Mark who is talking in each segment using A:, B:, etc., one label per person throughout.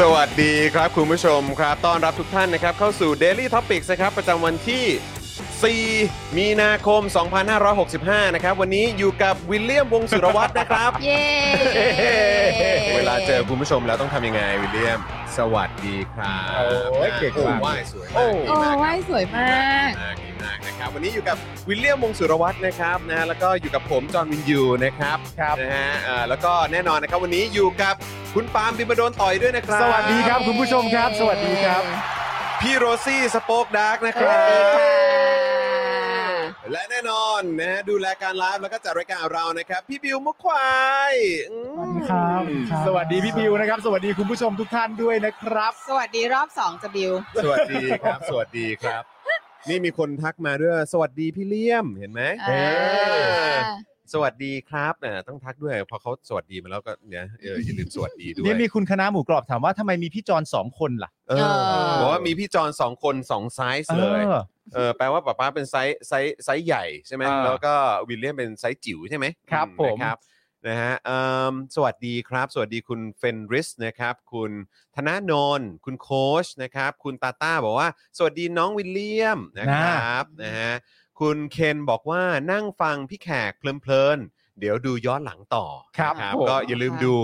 A: สวัสดีครับคุณผู้ชมครับต้อนรับทุกท่านนะครับเข้าสู่ Daily Topics นะครับประจำวันที่ 4 มีนาคม 2565 นะครับ วันนี้อยู่กับวิลเลียมวงศ์สุรวัตรนะครับ
B: เย้
A: เวลาเจอคุณผู้ชมแล้วต้องทำยังไงวิลเลียม สวัสดีครับ
C: โอ้ยเก่งมาก
A: โอ้ว่ายสวยมากดี
B: โอ้
A: มาก
B: ว่ายสวยมาก
A: มากดีมากนะครับวันนี้อยู่กับวิลเลียมวงศ์สุรวัตรนะครับนะฮะแล้วก็อยู่กับผมจอห์นวินยูนะครับ
C: ครับ
A: นะฮะอ่าแล้วก็แน่นอนนะครับวันนี้อยู่กับคุณปาล์มบิมบดนต่อยด้วยนะครับ
C: สวัสดีครับคุณผู้ชมครับ สวัสดีครับ
A: พี่โรซี่สป็อกดาร์กนะครั
B: สวัสดี
A: บ
B: ค่ะ
A: และแน่นอนนะฮะดูแลการไลฟ์แล้วก็จัดรายการเรานะครับ พี่บิวมุกควายอืม
D: สวัสดีครับครับ
C: สวัสดีพี่บิวนะครับ สวัสดีคุณผู้ชมทุกท่านด้วยนะครับ
B: สวัสดีรอบสองจะบิว
A: สวัสดีครับ สวัสดีครับ นี่มีคนทักมาด้วยสวัสดีพี่เลี่ยมเห็นไหมเออสวัสดีครับอ่าต้องทักด้วยพอเขาสวัสดีมาแล้วก็เนี่ยเอออย่าลืมสวัสดีด้วย
C: นี่มีคุณคณะหมูกรอบถามว่าทำไมมีพี่จอนสองคนล่ะ
A: เออบอกว่ามีพี่จอนสองคนสองไซส์เลย
C: ออ
A: เออแปลว่าป๊าป๊าเป็นไซส์ไซส์ไซส์ใหญ่ใช่ไหม
C: อ่า
A: แล้วก็วิลเลียมเป็นไซส์จิ๋วใช่ไหม
C: ครับ
A: อื
C: ผม
A: นะครับนะฮะเอิ่มสวัสดีครับ สวัสดีคุณเฟนริสนะครับ คุณธนาโนนคุณโคชนะครับ คุณตาต้าบอกว่า สวัสดีน้องวิลเลียมนะครับนะฮะคุณเคนบอกว่านั่งฟังพี่แขกเพลินๆเดี๋ยวดูย้อนหลังต่อ
C: ครับ
A: นะ
C: ผม
A: ก็อย่าลืม
B: ค่ะ
A: ดู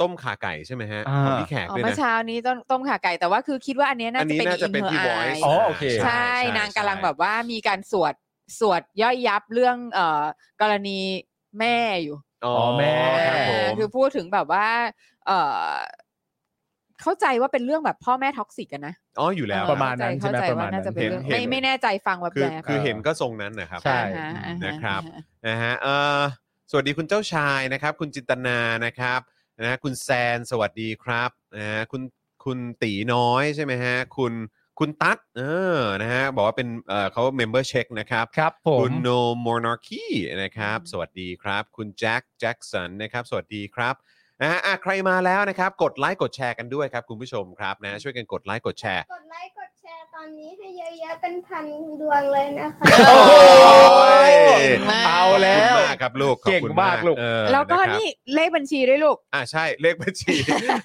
A: ต้มขาไก่ใช่ไหมฮะข
C: อ่า
A: องพี่แขก
B: อ๋อ
A: ด้วย
B: เมื่อ
A: นะ
B: เช้านี้ต้มต้มขาไก่แต่ว่าคือคิดว่าอันเนี้ยน่า
A: อัน
B: จะ
A: นี้
B: เป็น
A: น่าจะเป็น
B: อิ
A: พี่
B: เธ
A: ว
B: อ
A: อ
B: ไ
A: ยซ์
C: อ๋อโอเค
B: ใช่นางกำลังแบบว่ามีการสวดสวดย่อยยับเรื่องเอ่อกรณีแม่อยู่
A: อ๋อ
C: แม่
A: ครับผม
B: คือพูดถึงแบบว่า เอ่อ เข้าใจว่าเป็นเรื่องแบบพ่อแม่ท็อกซิกกันนะ
A: อ๋ออยู่แล้ว
C: ประมาณนั้น
B: เข้
C: ใช่ไหม
B: ใจ
C: ประมาณนั้น
B: ว่จเป็เรื่อง
A: เห็น
B: ไม่
A: เห็น
B: ไม่แน่ใจฟังแบบ
A: คือ
B: แบบ
A: คือเห็นก็ทรงนั้นนะครับ
C: ใช่
B: อ่าฮะอ่าฮ
A: นะครับ
B: อ่า
A: นะ
B: ฮ
A: ฮะเอ่อสวัสดีคุณเจ้าชายนะครับ คุณจินตนานะครับนะฮะคุณแซนสวัสดีครับนะฮะคุณคุณตีน้อยใช่ไหมฮะคุณคุณตั๊ดเออนะฮะบอกว่าเป็นเอ่อเขาเมมเบอร์เช็คนะครับ
C: ครับผ
A: คุ
C: ม
A: ณโนมอร์นอร์คีนะครับ สวัสดีครับ คุณแจ็คแจ็คสันนะครับ สวัสดีครับนะฮะอ่ะใครมาแล้วนะครับ กดไลค์กดแชร์กันด้วยครับคุณผู้ชมครับนะช่วยกันกดไลค์กดแชร์
E: กดไลค์กดแชร์ตอนนี้ให้เยอะๆเป็นพันดวงเลยนะคะ
C: โอ้โห
A: ย
C: เอาแล้
A: ขอบ
C: ว
A: คุณมากครับลูกขอบคุณ
C: เก่งมากลูก
A: เออ
B: แล้วก็
A: ะครับ
B: นี่เลขบัญชีด้วยลูก
A: อ่าใช่เลขบัญชี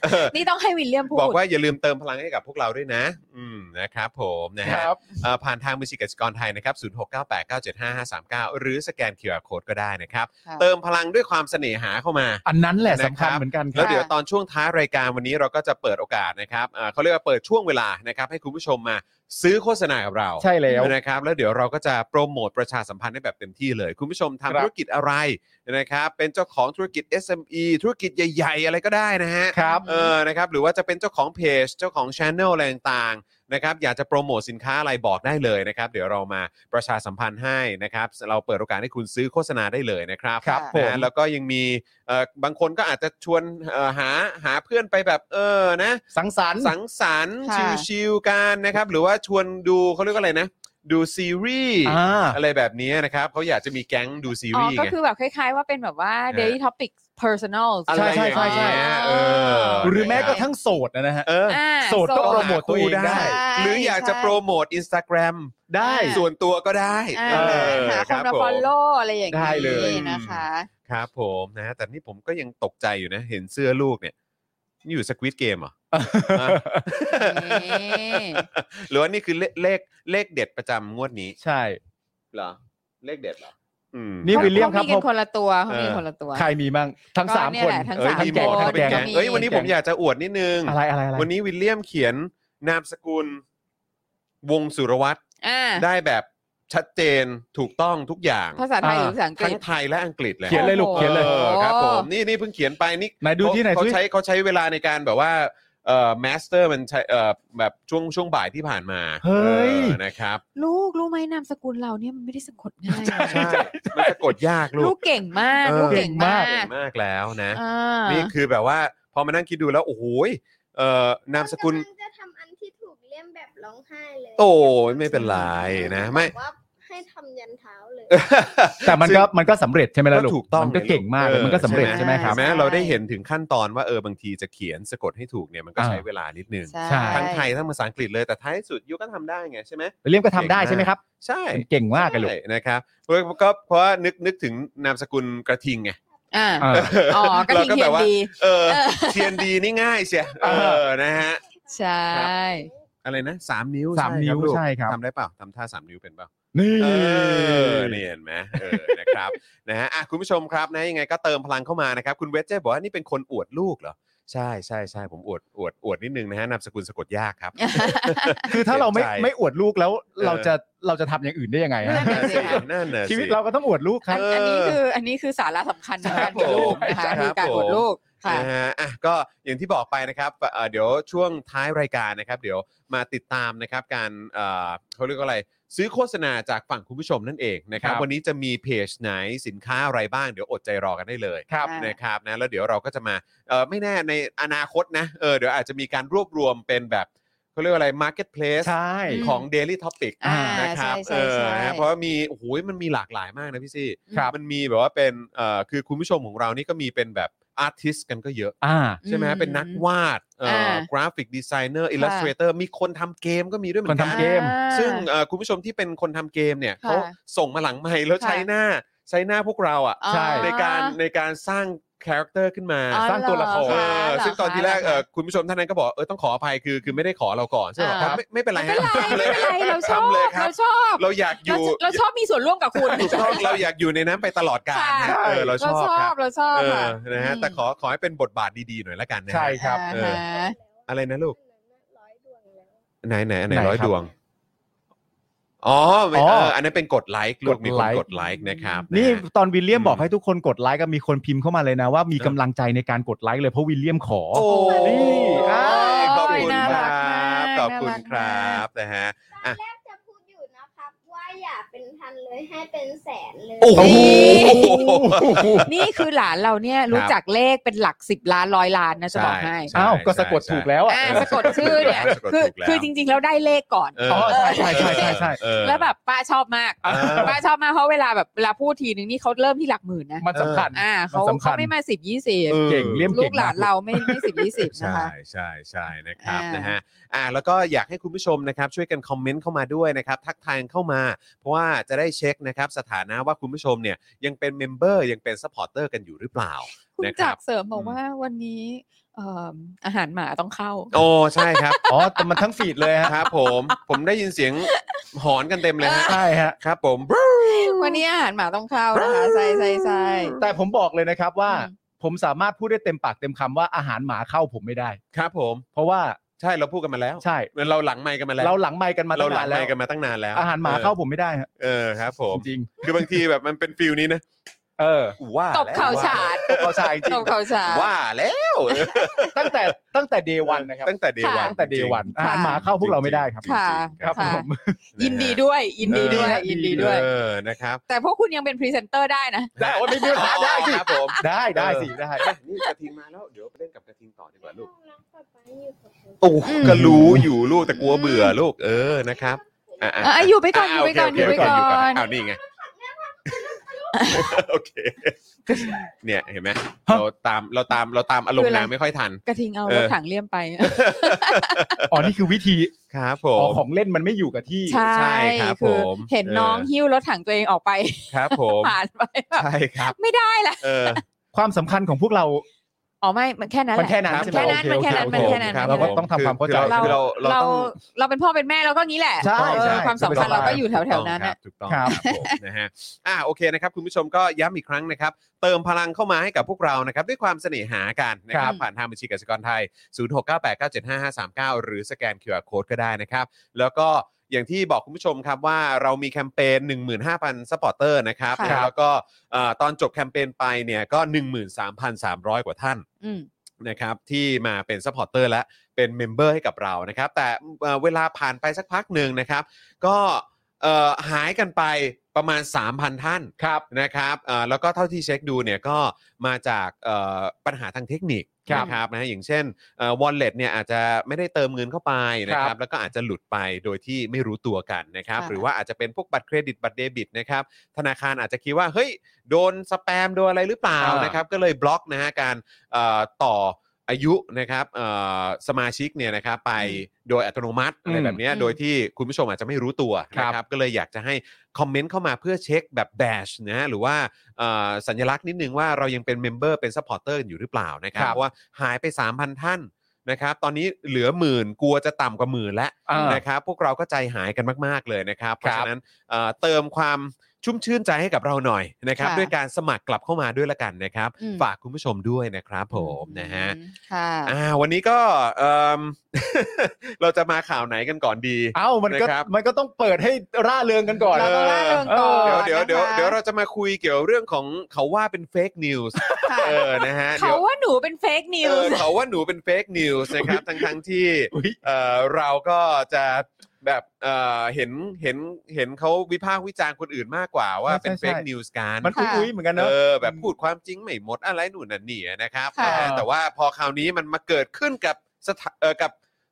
A: เออ
B: นี่ต้องให้วิลเลียมพูด
A: บอกว่าอย่าลืมเติมพลังให้กับพวกเราด้วยนะ อืมนะครับผมนะ
C: ค
A: ฮะ
C: รับ
A: เอ่อผ่านทางบัญชีกสิกรไทยนะครับ 0698975539 หรือสแกน QR Code ก็ได้นะครับ
B: ค่ะ
A: เติมพลังด้วยความเสน่หาเข้ามา
C: อันนั้นแหละ
A: นะครับ
C: สำคัญเหมือนกันค
A: แล้
C: รั
A: ว
C: บ
A: เดี๋ยวตอนช่วงท้ายรายการวันนี้เราก็จะเปิดโอกาสนะครับเอ่อเขาเรียกว่าเปิดช่วงเวลานะครับ ให้คุณผู้ชมมาซื้อโฆษณากับเรา
C: ใช่แล้ว
A: นะครับแล้วเดี๋ยวเราก็จะโปรโมทประชาสัมพันธ์ให้แบบเต็มที่เลย คุณผู้ชม
C: ครั
A: ทำ
C: บ
A: ธุรกิจอะไรนะครับ เป็นเจ้าของธุรกิจ SME ธุรกิจใหญ่ๆ อะไรก็ได้นะฮะ
C: ครับ
A: เออ นะครับ หรือว่าจะเป็นเจ้าของเพจ เจ้าของช anel อะไรต่างๆ นะครับ อยากจะโปรโมทสินค้าอะไรบอกได้เลยนะครับ เดี๋ยวเรามาประชาสัมพันธ์ให้นะครับ เราเปิดโอกาสให้คุณซื้อโฆษณาได้เลยนะครับ
C: ครับ
A: นะ
C: ผ
A: ฮะ
C: ม
A: แล้วก็ยังมี เอ่อ บางคนก็อาจจะชวนเอ่อหา หาเพื่อนไปแบบ เออ นะ
C: สังสรรค์
A: สังสรรค์
B: ค่ะ
A: ชิลๆกันนะครับ หรือว่าชวนดูเขาเรียกว่าอะไรนะ ดูซีรีส์
C: อ่า
A: อะไรแบบนี้นะครับเขาอยากจะมีแก๊งดูซี
B: อ๋อ
A: รีส์
B: ก็
A: ไง
B: คือแบบคล้ายๆว่าเป็นแบบว่า
A: ฮะ
B: daily topic personal
C: ใช่ใช่ใช่ใช่
A: อะไรอย่างเงี้ยเออ
C: หรือแม้กระทั่งโสดนะฮะ
A: เออ
B: อ่า
C: โสดก็โปรโมทตัวเองได้
B: ใช่
A: หรืออยากจะโปรโมท Instagram
C: ได้
B: า
A: ส่วนตัวก็ได้
B: อ่า
A: เออ
B: หาคนมา
A: ผม
B: follow อะไรอย่าง
C: ได้เลย
B: นะคะ
A: ครับผมนะฮะแต่นี่ผมก็ยังตกใจอยู่นะ เห็นเสื้อลูกเนี่ยนี่อยู่สควิตเกมเหรอ
B: นี่
A: หรือว่านี่คือเลเลขเลขเด็ดประจำงวดนี้
C: ใช่
A: เหรอ เลขเด็ดเหรออืม
C: นี่ วิลเลียม
B: ขา
C: ครับ
B: กันคนละตัวเขามี
A: เออ
B: คนละตัว
C: ใครมีบ้างทั้ง
B: ก็
C: สาม
B: เนี่
C: ค
B: ย
C: น
B: แหละทั้ง
C: เอ้ย
B: สาม
C: ทั้งแกง
B: คน
C: ทั้ง
A: เขา
C: แก
A: เป็น
C: ง
A: แก๊ง
B: มี
A: เอ้ยวันนี้ผมอยากจะอวดนิดนึง
C: อะไรอะไรอะไร
A: วันนี้วิลเลียมเขียนนามสกุล วงสุรวัตร
B: อ่า
A: ได้แบบชัดเจนถูกต้องทุกอย่าง
B: ภาษาไทยหรือภาษาอังก
A: ทั้
B: ฤ
A: ง
B: ษ
A: ไทยและอังกฤษเลย
C: เขียนเลยลูก
B: โอ้โห
C: เขียนเลย
A: ออครับผมนี่นี่เพิ่งเขียนไปนี่
C: ไหนดูที่ไหน
A: เขา
C: ซิ
A: ใช้เขาใช้เวลาในการแบบว่าเอ่อมาสเตอร์มันใช้เอ่อแบบช่วงช่วงบ่ายที่ผ่านมา
C: เฮ้ย
A: ออนะครับ
B: ลูกรู้ไหมนามสกุลเราเนี่ยมันไม่ได้สะกดง่าย
A: ใช่มันสะกดยากลู
B: ลู
A: ก
B: กเก่งมาก
A: เออ
B: ลูกเก่งมา
A: เก่
B: ก
A: งมากแล้วนะ
B: อ่า
A: นี่คือแบบว่าพอมานั่งคิดดูแล้ว โอ้โหยเอ่อนามสกุล
E: ำงจะทำอันที่ถูกเลี่ยมแบบร้องไห้เลย
A: โอ้ยไม่เป็นไรนะไม่
E: บอกว่าให้ทำยันเท้าเลย
C: แต่มันก็มันก็สำเร็จใช่ไหมล่ะลู
A: ก็
C: ก
A: ถูกต้อง
C: มันก็เก่งมากเลยมันก็สำเร็จใช่ไหมครับ
A: แม้เราได้เห็นถึงขั้นตอนว่าเออบางทีจะเขียนสะกดให้ถูกเนี่ยมันก็
C: อ่า
A: ใช้เวลานิดนึง
C: ใช่
A: ทั้งไทยทั้งภาษาอังกฤษเลยแต่ท้ายสุดยุก็ทำได้ไงใช่ไหม
C: วิลเลียมก็ทำได้ใช่ไหมครับ
A: ใช่
C: มันเก่งมากเลยลูก
A: ใช่นะครับเพราะก็เพราะว่านึกนึกถึงนามสกุลกระทิงไง
B: อ่า
C: เออ
B: อ๋อกระ
A: เรา
B: ทิง
A: ก็
B: เที
A: แบ
B: ย
A: บ
B: น
A: ว่า
B: ดี
A: เออ
B: เออ
A: เทียนดีนี่ง่ายเชียเอ
C: เออ
A: อนะฮะ
B: ใช่
A: อะไรนะสามนิ้ว
C: สามนิ้ว
A: ใช่
C: ใช่
A: ค
C: ค
A: รับ
C: รั
A: บ ทำได้เปล่าทำท่าสามนิ้วเป็นเปล่า
C: นี่
A: เออนี่เห็นไหมเออนะครับ นะฮะอ่ะคุณผู้ชมครับนะยังไงก็เติมพลังเข้ามานะครับ คุณเวจเจ้บอกว่านี่เป็นคนอวดลูกเหรอ ใช่ใช่ใช่ผมอวดอวดอวดนิดนึงนะฮะนามสกุลสะกดยาก ครับ
C: คือถ้าเราไม่
A: เสียใจ
C: ไม่อวดลูกแล้ว
A: เออ
C: เราจะเราจะทำอย่างอื่นได้ยังไงฮะ
B: นั่นน่ะสิครับ
A: นั่นน่ะสิ
C: ชีวิตเราก็ต้องอวดลูกค
B: อั
C: รับ
B: น
A: เอออั
B: อันนี้คืออันนี้คือสาระสำคัญของการอวดลูกนะ
A: ครั
B: คะ
A: บผม
B: คือการอวดลูกค่ะ
A: นะฮะอ่ะก็อย่างที่บอกไปนะครับเอ่อเดี๋ยวช่วงท้ายรายการนะครับ เดี๋ยวมาติดตามนะครับการเอ่อเขาเรียกว่าอะไร ซื้อโฆษณาจากฝั่งคุณผู้ชมนั่นเองนะครับ
C: ครับ
A: วันนี้จะมีเพจไหนสินค้าอะไรบ้างเดี๋ยวอดใจรอกันได้เลย
C: ครับ
A: นะครับนะแล้วเดี๋ยวเราก็จะมาเอ่อไม่แน่ในอนาคตนะเออเดี๋ยวอาจจะมีการรวบรวมเป็นแบบเขาเรียกว่าอะไร marketplace
C: ใช่
B: อืม
A: ของ Daily Topic
B: อ่า
A: นะครับ
B: ใช่
A: เออ
B: ใช่ใช่
A: นะเพราะว่ามีโอ้โหมันมีหลากหลายมากนะพี่ซี่
C: ครับ
A: มันมีแบบว่าเป็นเอ่อคือคุณผู้ชมของเรานี่ก็มีเป็นแบบอาร์ติสกันก็เยอะ
C: อ่า
A: ใช่ไหม
B: อืม
A: เป็นนักวาดเอ่ออา กราฟิกดีไซเนอร์อิลลัสเตรเตอร์มีคนทำเกมก็มีด้วยเหมือนกั
C: คน นทำเกม
A: ซึ่งเอ่อคุณผู้ชมที่เป็นคนทำเกมเนี่ย
B: ค่ะ
A: เขาส่งมาหลังไมค์แล้ว
B: ค่ะ
A: ใช้หน้าใช้หน้าพวกเราอ่ะ
B: อ๋อ
C: ใช่
A: ในการในการสร้างคาแรคเตอร์ขึ้นมา
B: อ๋อ
C: สร้างตัวละคร
A: เอ
B: เหอ
A: อ
B: คะ
A: ซึ่งตอน
B: เห
A: ที่แรก
B: คะ
A: เอ่อคุณผู้ชมท่านนั้นก็บอกเออต้องขออภัยคือคือไม่ได้ขอเราก่อนใช่ไหม
B: อ่า
A: ครับไม่ไม่เป็นไร
B: ไม่เป็นไร
A: ฮะ
B: ไม่เป็นไรเราชอบ
A: ทำเลยครั
B: เรา
A: บ
B: ชอบ
A: เราอยากอ
B: เรา
A: ยู่
B: ชเราชอบมีส่วนร่วมกับคุณ
A: ถูกต้องเราอยากอยู่ในนั้นไปตลอดกาลนะ
B: ค่ะ
A: เออเราชอบครับ
B: เราชอบ
A: เอ
B: ค่
A: อนะฮะ
B: อืม
A: แต่ขอขอให้เป็นบทบาทดีๆหน่อยละกันนะฮะ
C: ใช่ครับ
B: อ่า
A: เออ
B: ฮะ
A: อะไรนะลูก
E: ร้อยดวงแล้ว
A: ไหนไหนอันไหน
C: ไหนครับ
A: ร้อยดวงอ๋อไม่
C: อ๋อ
A: เอออันนั้นเป็นกดไลค์ลูก
C: กด
A: มีคน
C: ไลค์
A: กดไลค์นะครับ
C: นี่
A: ะฮะ
C: ตอนวิลเลียม
A: อืม
C: บอกให้ทุกคนกดไลค์ก็มีคนพิมพ์เข้ามาเลยนะว่ามีกำลังใจในการกดไลค์เลยเพราะวิลเลียมขอ
A: โอ้
C: นี่อ่า
A: ขอบคุณครั
B: น่ารักมา
A: บ
B: ก
A: ขอบคุณ
B: น่ารัก
A: ครั
B: มาก
A: บนะฮะ อ่ะ
E: แรกจะพูดอยู่นะครับ ว่าอย่าเป็นพันเลยให้เป็นแสนเลย
A: โอ้โห
B: นี่คือหลานเราเนี่ยรู้จักเลขเป็นหลักสิบล้านร้อยล้านนะจะบอกให้
A: ใช่
C: อ้าวก็สะกด
A: ใช่
C: ถูกแล้วอ่ะ
B: อ่าสะกดชื่อเนี่ย
A: สะกด
B: คือ
A: ถูกแล้ว
B: คือจริงๆแล้วได้เลขก่อน
A: เออ
C: อใช่ใช่ใช่ใช่ใช่
A: เออ
B: แล้วแบบป้าชอบมาก
A: อ่า
B: ป้าชอบมากเพราะเวลาแบบเวลาพูดทีนึงนี่เขาเริ่มที่หลักหมื่นนะ
C: มันสำคัญ
B: อ่าเขา
C: มันสำคัญ
B: เขาไม่มาสิบยี่สิบ
A: ออ
C: เก่งเลี่ยม
B: ลู
C: เก่
B: กหลาม
C: งาน ก
B: เราไม่ไม่สิบยี่สิบนะ
A: ใช่
B: คะ
A: ใช่ใช่นะครับ
B: อ่าน
A: นะฮะอ่าแล้วก็อยากให้คุณผู้ชมนะครับช่วยกันคอมเมนต์เข้ามาด้วยนะครับ ทักทายเข้ามา เพราะว่าจะได้เช็คนะครับสถานะว่าคุณผู้ชมเนี่ยยังเป็นเมมเบอร์ยังเป็นซัพพอร์เตอร์กันอยู่หรือเป ล่า
B: คุณ
A: นะค
B: จั
A: รั
B: ก
A: บ
B: รเสริมบอกว่าวันนี้เอิ่มอาหารหมาต้องเข้า
A: โอ้ใช่ครับ
C: อ๋อแต่มันทั้งฟีดเลยฮะ
A: ครับผมผมได้ยินเสียงหอนกันเต็มเลยฮะ
C: ใช่ฮะ
A: ครับผม
B: วันนี้อาหารหมาต้องเข้านะคะใช่ใช่ใช่
C: แต่ผมบอกเลยนะครับว่า
B: อืม
C: ผมสามารถพูดได้เต็มปากเต็มคำว่าอาหารหมาเข้าผมไม่ได้
A: ครับผม
C: เพราะว่า
A: ใช่เราพูดกันมาแล้ว
C: ใช่
A: เราหลังไมค์กันมาแล้ว
C: เราหลังไมค์กันมา
A: เรา
C: ตั้ง
A: หลั
C: นาง น
A: ไม
C: แล้ว
A: ค์กันมาตั้งนานแล้ว
C: อาหารหมาเข้าผมไม่ได้ฮะ
A: เออครับผม
C: จริง
A: คือบางทีแบบมันเป็นฟิลนี้นะ
C: ๆเออ
A: ว่า
B: ตบเข่าฉาด
C: ตบเขาชายจริ
B: ต
C: ง
B: บเข่าฉาด
A: ว่าแล้ว
C: ตั้งแต่ตั้งแต่เดวันนะครับ
A: ตั้งแต่เดวัน
B: ค่ะ
C: ตั้งแต่เดวัน
B: จริงๆ
C: อาหารหมาเข้าพวกเราไม่ได้ครับ
B: ค่ะ
C: ครับ
B: ะ
C: ผม
B: ยินดีด้วย ยินดีด้วย
C: เออ
B: ยินดีด้วย
A: เออนะครับ
B: แต่พวกคุณยังเป็นพรีเซนเตอร์ได้นะ
C: ได้โอ้ยไม่มีปัญหาได้สิ
A: ครับผม
C: ได้ได้สิได้
A: อ่ะนี่กระทิงมาแล้วเดี๋ยวไปเล่นกับกระทิงต่อดีกว่าลูก
E: รักป๊าป๊าอยู่กับหนู
A: โอ้
B: อืม
A: ก็รู้อยู่ลูกแต่กลัวเบื่อลูกเออนะครับะ
B: เอออยู่ไปก่อน อยู่ไปก่อน
A: โเค
B: อยู่ไป
A: โเค
B: ก่อน
A: อ้าวนี่ไง โอเค เนี่ยเห็นไหมเราตามเราตามเราตามอารม
B: คือ
A: ณ์
B: อะไร
A: นางไม่ค่อยทัน
B: กระทิงเอา
A: เอ
B: ร
A: อ
B: ถถังเลี่ยมไป
C: อ๋อนี่คือวิธี
A: ครับผ
C: อ๋อ
A: ม
C: ของเล่นมันไม่อยู่กับที่
B: ใช่
A: ใช่ครับ
B: คือ
A: ผม
B: เห็น
A: เออ
B: น้องหิ้วรถถังตัวเองออกไป
A: ครับผม
B: ผ่านไปแบบ
A: ใช่ครับ
B: ไม่ได้ละ
A: เออ
C: ความสำคัญของพวกเรา
B: อ๋อไม่มันแค่นั้น
C: มันแค่นั้น
B: มั
C: ใช่
B: น
C: ไหม
B: แค่นั้น
C: โอเค
B: มันแค่นั้นมันแค่
C: โอเค
B: นั้น
C: ครับ
B: มั
C: เรา
B: นแค่นั้น
C: ก็ต้องทำความเข้าใจ
A: อ
B: เรา
A: คือเราเรา
B: เรา
A: ต้อง
B: เราเป็นพ่อเป็นแม่เราก็งี้แหละ
C: ใช่
B: เออ
C: ใช่
B: ความสัมพันธ์
C: ไม่ต้อง
B: เราก็อยู่แถวแถวๆนั้น
A: ถูกต้อ
B: นะ
A: งครับถูกต้องครับบ ผ
C: ครั
A: มนะฮะอ่าโอเคนะครับ คุณผู้ชมก็ย้ำอีกครั้งนะครับ เติมพลังเข้ามาให้กับพวกเรานะครับ ด้วยความเสน่หากันนะครับ
B: ครับ
A: ผ่านทางบัญชีกสิกรไทย 0698975539 หรือสแกน QR Code ก็ได้นะครับ แล้วก็อย่างที่บอกคุณผู้ชมครับว่าเรามีแคมเปญ15,000ซัพพอร์เตอร์นะครับ
B: ค่ะ
A: นะแล้วก็เอ่อตอนจบแคมเปญไปเนี่ยก็ 13,300 กว่าท่าน
B: อืม
A: นะครับที่มาเป็นซัพพอร์ตเตอร์และเป็นเมมเบอร์ให้กับเรานะครับ แต่เอ่อเวลาผ่านไปสักพักหนึ่งนะครับ ก็เอ่อหายกันไปประมาณ 3,000 ท่านครับนะครับเอ่อแล้วก็เท่าที่เช็คดูเนี่ยก็มาจากเอ่อปัญหาทางเทคนิค
C: ครับ
A: นะครับนะอย่างเช่นวอลเล็ตเนี่ยอาจจะไม่ได้เติมเงินเข้าไปนะค
C: ครั
A: รับบ แล้วก็อาจจะหลุดไปโดยที่ไม่รู้ตัวกันนะครับ
B: ค่ะ
A: หรือว่าอาจจะเป็นพวกบัตรเครดิตบัตรเดบิตนะครับธนาคารอาจจะคิดว่าเฮ้ยโดนสแปมโดนอะไรหรือเปล่า
C: อ่าน
A: นะครับก็เลยบล็อกนะฮะการ เอ่อต่ออายุนะครับเอ่อสมาชิกเนี่ยนะครับไปโดยอัตโนมัติอะไรแบบเนี้ย
B: อืม
A: โดยที่คุณผู้ชมอาจจะไม่รู้ตัวนะครับก็เลยอยากจะให้คอมเมนต์เข้ามาเพื่อเช็คแบบแบชนะฮะหรือว่าเอ่อสัญลักษณ์นิดนึงว่าเรายังเป็นเมมเบอร์เป็นซัพพอร์เตอร์อยู่หรือเปล่านะครับ
C: ครับ
A: เพราะว่าหายไป 3,000 ท่านนะครับตอนนี้เหลือหมื่นกลัวจะต่ำกว่าหมื่นแล้ว
C: อ่า
A: นะครับพวกเราก็ใจหายกันมาก ๆ เลยนะครับ เพราะ
C: ครั
A: ฉะ
C: บ
A: นั้นเอ่อเติมความชุ่มชื่นใจให้กับเราหน่อยนะครับ
B: ค่ะ
A: ด้วยการสมัครกลับเข้ามาด้วยละกันนะครับ
B: อืม
A: ฝากคุณผู้ชมด้วยนะครับผมนะฮะ
B: ค่ะ
A: อ่าวันนี้ก็เอิ่ม เราจะมาข่าวไหนกันก่อนดี
C: เอ้ามันก็
A: นะครับ
C: มันก็ต้องเปิดให้ร่าเริงกันก่อน
B: เราต้องร่าเริงก่อน
A: เดี๋ยวเดี๋ยวเดี๋ยว
B: นะคะ
A: เดี๋ยวเราจะมาคุยเกี่ยวเรื่องของเขาว่าเป็นเฟกนิวส์
B: ค่ะ
A: เออนะฮะ
B: เขา
A: ดี๋ยว
B: ว่าหนูเป็นเฟกนิว
A: เออ
B: ส์
A: เขาว่าหนูเป็นเฟกนิวส์นะครับทั้งทั้งๆที่
C: อุ๊ย
A: เอ่อเราก็จะแบบเอ่อเห็นเห็นเห็นเขาวิพากษ์วิจารณ์คนอื่นมากกว่าว่า
C: ใช่
A: เป็น
C: ใช่
A: เฟก
C: ใช่
A: นิวส์การ
C: มัน
B: ค่ะ
C: อุ้ยๆเหมือนกันเน
A: เอ
C: อะ
A: อแบบพูดความจริงไม่หมดอะไรหนู่นน่ะนี่นะครับ
B: ค่ะ
A: เออแต่ว่าพอคราวนี้มันมาเกิดขึ้นกับสถาเอ่อกับ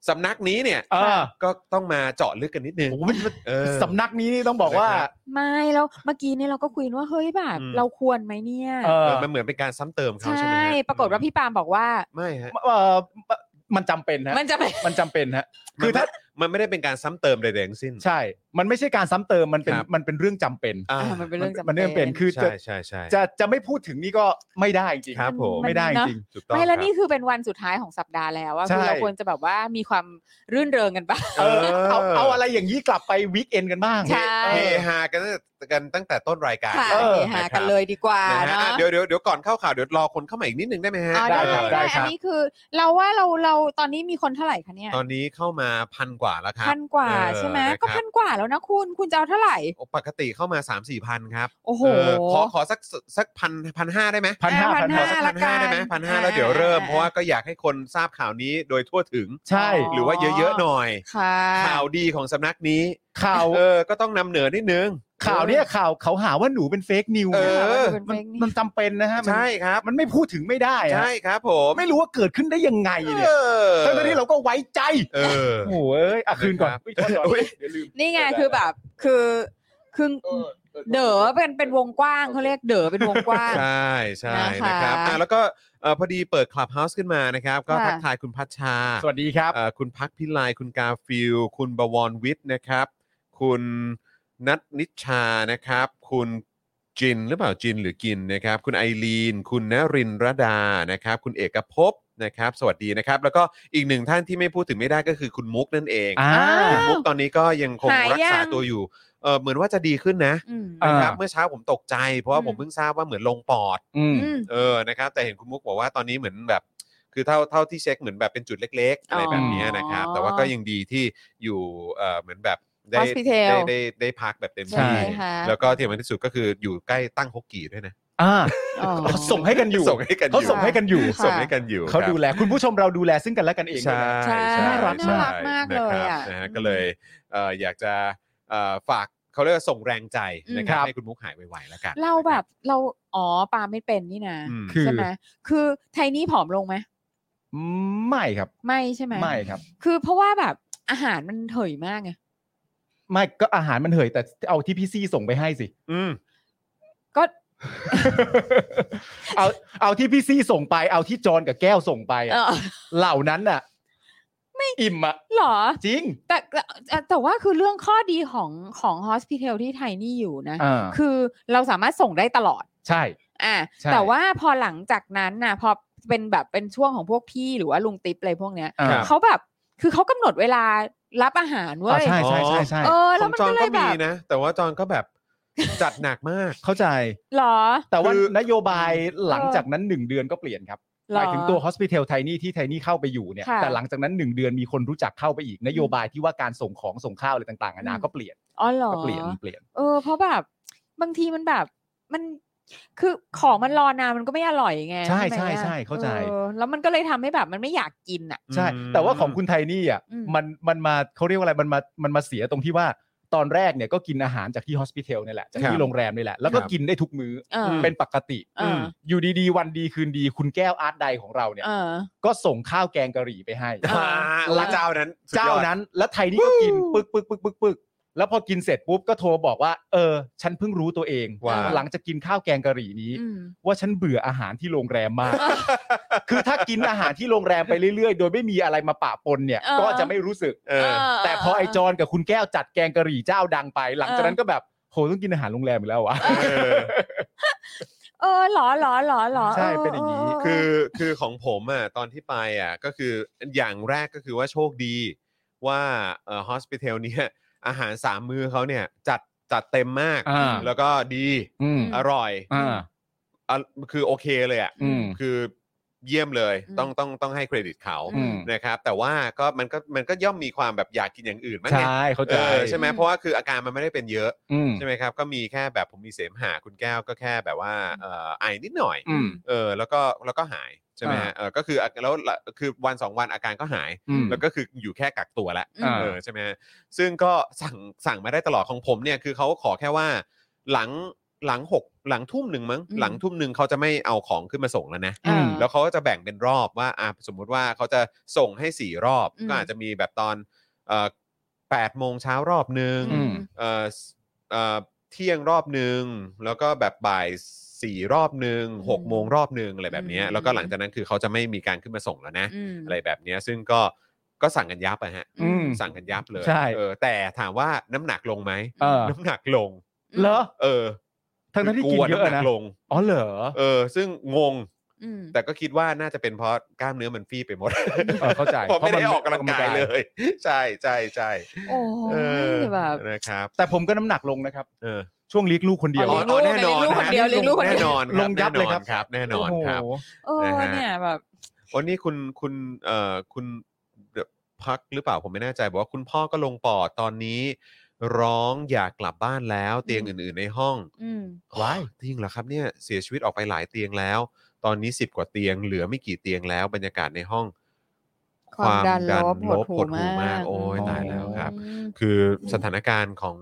A: สำนักนี้เนี่ย
C: เออ
A: ก็ต้องมาเจาะลึกกันนิดนึง
C: โอ้โหมันมัน
A: เออ
C: สำนักนี้นี่ต้องบอกว่า
A: นะครับ
B: ไม่แล้วเมื่อกี้เนี่ยเราก็คุยกันว่าเฮ้ยแบบ
A: อืม
B: เราควรไหมเนี่ย
C: เอ
A: เอ
C: อ
A: อมันเหมือนเป็นการซ้ำเติมเขาใช่ไหม
B: ใช่
A: ฮะ
B: ปรากฏว่าพี่ปาล์มบอกว่า
A: ไม่ฮะ
C: เออมันจำเป็นฮะ
B: มันจะเป็น
C: มันจำเป็นฮะ คือถ้า
A: มันไม่ได้เป็นการซ้ำเติมใดๆทั้งสิ้น
C: ใช่ มันไม่ใช่การซ้ำเติม มันเป็น
A: ครับ
C: มันเป็นเรื่องจำเป็น
A: อ่า
B: อ่ะมันเป็นเรื่องจำ
C: มันเรื่องจำเป็น คือ
A: ใช่
C: จะ
A: ใช่ใช่
C: จะจะไม่พูดถึงนี่ก็ไม่ได้จริง
A: ครับผม
C: ไม่ได้จริง
A: ถูกต้อง
B: ไม่แล้
A: ค
B: ว
A: รับ
B: นี่คือเป็นวันสุดท้ายของสัปดาห์แล้วว่า
C: ใช่
B: คือเราควรจะแบบว่ามีความรื่นเริงกันบ้าง
A: เอ
C: เอ
A: อ
C: อเอาเอาอะไรอย่างนี้กลับไปวีคเอนกันบ้าง
B: ใช่
A: เฮฮากันตั้งแต่กันตั้งแต่ต้นรายการ
B: ค่ะ
C: เออ
B: เฮฮากันเลยดีกว่า
A: นะฮะ
B: เนาะ
A: อ่ะเดี๋ยวเดี๋ยวเดี๋ยวก่อนเข้าข่าวเดี๋ยวรอคนเข้ามาอีกนิดนึงได้ไหมฮะ
B: อ๋อ
C: ได้
B: ได้
C: ครับ
B: ได้
C: ได้
B: ได้
C: ค
B: อั
C: รั
B: น
C: บ
B: นี้คือ เราว่าเราเราตอนนี้มีคนเท่าไหร่คะเนี่ย
A: ตอนนี้เข้ามาพันกว่าแล้วครับ
B: พันกว่า
A: เออ
B: ใช่ไหม
A: นะครับ
B: ก็พันกว่าแล้วนะคุณคุณจะเอาเท่าไหร่
A: โอ้ปกติเข้ามา 3 4มสี่พันครับ
B: โอ้โห
A: เออขอขอสักสักพันพันห้าได้ไหม
C: พันห้า
B: อ่ะ
C: พัน
A: ข
C: ห้า
A: อสักพันห้า
B: ละกัน
A: ได้ไหมพันห้า
B: อ่า
A: แล้วเดี๋ยวเริ่ม เพราะว่าก็อยากให้คนทราบข่าวนี้โดยทั่วถึง
C: ใช่
A: หรือว่าเยอะๆหน่อย
B: ค่ะ
A: ข่าวดีของสำนักนี้
C: ข่าว
A: เออก็ต้องนำเหนือนิดนึง
C: ข่าวเนี่ยข่าวเขาหาว่าหนูเป็นเฟกนิว
A: เออ
B: เป็น
C: มัน
B: fake news
C: มันจำเป็นนะฮะมัน
A: ใช่ครับ
C: มันไม่พูดถึงไม่ได้ฮะ
A: ใช่ครับผม
C: ไม่รู้ว่าเกิดขึ้นได้ยังไงเนี่ย
A: เออ
C: ทั้งๆที่เราก็ไว้ใจ
A: เออ
C: โอ้โหเอ้ยอ่ะคืนก่อน
A: นะครับ
C: อุ๊ยโทษก่อนเดี๋ยวลืม
B: นี่ไงคือแบบคือคือเด๋อเป็นเป็นวงกว้างเขาเรียกเด๋อเป็นวงกว้าง
A: ใช่ใช่
B: นะคะ
A: นะครับอ่ะแล้วก็เอ่อพอดีเปิดคลับเฮาส์ขึ้นมานะครับ ก็
B: ค่ะ
A: ทักทายคุณพัชชา
C: สวัสดีครับ
A: เอ่อคุณพักพิไลคุณกาฟิลคุณบวรวิทย์นะครับ คุณนัทนิชชานะครับ คุณจินหรือเปล่าจินหรือกินนะครับ คุณไอรีน คุณนรินทรดานะครับ คุณเอกภพนะครับ สวัสดีนะครับ แล้วก็อีกหนึ่งท่านที่ไม่พูดถึงไม่ได้ก็คือคุณมุกนั่นเอง
C: อ่า
A: คุณมุกตอนนี้ก็ยังคง
B: หายยัง
A: รักษาตัวอยู่เออเหมือนว่าจะดีขึ้นนะ
B: อืม
C: อ่า
A: นะครับเมื่อเช้าผมตกใจ เพราะว่า
B: อืม
A: ผมเพิ่งทราบว่าเหมือนลงปอด
C: อืม
B: อืม
A: เออนะครับแต่เห็นคุณมุกบอกว่าตอนนี้เหมือนแบบ คือเท่าเท่าที่เช็คเหมือนแบบเป็นจุดเล็กๆ อะไรแบบเนี้ยนะครับ
B: อ๋อ
A: แต่ว่าก็ยังดีที่อยู่เอ่อเหมือนแบบได้
B: Hospital
A: ได้ได้ได้พักแบบเต็ม
C: ใช่
A: ที่
B: ค่ะ
A: แล้วก็ที่สำคัญที่สุดก็คืออยู่ใกล้ตั้งฮกกีด้วยนะ
C: อ่า
B: อ๋อ
C: เขาส่งให้กันอยู่
A: ส่งให้กันอ
C: เขา
A: ยู่
C: ส่งให้กันอยู่
B: ค่ะ
A: ส่งให้กันอยู่
C: เขาดู
A: ครับ
C: แล คุณผู้ชมเราดูแลซึ่งกันและกันเอง
A: ใช่
C: ด้วยนะ
B: ใช่
C: น่ารัก
A: ใช่
C: น่ารัก
B: มากเลย
A: นะครับ
B: อ่ะ
A: นะฮะ
B: อืม
A: ก็เลยเอ่ออยากจะเอ่อฝากเขาเรียกว่าส่งแรงใจนะครั
C: อื
A: บ
C: ม
A: ให้คุณมุกหายไวๆแล้วกัน
B: เราแบบเราอ๋อปาไม่เป็นนี่นะ
A: อืม
C: คือ
B: ใช่ไหมคือไทนี่ผอมลงไหม
C: ไม่ครับ
B: ไม่ใช่ไหม
C: ไม่ครับ
B: คือเพราะว่าแบบอาหารมันเถยมากไง
C: ไม่ก็อาหารมันเหยแต่เอาที่พี่ซี่ส่งไปให้สิ
A: อืม
B: ก็
C: เอาเอาที่พี่ซี่ส่งไปเอาที่จอนกับแก้วส่งไปอะ
B: เอ อ
C: เหล่านั้นน่ะ ไม่อิ่มอ่ะ
B: หรอ
C: จริง
B: แต่แต่แต่แต่ว่าคือเรื่องข้อดีของของ hospital ที่ไทยนี่อยู่นะ
C: อ่า
B: คือเราสามารถส่งได้ตลอด
C: ใช่
B: อ่า
C: ใช่
B: แต่ว่าพอหลังจากนั้นน่ะพอเป็นแบบเป็นช่วงของพวกพี่หรือว่าลุงติ๊บอะไรพวกเนี้ย
C: อ่า
A: ครับ
B: เขาแบบคือเขากำหนดเวลารับอาหารเว้
C: อ่าย ใช่ใช่ใช่ใช่
B: เออ
A: ข
B: แล้
A: อ
B: ว
A: ง
B: มัน
A: จอน
B: ก็เล
A: ก็
B: ยแบ
A: มี
B: บ
A: นะ แต่ว่าจอนก็แบบจัดหนักมาก
C: เข้าใจ
B: หรอ
C: แต่ว่า
A: คือ
C: นโยบายหลังจากนั้น 1 เดือนก็เปลี่ยนครับ
B: หรอ
C: หมายถึงตัว Hospital ไทนี่ที่ไทนี่เข้าไปอยู่เนี่ย
B: ค่ะ
C: แต่หลังจากนั้น 1 เดือนมีคนรู้จักเข้าไปอีกนโยบายที่ว่าการส่งของส่งข้าวอะไรต่างๆนานา
B: อืม
C: ก็เปลี่ยน
B: อ๋อหรอ
C: ก็เปลี่ยนเปลี่ยน
B: เออเพราะแบบบางทีมันแบบมันคือของมันรอนานมันก็ไม่อร่อยไง
C: ใช่
B: ไหม
C: ใช่
B: อะ
C: ใช่เข้าใจ
B: ออแล้วมันก็เลยทำให้แบบมันไม่อยากกินอ่ะ
C: ใช่
A: อืม
C: แต่ว่าของคุณไทนี่อ่ะ
B: อืม
C: มันมันมาเขาเรียกว่าอะไรมันมามันมาเสียตรงที่ว่าตอนแรกเนี่ยก็กินอาหารจากที่ Hospital เนี่ยแหละจาก
A: ครั
C: ที่
A: บ
C: โรงแรมนี่แหละแล้วก็
A: ครับ
C: กินได้ทุกมื้อ
B: เอ
C: อ
B: อ
C: เป็นปกติ
B: เอออื
C: มอยู่ดีๆ วันดีคืนดี คุณแก้วอาร์ตใดของเราเนี่ย
B: เออ
C: ก็ส่งข้าวแกงกะหรี่ไปให้
B: อ่า
A: าเจ้านั้นสุดยอด
C: เจ้านั้นแล้วไทยนี่ก็กินปึกปึกปึกปึกปึกแล้วพอกินเสร็จปุ๊บก็โทรบอกว่า เออ ฉันเพิ่งรู้ตัวเอง
A: ว่า
C: หลังจากกินข้าวแกงกะหรี่นี้
B: อืม
C: ว่าฉันเบื่ออาหารที่โรงแรม มาก คือถ้ากินอาหารที่โรงแรมไปเรื่อยๆ โดยไม่มีอะไรมาปะปนเนี่ย
B: เออ
C: ก็จะไม่รู้สึก
A: เออ
C: แต่พอไอจอนกับคุณแก้วจัดแกงกะหรี่เจ้าดังไป หลังจากนั้นก็แบบโหต้องกินอาหารโรงแรมอีกแล้ววะ
A: เอ อ
B: เออหรอหรอหรอหรอ
C: ใช่เป็นอย่างนี้
B: เ
A: คือคือของผมอ่ะตอนที่ไปอ่ะก็คืออย่างแรกก็คือว่าโชคดีว่าเอ่อ hospital เนี่ยอาหารสามมื้อเขาเนี่ยจัดจัดเต็มมาก
C: อ่า
A: แล้วก็ดี
C: อืม
A: อร่อย
C: อ่า
A: อ่ะคือโอเคเลยอ่ะ
C: อืม
A: คือเยี่ยมเลย
B: อืม
A: ต้องต้องต้องให้เครดิตเขา
C: อืม
A: นะครับ แต่ว่าก็มันก็มันก็ย่อมมีความแบบอยากกินอย่างอื่นมั้ง
C: ใช
A: เนี่ย่
C: เข้า
A: เอ
C: ใจ
A: อใช่ไหมเพราะว่าคืออาการมันไม่ได้เป็นเยอะ
C: อืม
A: ใช่ไหมครับก็มีแค่แบบผมมีเสมหะคุณแก้วก็แค่แบบว่าเอ่อไอนิดหน่อย
C: อืม
A: เออแล้วก็แล้วก็หายใช่ไหมฮะเออก็คืออ่ะแล้วละคือวันสองวันอาการก็หาย
C: อืม
A: แล้วก็คืออยู่แค่กักตัวละ
B: อืม
A: เออใช่ไหมฮะซึ่งก็สั่งสั่งมาได้ตลอดของผมเนี่ยคือเขาขอแค่ว่า หลังหลังหกหลังทุ่มหนึ่งมั้ง
B: อืม
A: หลังทุ่มหนึ่งเขาจะไม่เอาของขึ้นมาส่งแล้วนะ
B: เออ
C: ม
A: แล้วเขาก็จะแบ่งเป็นรอบว่าอ่ะสมมุติว่าเขาจะส่งให้สี่รอบ
B: อืม
A: ก็อาจจะมีแบบตอนเอ่อแปดโมงเช้ารอบหนึ่ง
C: อืม
A: เอ่อสเอ่อเที่ยงรอบหนึ่งแล้วก็แบบบ่ายสี่รอบหนึ่งหก
B: อืม
A: โมงรอบหนึ่งอะไรแบบเนี้ย
B: อืม
A: แล้วก็หลังจากนั้นคือเขาจะไม่มีการขึ้นมาส่งแล้วนะ
B: อืม
A: อะไรแบบเนี้ยซึ่งก็ก็สั่งกันยับอะฮะ
C: อืม
A: สั่งกันยับเลย
C: ใช่
A: เออแต่ถามว่าน้ำหนักลงไหม
C: เออ
A: น้ำหนักลง
C: เหรอ
A: เออ
C: ทั้งๆที่กินเย
A: ลัวำห
C: อะนะ
A: ลง
C: อ๋อเหรอ
A: เออ ซึ่งงง
B: อืม
A: แต่ก็คิดว่าน่าจะเป็นเพราะกล้ามเนื้อมันฟีบไปหมด
C: เอ อเข้าใจ
A: เพราะไม่
C: เพราะมัน
A: ได้ออกกำลังกาย
C: ออกกำลังกาย
A: เลย ใช่ใช่ใช่
B: โอ้
A: เออย
B: แบบ
A: นะครับ
C: แต่ผมก็น้ำหนักลงนะครับ
A: เออ
C: ช่วงเลี้ยงลูกคนเดียว
B: อ๋อ
C: อะ
B: เลี้ยงลูก
A: อ๋อ
B: เลี้ยงลูกคนเดียว
A: แน่นอน
C: เลี้ยงลูกคนเดียวลงยับเลยครับ
A: ครับ แน่นอนครับ
C: โโห
B: เออ
A: นะฮะ
B: เนี่ยแบบ
A: วันนี้คุณคุณเอ่อคุณพักหรือเปล่าผมไม่แน่ใจบอกว่าคุณพ่อก็ลงปอดตอนนี้ ร้องอยากกลับบ้านแล้วเตียงอื่น ๆ ในห้อง
B: อืม
A: ว้ายจริงเหรอครับเนี่ยเสียชีวิตออกไปหลายเตียงแล้ว ตอนนี้ 10 กว่าเตียง เหลือไม่กี่เตียงแล้วบรรยากาศในห้อง
B: ความดันลบหดหู่
A: ห
B: มาก
A: โอ้ย
B: อืม
A: ตายแล้วครับ คือสถานการณ์ของ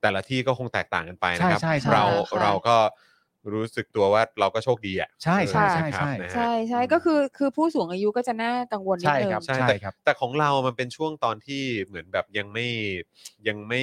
A: แต่ละที่ก็คงแตกต่างกันไปนะครั
C: ใช่ใช่ใช่
A: เรา
B: ค่ะ
A: เราก็รู้สึกตัวว่าเราก็โชคดีอ่ะ
C: ใช่ใช่
A: นะค
B: ค่ะ
C: ใช่
A: รับ
C: ใช่
A: นะฮะ
B: ใช่ใช่ก็คือคือผู้สูงอายุก็จะน่ากังวลนิด
C: ใช่
B: นึง
C: ครับ
A: ใช่
C: ใช่ครับ
A: แต่ของเรามันเป็นช่วงตอนที่เหมือนแบบยังไม่ยังไม่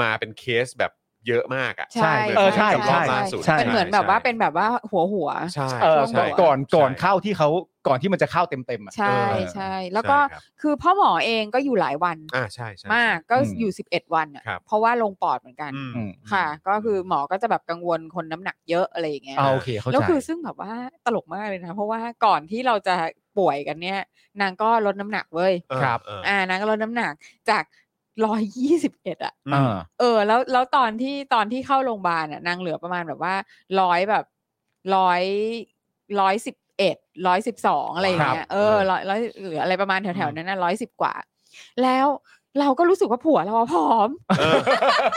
A: มาเป็นเคสแบบเยอะมากอ่ะ
C: ใช่เออใช่
A: ร
C: ใช่
A: อบล่าสุด
C: ใช่
B: เป็นเหมือนแบบว่าเป็นแบบว่าหัวหัว
A: ใช่
C: เออ
A: ใช่
C: ก่อนก่อน
A: ใช่
C: เข้าที่เขาก่อนที่มันจะเข้าเต็มเต็มๆอะ
B: ใช่
A: เออ
B: ใช่ แล้วก็
A: ใช่ครับ
B: คือพ่อหมอเองก็อยู่หลายวัน
A: อ่าใช่ใช่
B: มากก็
C: อืม
B: อยู่ 11 วันอะ
A: ครับ
B: เพราะว่าลงปอดเหมือนกัน
A: อืม
C: อืม
B: ค่ะ ก็คือหมอก็จะแบบกังวลคนน้ำหนักเยอะอะไรอย่างเงี้ย
C: อ่าโอเคเข้าใจ
B: แล้วคือซึ่งแบบว่าตลกมากเลยนะ เพราะว่าก่อนที่เราจะป่วยกันเนี่ย นางก็ลดน้ำหนักเว้ย
A: เออ
C: ครับ
A: เออ
B: อ่านางก็ลดน้ำหนักจากร้อยยี่สิบเอ็ดอะ
A: อืม
C: อ่า
B: เออแล้วแล้วตอนที่ตอนที่เข้าโรงพยาบาลอะนางเหลือประมาณแบบว่าร้อยแบบร้อยร้อยสิบเอ็ดร้อยสิบสองอะไรอย่างเงี้
A: ค
B: ย
A: รับ
B: เออ
A: เออ
B: ร้อยร้อยหรืออะไรประมาณแถวๆนั้นนะร้อยสิบกว่า แล้วเราก็รู้สึกว่าผัวเราอะผอม
A: เออ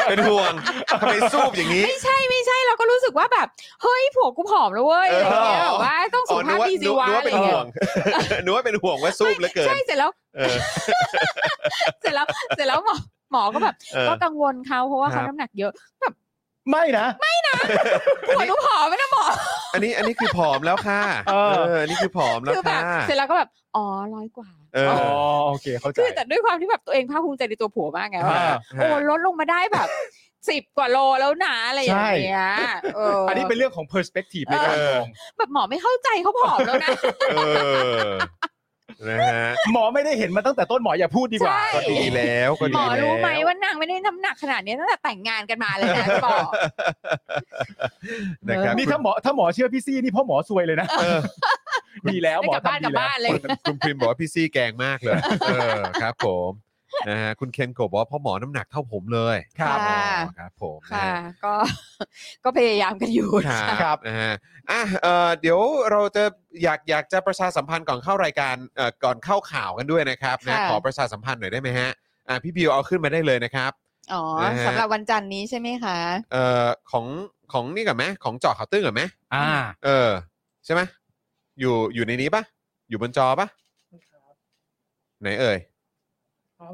A: เป็นห่วงทำไมสู้อย่างนี้
B: ไม่ใช่ไม่ใช่เราก็รู้สึกว่าแบบเฮ้ยผัวกูผอมแล้วเว้ย
A: เออ
B: อะไรเงี้ยแบบว่าต้องสุขภาพ
A: อ๋อ
B: ดี
A: นึ
B: สิ
A: ก
B: วะ
A: ว่านึกว่า
B: อะไร
A: เป็นห่
B: เงี้
A: วยง นึกว่าเป็นห่วงว่าสู้เหลือเกิน
B: ใช่เสร็จแล้ว
A: เออ
B: เสร็จแล้วเสร็จแล้วหมอหมอก็แบบ
A: เออ
B: ก็กังวลเขาเพราะว่า
A: ครับ
B: เขาน้ำหนักเยอะ
C: ไม่นะ
B: ผัวหนูผอมไหมนะหมอ
A: อันนี้อันนี้คือผอมแล้วค่ะ
C: เออ
A: อันนี้คือผอมแล้ว
B: คือแบบ
A: ค่ะ
B: เสร็จแล้วก็แบบอ๋อร้อยกว่า
A: เออ
C: อ๋อโอเคเข้าใจ
B: คือแต่ด้วยความที่แบบตัวเองภาคภูมิใจในตัวผัวมากไงว่า
C: อ่า
B: แบบโอ้ลดลงมาได้แบบ สิบกว่าโลแล้วนะอะไรอย่างเงี้ยเออ
C: อั
B: อั
C: นนี้เป็นเรื่องของ perspective ในการมอง
B: แบบหมอไม่เข้าใจเขาผอมแล้วนะ
A: เออนะฮะ
C: หมอไม่ได้เห็นมาตั้งแต่ต้นหมออย่าพูดดีกว่า
B: ใช่
A: ก็ดีแล้วก็
B: หม
A: ดี
B: อ
A: แล้ว
B: รู้ไหมว่านางไม่ได้น้ำหนักขนาดนี้ตั้งแต่แต่งงานกันมาเลยนะจะบอก
A: นะครับ
C: นี่ถ้าหมอถ้าหมอเชื่อพี่ซี่นี่พ่อหมอซวยเลยนะ
A: เออ
C: ดีแล้วหมอ
B: ได้กลั
C: ทำ
B: บ
C: ดีแล้ว
B: บ้านกลับบ้านเลย
A: คุณพิมพ์บอกว่าพี่ซี่แกงมากเลย เออครับผมนะฮะคุณเคนโกบอกว่าพ่อหมอน้ำหนักเท่าผมเลย
B: ครับค่ะ
A: อ๋อครับผมนะ
B: ค่ะ
A: ฮะ
B: ก็ ก็พยายามกันอยู่
A: ครับนะฮะอ่ะเอ่อเดี๋ยวเราจะอยากอยากจะประชาสัมพันธ์ก่อนเข้ารายการเอ่อก่อนเข้าข่าวกันด้วยนะครับนะขอประชาสัมพันธ์หน่อยได้ไหมฮะอ่ะพี่บิวเอาขึ้นมาได้เลยนะครับ
B: อ๋อสำหรับวันจันทร์นี้ใช่ไหมคะ
A: เอ่อของของนี่กับไหมของเจาะข่าวตื้นกับไหม
C: อ่า
A: เออใช่ไหมอยู่อยู่ในนี้ปะอยู่บนจอปะไหนเอ่ย
F: อ๋อ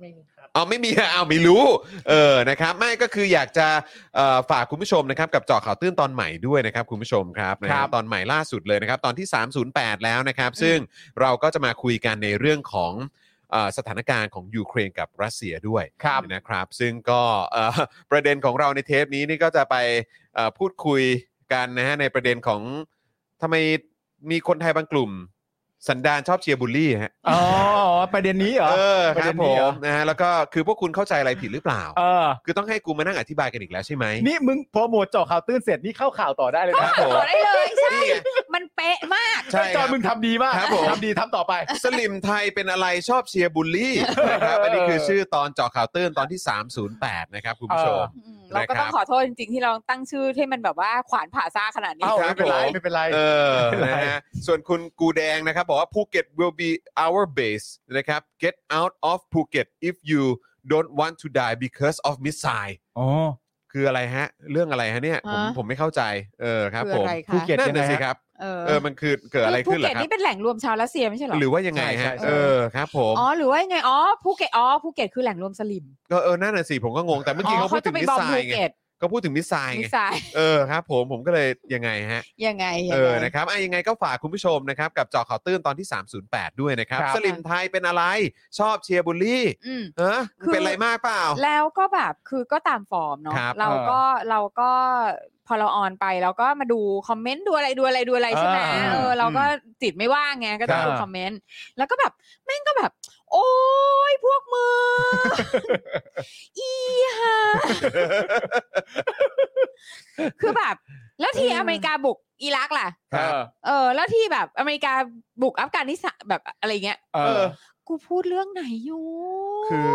F: ไม่มีครับ
A: เอาไม่มี เอาไม่รู้เออนะครับไม่ก็คืออยากจะเอ่อฝากคุณผู้ชมนะครับกับเจาะข่าวตื้นตอนใหม่ด้วยนะครับคุณผู้ชมครับนะฮะ
C: ครับ
A: ตอนใหม่ล่าสุดเลยนะครับตอนที่ 308 แล้วนะครับ ซึ่งเราก็จะมาคุยกันในเรื่องของเอ่อสถานการณ์ของยูเครนกับรัสเซียด้วย
C: ครับ
A: นะครับ ซึ่งก็เอ่อประเด็นของเราในเทปนี้นี่ก็จะไปเอ่อพูดคุยกันนะฮะในประเด็นของทำไมมีคนไทยบางกลุ่ม สันดานชอบเชียร์บูลลี่ฮะ
C: อ๋อประเด็นนี้เหรอ
A: เออค
C: ประเด็
A: รับ
C: น
A: ผ
C: นี้เหร
A: ม
C: อ
A: นะฮะแล้วก็คือพวกคุณเข้าใจอะไรผิดหรือเปล่า
C: เออ
A: คือต้องให้กูมานั่งอธิบายกันอีกแล้วใช่ไหม
C: นี่มึงพอหมวดเจาะข่าวตื้นเสร็จนี่เข้าข่าวต่อได้เลย
A: ค
C: นะ
A: รับผม
B: ต่อได้เลยใช่
A: นี่ไง
B: มันเป๊ะมาก
A: ใช่ครับ
C: จอนมึงทำดีมาก
A: ครับผม
C: ทำดีทำต่อไป
A: สลิมไทยเป็นอะไรชอบเชียร์บูลลี่นะครับอันนี้คือชื่อตอนเจาะข่าวตื้นตอนที่ 308 นะครับคุณผู้ชม
B: อืมเราก็ต้อง
A: นะครับ
B: ขอโทษจริงๆ ที่เราตั้งชื่อให้มันแบบว่าขวานผ่าซากขนาดนี้
C: เอ้า
A: ครั
C: ไม่
A: บ
C: เป็นไร
A: ผม
C: ไม่เป็นไร
A: เออนะฮะส่วนคุณกูแดงนะครับ บอกว่าภูเก็ต will be our base นะครับ get out of Phuket if you don't want to die because of missile
C: อ๋อ
A: คืออะไรฮะ เรื่องอะไรฮะเนี่ยผม
B: ฮะ
A: ผมไม่เข้าใจเออครับ
B: คื
A: ผ
B: ออะ
A: ม
B: ไรคะ
C: ภูเก็ต
A: นั่นน่ะสิครับ
B: เออ
A: เออ มันคือเกิดอะไรขึ้นเหรอ
B: ภู
A: ค
B: เก็ต
A: รับ
B: นี่เป็นแหล่งรวมชาวรัสเซียไม่ใช่เหรอ
A: หรือว่ายังไง
C: ใช่
A: ฮะ
C: ใช่
A: เออครับผม
B: อ๋อ หรือว่ายังไง อ๋อ ภูเก็ต อ๋อ ภูเก็ตคือแหล่งรวมสลิม
A: ก็เออนั่นน่ะสิผมก็งง แต่เมื่อกี้เขาพูด
B: จะ
A: ถึง
B: ไป
A: มิส
B: บอม
A: ไซ
B: ภู
A: ล์ไง
B: เก็ต
A: ก็พูดถึงมิสไซล์
B: มิ
A: ไง
B: สไซล์
A: เออครับผมผมก็เลยยังไงฮะ
B: ยังไงยังไง
A: เออนะครับอ่ะยังไงก็ฝากคุณผู้ชมนะครับ กับเจอข่าวตื้นตอนที่ 308 ด้วยนะครับ
C: ครับ
A: สลิมไทยเป็นอะไรชอบเชียร์บุลลี่
B: อืม
A: ฮะ
B: คือ
A: เป็นอะไรมากเปล่า
B: แล้วก็แบบคือก็ตามฟอร์มเนาะ
A: ครับ
B: เราก็เราก็พอเราออนไปเราก็มาดูคอมเมนต์ดูอะไรดูอะไรดูอะไรใช่ไหม
C: อ่า
B: เออเราก็จิตไม่ว่างไงก็ต้อง
C: ครับ
B: ดูคอมเมนต์แล้วก็แบบแม่งก็แบบ โอ้ยพวกมึ ง อีห่าคือแบบ แล้วที่อเมริกาบุกอิรักล่ะ
A: ครับ
C: เออ
B: เออ แล้วที่แบบอเมริกาบุกอัฟกานิสถานแบบอะไรเงี้ย
C: เอ
A: เอ
C: อ
A: อ
B: กูพูดเรื่องไหนอยู่
A: คือ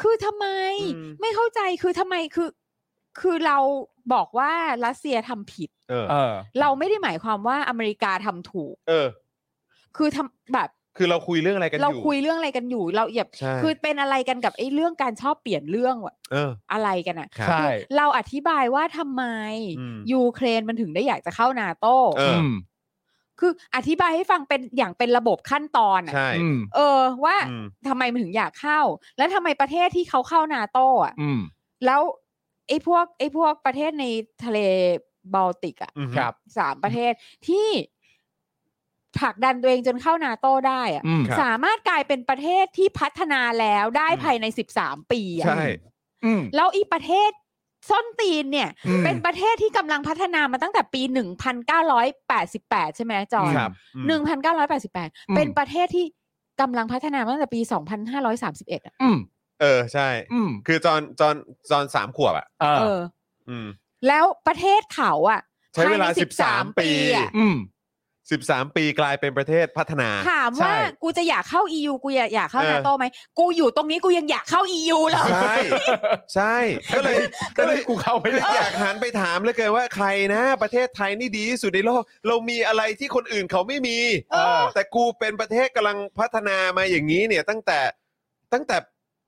B: คือทำไม
A: อืม
B: ไม่เข้าใจคือทำไมคือ คือเราบอกว่ารัสเซียทำผิด
A: เออ
C: เออ
B: เราไม่ได้หมายความว่าอเมริกาทำถูก
A: เออ
B: คือทำแบบ
A: คือเราคุยเรื่องอะไรกันอ
B: เรา
A: ยู่
B: คุยเรื่องอะไรกันอยู่ เราอย่า
A: ใช่
B: คือเป็นอะไรกันกับไอ้เรื่องการชอบเปลี่ยนเรื่องวะ
A: เออ
B: อะไรกันอะ
A: ครับ
C: ใช่
B: เราอธิบายว่าทำไม
A: อืม
B: ยูเครนมันถึงได้อยากจะเข้านาโต้
A: เออ
C: ม
B: คืออธิบายให้ฟังเป็นอย่างเป็นระบบขั้นตอนอะ
A: ใช่
C: อืม
B: เออ ว่า
A: อืม
B: ทำไมมันถึงอยากเข้า แล้วทำไมประเทศที่เขาเข้านาโต้อะ
C: อืม
B: แล้วไอ้พวกไอ้พวกประเทศในทะเลบอลติกอะ
A: อือฮึ
C: ครับ
B: สามประเทศที่ผลักดันตัวเองจนเข้านาโต้ได้อะ
C: อืม
A: ครับ
B: สามารถกลายเป็นประเทศที่พัฒนาแล้วได้
A: อืม
B: ภายในสิบสามปีอะ
A: ใช่
C: อืม
B: แล้วอีประเทศส้นตีนเนี่ย
C: อืม
B: เป็นประเทศที่กำลังพัฒนามาตั้งแต่ปี 1988 ใช่ไหมจอห์น
A: ครับอืม
C: อื
B: 1988
C: ม
B: เป็นประเทศที่กำลังพัฒนามาตั้งแต่ปี 2531อะ
C: อืม
A: เออใช่
C: อืม
A: คือจอนจอนจอนสามขวบอ่ะ
C: เออ
B: เออ
A: อืม
B: แล้วประเทศเขาอะ
A: ใช้เวลา
B: ภยใน
A: 13 ปี
B: อะ
C: อืม
A: 13 ปีกลายเป็นประเทศพัฒนา
B: ถามว่า
C: ใช่
B: กูจะอยากเข้า EU กูอยากอยากเข้า
A: เออ
B: นาโตไหม กูอยู่ตรงนี้กูยังอยากเข้า EU เลย
A: ใช่ ใช่ ก็เลย
C: ก็
A: ก็
C: เล
A: เลย ย
C: กูเข้าไป
A: ไม่
C: เล
A: ได้
C: ย
A: อยากหันไปถามเหลยเกินว่าใครนะ ประเทศไทยนี่ดีที่สุดในโลก เรามีอะไรที่คนอื่นเขาไม่มี
C: เออ
A: แต่กูเป็นประเทศกำลังพัฒนามาอย่างนี้เนี่ยตั้งแต่ตั้งแต่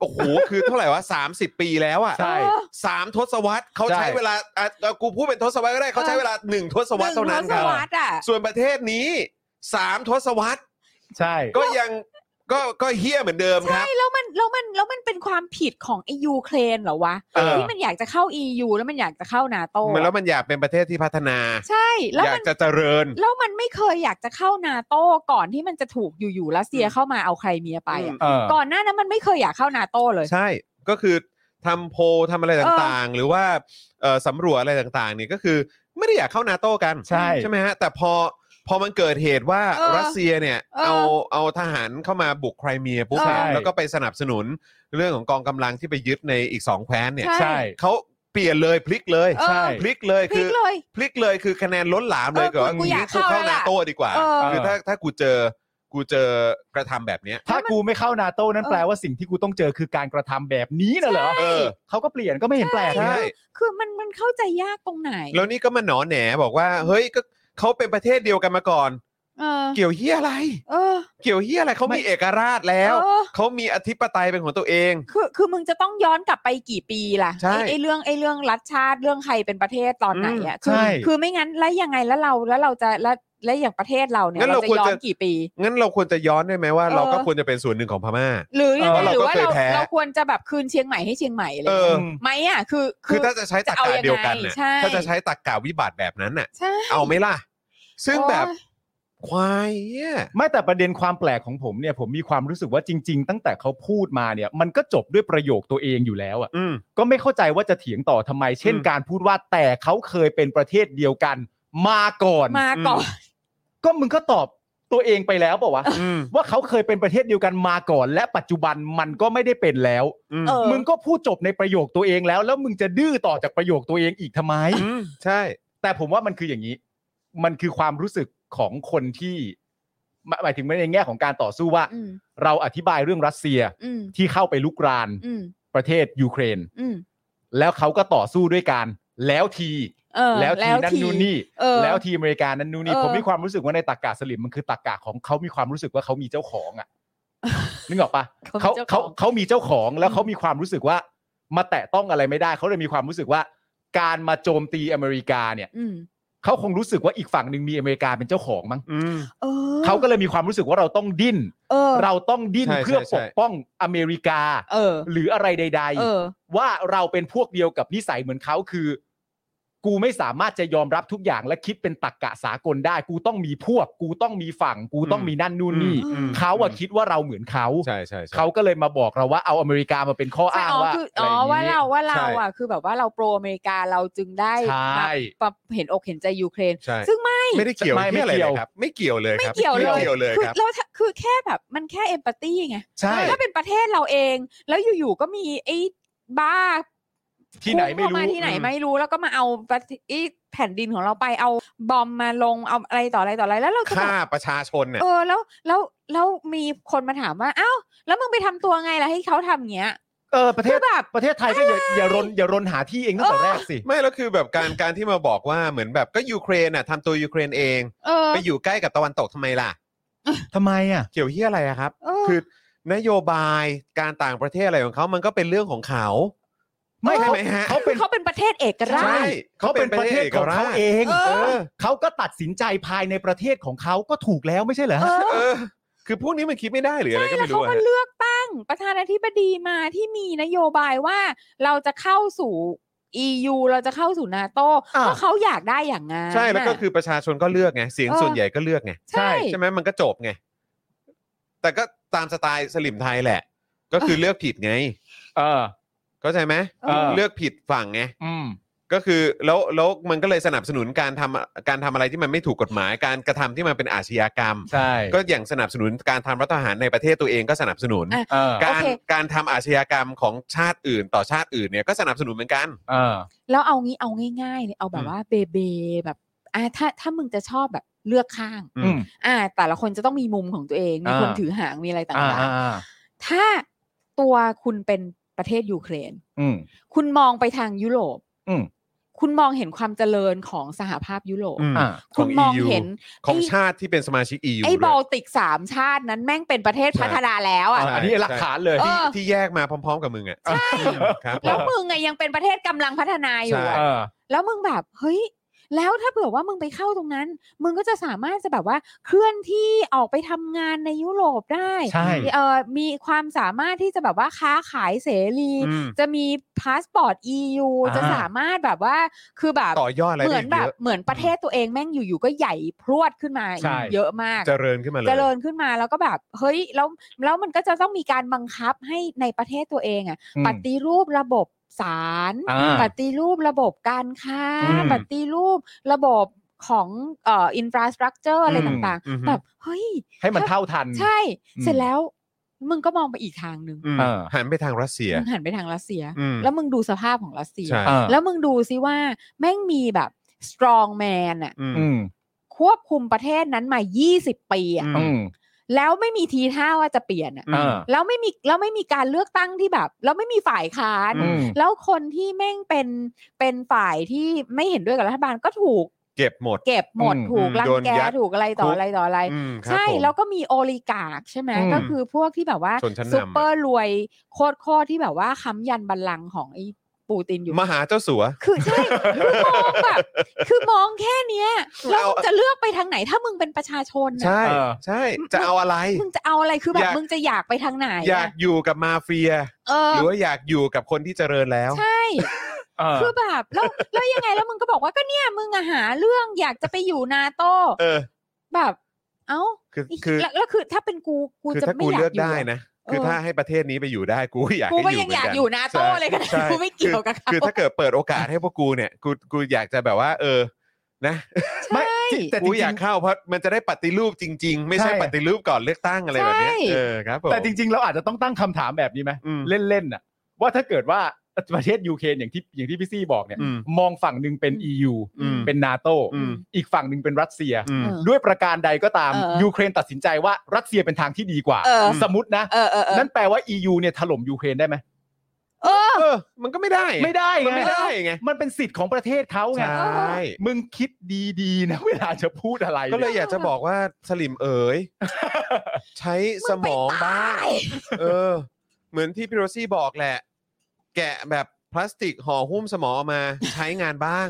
A: โอ้โห คือเท่าไหร่วะ30 ปีแล้วอ่ะ
C: ใช่
B: เออ
A: สามทศวรรษเขาใช้
C: ใช่
A: เวลาอ่ะเอากูพูดเป็นทศวรรษก็ได้เขาใช้
B: เออ
A: เวลาหนึ่งทศ
B: ห
A: วรรษ
B: นึ่ง
A: เท่า
B: ท
A: นั้น
B: ศวรรษอ่ะ
A: ส่วนประเทศนี้สามทศวรรษ
C: ใช่
A: ก็ยังก็ก็เฮี้ยเหมือนเดิมครับ
B: แล้วมันแล้วมันแล้วมันเป็นความผิดของไอ้ยูเครนเหรอวะ
A: เออ
B: ที่มันอยากจะเข้า EU แล้วมันอยากจะเข้านาโต
A: มันแล้วมันอยากเป็นประเทศที่พัฒนา
B: ใช่แล้ว
A: อยา
B: มั
A: ก
B: น
A: จะเจริญ
B: แล้วมันไม่เคยอยากจะเข้านาโตก่อนที่มันจะถูกอยู่ๆรัสเซียเข้ามาเอาใครเมียไปอะ
C: เออ
B: ก่อนหน้านั้นมันไม่เคยอยากเข้านาโตเลย
A: ใช่ ก็คือ ทำโพลทำอะไรต่างๆ หรือว่าเอ่อสำรวจอะไรต่างๆ เนี่ยก็คือไม่ได้อยากเข้านาโต้กัน
C: ใช่
A: ไหมฮะแต่พอพอมันเกิดเหตุว่า
B: เออ
A: รัสเซียเนี่ย
B: เออ
A: เอาเอาทหารเข้ามาบุกไครเมียปุ๊บ
B: ใช่
A: แล้วก็ไปสนับสนุนเรื่องของกองกำลังที่ไปยึดในอีกสองแคว้นเนี่ย
B: ใช่
C: ใช่
A: เขาเปลี่ยนเลยพลิกเลย
B: เออ
C: ใช่
A: พลิกเลย
B: พลิ
A: คื
B: ก
A: อ
B: เลย
A: พลิกเลยคือคะแนนล้นหลามเลย
B: เออกู
A: ก่อน
B: กูอยาก
A: กูเข้า
B: เข้าแล้ว
A: นา
B: ล่ะ
A: โต้ดีกว่า
B: เออ
A: คือถ้าถ้ากูเจอกูเจอกระทำแบบเนี้ย
C: ถ้ากูไม่เข้านาโต้นั้นแปลว่าสิ่งที่กูต้องเจอคือการกระทำแบบนี้น่ะเหรอ
A: เออ
C: เขาก็เปลี่ยนก็ไม่เห็นแปลกนะ
A: ใช่
B: คือมันมันเข้าใจยากตรงไหน
A: แล้วนี่ก็มาหนอแหนบอกว่า เฮ้ยก็เขาเป็นประเทศเดียวกันมาก่อน
B: เออ
A: เกี่ยวเฮียอะไร
B: เออ
A: เกี่ยวเฮียอะไรเขามีเอกราชแล้ว
B: เออ
A: เขามีอธิปไตยเป็นของตัวเอง
B: คือคือมึงจะต้องย้อนกลับไปกี่ปีล่ะ
A: ใช่
B: ไอ้ไอ้เรื่องไอ้เรื่องรัฐชาติเรื่องใครเป็นประเทศตอนไหนอ่ะคื
C: อืมใช่
B: คือไม่งั้นแล้วยังไงแล้วเราแล้วเราจะแล้วแล้วอย่างประเทศเราเนี่ย
A: งั้น
B: เรา
A: เรา
B: จะ
A: ควร
B: ย้อ
A: จะ
B: นกี่ปี
A: งั้นเราควรจะย้อนได้ไหมว่า
B: เออ
A: เราก็ควรจะเป็นส่วนหนึ่งของพม่า
B: หรือยังไง
C: เออเรา
B: ห
C: ก็
B: รือว่า
A: เคย
B: เรา
A: แพ้
B: เราควรจะแบบคืนเชียงใหม่ให้เชียงใหม่อะไร
A: เออ
B: เงี้ยไหมอ่ะคือ
A: คือถ้าจะใช้ตรร
B: จะเอา
A: กะ
B: ยังไง
A: เดียวกันน่ะ
B: ใช่
A: ถ้าจะใช้ตรรกะวิบัติแบบนั้นน่ะ
B: ใช่
A: เอาไหมล่ะ ซึ่ง
B: โอ้ย
A: แบบควายเหี้ย
C: ไม่แต่ประเด็นความแปลกของผมเนี่ย ผมมีความรู้สึกว่าจริง ๆ ตั้งแต่เขาพูดมาเนี่ย มันก็จบด้วยประโยคตัวเองอยู่แล้วอ่ะ
A: อืม
C: ก็ไม่เข้าใจว่าจะเถียงต่อทำไม เช่น
A: อืม
C: การพูดว่าแต่เขาเคยเป็นประเทศเดียวกัน มาก่อน
B: มาก่อน
C: ก็มึงก็ตอบตัวเองไปแล้วเปล่าวะ
A: อืม
C: ว่าเขาเคยเป็นประเทศเดียวกันมาก่อน และปัจจุบันมันก็ไม่ได้เป็นแล้ว
A: อืม
B: เออ
C: มึงก็พูดจบในประโยคตัวเองแล้ว แล้วมึงจะดื้อต่อจากประโยคตัวเองอีกทำไม
A: อืมใช่
C: แต่ผมว่ามันคืออย่างนี้ มันคือความรู้สึกของคนที่หมายหมายถึงในแง่ของการต่อสู้ว่า
B: อืม
C: เราอธิบายเรื่องรัสเซีย
B: อืม
C: ที่เข้าไปลุกราน
B: อืม
C: ประเทศยูเครน
B: อืม
C: แล้วเขาก็ต่อสู้ด้วยการแล้วที
B: เออ
C: แล้วทีนั่นนู่นนี่
B: เออ
C: แล้วทีอเมริกานั่นนู่นนี่
B: เออ
C: ผมมีความรู้สึกว่าในตากาสลิมมันคือตากาของเขามีความรู้สึกว่าเขามีเจ้าของอ่ะ นึกออกปะเขา
B: จ้
C: เขา
B: ของ
C: เขามีเจ้าของแล้ว
B: อืม
C: เขามีความรู้สึกว่า มาแตะต้องอะไรไม่ได้เขาเลยมีความรู้สึกว่า การมาโจมตีอเมริกาเนี่ย
B: อืม
C: เขาคงรู้สึกว่าอีกฝั่งหนึ่งมีอเมริกาเป็นเจ้าของมั้ง
A: อืม
B: เออ
C: เขาก็เลยมีความรู้สึกว่าเราต้องดิ้น
B: เออ
C: เราต้องดิ้น
A: ใช่
C: เพื่อ
A: ใช่ใช่
C: ปกป้องอเมริกา
B: เออ
C: หรืออะไรใด
B: เออ
C: ๆ ว่าเราเป็นพวกเดียวกับนิสัยเหมือนเขาคือ กูไม่สามารถจะยอมรับทุกอย่างและคิดเป็นตรกกะสากลได้ กูต้องมีพวก กูต้องมีฝั่ง กูต้องมีนั่นนู่นนี่
A: อืม
C: เขาอะคิดว่าเราเหมือนเขา
A: ใช่ใช่ใช่
C: เขาก็เลยมาบอกเราว่าเอาอเมริกามาเป็นข้อ
B: ใช่
C: อ้าง
B: อ๋อ
C: ว่า
B: คือ
C: อะ
B: อ๋อ
C: ไรอย่ง
B: ว่า
C: นี้
B: เราว่าเรา
A: ใช่
B: อ่ะคือแบบว่าเราโปรอเมริกาเราจึงได้
C: ใช่
B: มาปรับเห็นอกเห็นใจยูเครน
A: ใช่
B: ซึ่งไม่
A: ไม่ได้เกี่ยว
C: ไม่
A: ไม่
C: ไม่
A: อะไร
C: เกี่
A: เลย ยว ครับ ไม่เกี่ยวเลยครับ
B: ไม่เกี่ยวเลย
A: ไม่เกี่ยวเลย
B: คือ
A: ครับ
B: เราถ้าคือแค่แบบมันแค่เอมพัตตี้ไง
C: ใช่
B: ถ้าเป็นประเทศเราเอง แล้วอยู่ๆก็มีไอ้บ้า
C: ที่ไหนไม่รู้
B: พุ่งเข้าาที่ไหน
C: อืม
B: ไม่รู้แล้วก็มาเอาประเทศไอ้แผ่นดินของเราไปเอาบอมมาลงเอาอะไรต่ออะไรต่ออะไรแล้วเราจะแบ
A: ฆ่า
B: บ
A: ประชาชนเนี่ย
B: เออแล้วแล้วแล้วมีคนมาถามว่าอ้าวแล้วมึงไปทำตัวไงล่ะให้เขาทำอย่างเงี้ย
C: เออประเท
B: คื
C: ศ
B: อแบบ
C: ประเทศไทยก็อย่าอย่ารนอย่ารนหาที่เองตั้งแต่แรกสิ
A: ไม่แล้วคือแบบการการที่มาบอกว่าเหมือนแบบก็ยูเครนน่ะทำตัวยูเครนเอง
B: เออ
A: ไปอยู่ใกล้กับตะวันตกทำไมล่ะ
C: ทำไมอ่ะ
A: เกี่ยวเฮียอะไรอะครับ
B: เออ
A: คือนโยบายการต่างประเทศอะไรของเขามันก็เป็นเรื่องของเขา
C: ไม่
A: ใช่
C: เขา
A: ไหมฮะ
C: เขาเป็น
B: เขาเป็นประเทศเอกรา
A: ใช่
B: ช
C: เขาเป็นประเทศของเขาเอง
B: เออ
A: เออ
C: เขาก็ตัดสินใจภายในประเทศของเขาก็ถูกแล้วไม่ใช่เหรอ
B: เออ
A: เออ คือพวกนี้มันคิดไม่ได้หรืออะไรก็
B: แล้ว
A: ไม่
B: เขา
A: รู้อะ
B: ก็
A: ฮะ
B: เลือกตั้งประธานาธิบดีมาที่มีนโยบายว่าเราจะเข้าสู่ EU เราจะเข้าสู่นาโต้
C: ะ
B: ก็เขาอยากได้อย่างงั้น
A: ใช่แล้วก็
B: น่ะ
A: คือประชาชนก็เลือกไงเสียง
B: เออ
A: ส่วนใหญ่ก็เลือกไง
B: ใช่
A: ใช่ไหมมันก็จบไง แต่ก็ตามสไตล์สลิมไทยแหละ ก็คือเลือกผิดไง
C: เออ
A: เข้าใจไหม
B: เออ
A: เลือกผิดฝั่งไง
C: อืม
A: ก็คือแล้วแล้วมันก็เลยสนับสนุนการทำการทำอะไรที่มันไม่ถูกกฎหมาย การกระทำที่มันเป็นอาชญากรรม
C: ใช่
A: ก็อย่างสนับสนุนการทำรัฐประหารในประเทศตัวเองก็สนับสนุน
B: อ่ะ
C: เออ
A: การ
B: โอเค
A: การทำอาชญากรรมของชาติอื่น ต่อชาติอื่นเนี่ยก็สนับสนุนเหมือนกัน
C: เออ
B: แล้วเอางี้เอาง่ายๆเลยเอาแบ
A: อื
B: บ
A: ม
B: ว่าเบเบแบบอ่ะถ้าถ้ามึงจะชอบแบบเลือกข้าง
A: อื
C: อื
A: ม
C: ม
B: อ่ะแต่ละคนจะต้องมีมุมของตัวเอง มี
C: อ่า
B: คนถือหางมีอะไรต่า
C: อ่าง อ่าอ่า
B: ๆ ถ้าตัวคุณเป็นประเทศยูเครน
C: อืม
B: คุณมองไปทางยุโรป
C: อืม
B: คุณมองเห็นความเจริญของสหภาพยุโรป
A: อืม
C: อ่า
A: ข
B: คุณ
A: อง
B: มอง
A: EU
B: เห็น
A: ของ
B: ไ
A: ชาติที่เป็นสมาชิก EU
B: ไอ้
A: ด้
B: บ
A: ว
B: อย ลติกสามชาตินั้นแม่งเป็นประเทศ
A: ใช่
B: พัฒนาแล้วอ่ะ
C: อันนี้หลักฐานเลย
B: เออ
A: ที่ที่แยกมาพร้อม ๆ กับมึงอ่ะ
C: ใช่
A: ครับ
B: แล้ว
A: ผม
B: มึงไงยังเป็นประเทศกำลังพัฒนาอยู่
A: ใช่
B: อะ
C: เออ
B: แล้วมึงแบบเฮ้ย แล้วถ้าเผื่อว่ามึงไปเข้าตรงนั้น มึงก็จะสามารถจะแบบว่าเคลื่อนที่ออกไปทำงานในยุโรปได้
C: ใช่
B: เอ่อมีความสามารถที่จะแบบว่าค้าขายเสรี
C: อืม
B: จะมีพาสปอร์ต EU
C: อ่า
B: จะสามารถแบบว่าคือแบบ
A: ต่อยอดอะไร
B: เหมื
A: ได้
B: อน
A: อีก
B: แบ
A: เย
B: บ
A: อะ
B: เหมือนประเทศตัวเองแม่งอยู่ๆก็ใหญ่พรวดขึ้นมา
C: ใช่
B: เยอะมาก
A: เจริญขึ้นมาเลย
B: เจริญขึ้นมาแล้วก็แบบเฮ้ยแล้วแล้วมันก็จะต้องมีการบังคับให้ในประเทศตัวเองอ่ะ
C: อืม
B: ปฏิรูประบบศาล
C: อ่า
B: ปฏิรูประบบการค้า
C: อืม
B: ปฏิรูประบบของเอ่ออินฟราสตรักเจอร์อะไร
C: อืม
B: ต่าง
A: อือฮึ
B: ๆ แบบเฮ้ย
C: ให้มันเท่าทัน
B: ใช่
C: อืม
B: เสร็จแล้วมึงก็มองไปอีกทางหนึ่ง
A: อืม
C: เออ
A: หันไปทางรัสเซีย
B: มึงหันไปทางรัสเซีย
A: อืม
B: แล้วมึงดูสภาพของรัสเซีย
A: ใช่
C: อ่า
B: แล้วมึงดูซิว่าแม่งมีแบบสตรองแมนอะ
A: อืม
C: อืม
B: ควบคุมประเทศนั้นมา 20 ปีอะ
C: อืม
B: แล้วไม่มีทีท่าว่าจะเปลี่ยนอะ
C: เอ่า
B: แล้วไม่มีแล้วไม่มีการเลือกตั้งที่แบบแล้วไม่มีฝ่ายค้าน
C: อืม
B: แล้วคนที่แม่งเป็นเป็นฝ่ายที่ไม่เห็นด้วยกับรัฐบาลก็ถูก
A: เก็บหมด
B: เก็บหมด
C: อืม
B: ถูก
A: อืม
B: รัง
A: โดน
B: แก
A: ยัด
B: ถูกอะไรต่อ
A: คุก
B: อะไรต่ออะไร
A: อืมครับ
B: ใช่
A: ผม
B: แล้วก็มีโอลิการ์คใช่ไหม
C: อืม
B: ก็คือพวกที่แบบว่า
A: ชนชั้นนำอะ
B: ซุปเปอร์รวยโคตรโคตรที่แบบว่าค้ำยันบัลลังก์ของไอ้ปูตินอยู่
A: มหาเจ้าสัว
B: คือใช่ คือมองแบบ คือมองแค่เนี้ยแล้วมึงจะเลือกไปทางไหนถ้ามึงเป็นประชาชนนะ
A: ใช่
C: เออ
A: ใช่ จะเอาอะไร
B: มึงจะเอาอะไรคือแบ
A: อบ ยาก
B: มึงจะอยากไปทางไหน
A: อยาก
B: ะ
A: อยู่กับมาเฟีย
B: เออ
A: หรือว่าอยากอยู่กับคนที่เจริญแล้ว
B: ใช่
C: เออ
B: คือแบบแล้วแล้วยังไงแล้วมึงก็บอกว่าก็เนี่ยมึงอะหาเรื่องอยากจะไปอยู่นาโต้
A: เออ
B: แบบ เอ้า
A: คือ
B: อีก
A: คือ
B: แล้วแล้วคือถ้าเป็นกูกู
A: คือ
B: จะ
A: ถ้า
B: ไม่
A: กู
B: อยา
A: เลือก ก
B: อยู่
A: ได้
B: อะ
A: นะ คือ
B: เออ
A: ถ้าให้ประเทศนี้ไปอยู่ได้กูอยาก
B: กูก็
A: ให้
B: ยัง
A: เหมื
B: อน ยาก
A: น
B: อยู่นาโต้
A: ใช่
B: เลยก็ได้
A: ใช่
B: กูไม่เกี่ยวกับเขา
A: คือถ้าเกิดเปิดโอกาสให้พวกกูเนี่ยกูกูอยากจะแบบว่า เออ นะ
C: ไม่
B: ใช่
C: แต่จ
A: กู
C: ริง
A: อยากเข้าเพราะมันจะได้ปฏิรูปจริง ๆ ไม่ใช่
C: ใช่
A: ปฏิรูปก่อนเลือกตั้งอะไรแบบเนี้ย
B: ใช่
A: เออครับผม
C: แต่จริง ๆ เราอาจจะต้องตั้งคำถามแบบนี้ไหม
A: อืม
C: เล่นๆน่ะ ว่าถ้าเกิดว่าประเทศยูเครนอย่างที่อย่างที่พี่ซี่บอกเนี่ย
A: อืม
C: มองฝั่งหนึ่งเป็น EU
A: อืม
C: เป็นนาโต
A: อืม
C: อีกฝั่งหนึ่งเป็นรัสเซีย
A: อืม
B: เออ
C: ด้วยประการใดก็ตาม
B: เออ
C: ยูเครนตัดสินใจว่ารัสเซียเป็นทางที่ดีกว่า
B: เออ
C: สมมตินะ
B: เออเออเออ
C: นั่นแปลว่า EU เนี่ยถล่มยูเครนได้ไหม
B: เออ
A: เออ มันก็ไม่ได้
C: ไม่ได้
A: มัน
C: ไง
A: ไม่ได้ไง
C: มันเป็นสิทธิ์ของประเทศเขาไง
A: ใช่
C: มึงคิดดีๆ นะ เวลาจะพูดอะไร
A: ก็เลย
C: นี่
A: อยากจะบอกว่าสลิมเอ๋ย ใช้สมองบ้าง เออ เหมือนที่พี่โรซี่บอกแหละ แกะแบบพลาสติกห่อหุ้มสมองออกมา ใช้งานบ้าง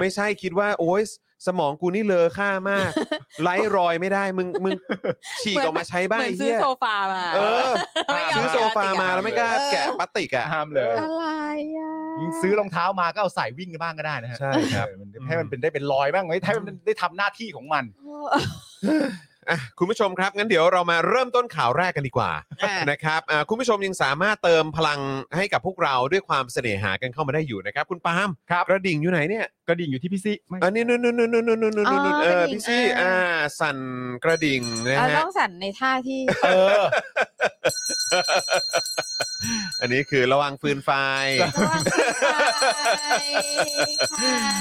A: ไม่ใช่คิดว่า โอ๊ยสมองกูนี่เลอค่ามาก ไร้รอยไม่ได้มึงมึงฉีกออกมาใช้บ้าง
B: เหมือน
A: ไอ้
B: ซื้
A: เหี้
B: อย โซฟามา
A: เออ
B: ไม่ยม
A: ซื้อโซฟา
B: แกะ
A: มาแล้วไม่กล้าแกะพลาสติกอ่ะ
C: ห้ามเลย
B: อะไรอ่ะ
C: ซื้อรองเท้ามาก็เอาใส่วิ่งบ้างก็ได้นะฮะ
A: ใช่ครับ
C: เออมัน
A: อืม
C: ให้มันเป็นได้เป็นรอยบ้างไว้ให้มันได้ทำหน้าที่ของมัน
A: อ่ะคุณผู้ชมครับ งั้นเดี๋ยวเรามาเริ่มต้นข่าวแรกกันดีกว่า
B: อ่ะ
A: นะครับอ่าคุณผู้ชมยังสามารถเติมพลังให้กับพวกเราด้วยความเสน่หากันเข้ามาได้อยู่นะครับ คุณปาล์ม
C: ครับ
A: กระดิ่งอยู่ไหนเนี่ย
C: ก็ดิ่งอยู่ที่พี่ซิไม่
A: อันนี้นู่นนู่นนู่นนู่นนู่นนู่น
B: อ๋อ
A: นู่นเออก
B: ระดิ่ง
A: พี่ซี่
B: อ่า
A: อ่าสั่นกระดิ่งนะ
B: เรา
A: ฮะ
B: ต้องสั่นในท่าที่
C: เออ
A: อันนี้คือระวังฟืนไฟ
B: ระวังขึ้นไป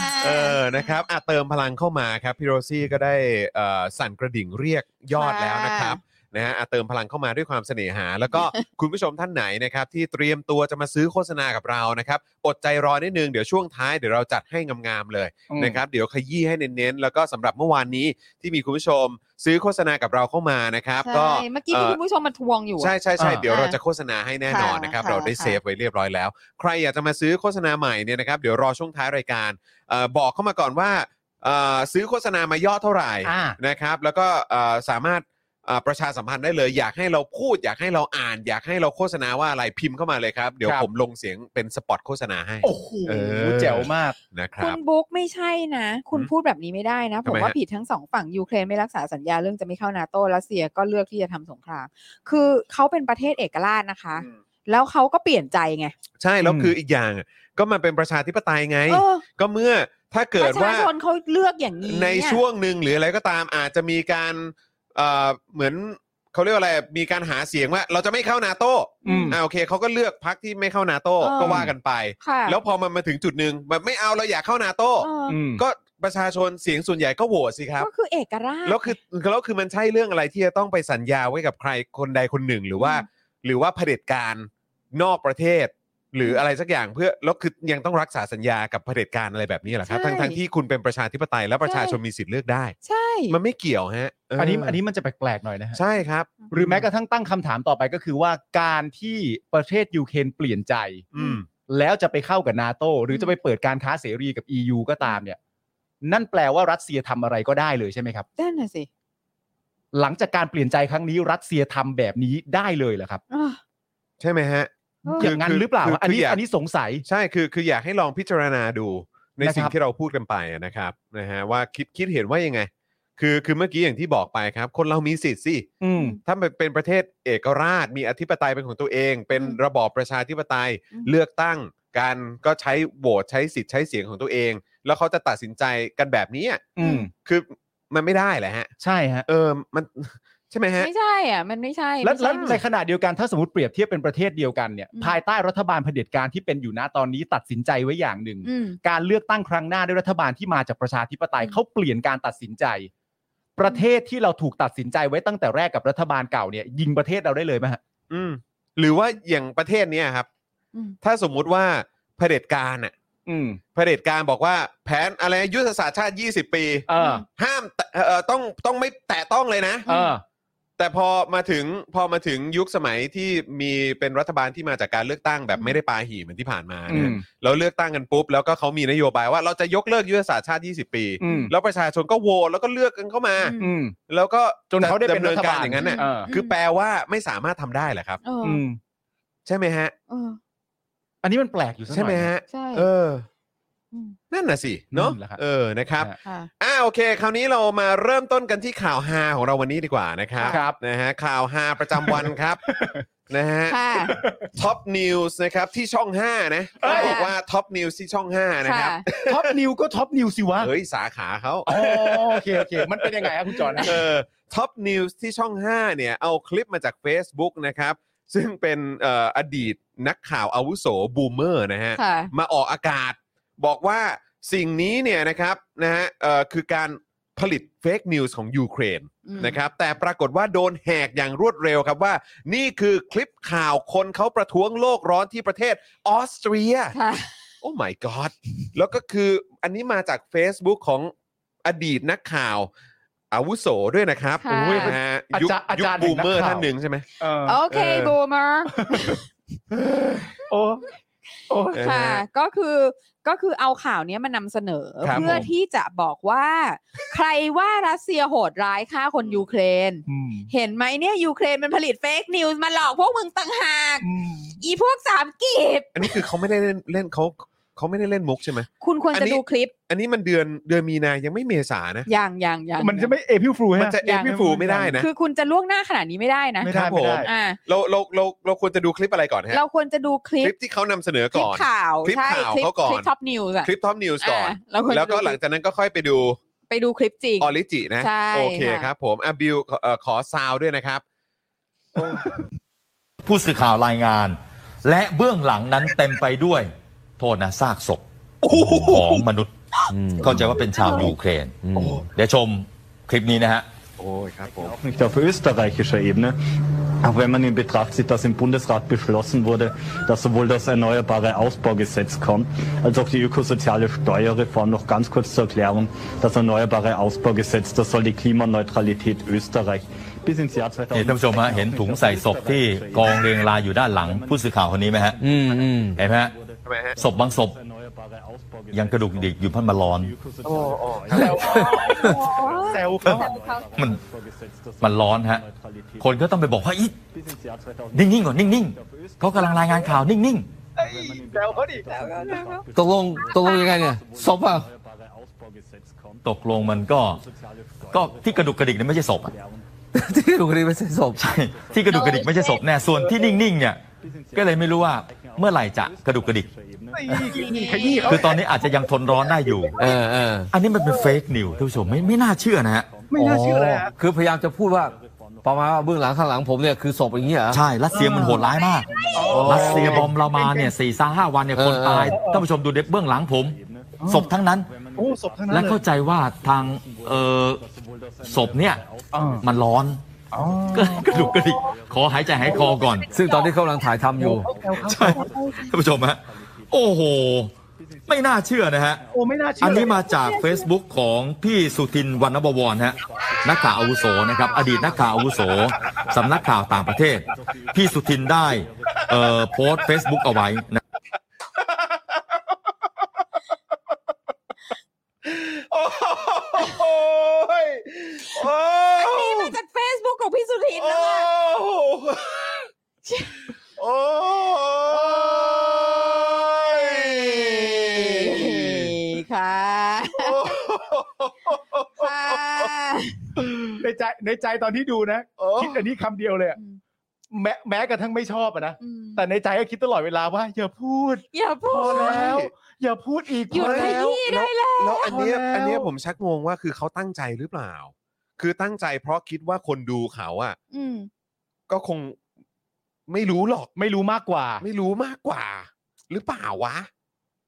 B: ค่ะ
A: เออนะครับอ่ะเติมพลังเข้ามาครับพี่โรซี่ก็ได้เอ่อสั่นกระดิ่งเรียกยอด
B: ค่ะ
A: แล้วนะครับนะฮะอ่ะเติมพลังเข้ามาด้วยความเสน่หา แล้วก็ คุณผู้ชมท่านไหนนะครับที่เตรียมตัวจะมาซื้อโฆษณากับเรานะครับอดใจรอนิดนึงเดี๋ยวช่วงท้ายเดี๋ยวเราจัดให้งามๆเลยนะครับเดี๋ยวขยี้ให้เน้นๆ แล้วก็สำหรับเมื่อวานนี้ที่มีคุณผู้ชมซื้อโฆษณากับเราเข้ามานะครับ ก็
B: ใช่เมื่อกี้มีคุณผู้ชมมาทวงอยู่อะ
A: ใช่ใช่ใช่
C: อ่า
A: เดี๋ยวเรา
B: อ่า
A: จะโฆษณาให้แน่นอน
B: ค่ะ
A: นะครับ
B: ค่ะ
A: เราได้เซฟไว้เรียบร้อยแล้ว ใครอยากจะมาซื้อโฆษณาใหม่เนี่ยนะครับ เดี๋ยวรอช่วงท้ายรายการเอ่อบอกเข้ามาก่อนว่าเอ่อซื้อโฆษณามายอดเท่าไหร่
C: อ่า
A: นะครับ แล้วก็เอ่อสามารถเอ่อประชาสัมพันธ์ได้เลย อยากให้เราพูด อยากให้เราอ่าน อยากให้เราโฆษณาว่าอะไรพิมพ์เข้ามาเลยครับ เดี๋ยว
C: ครับ
A: ผมลงเสียงเป็นสปอตโฆษณาให้
C: โอ้โห
A: เออ
C: แจ๋วมาก
A: นะค
B: คุ
A: รับ
B: ณบุ๊กไม่ใช่นะ คุณ
A: อืม
B: พูดแบบนี้ไม่ได้นะ ผ
A: ทำ
B: ม
A: ไม
B: ว่า
A: ฮะ
B: ผิดทั้งสองฝั่งยูเครนไม่รักษาสัญญาเรื่องจะไม่เข้านาโตรัสเซียก็เลือกที่จะทำสงคราม คือเขาเป็นประเทศเอกราชนะคะ แล้วเขาก็เปลี่ยนใจไง
A: ใช่แล้ว
C: อืม
A: คืออีกอย่างก็มันเป็นประชาธิปไตยไง
B: เออ
A: ก็เมื่อถ้า
B: ป
A: เกิด
B: ระชา
A: ว่า
B: ชนเขาเลือกอย่างนี้อะ
A: ในช่วงหนึ่งหรืออะไรก็ตามอาจจะมีการเอ่อเหมือนเขาเรียกว่าอะไรมีการหาเสียงว่า เราจะไม่เข้านาโต้
C: อืม
A: อ่าโอเคเขาก็เลือกพักที่ไม่เข้านาโต้
B: เออ
A: ก็ว่ากันไป
B: ค่ะ
A: แล้วพอมันมาถึงจุดหนึ่งแบบไม่เอาเราอยากเข้านาโต้
B: เออ
C: อืม
A: ก็ประชาชนเสียงส่วนใหญ่ก็โหวตสิครับ
B: ก็คือเอกราช
A: แล้วคือแล้วคือมันใช่เรื่องอะไรที่จะต้องไปสัญญาไว้กับใครคนใดคนหนึ่งหรือว่า
B: อืม
A: หรือว่าเผด็จการนอกประเทศ หรืออะไรสักอย่างเพื่อแล้วคือยังต้องรักษาสัญญากับเผด็จการอะไรแบบนี้เหรอครับทั้งทั้งๆที่คุณเป็นประชาธิปไตยและประชาชนมีสิทธิ์เลือกได้
B: ใช่
A: มันไม่เกี่ยวฮะเ
C: อันนี้อันนี้มันจะแปลกๆหน่อยนะฮะ
A: ใช่ครับ
C: หรือแม้กระทั่งตั้งคำถามต่อไปก็คือว่าการที่ประเทศยูเครนเปลี่ยนใจ
A: อืม
C: แล้วจะไปเข้ากับนาโตหรือจะไปเปิดการค้าเสรีกับ EU ก็ตามเนี่ย นั่นแปลว่ารัสเซียทำอะไรก็ได้เลยใช่ไหมครับ
B: นั่นน่ะสิ
C: หลังจากการเปลี่ยนใจครั้งนี้รัสเซียทำแบบนี้ได้เลยเหรอครับ
B: อ้อ
A: ใช่ไหมฮะ
B: เออ
C: อ
B: อ
C: ย่างนั้นหรือเปล่า
A: คือคือ
C: อันนี้
A: อยาก
C: อันนี้สงสัย
A: ใช่คือคืออยากให้ลองพิจารณาดูในสิ่ง
C: นะครับ
A: ที่เราพูดกันไปอะนะครับนะฮะว่าคิดคิดเห็นว่ายังไง คือคือเมื่อกี้อย่างที่บอกไปครับ คนเรามีสิทธิ์สิ
C: อืม
A: ถ้ามันเป็นประเทศเอกราชมีอธิปไตยเป็นของตัวเอง เป็น
B: อืม
A: ระบอบประชาธิปไตย
B: อืม
A: เลือกตั้งการก็ใช้โหวตใช้สิทธิ์ใช้เสียงของตัวเอง แล้วเขาจะตัดสินใจกันแบบนี้อะ
C: อืม
A: คือมันไม่ได้แหละฮะ
C: ใช่ฮะ
A: เออมัน ใช่ไหมฮะ
B: ไม่ใช่อ่ะ มันไม่ใช่
C: และ
B: ไม่
C: และ
B: ใช่
C: ในขณะเดียวกันถ้าสมมติเปรียบเทียบเป็นประเทศเดียวกันเนี่ย
B: อืม
C: ภายใต้รัฐบาลเผด็จการที่เป็นอยู่ณตอนนี้ตัดสินใจไว้อย่างหนึ่ง
B: อืม
C: การเลือกตั้งครั้งหน้าด้วยรัฐบาลที่มาจากประชาธิปไตย
B: อืม
C: เขาเปลี่ยนการตัดสินใจ ประเทศที่เราถูกตัดสินใจไว้ตั้งแต่แรกกับรัฐบาลเก่าเนี่ย ยิงประเทศเราได้เลยไหมฮะ
A: อืมหรือว่าอย่างประเทศเนี้ยครับ
B: อืม
A: ถ้าสมมุติว่าเผด็จการอ่ะ
C: อืม
A: เผด็จการบอกว่าแผนอะไรยุทธศาสตร์ชาติ 20 ปี
C: เออ
A: ห้ามแตะเอ่อต้องต้องไม่แตะต้องเลยนะ
C: เออ
A: แต่พอมาถึงพอมาถึงยุคสมัยที่มีเป็นรัฐบาลที่มาจากการเลือกตั้งแบบ
B: อืม
A: ไม่ได้ปาหีเหมือนที่ผ่านมา
C: อื
A: นะ
C: ม
A: เราเลือกตั้งกันปุ๊บ แล้วก็เขามีนโยบายว่าเราจะยกเลิกยุทธศาสตร์ชาติ 20 ปี
C: อืม
A: แล้วประชาชนก็โหวตแล้วก็เลือกกันเข้ามา
C: อืม
A: แล้วก็
C: จนเขาได้เป็น
A: ดำ
C: รัฐบาล
A: การอย่างนั้นน่ะ
C: เออ
A: คือแปลว่าไม่สามารถทำได้เหรอครับ
B: เออ
C: อืม
A: ใช่ไหมฮะ
B: เออ
C: อันนี้มันแปลกอยู่สักห
A: ใช่
C: น่อย
A: ไหมฮะ
B: ใช่
A: เออ
B: ม
A: นั่นน่ะสิเนาะ
C: แหละครับ
A: เออนะครับ
B: ค่ะ
A: อ่าโอเค คราวนี้เรามาเริ่มต้นกันที่ข่าวฮาของเราวันนี้ดีกว่านะครับ
C: ครับ
A: นะฮะข่าวฮาประจำวันครับ นะฮะ
B: ค่ะ
A: ท็อปนิวส์นะครับที่ช่อง 5 นะ
B: เอ้ย
A: บอกว่าท็อปนิวส์ที่ช่อง 5 นะครั
B: ค่ะ
A: บ
C: ท็อปนิวก็ท็อปนิวสิวะ
A: เฮ้ย สาขาเขา
C: อ๋อโอเคโอเค มันเป็นยังไงครับคุณจอห์นฮะ
A: เออท็อปนิวส์ที่ช่อง 5 เนี่ย เอาคลิปมาจาก Facebook นะครับ ซึ่งเป็นเอ่ออดีตนักข่าวอาวุโสบูมเมอร์นะฮะ
B: ค่ะ
A: มาออกอากาศ บอกว่าสิ่งนี้เนี่ยนะครับนะฮะเอ่อคือการผลิตเฟกนิวส์ของยูเครน
B: อืม
A: นะครับแต่ปรากฏว่าโดนแหกอย่างรวดเร็วครับว่า นี่คือคลิปข่าวคนเขาประท้วงโลกร้อนที่ประเทศออสเตรีย
B: ค่ะ
A: โอ้ my god แล้วก็คืออันนี้มาจาก Facebook ของอดีตนักข่าวอาวุโสด้วยนะครับ
B: ค่ะ
A: โอ้ยนะฮะ
C: อา
A: ยุค
C: จารย์อา
A: ยุค
C: จารย์
A: บูมเมอร์
C: แห่งนักข่าว
A: ท่านหนึ่งใช่ไหม
C: เออ
B: โอเค
A: เออ
B: บูมเมอร์
C: โอ้โอ้
A: เออ
B: ค่ะ
A: ฮะ
B: ก็คือก็คือเอาข่าวเนี้ยมานำเสนอ
A: ครับ
B: เพื่อ
A: ผม
B: ที่จะบอกว่า ใครว่ารัสเซียโหดร้ายฆ่าคนยูเครน
C: อืม
B: เห็นไหมเนี่ยยูเครนมันผลิตเฟกนิวส์มาหลอกพวกมึงต่างหาก
C: อืม
B: อีพวกสามกีบ
A: อันนี้คือเขาไม่ได้เล่นเล่นเขาเขาไม่ได้เล่นมุกใช่ไหม
B: คุณควร
A: อัน
B: จะ
A: นี้
B: ดูคลิป
A: อันนี้มันเดือนเดือนมีนายังไม่เมษานะ
B: อย่างอย่างอย่าง
C: มันจะไม่เอพิวฟลู
A: มันจะเอ็
C: ฮะ
A: พิฟูไม่ได้นะ
B: คือคุณจะล่วงหน้าขนาดนี้ไม่ได้นะ
C: ไม่
A: ค
C: ได้
A: รับผ
C: ไม่ได้
A: ม
B: อ่า
A: เราเราเราเราควรจะดูคลิปอะไรก่อนฮะ
B: เราควรจะดูคลิ
A: ค
B: ป
A: ลิปที่เขานำเสนอ
B: คลิ
A: ก่
B: ป
A: อน
B: ข่าว
A: คลิป
B: ใช่
A: ข่าว
B: คลิป
A: เขาก่อน
B: คลิปท็อปนิวส์อะ
A: คลิปท็อปนิวส์ก่อน
B: อ่าเราควรจะ
A: แล้วก็
B: ดู
A: หลังจากนั้นก็ค่อยไปดู
B: ไปดูคลิปจริง
A: ออริจินะ
B: ใช่
A: โอเค
B: ค่ะ
A: ครับผมอ่ะบิวขอเอ่อขอซาวด้วยนะครับ
G: ผู้สื่อข่าวรายงาน และเบื้องหลังนั้นเต็มไปด้วย โทษนะซากศพของมนุษย์เข้าใจว่าเป็นชาวยูเครนเดี๋ยวชมคลิปนี้นะฮะ
A: โอ้ยครับผม
H: auch nicht auf österreichischer Ebene. Auch wenn man in Betracht zieht, dass im Bundesrat beschlossen wurde, dass sowohl das erneuerbare Ausbaugesetz kommt, als auch die ökosoziale Steuerreform. Noch ganz kurz zur Erklärung, das erneuerbare Ausbaugesetz, das soll die Klimaneutralität Österreich bis ins Jahr
G: นี่
H: 2000...
G: ท่านผู้ชมฮะเห็นถุงใส่ศพที่กองเรียงรายอยู่ด้านหลัง ผู้สื่อข่าวคนนี้ไหมฮะเห็นไหมฮะศพบางศพยังกระดูกดิกอยู่เพันมาร้อน
C: แซวเขา
G: มัน มันร้อนฮะ คนก็ต้องไปบอกว่าอีนิ่งๆก่อนนิ่งๆเขากำลังรายงานข่าวนิ่ง
C: แซวเขาดิ
I: ตกลงตกลงยังไงเนี่ยศพอ่ะ
G: ๆ ตกลงมันก็ก็ที่กระดุกกระดิกเนี่ยไม่ใช่ศพอะ
I: ที่ถูกรีไปใส่ศพ
G: ใช่ที่กระดุกกระดิกไม่ใช่ศพแน่ส่วนที่นิ่งๆเนี่ยก็เลยไม่รู้ว่าเมื่อไหร่จะกระดุกกระดิก
C: ขยี้เขา
G: คือตอนนี้อาจจะยังทนร้อนได้อยู่
I: เออเออ
G: อันนี้มันเป็นเฟกนิวท่านผู้ชมไม่ไม่น่าเชื่อนะฮะ
C: ไม่น่าเชื่อเลยฮะ
I: คือพยายามจะพูดว่าประมาณว่าเบื้องหลังข้างหลังผมเนี่ยคือศพอย่างเงี้ยเหรอ
G: ใช่รัสเซียมันโหดร้ายมากรัสเซียบอมเรามาเนี่ยสี่ซาห้าวันเนี่ยคน
I: เออ
G: ตายท่านผู้ชมดูเด็บเบื้องหลังผมศพทั้งนั้น
C: โอ้ศพทั้งนั้
G: และ
C: นเลย
G: เข้าใจว่าทางเออศพเนี่ยมันร้อนก็เลยกระดุกกระดิกขอหายใจหายคอก่อน
I: ซึ่งตอนที่เขากำลังถ่ายทำอยู่
G: ใช่ท่านผู้ชมฮะโอ้โห ไม่น่าเชื่อนะฮะ
C: โอ้ไม่น่าเชื่
G: อัน
C: อ
G: นี้มาจาก Facebook ของพี่สุทินวรรณบวรฮะนักข่าวอาวุโสนะครับ อดีตนักข่าวอาวุโสสำนักข่าวต่างประเทศ พี่สุทินได้เอ่อโพสต์ Facebook เอาไว้นะ
A: โอ้ย
C: ในใจตอนที่ดูนะคิดอันนี้คำเดียวเลยอะ
B: อืม
C: แม้แม้กระทั่งไม่ชอบอะนะ
B: อืม
C: แต่ในใจก็คิดตลอดเวลาว่าอย่าพูด
B: อย่า
C: พ
B: พู
C: อ
B: ด
C: แล้ว อย่าพูดอีก
B: หยุด
C: พอ
B: ข
C: แล้ว
B: ยี้ได้แล้ว
A: แล้วอันเนี้ย
C: พอแล้ว
A: อันเนี้ยผมชักงงว่าคือเขาตั้งใจหรือเปล่า คือตั้งใจเพราะคิดว่าคนดูเขาอะ
B: อืม
A: ก็คงไม่รู้หรอก
C: ไม่รู้มากกว่า
A: ไม่รู้มากกว่า หรือเปล่าวะ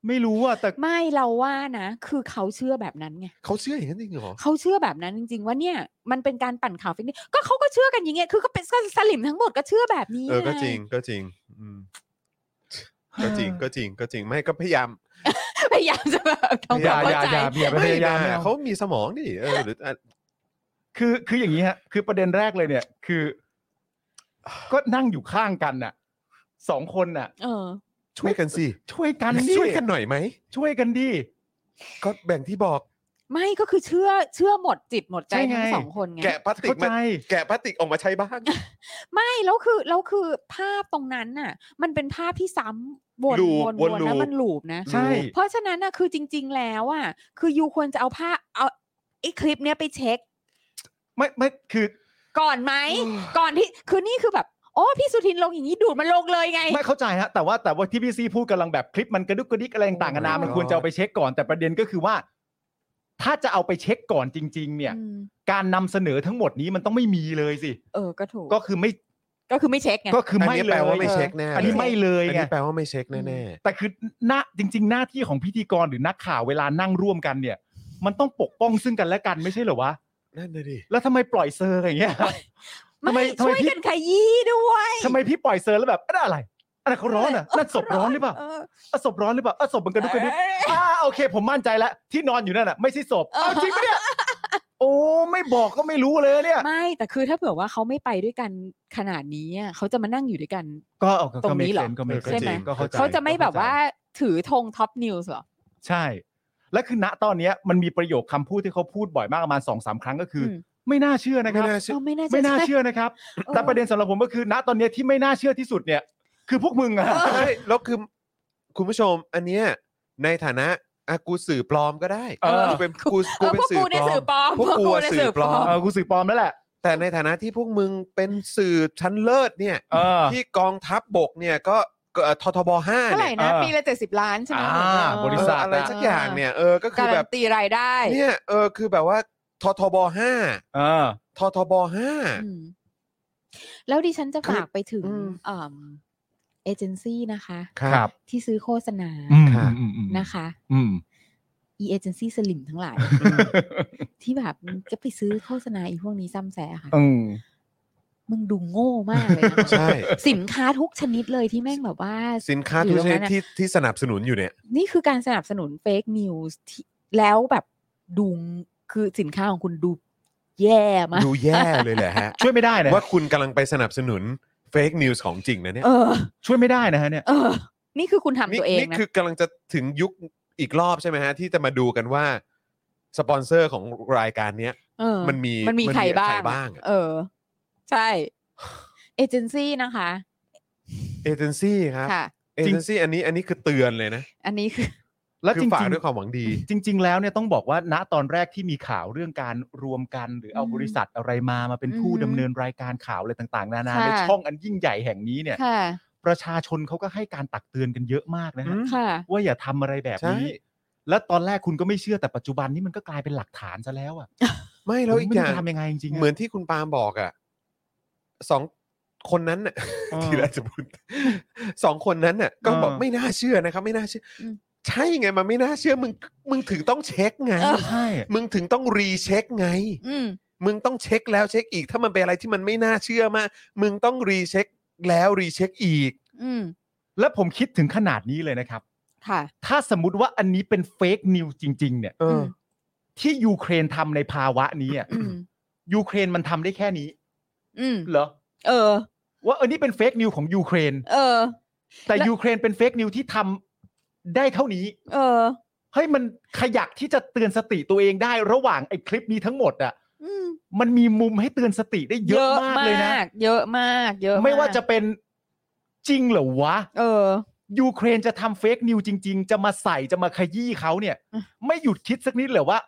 C: ไม่รู้ว่าแต่
B: ไม่เราว่านะ คือเขาเชื่อแบบนั้นไง
A: เขาเชื่ออย่างนั้นจริงเหรอ
B: เขาเชื่อแบบนั้นจริง ๆ ว่าเนี่ยมันเป็นการปั่นข่าวเฟกนิวก็เขาก็เชื่อกันอย่างเงี้ยคือก็เป็นสลิมทั้งหมดก็เชื่อแบบนี้
A: เออ ก็จริง
B: ไ
A: ก็จริง อืม ก็จริง ก็จริง ก็จริง ไม่ก็พยายาม
B: งพยายามจะแบบทำความ
C: อ
B: เข้า
C: ย่า
B: ใจ
C: อย่าอย่าเบียด
A: ไม่
C: พยายามไม่
A: นะ
C: เอา
A: เขามีสมองดิเออหรืออ่ะ
C: คือคืออย่างนี้ฮะ คือประเด็นแรกเลยเนี่ย คือ ก็นั่งอยู่ข้างกันน่ะสองคนน่ะ
B: เออ
A: ช่วยกันสิ
C: ช่วยกันดิ
A: ช่วยกันหน่อยไหม
C: ช่วยกันดิ
A: ก็แบ่งที่บอก
B: ไม่ก็คือเชื่อเชื่อหมดจิตหมดใจ
C: ใช่ไง
B: ทั้งสองคนไง
A: แกะพลาสติก
C: เข้า
A: มา
C: ใจ
A: แกะพลาสติกออกมาใช้บ้าง
B: ไม่แล้วคือแล้วคือภาพตรงนั้นน่ะ มันเป็นภาพที่ซ้ำวน
A: ลู
B: ว
A: ป
B: น
A: ว
B: วน น
A: ลู
B: นะ
A: ป
B: มันลูปนะ
C: ใช่
B: เพราะฉะนั้นน่ะคือจริง ๆ แล้วอ่ะคือยูควรจะเอาภาพเอาไอ้คลิปเนี้ยไปเช็ค
C: ไม่ไม่คือ
B: ก่อนไหม ก่อนที่คือนี่คือแบบ โอ้พี่สุทินลงอย่างนี้ดูดมันลงเลยไง
C: ไม่เข้าใจฮะ แต่ว่าแต่ว่าที่พี่ซีพูดกำลังแบบคลิปมันกระดุกกระดิกอะไรต่างๆกันานา
A: Oh my
C: มันควรจะเอาไปเช็คก่อนแต่ประเด็นก็คือว่า ถ้าจะเอาไปเช็คก่อนจริง ๆ เนี่ย
B: อืม
C: การนำเสนอทั้งหมดนี้มันต้องไม่มีเลยสิ
B: เออก็ถูก
C: ก็คือไม่
B: ก็คือไม่เช็คไง
C: ก็คือ
A: อัน
C: ไม่
A: นี้
C: เลย
A: แปลว่าไม่เช็คแน่
C: อันนี้ไม่
A: เลย
C: เลย
A: อัน
C: ไง
A: นี้แปลว่าไม่เช็คแน่
C: แต่คือหน้าจริง ๆ หน้าที่ของพิธีกรหรือนักข่าวเวลานั่งร่วมกันเนี่ย มันต้องปกป้องซึ่งกันและกันไม่ใช่เหรอวะ
A: ๆนั่นน่ะดิ
C: แล้วทำไมปล่อยเซอร์ อย่างเงี้ย ทำไม
B: ไม่
C: ทำ
B: ช่
C: ไม
B: วย
C: พี่
B: กันขยี้ด้วย
C: ทำไมพี่ปล่อยเซอร์แล้วแบบอะไรอะไรเขาร้อนอ่ะนั่นศพร้อนหรือเปล่า
B: เออ
C: อ่ะศพร้อนหรือเปล่าอ่ะศพมันกระดุกกระดิกอ่าโอเค ผมมั่นใจแล้วที่นอนอยู่นั่นอ่ะไม่ใช่ศพเอาจริงปะเนี่ยโอ้ไม่บอกก็ไม่รู้เลยเนี่ย
B: ไม่แต่คือถ้าเผื่อว่าเขาไม่ไปด้วยกันขนาดนี้อะเขาจะมานั่งอยู่ด้วยกัน
C: ก็เอาก็
B: ตรงนี้เหรอ
C: ก็ make sense ก็ make sense
A: ใช่ไหม
C: ก็เข้าใจ
B: เขาจะไม่แบบว่าถือธงท็อปนิวส์หรอ
C: ใช่ และคือณตอนเนี้ยมันมีประโยคคำพูดที่เขาพูดบ่อยมากประมาณสองสามครั้งก็คืออ
B: ม
C: ไม่น่าเชื่อนะครับ
A: ไม่น่าเชื่อ
B: เออไม่น่าจะ
C: ไม่น่า
B: ใช่
C: เชื่อนะครับ
B: เออ
C: แต่ประเด็นสำหรับผมก็คือ ณตอนเนี้ยที่ไม่น่าเชื่อที่สุดเนี่ย คือพวกมึงอะ
A: ใช่แล้วคือคุณผู้ชม อันเนี้ยในฐานะอ่ะกูสื่อปลอมก็ได้
B: เออ
A: กูเป็นกู
B: เอ
A: กู
B: อ
A: เป็
B: พ
A: น
B: วก
A: สื่
B: กู
A: อ
B: เนี่ยสื่อ
A: ป
B: ป
A: ล
B: ล
A: อ
B: อ
A: ม
B: ม
A: พวกกูอะ
B: เนี่ย
A: สื่อปลอม
C: เออกูสื่อปลอมแล้วแหละ
A: แต่ในฐานะที่พวกมึงเป็นสื่อชั้นเลิศเนี่ย
C: เออ
A: ที่กองทัพบกเนี่ยก็ก็เอ่อททบห้า
B: เท่าไหร่
A: เนี่ย
B: นะ
C: เออ
B: ปีละเจ็ดสิบล้านใช่ไหม
C: อ่า
B: เออบ
C: ริ
A: เอ
C: ษั
A: อ
C: ท
A: อะไรสักอย่างเนี่ยเออก็คื
B: กา
A: อแบ
B: รับ นตีรายได้
A: เนี่ยเออคือแบบว่าททบห้า
C: เออ
A: ททบห้า
B: อืมแล้วดิฉันจะ
A: คือ
B: ฝากไปถึง
A: อืม
B: เอิ่มเอเจนซี่นะคะ
C: ครับ
B: ที่ซื้อโฆษณา
C: อืม
A: ค่ะ
C: อืมอืม
B: นะคะ
C: อืม
B: อีเอเจนซี่สลิมทั้งหลาย ที่แบบมึงก็ไปซื้อโฆษณาอีพวกนี้ซ้ำแสค่ะ
C: อืม
B: มึงดูโง่มากเลยนะ
A: ใช่
B: สินค้าทุกชนิดเลยที่แม่งแบบว่า
A: สินค้า
B: อยู่
A: ทุก
B: ตร
A: ช
B: งนั้
A: นิด
B: นน่ะ
A: ที่ที่สนับสนุนอยู่เนี่ย
B: นี่คือการสนับสนุนเฟกนิวส์ที่แล้วแบบดูงคือสินค้าของคุณดูแย่มาก
A: ดูแย่เลยแหละฮะ
C: ช่วยไม่ได้นะ
A: ว่าคุณกำลังไปสนับสนุนเฟกนิวส์ของจริงนะเนี่ย
B: เออ
C: ช่วยไม่ได้นะฮะเนี่ย
B: เออ นี่คือคุณทำตัวเอง
A: นี่
B: นะ
A: คือกำลังจะถึงยุคอีกรอบใช่ไหมฮะ ที่จะมาดูกันว่า สปอนเซอร์ของรายการเนี้ย
B: เออ
A: มันมี
B: มันมีใครบ้าง
A: ใครบ้าง
B: เออ ใช่ เอเจนซี่นะคะ
A: เอเจนซี่ครับ
B: ค่ะ
A: เอเจนซี่อันนี้อันนี้คือเตือนเลยนะ
B: อันนี้คือ
C: แล้ว
A: คื
C: จ
A: อ
C: ริง
A: ฝาก
C: ๆ
A: ด้วยความหวังดี
C: จริง ๆ แล้วเนี่ยต้องบอกว่าณตอนแรกที่มีข่าวเรื่องการรวมกัน หรือเอา
B: อืม
C: บริษัทอะไรมามาเป็น
B: อืม
C: ผู้ดำเนินรายการข่าวอะไรต่างๆ นานา
B: ค่ะ
C: ในช่องอันยิ่งใหญ่แห่งนี้เนี่ย
B: ค่ะ
C: ประชาชนเขาก็ให้การตักเตือนกันเยอะมากนะฮะ
B: ค่ะ
C: ว่าอย่าทำอะไรแบบนี้
A: ใช่
C: แล้วตอนแรกคุณก็ไม่เชื่อแต่ปัจจุบันนี่มันก็กลายเป็นหลักฐานซะแล้วอ่ะ
A: ไม่แล้ว
C: ผม
A: อีก
C: ไม่
A: อ
C: รู้
A: ย่าง
C: จะทำยังไงจริงๆะ
A: เหมือนที่คุณปาล์มบอกอ่ะสองคนนั้นน่ะ
C: เออ
A: ทีละจะพูด สองคนนั้นน่ะ ก็บอก
C: เออ
A: ไม่น่าเชื่อนะครับ ไม่น่าเชื่ออ
B: ม
A: ใช่ไงมันไม่น่าเชื่อมึงมึงถึงต้องเช็คไง
C: ใช่
A: มึงถึงต้องรีเช็คไง
B: อืม
A: มึงต้องเช็คแล้วเช็คอีก ถ้ามันเป็นอะไรที่มันไม่น่าเชื่อมาก มึงต้องรีเช็คแล้วรีเช็คอีก
B: อืม
C: แล้วผมคิดถึงขนาดนี้เลยนะครับ
B: ค่ะ
C: ถ้าสมมติว่าอันนี้เป็นเฟกนิวจริง ๆ เนี่ย
A: เออ
C: ที่ยูเครนทำในภาวะนี้อ่ะ
B: อืม
C: ยูเครนมันทำได้แค่นี้
B: อืม
C: เหรอ
B: เออ
C: ว่าเออนี่เป็นเฟกนิวของยูเครน
B: เออ
C: แต่
B: และ
C: ยูเครนเป็นเฟกนิวที่ทำได้เท่านี้
B: เออ
C: เฮ้ยมันขยักที่จะเตือนสติตัวเองได้ระหว่างไอ้คลิปนี้ทั้งหมดอ่ะ
B: อืม
C: มันมีมุมให้เตือนสติได้เยอะมากเลยนะ
B: เยอะมาก เยอะมาก
C: ไม่ว่าจะเป็นจริงเหรอวะ
B: เออ
C: ยูเครนจะทำเฟกนิวจริง ๆ จะมาใส่จะมาขยี้เขาเนี่ย
B: อืม
C: ไม่หยุดคิดสักนิดเหรอว่า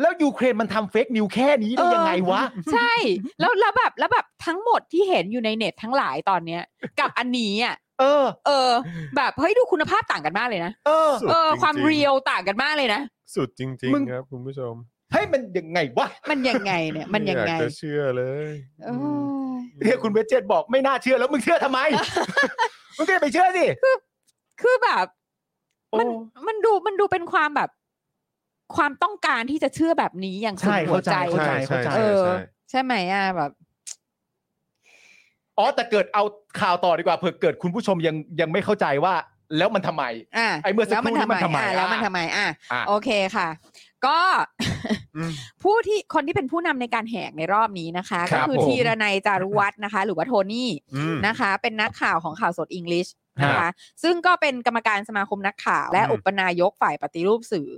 C: แล้วยูเครนมันทำเฟกนิวแค่นี้ได้ยังไงวะ
B: ใช่ แล้วแล้วแบบแล้วแบบทั้งหมดที่เห็นอยู่ในเน็ตทั้งหลายตอนเนี้ย กับอันนี้อ่ะ
C: เออ
B: เออ แบบเฮ้ยดูคุณภาพต่างกันมากเลยนะ
C: เออ
B: เออ ความ
A: จงๆ
B: เรียลต่างกันมากเลยนะ
A: สุดจริง
C: มึง
A: ๆครับคุณผู้ชม
C: ให้มันยังไงวะ
B: มันยังไงเนี่ย มันยัง
A: อาก
B: ไง
A: จะเชื่อเลย
B: เออ
C: เนี่ยคุณเวจเจตบอกไม่น่าเชื่อแล้วมึงเชื่อ ทำไม มึงก็อย่าไปเชื่อสิ
B: คือแบบ มัน
C: โอ้
B: มันดูมันดูเป็นความแบบ ความต้องการที่จะเชื่อแบบนี้อย่างสุด
C: ใช่
B: หัว
C: เข้าใจ
B: ใจ
C: เข้าใจ
A: ใช่ใช่
B: เอ
A: ใช่
B: อ
A: ใช่
B: ใช่ไหมอ่ะแบบ
C: อ๋อแต่เกิดเอาข่าวต่อดีกว่าเผื่อเกิดคุณผู้ชมยังยังไม่เข้าใจว่า แล้วมันทำไม
B: อ่ะ
C: ไอ้เมื่อสัก
B: แล้วมัน
C: ครู่
B: ทำไมอ่ะ
C: นี่มันทำไมอ่ะ
B: แล้วมันทำไมอ่ะ
C: อ่ะ
B: โอเคค่ะ ก็ ผู้ที่คนที่เป็นผู้นำในการแหกในรอบนี้นะคะ
C: ค
B: ก็
C: รับ
B: คือ
C: ผม
B: ธีรนัยจารุวัฒน์นะคะ หรือว่าโทนี่
A: อืม
B: นะคะ เป็นนักข่าวของข่าวสดอังกฤษนะคะ ซึ่งก็เป็นกรรมการสมาคมนักข่าวและ
A: อืม
B: อุปนายกฝ่ายปฏิรูปสื่อ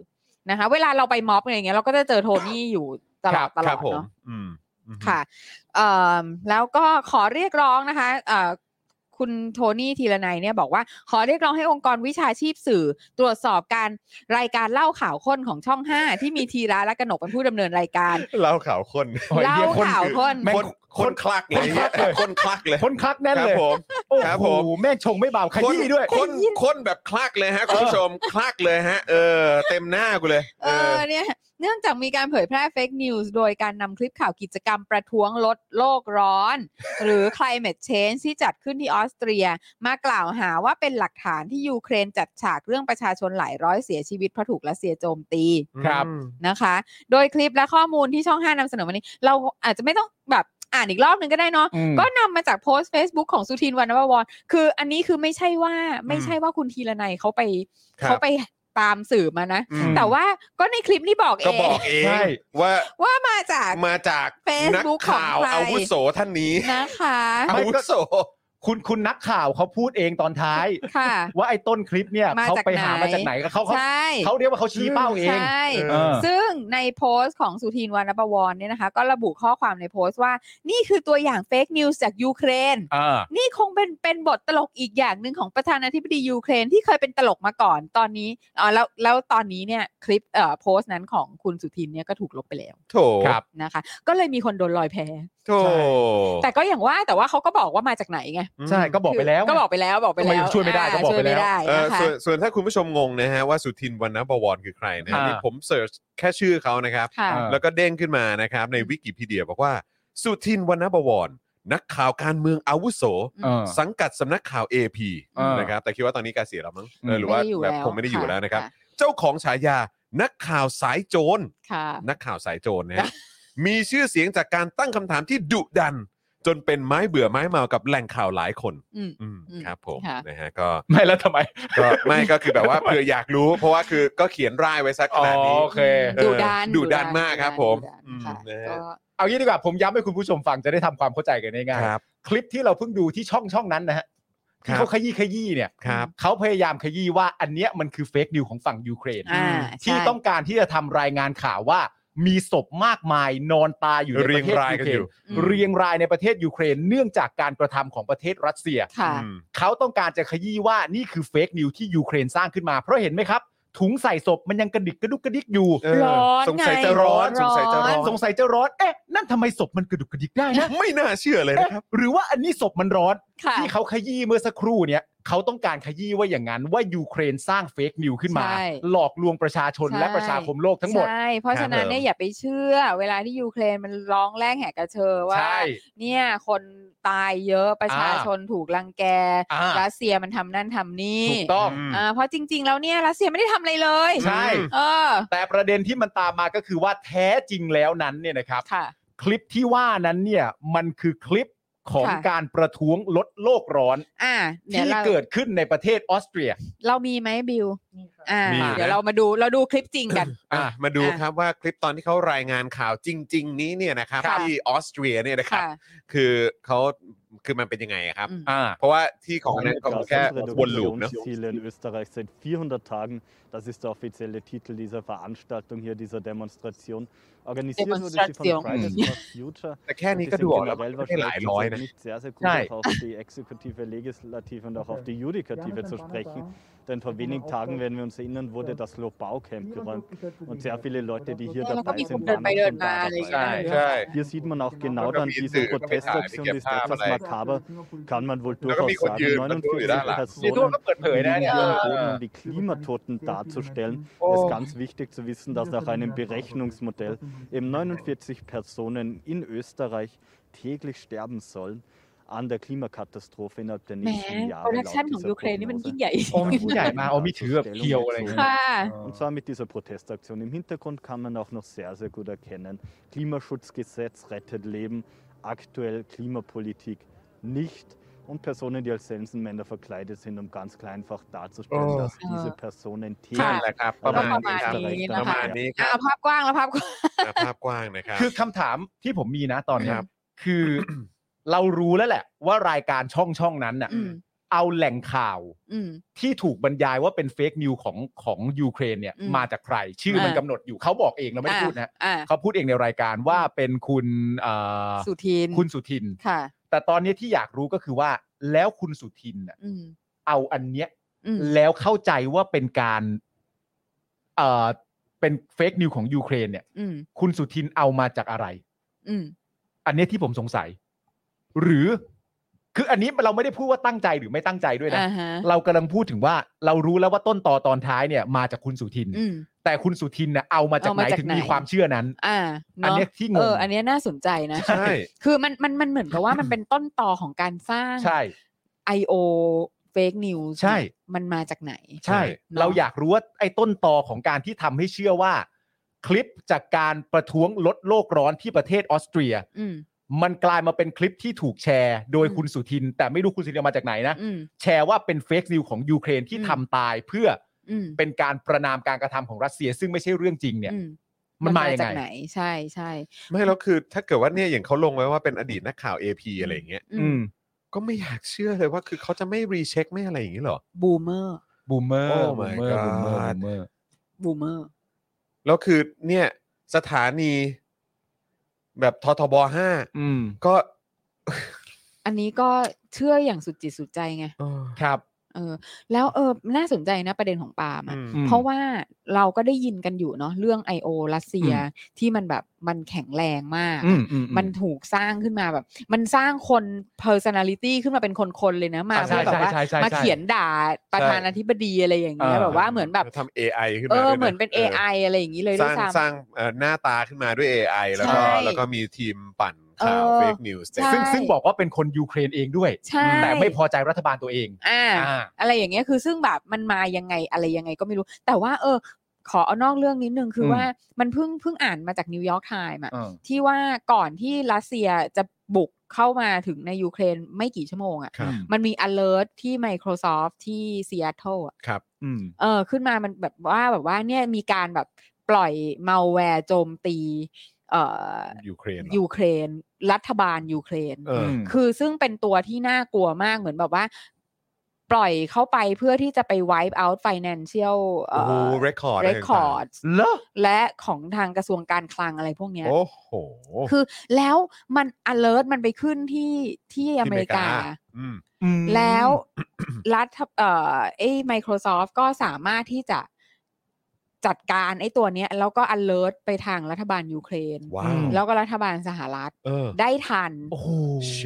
B: นะคะ เวลาเราไปม็อบอะไรอย่างเงี้ยเราก็จะเจอโทนี่อยู่ตลอดตล
A: ค
B: อ
A: รับ
B: ด
A: ผม
B: เนาะ
A: อืมอืม
B: ค่ะเอ่มแล้วก็ขอเรียกร้องนะคะเอ่อคุณโทนี่ธีรนัยเนี่ยบอกว่า ขอเรียกร้องให้องค์กรวิชาชีพสื่อ ตรวจสอบการรายการเล่าข่าวข้นของช่อง 5 ที่มีธีระและกนกเป็นผู้ดำเนินรายการ
A: เล่าข่าวคน
C: โอ้ย
B: เล่า
C: หี้ยคน
B: ข่าวข้น
C: แม่ง
A: คน
C: ค
A: คน นคลักเลยคนคลักเลย
C: คนคลักแน่น
A: ครับ
C: เลย
A: ผม
C: โอ้
A: ครับ
C: โห
A: ผม
C: แม่งชงไม่เบาขยี้ด้วย
A: คนคนแบบคลักเลยฮะคุณผู้ชมคลักเลยฮะ เออ เต็มหน้ากูเลย
B: เออเนี่ยเนื่องจากมีการเผยแพร่เฟกนิวส์โดยการนำคลิปข่าวกิจกรรมประท้วงลดโลกร้อน หรือ climate change ที่จัดขึ้นที่ออสเตรีย มากล่าวหาว่าเป็นหลักฐานที่ยูเครนจัดฉากเรื่องประชาชนหลายร้อยเสียชีวิตเพราะถูกรัสเซียโจมตี
C: ครับ
B: นะคะ โดยคลิปและข้อมูลที่ช่อง 5นำเสนอวันนี้ เราอาจจะไม่ต้องแบบอ่านอีกรอบหนึ่งก็ได้เนาะ
C: อืม
B: ก็นำมาจากโพสต์ Facebook ของสุทินวรรณวรคืออันนี้คือไม่ใช่ว่าไม่ใช่ว่าคุณทีละนยเขาไป
A: ครับ
B: เขาไปตามสื่อมานะ
A: อืม
B: แต่ว่าก็ในคลิปนี่บอกเอ
A: ก็
B: ง
A: บอกเอง
C: ใช่
A: ว่า
B: ว่ามาจาก
A: มาจากนัก
B: Facebook ของ
A: ข่าว
B: ใคร
A: อาวุโสท่านนี้
B: นะคะ
A: อาวุโส
C: คุณคุณนักข่าวเขาพูดเองตอนท้าย
B: ค่ะ
C: ว่าไอ้ต้นคลิปเนี่ย
B: มา
C: เขา
B: จาก
C: ไปหา
B: ไหน
C: มาจากไหนก็เขาเขา
B: ใช่
C: เขาเรียกว่าเขาชี้เป้าเอง
B: ใช่
A: เออ
C: เออ
B: ซึ่งในโพสต์ของสุทินวรรณประวรเนี่ยนะคะ ก็ระบุข้อความในโพสต์ว่า นี่คือตัวอย่างเฟกนิวส์จากยูเครน
C: เออ
B: นี่คงเป็นเป็นบทตลกอีกอย่างหนึ่งของประธานาธิบดียูเครนที่เคยเป็นตลกมาก่อนตอนนี้อ๋อแล้วแล้วตอนนี้เนี่ยคลิปเอ่อโพสต์นั้นของคุณสุทินเนี่ยก็ถูกลบไปแล้ว
A: โถ
C: ครับ
B: นะคะ ก็เลยมีคนโดนลอยแพ
A: โถ
B: แต่ก็อย่างว่าแต่ว่าเขาก็บอกว่ามาจากไหนไง
A: อืม
C: ใช่ก็บอกไปแล้ว
B: ก็บอกไปแล้วบอกไปแล้ว
C: ก็ไม่ช่วยไม่ได้ก็บอกไปแล้ว
B: ช่ยม่ด้
A: เออ
B: นะคะ
A: ส่วนส่วนถ้าคุณผู้ชมงงนะฮะว่าสุทินวรรณบวรคือใครนะฮะ
C: อ่านี่
A: นี่ผมเสิร์ชแค่ชื่อเขานะครับ
B: ค่ะ
C: เออ
A: แล้วก็เด้งขึ้นมานะครับในวิกิพีเดียบอกว่า สุทินวรรณบวร นักข่าวการเมืองอาวุโส
C: เออ
A: สังกัดสำนักข่าว AP
C: เออ
A: นะครับแต่คิดว่าตอนนี้แกเสียแล้วมั้ง
C: อืม
A: เออหรือว่า
B: ไม่ได้อยู่
A: แบบ
B: แล้ว
A: คงไม่ได้อยู่
B: ค่ะ
A: แล้วนะครับ
B: ค่ะ
A: เจ้าของฉายา นักข่าวสายโจร
B: ค่ะ
A: นักข่าวสายโจรนะ
B: ค่ะ
A: ฮะมีชื่อเสียงจากการตั้งคำถามที่ดุดัน จนเป็นไม้เบื่อไม้เมากับแหล่งข่าวหลายคน
B: อืม
A: อืม
B: อืม
A: ครับผม
B: ค่ะ
A: นะฮะก็
C: ไม่แล้วทำไม
A: ก็ไม่ก็คือแบบว่าเผื่ออยากรู้ เพราะว่าคือก็เขียนร่ายไว้สักข
C: อ๋อ
A: นาดนี้
C: โอเค
A: เออ
B: ดุดัน
A: ดุดันมากครับ ผม
B: ดุดัน
A: อืม
B: ค่ะ
A: นะ
B: ก็
A: ฮะ
C: เอางี้ดีกว่าผมย้ำให้คุณผู้ชมฟังจะได้ทำความเข้าใจกันได้ง่าย
A: ครับ
C: คลิปที่เราเพิ่งดูที่ช่องช่องนั้นนะฮะ
A: ครั
C: ที่
A: บ
C: เขาขยี้ขยี้เนี่ย
A: ครับ
C: เขาพยายามขยี้ว่าอันเนี้ยมันคือเฟกนิวของฝั่งยูเครน
B: อ่า
C: ที่
B: ใช่
C: ต้องการที่จะทำรายงานข่าวว่า มีศพมากมายนอนตายอยู่ใน
A: เรี
C: ป
A: ยง
C: ระเทศ
A: ราย
C: ยู
A: กัน
C: เคร
A: อน ยู่
B: อืม
C: เรียงรายในประเทศยูเครนเนื่องจากการกระทำของประเทศรัสเซีย
B: ค่ะ
A: อืม
C: เขาต้องการจะขยี้ว่านี่คือเฟกนิวที่ยูเครนสร้างขึ้นมาเพราะเห็นไหมครับ ถุงใส่ศพมันยังกระดิกกระดุกกระดิกอยู่
A: เออ
B: ร้อน
A: สงสัย
B: ไง
A: จะร้อนส
B: ร้อน
A: งสัยจะร้อน
C: สงสัยจะร้อนเอ๊ะนั่นทำไมศพมันกระดุกกระดิกได้นะ
A: ไม่น่าเชื่อเลยนะครับ
C: เอ๊ะหรือว่าอันนี้ศพมันร้อน
B: ค่ะ
C: ที่เขาขยี้เมื่อสักครู่เนี่ยเขาต้องการขยี้ว่าอย่างนั้นว่ายูเครนสร้างเฟกนิวขึ้นมา
B: ใช่
C: หลอกลวงประชาชน
B: ใช่
C: และประชาคมโลกทั้งหมด
B: ใช่เพราะ
A: ครับ
B: ฉะนั้นเนี่ยอย่าไปเชื่อ เวลาที่ยูเครนมันร้องแรงแหกกระเชอว่า
C: ใช่
B: เนี่ยคนตายเยอะประชาชนถูกลังแก
C: อ่า
B: รัสเซียมันทำนั่นทำนี่
C: ถูกต้อง
A: อืม
B: อ่าเพราะจริง ๆ แล้วเนี่ยรัสเซียไม่ได้ทำอะไรเลย
C: ใช่
B: เออ
C: แต่ประเด็นที่มันตามมาก็คือว่าแท้จริงแล้วนั้นเนี่ยนะครับ
B: ค่ะ
C: คลิปที่ว่านั้นเนี่ยมันคือคลิปของ
B: ค่ะ
C: การประท้วงลดโลกร้อน
B: อ่าเนี่ย
C: ที่
B: เรา
C: เกิดขึ้นในประเทศออสเตรีย
B: เรามีไหมบิว
J: นี่ครับ
B: อ่า
A: มีนะ
B: เดี๋ยวเรามาดูเราดูคลิปจริงกัน
A: อ่ะ
C: อ่ะ
A: มาดู
B: อ่ะ
A: ครับว่าคลิปตอนที่เขารายงานข่าวจริง ๆ นี้เนี่ยนะครับ
B: ค่ะ
A: ที่ออสเตรียเนี่ยนะครับ
B: ค่ะ
A: คือเขาคือมันเป็นยังไงอะครับ
B: อืม
C: อ่า
A: เพราะว่าที่ของเนี่ย
H: Damit
A: เขา
H: das
A: แค่วนลูปเนอะ
H: Reduktionsziele in Österreich seit 400 Tagen, das ist der offizielle Titel dieser Veranstaltung hier, dieser Demonstration. Organisiert wurde sie von
B: Demonstration.
H: Fridays for Future.
A: แต่แค่
H: Und
A: นี้
H: die
A: ก็
H: sind
A: ดูออกแล้ว
H: generell
A: ไม่ได้หลาย
H: wahrscheinlich
A: ร้อย
H: sehr
A: นะ
H: nicht sehr, sehr gut
C: Nein.
H: auch auf die Exekutive, Legislative und auch auf die Judikative zu sprechen. Denn vor wenigen Tagen werden wir uns erinnern, wurde das Lobau-Camp geräumt. Und sehr viele Leute, die hier
B: แล้วก็
H: dabei
B: มีคน
H: sind,
B: เดิน
H: waren
B: ไป
H: auch
B: เดิน
H: schon
B: มา
H: da
B: อะไรอย่างเงี้
H: dabei.
B: ย
A: ใช่
H: Hier sieht man auch genau dann diese Protestaktion, die ist etwas makaber, um kann man wohl
A: แล้วก็
H: durchaus
A: มีคนยืน
H: sagen.
A: มาดูอยู่ด้านหลัง
H: 49
C: นี่ทุกคน
H: Personen
C: ก็เปิดเผย
H: liegen
C: นะเนี่ย
H: hier am Boden, um die Klimatoten darzustellen. Es ist ganz wichtig zu wissen, dass nach einem Berechnungsmodell eben 49 Personen in Österreich täglich sterben sollen an der Klimakatastrophe innerhalb der
B: แหม
H: nächsten
B: โปร
H: Jahre.
B: ดัก
H: laut
B: ชันของ
H: dieser
B: ยูเครนนี่มัน
H: Prognose.
B: ยิ่งใหญ่
C: โอ้มันยิ่งใหญ่มากเอามีดถือแบบเพียวอะไรอย่างเงี้ย
B: ค่ะ
H: Und zwar mit dieser Protestaktion. Im Hintergrund kann man auch noch sehr, sehr gut erkennen, Klimaschutzgesetz rettet Leben, aktuell Klimapolitik nicht. Und Personen, die als Sensenmänner verkleidet sind, um ganz klar einfach darzustellen,
A: Oh.
H: dass diese
B: Ja.
H: Personen
B: ค่ะ
A: นั่นแหละครับ ประมาณนี้ครับ
B: ประมาณนี้
A: ประมาณนี้ค
B: นะคะอ่ะ
A: รับ
B: เอาภาพกว้างแล้วภาพกว้าง
A: อ่ะภาพกว้างนะครับ
C: คือคำถามที่ผมมีนะตอนเนี้ย
A: ครับ
C: คือ เรารู้แล้วแหละ ว่ารายการช่องช่องนั้นน่ะ
B: อืม
C: เอาแหล่งข่าว
B: อืม
C: ที่ถูกบรรยายว่าเป็นเฟกนิวของของยูเครนเนี่ย
B: อืม
C: มาจากใคร ชื่อมัน
B: อ่า
C: กำหนดอยู่เขาบอกเองเราไม่ได้พูดนะฮะ
B: อ่า
C: เขาพูดเองในรายการว่าเป็นคุณเอ่อ
B: สุทิน
C: คุณสุทิน
B: ค่ะ
C: แต่ตอนนี้ที่อยากรู้ก็คือว่าแล้วคุณสุทินน่ะ
B: อืม
C: เอาอันเนี้ย
B: อืม
C: แล้วเข้าใจว่าเป็นการเอ่อเป็นเฟกนิวของยูเครนเนี่ย
B: อืม
C: คุณสุทินเอามาจากอะไร
B: อืม
C: อันเนี้ยที่ผมสงสัย หรือ คืออันนี้เราไม่ได้พูดว่าตั้งใจหรือไม่ตั้งใจด้วยนะ
B: อ่าฮะ
C: เรากำลังพูดถึงว่าเรารู้แล้วว่าต้นต่อตอนท้ายเนี่ย มาจากคุณสุทิน
B: อืม
C: แต่คุณสุทินนะเอามาจาก
B: เอา
C: ไหน
B: มาจาก
C: ถึง
B: ไหน
C: มีความเชื่อนั้น
B: อ่า
C: อัน
B: เนาะ
C: เนี้ยที่ง
B: เอง อ อันเนี้ยน่าสนใจนะ
A: ใช่
B: คือมันมันมันเหมือนกับว่ามันเป็นต้นต่อของการสร้าง
C: ใช่
B: I.O. fake news
C: ใช่
B: เนี่ยมันมาจากไหน
C: ใช่
B: เนอะ
C: เราอยากรู้ว่าไอ้ต้นตอของการที่ทำให้เชื่อว่า คลิปจากการประท้วงลดโลกร้อนที่ประเทศออสเตรีย
B: อืม
C: มันกลายมาเป็นคลิปที่ถูกแชร์ โดย
B: อืม
C: คุณสุทิน แต่ไม่รู้คุณสุทินเอามาจากไหนนะ
B: อืม
C: แชร์ว่าเป็นเฟกนิวของยูเครนที่
B: อืม
C: ทำตายเพื่อ
B: อืม
C: เป็นการประนามการกระทำของรัสเซีย ซึ่งไม่ใช่เรื่องจริงเนี่ย
B: อืม
C: มันมายัง
B: จาก
C: ไง
B: ไหน ใช่ใช่
A: ไม่แล้วคือถ้าเกิดว่าเนี่ยอย่างเขาลงไว้ว่าเป็นอดีตนักข่าว AP อะไรอย่างเงี้ย
C: อืม
A: ก็ไม่อยากเชื่อเลยว่าคือเขาจะไม่รีเช็คไม่อะไรอย่างงี้เหรอ
B: บูมเมอร์
C: บูมเมอร์
A: Oh
C: บู
A: my
C: มเมอร์
A: god
C: บูมเมอร์บูมเมอร์
B: บูมเมอร์
A: แล้วคือเนี่ยสถานี แบบททบห้า
C: อืม
A: ก็
B: อันนี้ก็เชื่ออย่างสุดจิตสุดใจไง
C: ครับ
B: เออ แล้วเออ น่าสนใจนะประเด็นของปาล์มอะ
A: อืม
B: เพราะว่าเราก็ได้ยินกันอยู่เนาะเรื่อง I.O. รัสเซียที่มันแบบมันแข็งแรงมาก
C: อืมอืม
B: มันถูกสร้างขึ้นมาแบบ มันสร้างคน personality ขึ้นมาเป็นคนๆเลยนะมา
C: อ่ะใช่
B: เพื่อแบบว่า
C: ใช่ใช่ใช่
B: มาเขียนด่าประธานาธิบดีอะไรอย่างเงี้ย
C: เออ
B: แบบว่าเหมือนแบบ
A: ทำ AI ขึ้น
B: เอ
A: มา
B: อ
A: ด้วยะ
B: เหมือนเป็น AI อะไรอย่างนี้เลย
A: ส
B: ด้ว
A: ร้าย งส
B: ซ้ำ
A: ร้างเอ่อหน้าตาขึ้นมาด้วย AI แล้วก็
B: ใช่
A: แล้วก็มีทีมปั่นข่าว
B: เออ
A: เฟกนิวส์
B: ใช่
C: ซึ่งซึ่งบอกว่าเป็นคนยูเครนเองด้วย
B: ใช่
C: แต่ไม่พอใจรัฐบาลตัวเอง
B: อ่า
C: อ่า
B: อะไรอย่างเงี้ยคือซึ่งแบบมันมายังไงอะไรยังไงก็ไม่รู้ แต่ว่าเออ ขอเอานอกเรื่องนิดนึงคืออ
C: ม
B: ว่ามันเพิ่งเพิ่งอ่านมาจากนิวยอร์กไทม์อะ
C: เออ
B: ที่ว่าก่อนที่รัสเซียจะบุกเข้ามาถึงในยูเครนไม่กี่ชั่วโมงอะ
A: ครับ
B: มันมี alert ที่ Microsoft ที่ Seattle อะ
A: ครับ
C: อืม
B: เออขึ้นมามันแบบว่าแบบว่าเนี่ยมีการแบบปล่อยมาแวร์โจมตีเอ่อ
A: ยูเครนเหรอ
B: ยูเครน รัฐบาลยูเครน
A: เอออ
B: คือซึ่งเป็นตัวที่น่ากลัวมากเหมือนแบบว่า ปล่อยเข้าไปเพื่อที่จะไป wipe out financial เอ่
A: โอ้โห
B: อ
A: record อะไรต่างๆ
B: records
C: เหรอ
B: และของทางกระทรวงการคลังอะไรพวกเนี้ย
A: โอ้โห
B: คือแล้วมัน alert มันไปขึ้นที่ที่อเมริกา
A: ที่อเมริกา อืม
C: อืม
B: แล้ว รัฐเอ่อไอ้ Microsoft ก็สามารถที่จะจัดการไอ้ตัวเนี้ย แล้วก็ alert ไปทางรัฐบาลยูเครน
A: ว้าว
B: แล้วก็รัฐบาลสหรัฐ
A: เออ
B: ได้ทัน
C: โอ้โห
A: เช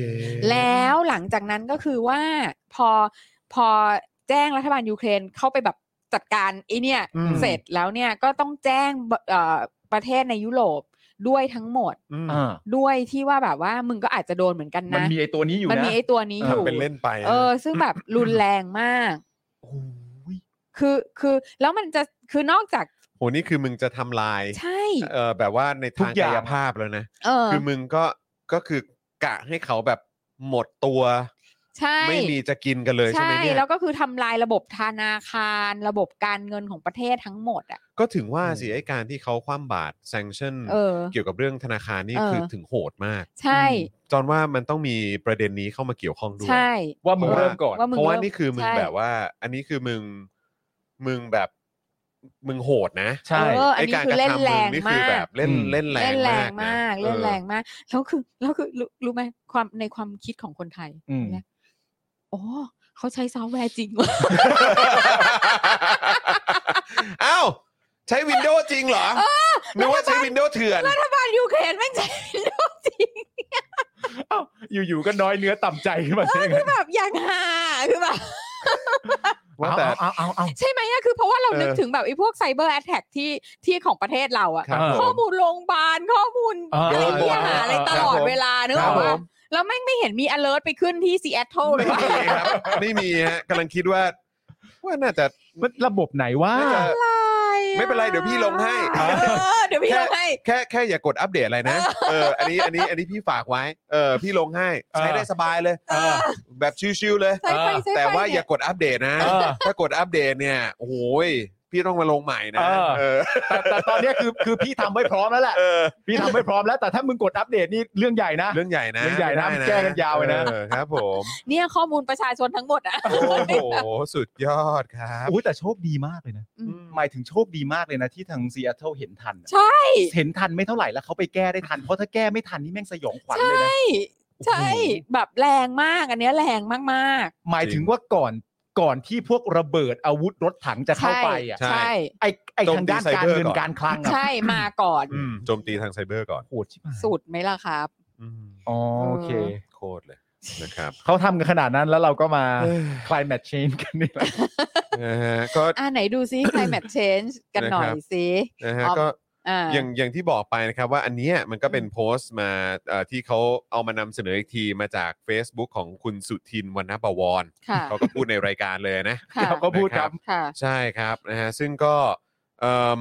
B: แล้วหลังจากนั้นก็คือว่าพอพอแจ้งรัฐบาลยูเครนเข้าไปแบบจัดการไอเนี่ย
C: อืม
B: เสร็จแล้วเนี่ยก็ต้องแจ้งบเอ่อประเทศในยุโรปด้วยทั้งหมด
A: อืม
C: อ่า
B: ด้วยที่ว่าแบบว่ามึงก็อาจจะโดนเหมือนกัน
C: มัน
B: นะ
C: มีไอ้ตัวนี้อยู่นะ
B: มันมีไอ้ตัวนี้อ
A: ทำ
B: ยู่
A: เป็นเล่นไปนะ
B: เออ ซึ่งแบบรุนแรงมาก
C: โอ้ย
B: คือคือแล้วมันจะคือนอกจาก
A: โหนี่คือมึงจะทำลาย
B: ใช่
A: เออแบบว่าใน
C: ทุ
A: ทาง
C: กอย่าก
A: าง ยภาพแล้วนะ
B: เออ
A: คือมึงก็ก็คือกะให้เขาแบบหมดตัว
B: ใช่
A: ไม่มีจะกินกันเลยใช่
B: ใช่
A: ไหมเนี่ย
B: แล้วก็คือทำลายระบบธนาคาร ระบบการเงินของประเทศทั้งหมดอ่ะ
A: ก็ถึงว่า
C: อืม
A: สิไอการที่เขาคว่ำบาตร sanction
B: เออ
A: เกี่ยวกับเรื่องธนาคารนี่
B: เออ
A: คือถึงโหดมาก
B: ใช่
A: จอนว่ามันต้องมีประเด็นนี้เข้ามาเกี่ยวข้องด้วย
B: ใช่
C: ว่ามึง
A: เพราะว่า
C: เริ่มก่อน
B: ว่ามึง
A: เพราะว่านี่คือมึง
B: ใช่
A: แบบว่า อันนี้คือมึงมึงแบบมึงโหดนะ
C: ใช่
B: เอออัน
A: ไอ
B: นี้
A: การ
B: คื
A: ก
B: อ
A: ระ
B: เล่น
A: ทำ
B: แร
A: มึง
B: ง
A: นี่
B: มา
A: คือแบ
B: ก
A: บเล่น
C: อืม
A: เล่นแรง
B: เล่นแรง
A: นะ
B: มากเล่น
A: ออ
B: แรงมากแล้วคือแล้วคือรู้รู้ไหมความในความคิดของคนไทย
C: อืม
B: นะโอ้เขาใช้ซอฟต์แวร์จริงว่ะ
A: อ้าว ใช้วินโดว์จริงเหรอนึกว่าใช้วินโดว์เถื่อน
B: รัฐ บาลยูเครนแม่งใจร้อนจริง
C: เอ้าอยู่ๆก็น้อยเนื้อต่ำใจขึ้นมาใช่ไหม
B: แบบอย่างหาคือแบบ
A: ว่าแต่
C: เอาเอาเอา
B: ใช่ไหมอะคือเพราะว่าเรา
A: เออ
B: นึกถึงแบบไอ้พวกไซเบอร์แอ a แทกที่ที่ของประเทศเราอะ
A: ครับ
B: ข้อมูลโรงพยาบาลข้อมูล
C: เอออ
B: อะไรที่หาอะไรตลอด
A: ครับผม
B: เวลาเนกอะ
A: ผ
B: ว่าม แล้วแม่งไม่เห็นมี alert ไปขึ้นที่ซีแอตเทิลเล
A: ไม่
B: ยว่า
A: มีครับ ไม่มีฮะกำลังคิดว่า ว่าน่าจะ
C: มันระบบไหนว่า
A: น่าจะ
B: อะไร อะ
A: ไม่เป็นไรเดี๋ยวพี่ลงให้
B: เออเดี๋ยวพี่ลงให้
A: แค่แค่อย่ากดอัปเดตอะไรนะ เออ อันนี้อันนี้อันนี้พี่ฝากไว้ เออ พี่ลงให้
C: เออ
A: ใช้ได้สบายเลย แบบชิวๆเลย
B: ใช้ไฟใช้ไฟ
A: แต่ว่า
B: เนี่ย
A: อย่ากดอัปเดตนะ
C: เออ
A: ถ้ากดอัปเดตเนี่ยโอ้ยพี่ต้องมาลงใหม่นะ
C: เออ
A: เออ
C: แต่แต่ตอนเนี้ยคือคือพี่ทำไว้พร้อมแล้วแหละ
A: เออ
C: พี่ทำไว้พร้อมแล้ว แต่ถ้ามึงกดอัปเดตนี่เรื่องใหญ่นะ
A: เรื่องใหญ่นะ
C: เรื่องใหญ่นะ
A: ไม่ได้
C: แก้กันยาวเลยนะ
A: ออครับผม
B: เนี่ยข้อมูลประชาชนทั้งหมดอะ
A: โอ้โห สุดยอดครับ
C: อุ้ยแต่โชคดีมากเลยนะ
B: อืม
C: หมายถึงโชคดีมากเลยนะที่ทางซีแอตเทิลเห็นทันอะ
B: ใช่
C: เห็นทันไม่เท่าไหร่แล้วเขาไปแก้ได้ทัน เพราะถ้าแก้ไม่ทันนี่แม่งสยองขวัญเลยนะ
B: ใช่ใช่แบบแรงมากอันเนี้ยแรงมาก
C: หมายถึงว่าก่อนก่อนที่พวกระเบิดอาวุธรถถังจะ
B: ๆ
C: เข้า
B: ใช่
C: ไปอ่ะ
A: ใช่
B: ใช่
C: ไอไอ
A: โจม
C: ทาง
A: ตี
C: ด้าน
A: ไซ
C: การ
A: เบอร์
C: เงิน
A: ก่อน
C: การคลังอ่ะ
B: ใช่มาก่อน
A: อืมโจมตีทางไซเบอร์ก่อน
C: โหดชิบหาย
B: สุดไหมล่ะครับ
A: อืม
C: อ๋อโอเค
B: เออ
A: โคตรเลยนะครับ
C: เขาทำกันขนาดนั้นแล้วเราก็มา climate change กันนี่แหละ
A: นะฮะก็
B: อ่าไหนดู ซิ climate change กันหน่อยสิ
A: นะฮะ
B: ออม
A: ก็
B: อ่า
A: อย่างอย่างที่บอกไปนะครับว่าอันเนี้ยมันก็เป็นโพสต์มาเอ่อที่เขาเอามานำเสนออีกทีมาจาก Facebook ของคุณสุทินวรรณประวร
B: ค่ะ
A: เขาก็พูดในรายการเลยนะ
B: ค่ะ
C: เราก็พูดครับ
B: ค่ะ
A: ใช่ครับนะฮะซึ่งก็เอิ่ม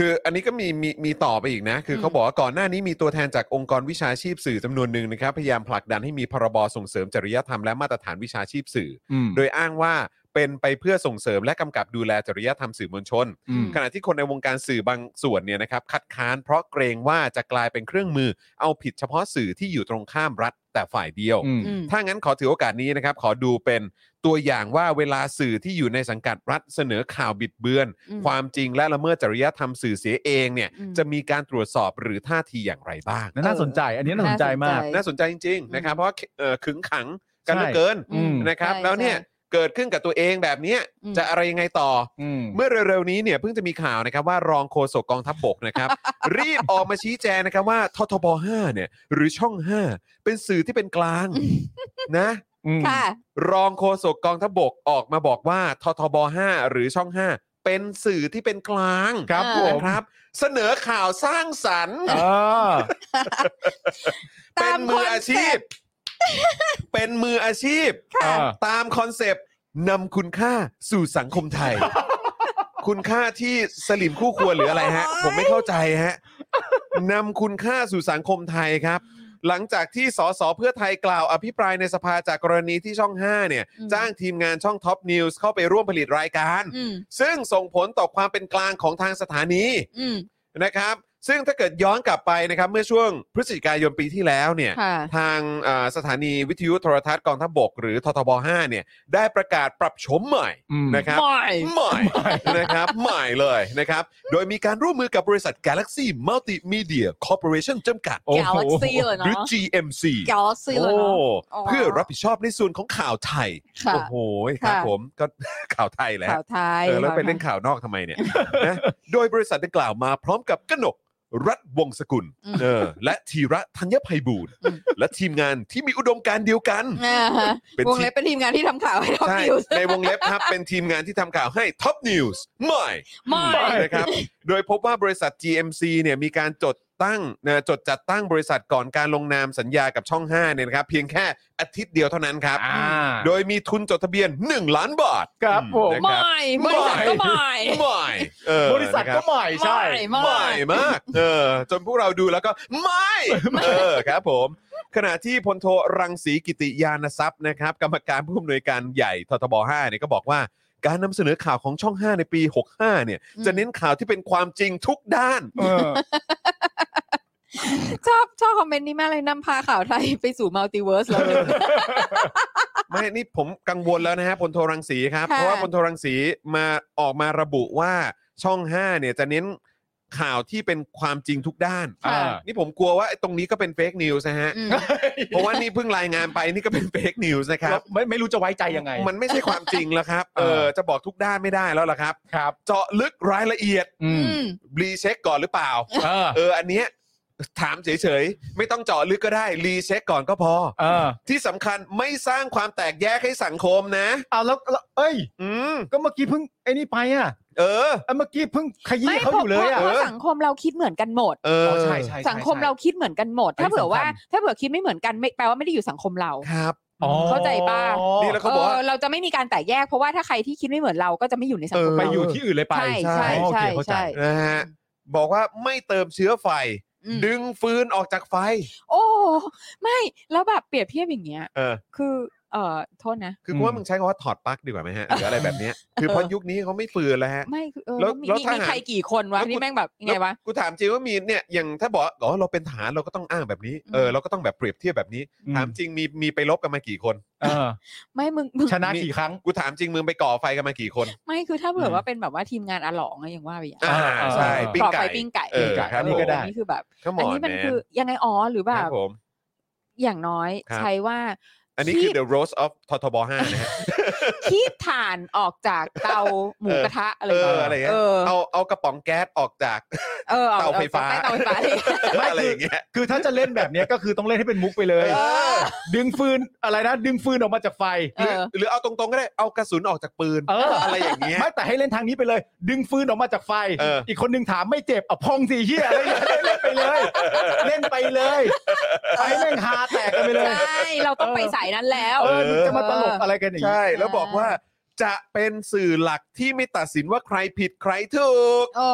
A: คืออันนี้ก็มีมีมีต่อไปอีกนะ คือ
B: ม
A: เขาบอกว่าก่อนหน้านี้มีตัวแทนจากองค์กรวิชาชีพสื่อจำนวนหนึ่งนะครับ พยายามผลักดันให้มีพรบส่งเสริมจริยธรรมและมาตรฐานวิชาชีพสื่อ
C: อืม
A: โดยอ้างว่าเป็นไปเพื่อส่งเสริมและกำกับดูแลจริยธรรมสื่อมวลชน
C: อืม
A: ขณะที่คนในวงการสื่อบางส่วนเนี่ยนะครับคัดค้านเพราะเกรงว่าจะกลายเป็นเครื่องมือ เอาผิดเฉพาะสื่อที่อยู่ตรงข้ามรัฐแต่ฝ่ายเดียว
C: อืม
B: อืม
A: ถ้างั้นขอถือโอกาสนี้นะครับ ขอดูเป็นตัวอย่างว่าเวลาสื่อที่อยู่ในสังกัดรัฐเสนอข่าวบิดเบือน
B: อืม
A: ความจริงและละเมิดจริยธรรมสื่อเสียเองเนี่ย
B: อืม
A: จะมีการตรวจสอบหรือท่าทีอย่างไรบ้าง
C: น่าสนใจ อันนี้น่าสนใจมาก
A: น่าสนใจจริง
B: อืม
A: ๆ นะครับ เพราะว่าเอ่อขึงขังกันเหลือ
C: ใช่
A: เกิน
C: อืม
A: นะครับ
B: ใช่
A: แล้วเนี่ย
B: ใช่
A: เกิดขึ้นกับตัวเองแบบเนี้ย
B: อืม
A: จะอะไรยังไงต่อ
C: อืม
A: เมื่อเร็วๆนี้เนี่ยเพิ่งจะมีข่าวนะครับว่ารองโฆษกกองทัพบบก นะครับ รีบออกมาชี้แจงนะครับว่าททบ5เนี่ยหรือช่อง 5 เป็นสื่อที่เป็นกลางนะ
C: อืม
B: ค่ะ
A: รองโฆษกกองทัพบกออกมาบอกว่าททบ 5 หรือช่อง 5 เป็นสื่อที่เป็นกลาง
C: ครับ
B: อ่า
C: ผม
A: นะครับ เสนอข่าวสร้างสรรค์
C: เออ
A: เป็นมืออาชีพ
B: ตมคอนเซ็ปต์
A: เป็นมืออาชีพ
B: ค่ะ
A: ตามคอนเซปต์นำคุณค่าสู่สังคมไท ย คุณค่าที่สลิมคู่ควรหรืออะไรฮะ ผมไม่เข้าใจฮะนำคุณค่าสู่สังคมไทยครับ หลังจากที่สสเพื่อไทยกล่าวอภิปรายในสภาจากกรณีที่ช่อง 5 เนี่ย
B: อืม
A: จ้างทีมงานช่องท็อปนิวส์เข้าไปร่วมผลิตรายการ
B: อืม
A: ซึ่งส่งผลต่อความเป็นกลางของทางสถานี
B: อืม
A: นะครับ ซึ่งถ้าเกิดย้อนกลับไปนะครับ เมื่อช่วงพฤศจิกายนปีที่แล้วเนี่ย
B: ค่ะ
A: ทางเอ่อสถานีวิทยุโทรทัศน์กองทัพบก หรือททบ 5 เนี่ย ได้ประกาศปรับโฉมใหม่
C: อืม
A: นะครับ
B: ไม่
A: ใหม่นะครับใหม่เลยนะครับ โดยมีการร่วมมือกับบริษัท Galaxy Multimedia Corporation จำกัด
C: โอ้โห
B: Galaxy เลย
A: หรือ
B: เนาะ
A: GMC
B: กาซีเลยเนาะ
A: โอ้
B: อ๋อ
A: เพื่อรับผิดชอบในส่วนของข่าวไทย
B: ค่ะ
A: โอ้โหครับ
B: ค่ะ
A: ผมก็ ข่าวไทยแหล้ว
B: ข่าวไทย
A: เออแล้วไปเล่นข่าวนอกทำไมเนี่ย นะโดยบริษัทดังกล่าวมาพร้อมกับกนกรัฐวงศ์สกุลเออและธีระธัญภัยบูรณ์และทีมงานที่มีอุดมการณ์เดียวกัน
B: อ่าฮะ
A: เป็น
B: วง
A: ที
B: เล็บเป็นทีมงานที่ทำข่าวให้ท็อป
A: ใช่
B: นิวส์
A: ในวงเล็บครับ เป็นทีมงานที่ทำข่าวให้ท็อปนิวส์ใหม่
B: ไม่
A: นะครับ โดยพบว่าบริษัท GMC เนี่ยมีการจดตั้งนะจดจัดตั้งบริษัทก่อนการลงนามสัญญากับช่อง 5 เนี่ยนะครับ เพียงแค่อาทิตย์เดียวเท่านั้นครับ
C: อ่า
A: โดยมีทุนจดทะเบียน 1 ล้านบาท
C: ครับผม
A: นะครับ
B: ไม่บริษัทก็ไม่
A: ใหม่เออบ
C: ริษัทก็ใหม่ใช่
B: ไม่
A: ใหม่มาก เออ จนพวกเราดูแล้วก็ไม่เออครับผม ขณะที่พลโทรังสีกิติยานทรัพย์นะครับ กรรมการผู้อำนวยการใหญ่ททบ5เนี่ยก็บอกว่า การนำเสนอข่าวของช่อง 5 ในปี 65 เนี่ย จะเน้นข่าวที่เป็นความจริงทุกด้าน
C: เออ
B: ชอบชอบคอมเมนต์นี้มากเลยนำพาข่าวไทยไปสู่มัลติเวิร์สแล้ว
A: ไม่ นี่ผมกังวลแล้วนะฮะพลโทรังสีครับ
B: ค่ะ
A: เพราะว่าพลโทรังสีมาออกมาระบุว่าช่อง 5 เนี่ยจะเน้น ข่าวที่เป็นความจริงทุกด้าน
B: ค่ะ
A: นี่ผมกลัวว่าไอ้ตรงนี้ก็เป็นเฟกนิวส์นะฮะ
B: อืม
A: เพราะว่านี่เพิ่งรายงานไปนี่ก็เป็นเฟกนิวส์นะครับ
C: ไม่ไม่รู้จะไว้ใจยังไง
A: มันไม่ใช่ความจริงแล้วครับ เออ
C: เออ
A: จะบอกทุกด้านไม่ได้แล้วล่ะครับ
C: ครับ
A: เจาะลึกรายละเอียด
C: อืม
B: อืม
A: รีเช็คก่อนหรือเปล่า
C: เออ
A: เออ อันเนี้ยถามเฉยๆ ไม่ต้องเจาะลึกก็ได้ รีเช็คก่อนก็พอ
C: เออ
A: ที่สำคัญไม่สร้างความแตกแยกให้สังคมนะ
C: เอาแล้วแล้วเอ้ย
A: อืม
C: ก็เมื่อกี้เพิ่งไอ้นี่ไปอ่ะ
A: เออ
C: เอ้ยเมื่อกี้เพิ่งขยี้
B: ไม่
C: เขาอยู่เลยอ่ะ
B: เพราะว่าสังคมเราคิดเหมือนกันหมด
A: เอ
C: เอ
A: อ
C: อใช่ใช่ใช่
B: สังคม
C: ใช่
B: เราคิดเหมือนกันหมด
C: อันนี้
B: ถ้าเผื่อว่า
C: สำคัญ
B: ถ้าเผื่อคิดไม่เหมือนกันไม่แปลว่าไม่ได้อยู่สังคมเรา
A: ครับ
C: อ๋อ
B: เข้าใจป่ะ
A: นี่แล้วเขาบอกว่า
B: เออเราจะไม่มีการแตกแยกเพราะว่าถ้าใครที่คิดไม่เหมือนเราก็จะไม่อยู่ในสังคม
C: ไป
B: เรา
C: อยู่ที่อื่นเลยไป
B: ใช่ใช่
C: อ๋อโอ
B: ใช่
C: เคเข้าใจ
B: ใช่
A: นะฮะ บอกว่าไม่เติมเชื้อไฟ
B: อืม
A: ดึงฟืนออกจากไฟ
B: โอ้ไม่แล้วแบบเปรียบเทียบอย่างเงี้ย
A: เออ
B: คือ เอ่อโทษนะ
A: คือ
C: อื
A: กู
C: ม
A: ว่ามึงใช้คำว่าถอดปลั๊กดีกว่าไหมฮะ หรืออะไรแบบเนี้ย คือเพราะยุคนี้เขาไม่ฟืนแล้วฮะ
B: ไม่คือเออ
A: แล้ว
B: มี
A: แล้ว
B: มี
A: ท
B: มี
A: หาร
B: ใครกี่คนวะ
A: แล้วกู
B: นี่แม่งแบบยังไงวะ
A: กูถามจริงว่ามีเนี่ยอย่างถ้าบอกอ๋อเราเป็นทหารเราก็ต้องอ้างแบบนี้ เออ
B: อืม
A: เราก็ต้องแบบเปรียบเทียบแบบนี้
C: อืม
A: ถามจริงมีมีไปลบกันมากี่คน
C: เออ
B: ไม่มึงมึง
C: ชนะกี่ครั้ง
A: กูถามจริงมึงไปก่อไฟกันมากี่คน
B: ไม่คือถ้าเผื่อ
C: ม
B: ว่าเป็นแบบว่าทีมงานอาหลองอะอย่างว่าไปอย่าง
A: อ่า
C: เออ
A: ใช่
C: เออ
A: ปิ้ง
B: ต่อ
A: ไก่
B: ไปปิ้งไก่
A: เออครับ
C: นี่ก็ได้
B: อันนี้คือแบบ
A: ข้าม
B: อัน
A: อน
B: นี้
A: แม
B: มัน
A: น
B: คือยังไงอ๋อหรือแบ
A: ครับ บผม
B: อย่างน้อย
A: ครับ
B: ใช้ว่า
A: อันนี้คือ the rose of ททบ5นะฮะ
B: ขี้ถ่านออกจากเตาหมูกระทะอะไร
A: เอ
B: แบบ
A: ออะไรเงี้ย
B: เออ
A: เอาเอากระป๋องแก๊สออกจาก
B: เอออ
A: เตาไฟฟ้า
B: ใต้เตาไฟฟ้าเลย
C: ไม่
A: อะไร
C: คือ
A: อย่างเงี้ย
C: คือถ้าจะเล่นแบบเนี้ยก็คือต้องเล่นให้เป็นมุกไปเลย
A: เออ
C: ดึงฟืนอะไรนะ ดึงฟืนออกมาจากไฟ
B: เออ
A: หรือเอาตรงๆก็ได้เอากระสุนออกจากปืน
C: เอออ
A: ไรอย่างเงี้ย
C: ไม่แต่ให้เล่นทางนี้ไปเลย ดึงฟืนออกมาจากไฟ
A: เอออี
C: อีกคนหนึ่งถามไม่เจ็บเอาพองสีเฮียอะไรอย่างเงี้ยเล่นไปเลย เล่นไปเลยไอ้แม่งฮาแตกกันไปเลย
B: ใช่เราต้องไปสายนั้นแล้ว
C: เออมึงจะมาตลกอะไรกันอย่างนี้
A: ใช่ แล้วบอกว่าจะเป็นสื่อหลักที่ไม่ตัดสินว่าใครผิดใครถูก
B: โอ้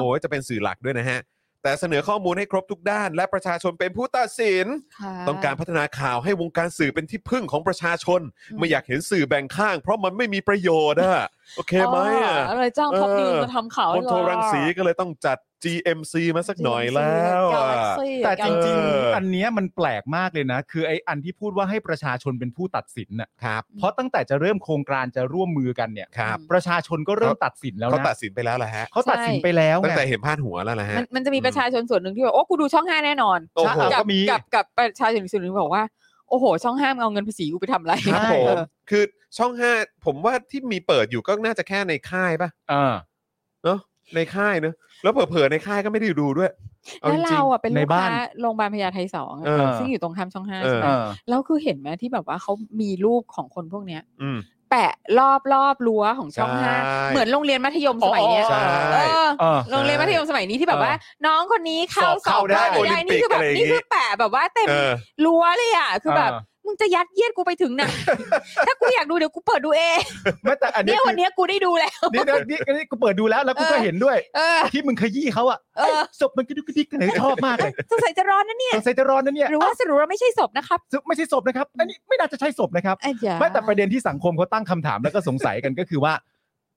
A: โอ้ยจะเป็นสื่อหลักด้วยนะฮะ แต่เสนอข้อมูลให้ครบทุกด้าน และประชาชนเป็นผู้ตัดสิน
B: ค่ะ
A: ต้องการพัฒนาข่าวให้วงการสื่อเป็นที่พึ่งของประชาชน
B: อืม
A: ไม่อยากเห็นสื่อแบ่งข้าง เพราะมันไม่มีประโยชน์อะโอเคไหมอะ
B: อเลยจ้างท็อปนิวส์มาทำข่าว
A: คนโทรรังสีก็เลยต้องจัด GMC มาสักหน่อยแล้วอะ
C: แต่จริง
A: เออ
C: ๆ
A: อั
C: อันเนี้ยมันแปลกมากเลยนะ คือไอ้อันที่พูดว่าให้ประชาชนเป็นผู้ตัดสินน่ะ
A: ครับ
C: เพราะตั้งแต่จะเริ่มโครงการจะร่วมมือกันเนี่ย
A: ครับ
C: ประชาชนก็เริ่มตัดสินแล้ว
A: เขาตัด
C: นะ
A: สินไปแล้วแหละฮะ
C: เขาตัดสินไปแล้ว
A: ตั้ง
C: ไง
A: แต่เห็นพาดหัวแล้วแหละฮะ
B: มันมันจะมีประชาชนส่วนหนึ่งที่แบบโอ้กูดูช่องห้าแน่นอน
A: โอ้โห
B: กั
C: ก็มี
B: กับกับประชาชนอีกส่วนหนึ่งบอกว่าโอ้โห ช่องห้ามเอาเงินภาษีกูไปทำอะไร
C: ใช่
A: ครับผมคือช่อง 5 ผมว่าที่มีเปิดอยู่ก็น่าจะแค่ในค่ายป่ะ
C: อ่า
A: เนาะในค่ายเนอะแล้วเผลอๆในค่ายก็ไม่ได้ดูด้วยอ
B: แล้ว
A: จง
B: เรา
A: ๆ
B: อ่ะเป็นลูก
C: ในบ้า
B: ค้าน โรงพยาบาลพญาไทสองอะ
A: เออ
B: ซึ่งอยู่ตรงข้ามช่องห้า
A: เออ
B: ใช่ไหม
C: า
B: แล้วคือเห็นไหมที่แบบว่าเขามีรูปของคนพวกเนี้ย
A: อืม
B: แปะรอบรอบรั้วของช่อง
A: ใช่
B: ห้าเหมือนโรงเรียนมัธยมสมัยเนี้ย
A: ใช่
B: เออ
C: เออ
B: โรงเรียนมัธยมสมัยนี้ที่แบบว่า น้องคนนี้เข้า
C: สอบเข้าได้
B: สอบ
A: โอลิมปิก
B: นี่คือแบ
A: อะ
B: บ
A: ไรอย่างงี้
B: นี่คือแปะแบบว่าเต็ม
A: เออ
B: รั้วเลยอ่ะคือแบบ มึงจะยัดเยียดกูไปถึง ไหน ถ้ากูอยากดูเดี๋ยวกูเปิดดูเอง
C: ไม่แต่อันนี้
B: เนี่ย
C: คือ
B: วันเนี้ยกูได้ดูแล้ว
C: นี่นี่นี่นี่กูเปิดดูแล้วแล้วกูก็เห็นด้วย
B: เออ
C: ที่มึงขยี้เขาอ่ะ
B: เออ
C: ศพมันกระดุกกระดิกกันเลยชอบมากเลย
B: สงสัยจะร้อนนะเนี่ย
C: สงสัยจะร้อนนะเนี่ย
B: หรือว่าสรุปว่าไม่ใช่ศพนะครับ
C: ซึ่งไม่ใช่ศพนะครับ อันนี้ไม่น่าจะใช่ศพนะครับ
B: อ้ยา
C: ไม่แต่ประเด็นที่สังคมเขาตั้งคำถามแล้วก็สงสัยกันก็คือว่า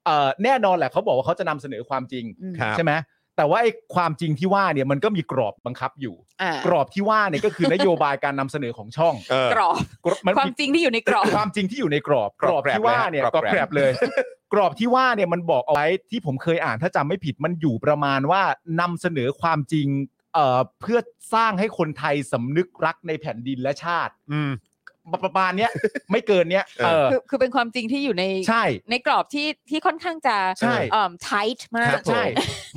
C: เอ่อแน่นอนแหละเขาบอกว่าเขาจะนำเสนอความจริง
B: อืม
A: ครับ
C: ใช่ไหมแต่ว่าไอ้ความจริงที่ว่าเนี่ยมันก็มีกรอบบังคับอยู่
B: อ่ะ
C: กรอบที่ว่าเนี่ยก็คือนโยบายการนำเสนอของช่อง
A: เออ
B: กรอบ
C: กรอบมัน
B: ความ
C: มี
B: จริงที่อยู่ในกรอบ
C: ความจริงที่อยู่ในกรอบ
A: กรอบ
C: ที่ว่าเนี่ย
A: ก
C: ก
A: รอ
C: รอ
A: บบ แก
C: แก
A: ร
C: ร
A: บบ เล
C: เลย ย กรอบที่ว่าเนี่ยมันบอกเอาไว้ที่ผมเคยอ่านถ้าจำไม่ผิดมันอยู่ประมาณว่านำเสนอความจริงเอ่อเพื่อสร้างให้คนไทยสำนึกรักในแผ่นดินและชาติ
A: อืม
C: ประมาณเนี้ย ไม่เกินเนี้ยเออ
B: คือคือเป็นความจริงที่อยู่ใน
C: ใช่
B: ในกรอบที่ที่ค่อนข้างจะ
C: ใช่
B: เอ่อ tight มาก
A: ครับผม
C: ใช่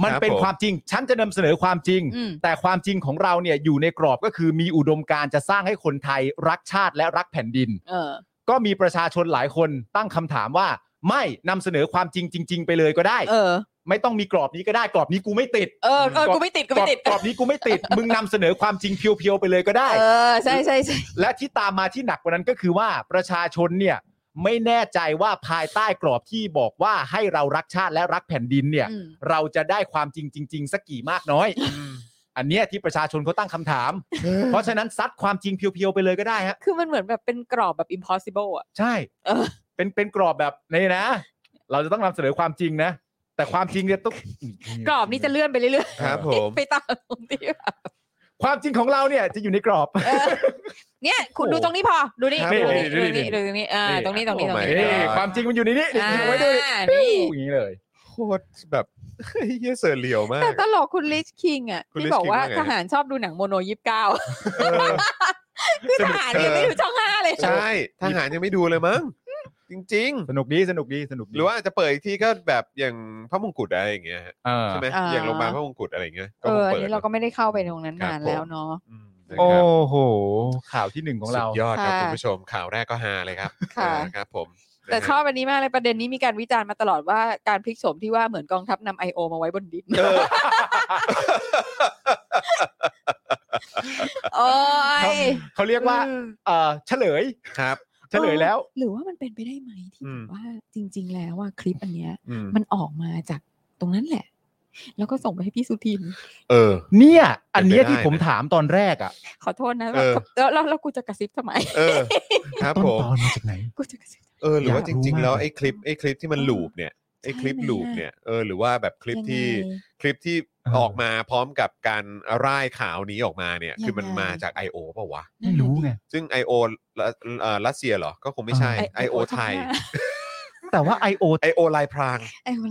C: มันเป็น
A: ครับผม
C: ความจริง ฉันจะนำเสนอความจริง
B: อืม
C: แต่ความจริงของเราเนี่ยอยู่ในกรอบก็คือมีอุดมการณ์จะสร้างให้คนไทยรักชาติและรักแผ่นดิน
B: เออ
C: ก็มีประชาชนหลายคนตั้งคำถามว่า ไม่นำเสนอความจริงจริง ๆ ไปเลยก็ได้
B: เออ
C: ไม่ต้องมีกรอบนี้ก็ได้กรอบนี้กูไม่ติด
B: เออเออกูไม่ติดกู
C: กร
B: ไม่
C: อบ
B: ติด
C: กรอบนี้กูไม่ติด มึงนำ เสนอความจริงเพียวๆไปเลยก็ได้
B: เออ ใช่ใช่ใช่
C: และที่ตามมาที่หนักกว่านั้นก็คือว่าประชาชนเนี่ยไม่แน่ใจว่าภายใต้กรอบที่บอกว่าให้เรารักชาติและรักแผ่นดินเนี่ย
B: อืม
C: เราจะได้ความจริงจริง ๆสักกี่มากน้อย อันเนี้ยที่ประชาชนเขาตั้งคำถาม เพราะฉะนั้นซัดความจริงเพียวๆไปเลยก็ได้ฮะ
B: คือมันเหมือนแบบเป็นกรอบแบบ impossible อ่ะ
C: ใช่
B: เออ
C: เป็นเป็นกรอบแบบนี่นะ เราจะต้องนำเสนอความจริงนะ แต่ความจริงเนี่ยต้อง
B: กรอบนี้จะเลื่อนไปเรื่อย
A: ครับผม
B: ๆไปตามตรงที่แบบ
C: ความจริงของเราเนี่ยจะอยู่ในกรอบ
B: เออเนี่ย คุณ
C: โอ้
B: ดูตรงนี้พอ ดูนี่
A: ครับ
B: ดูนี่
A: ผม
B: ดูนี่ดูนี่อ่าตรงนี้ตรงนี้ตรง
A: โอ้ my
B: นี้
C: นี่
A: god
C: ความจริงมันอยู่ในนี้
B: อ่า
C: ไว้ด้วย
B: นี่
C: อย่างนี้เลย
A: โคตรแบบ
B: น
A: เฮียเซอร์เรียวมาก
B: แต่ตลกคุณลิชคิงอ่ะ
A: คุณ
B: ที่
A: Rich
B: บอกว่า
A: King ว่าไง
B: ทหารชอบดูหนังโมโนยิบเก้าคือทหารยังไม่อยู่ช่องห้าเลย
A: ใช่ทหารยังไม่ดูเลยมั้งจริง
C: สนุกดีสนุกดีสนุก
A: ๆ
C: ดี
A: หรือว่าอาจจะเปิดอีกทีก็แบบอย่างพระมงกุฎอะไรอย่างเงี้ยฮะ
C: เออ
A: ใช่ไหม
B: อ่า
A: อย่างโรงพยาบาลพระมงกุฎอะไรอย่างเงี้ยก็
B: เอ
A: คง
B: ออัน
A: เปิด
B: นี้เราก็ไม่ได้เข้าไปตรงนั้น
A: ครับ
B: นาน
A: ผม
B: แล้วเนาะ
A: อืมนะ
C: โอ้
A: ครับ
C: โห ข่าวที่หนึ่งของเรา
A: สุดยอดครับ
B: ค่ะ
A: คุณผู้ชมข่าวแรกก็ฮาเลยครับ
B: ค่ะ
A: เออครับผม
B: แต่
A: นะฮะ
B: ชอบอันนี้มากเลยประเด็นนี้มีการวิจารณ์มาตลอดว่าการพลิกโฉมที่ว่าเหมือนกองทัพนำไอโอมาไว้บนดิน
A: เออ
B: โอ้
C: เขา
B: ย
C: เขาเรียกว่า
B: อืม
C: เออเฉลย
A: ครับ
C: เฉลยแล้ว
B: หรือว่ามันเป็นไปได้ไหมที่
A: อืม
B: แบบว่าจริง ๆ แล้วว่าคลิปอันเนี้ย
A: อืม
B: มันออกมาจากตรงนั้นแหละ แล้วก็ส่งไปให้พี่สุทิน
A: เออ
C: เนี่ย อันเนี้ย
A: เป็นไปได้
C: ที่ผม
A: นะ
C: ถามตอนแรกอ่ะ
B: ขอโทษนะ
A: เออ
B: แบบแล้วแล้วแล้วกูจะกระซิบทำไม
A: เออ ครับ
C: ต้น
A: ผ
C: ต
A: ม
C: อนมาจากไหน
B: กูจะกระซิบทำไม
A: เออหรือว่า
C: อ
A: จ
C: ยากรู้
A: ริง ๆ
C: มาก
A: แล้วไอ้คลิปไอ้คลิปที่มันลูปเนี่ยไอ้คลิป
B: ใช่ไหม
A: ลูป
B: อะ
A: เนี่ยเออหรือว่าแบบคลิปที่
B: ยังไง
A: คลิปที่
C: เออ
A: ออกมาพร้อมกับการร่ายข่าวนี้ออกมาเนี่ย คือมัน
B: ยังไง
A: มาจาก I.O. ป่าววะ
C: ไม่รู้ไง
A: ซึ่ง I.O. ละเอ่อรัสเซียเหรอ ก็คงไม่ใช่
B: ไอ้
A: I.O. ไทย
C: แต่ว่า I.O.
A: I.O. ลายพราง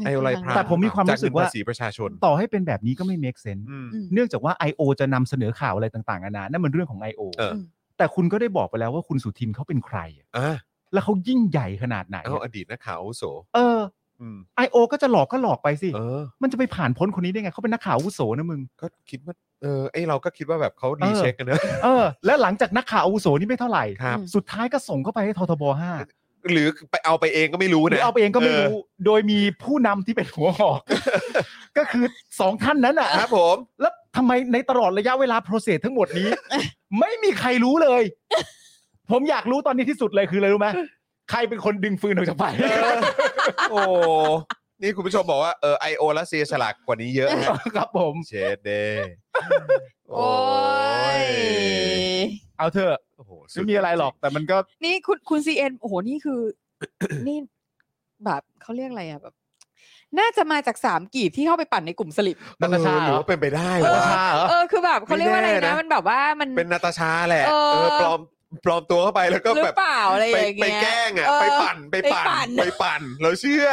B: ไอ้โอ
A: I.O. ลายพราง
C: แต่ผมมีความรู้สึก
A: จ
C: ว่า
A: เงินภาษีประชาชน
C: ต่อให้เป็นแบบนี้ก็ไม่ make sense
A: อืม
B: อืม
C: เนื่องจากว่า I.O. จะนำเสนอข่าวอะไรต่างๆนานานั่นมันเรื่องของ I.O.
A: เออ
C: แต่คุณก็ได้บอกไปแล้วว่าคุณสุทินเขาเป็นใครอะ
A: อ่ะ
C: แล้วเขายิ่งใหญ่ขนาดไหน
A: เอาอ
C: อะ
A: ดีตนักข่าวอาวุโส
C: เออ
A: อืม
C: I.O. ก็จะหลอกก็หลอกไปสิ
A: เออ
C: มันจะไปผ่านพ้นคนนี้ได้ไงเขาเป็นนักข่าวอาวุโสนะมึง
A: ก็คิดว่าเออไอเราก็คิดว่าแบบเขารีเช็คกันเนอะ
C: เออ และหลังจากนักข่าวอาวุโสนี่ไม่เท่าไหร่
A: ครับ
C: สุดท้ายก็ส่งเข้าไปให้ททบห้า
A: หรือไปเอาไปเองก็ไม่รู้
C: หรื
A: นะ
C: อเอาไปเองก็ไม่รู้
A: เออ
C: โดยมีผู้นำที่เป็นหัวหอก ก็คือสองท่านนั้นอ่ะ
A: ครับผม
C: แล้วทำไมในตลอดระยะเวลาโปรเซสทั้งหมด นี้ ไม่มีใครรู้เลย ผมอยากรู้ตอนนี้ที่สุดเลยคืออะไรรู้ไหมใครเป็นคนดึงฟืนออกจากไฟ
A: โอ้ นี่คุณผู้ชมบอกว่าเออไอโอรัสเซียฉลาดกว่านี้เยอะนะครับ
C: ผม
A: เชดเดย์
B: โอ้ย
C: เอาเถอะ
A: โอ้โหสุ
C: ไม่
A: ด
C: มีอะไรหรอกแต่มันก็
B: นี่คุณคุณซีเอ็นโอ้โหนี่คือ นี่แบบเขาเรียกอะไรอ่ะแบบ น่าจะมาจากสามกีบที่เข้าไปปั่นในกลุ่มสลิป
C: นาตาชา
A: เออห
C: เหรอ
A: รือว่าเป็นไปได้เห
C: นา
A: รอ
C: ตาชาเหรอ
B: เออคือแบบเขาเรียกว่าอะไร
A: ไม่แน่
B: นะ
A: นะ
B: มันแบบว่ามัน
A: เป็นนาตาชาแหละ
B: เออ
A: เออปลอมปลอมตัวเข้าไปแล้วก็
B: หรื
A: แบ
B: อบ เปล่าอะไร
A: ไป
B: อย่าง
A: ไป
B: เงี้ย
A: แกล้งอ่ะ
B: เ
A: ไปปั่นไปปั่น
B: ไปปั่น
A: ไปปั่นเราเชื่อ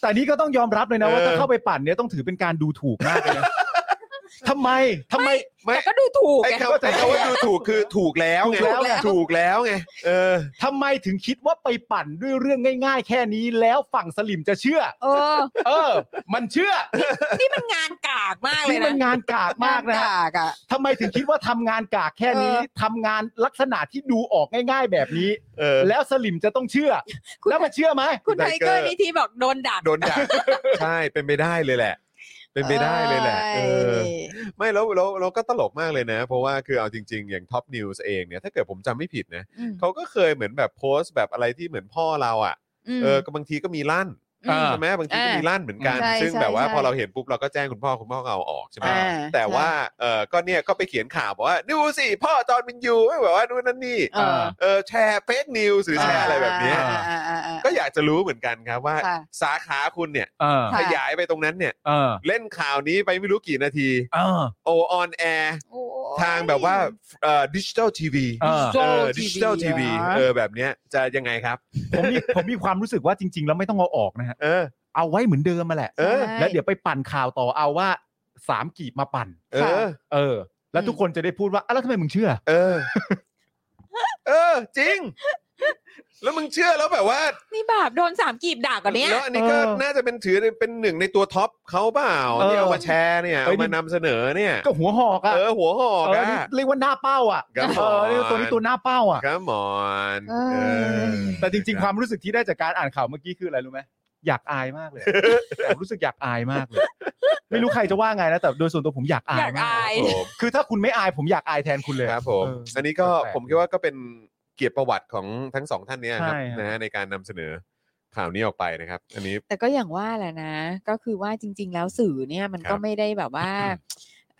C: แต่นี่ก็ต้องยอมรับเลยนะว่า
A: เออ
C: ถ้าเข้าไปปั่นเนี่ยต้องถือเป็นการดูถูกมากเลยนะ ทำไมทำไม
A: ไม่
B: แต่ก็ดูถูก
A: ไอ้
B: ไง
A: คำไอ้คำว่าดูถูกคือถูกแล้วไง
B: ถูกแล้ว
A: ถูกแล้วไงเออ
C: ทำไมถึงคิดว่าไปปั่นด้วยเรื่องง่าย ๆ แค่นี้แล้วฝั่งสลิมจะเชื่อ
B: เออ
C: เออ มันเชื่อ
B: นี่มันงานกากมากเล
C: นี่
B: ย
C: มั
B: นะ
C: นงานกากมากนะ
B: ง
C: ฮะ
B: กากอ่ะ
C: ทำไมถึงคิดว่าทำงานกากแค่นี้
B: เออ
C: ทำงานลักษณะที่ดูออกง่าย ๆ แบบนี้
A: เออ
C: แล้วสลิมจะต้องเชื่อ
B: คุณ
C: แล้วมันเชื่อไหม
B: คุณไทเกอ
A: Tiger
B: ร์นิทีบอกโดนดัก
A: โดนด่า ใช่เป็นไปได้เลยแหละ เป็นไปได้เลยแหละเออ
B: เย
A: ไม่แล้วเราเราก็ตลกมากเลยนะ เพราะว่าคือเอาจริง ๆ อย่างท็อปนิวส์เองเนี่ยถ้าเกิดผมจำไม่ผิดนะ
B: อืม
A: เขาก็เคยเหมือนแบบโพสต์แบบอะไรที่เหมือนพ่อเราอ่ะ
B: ม
A: เออก็บางทีก็มีลั่น
B: อืม
A: ใช่ไหมบางทีก็มีลั่นเหมือนกัน
B: ใช่
A: ซึ่ง
B: ใช่
A: แบบว่า
B: ใช่
A: พอเราเห็นปุ๊บเราก็แจ้งคุณพ่อคุณพ่อก็เอาออกใช่ไหม
B: อ่า
A: แต่
B: ใช่
A: ว่าเออก็เนี่ยก็ไปเขียนข่าวบอกว่าดูสิพ่อจอห์นวินยูแบบว่านู่นนั่นนี่
B: เออ
A: เออแชร์เฟกนิวหรือแชร์อะไรแบบเนี้ย
B: อ่าอ่าอ่าอ่า
A: ก็อยากจะรู้เหมือนกันครับว่า
B: ค่ะ
A: สาขาคุณเนี่ย
C: เออ
B: ค่ะ
A: ขยายไปตรงนั้นเนี่ย
C: เออ
A: เล่นข่าวนี้ไปไม่รู้กี่นาที
C: เออ
A: โอออนแอร์
B: โอ้ย
A: ทางแบบว่าเอ่อดิจิตอลทีวี
C: เออ
A: ดิจิตอลทีวีเออแบบเนี้ยจะยังไงครับ
C: ผมมีผมมีความรู้สึกว่าจริง ๆ แล้วไม่ต้องเอาออกนะฮะ
A: เออ
C: เอาไว้เหมือนเดิมมาแหละ
A: เออ
B: ใช่
C: แล้วเดี๋ยวไปปั่นข่าวต่อเอาว่าสามกีบมาปั่น
A: เออ
C: เออ แล้วทุกคนจะได้พูดว่าอ่ะแล้วทำไมมึงเชื่อ
A: เออ เออ จริง แล้วมึงเชื่อแล้วแบบว่า
B: นี่บาปโดนสามกีบด่ากว่าเนี้ย
A: แล้วอันนี้ก็
C: เออ
A: น่าจะเป็นถือเป็นหนึ่งในตัวท็อปเขาเปล่า
C: เออ
A: ที่เอามาแชร์เนี่ย
C: เอ้
A: เอา
C: ย
A: มานำเสนอเนี่ย
C: ก็หัวหอกอะ
A: เออ หัวหอ
C: เอก อ
A: อะ
C: นี่เรียกว่าหน้าเป้าอ่ะ
A: ครับ
C: เอ
A: ผ
C: อ
A: ม
C: เรียกว่าตัวนี้ตัวหน้าเป้าอ่ะ
A: กมอนเออ
C: แต่จริง ๆ ความรู้สึกที่ได้จากการอ่านข่าวเมื่อกี้คืออะไรรู้ไหมอยากอายมาก เลยผมรู้สึกอยากอายมากเลย ไม่รู้ใครจะว่าไงนะแต่โดยส่วนตัวผมอยากอา
B: อย ยาก
C: มาก
B: อาย
A: ผม
C: คือถ้าคุณไม่อายผมอยากอายแทนคุณเลย
A: ครับผม
C: เอออั
A: อันนี้ก็
C: แปลกๆ
A: ผมคิดว่าก็เป็นเกียรติประวัติของทั้งสองท่านเนี้ครับ
C: ใช่ฮะ
A: นะฮะในการนำเสนอข่าวนี้ออกไปนะครับ อันนี้
B: แต่ก็อย่างว่าแหละนะ ก็คือว่าจริง ๆ แล้วสื่อเนี่ยมัน
A: ครั
B: ก็
A: บ
B: ไม่ได้แบบว่า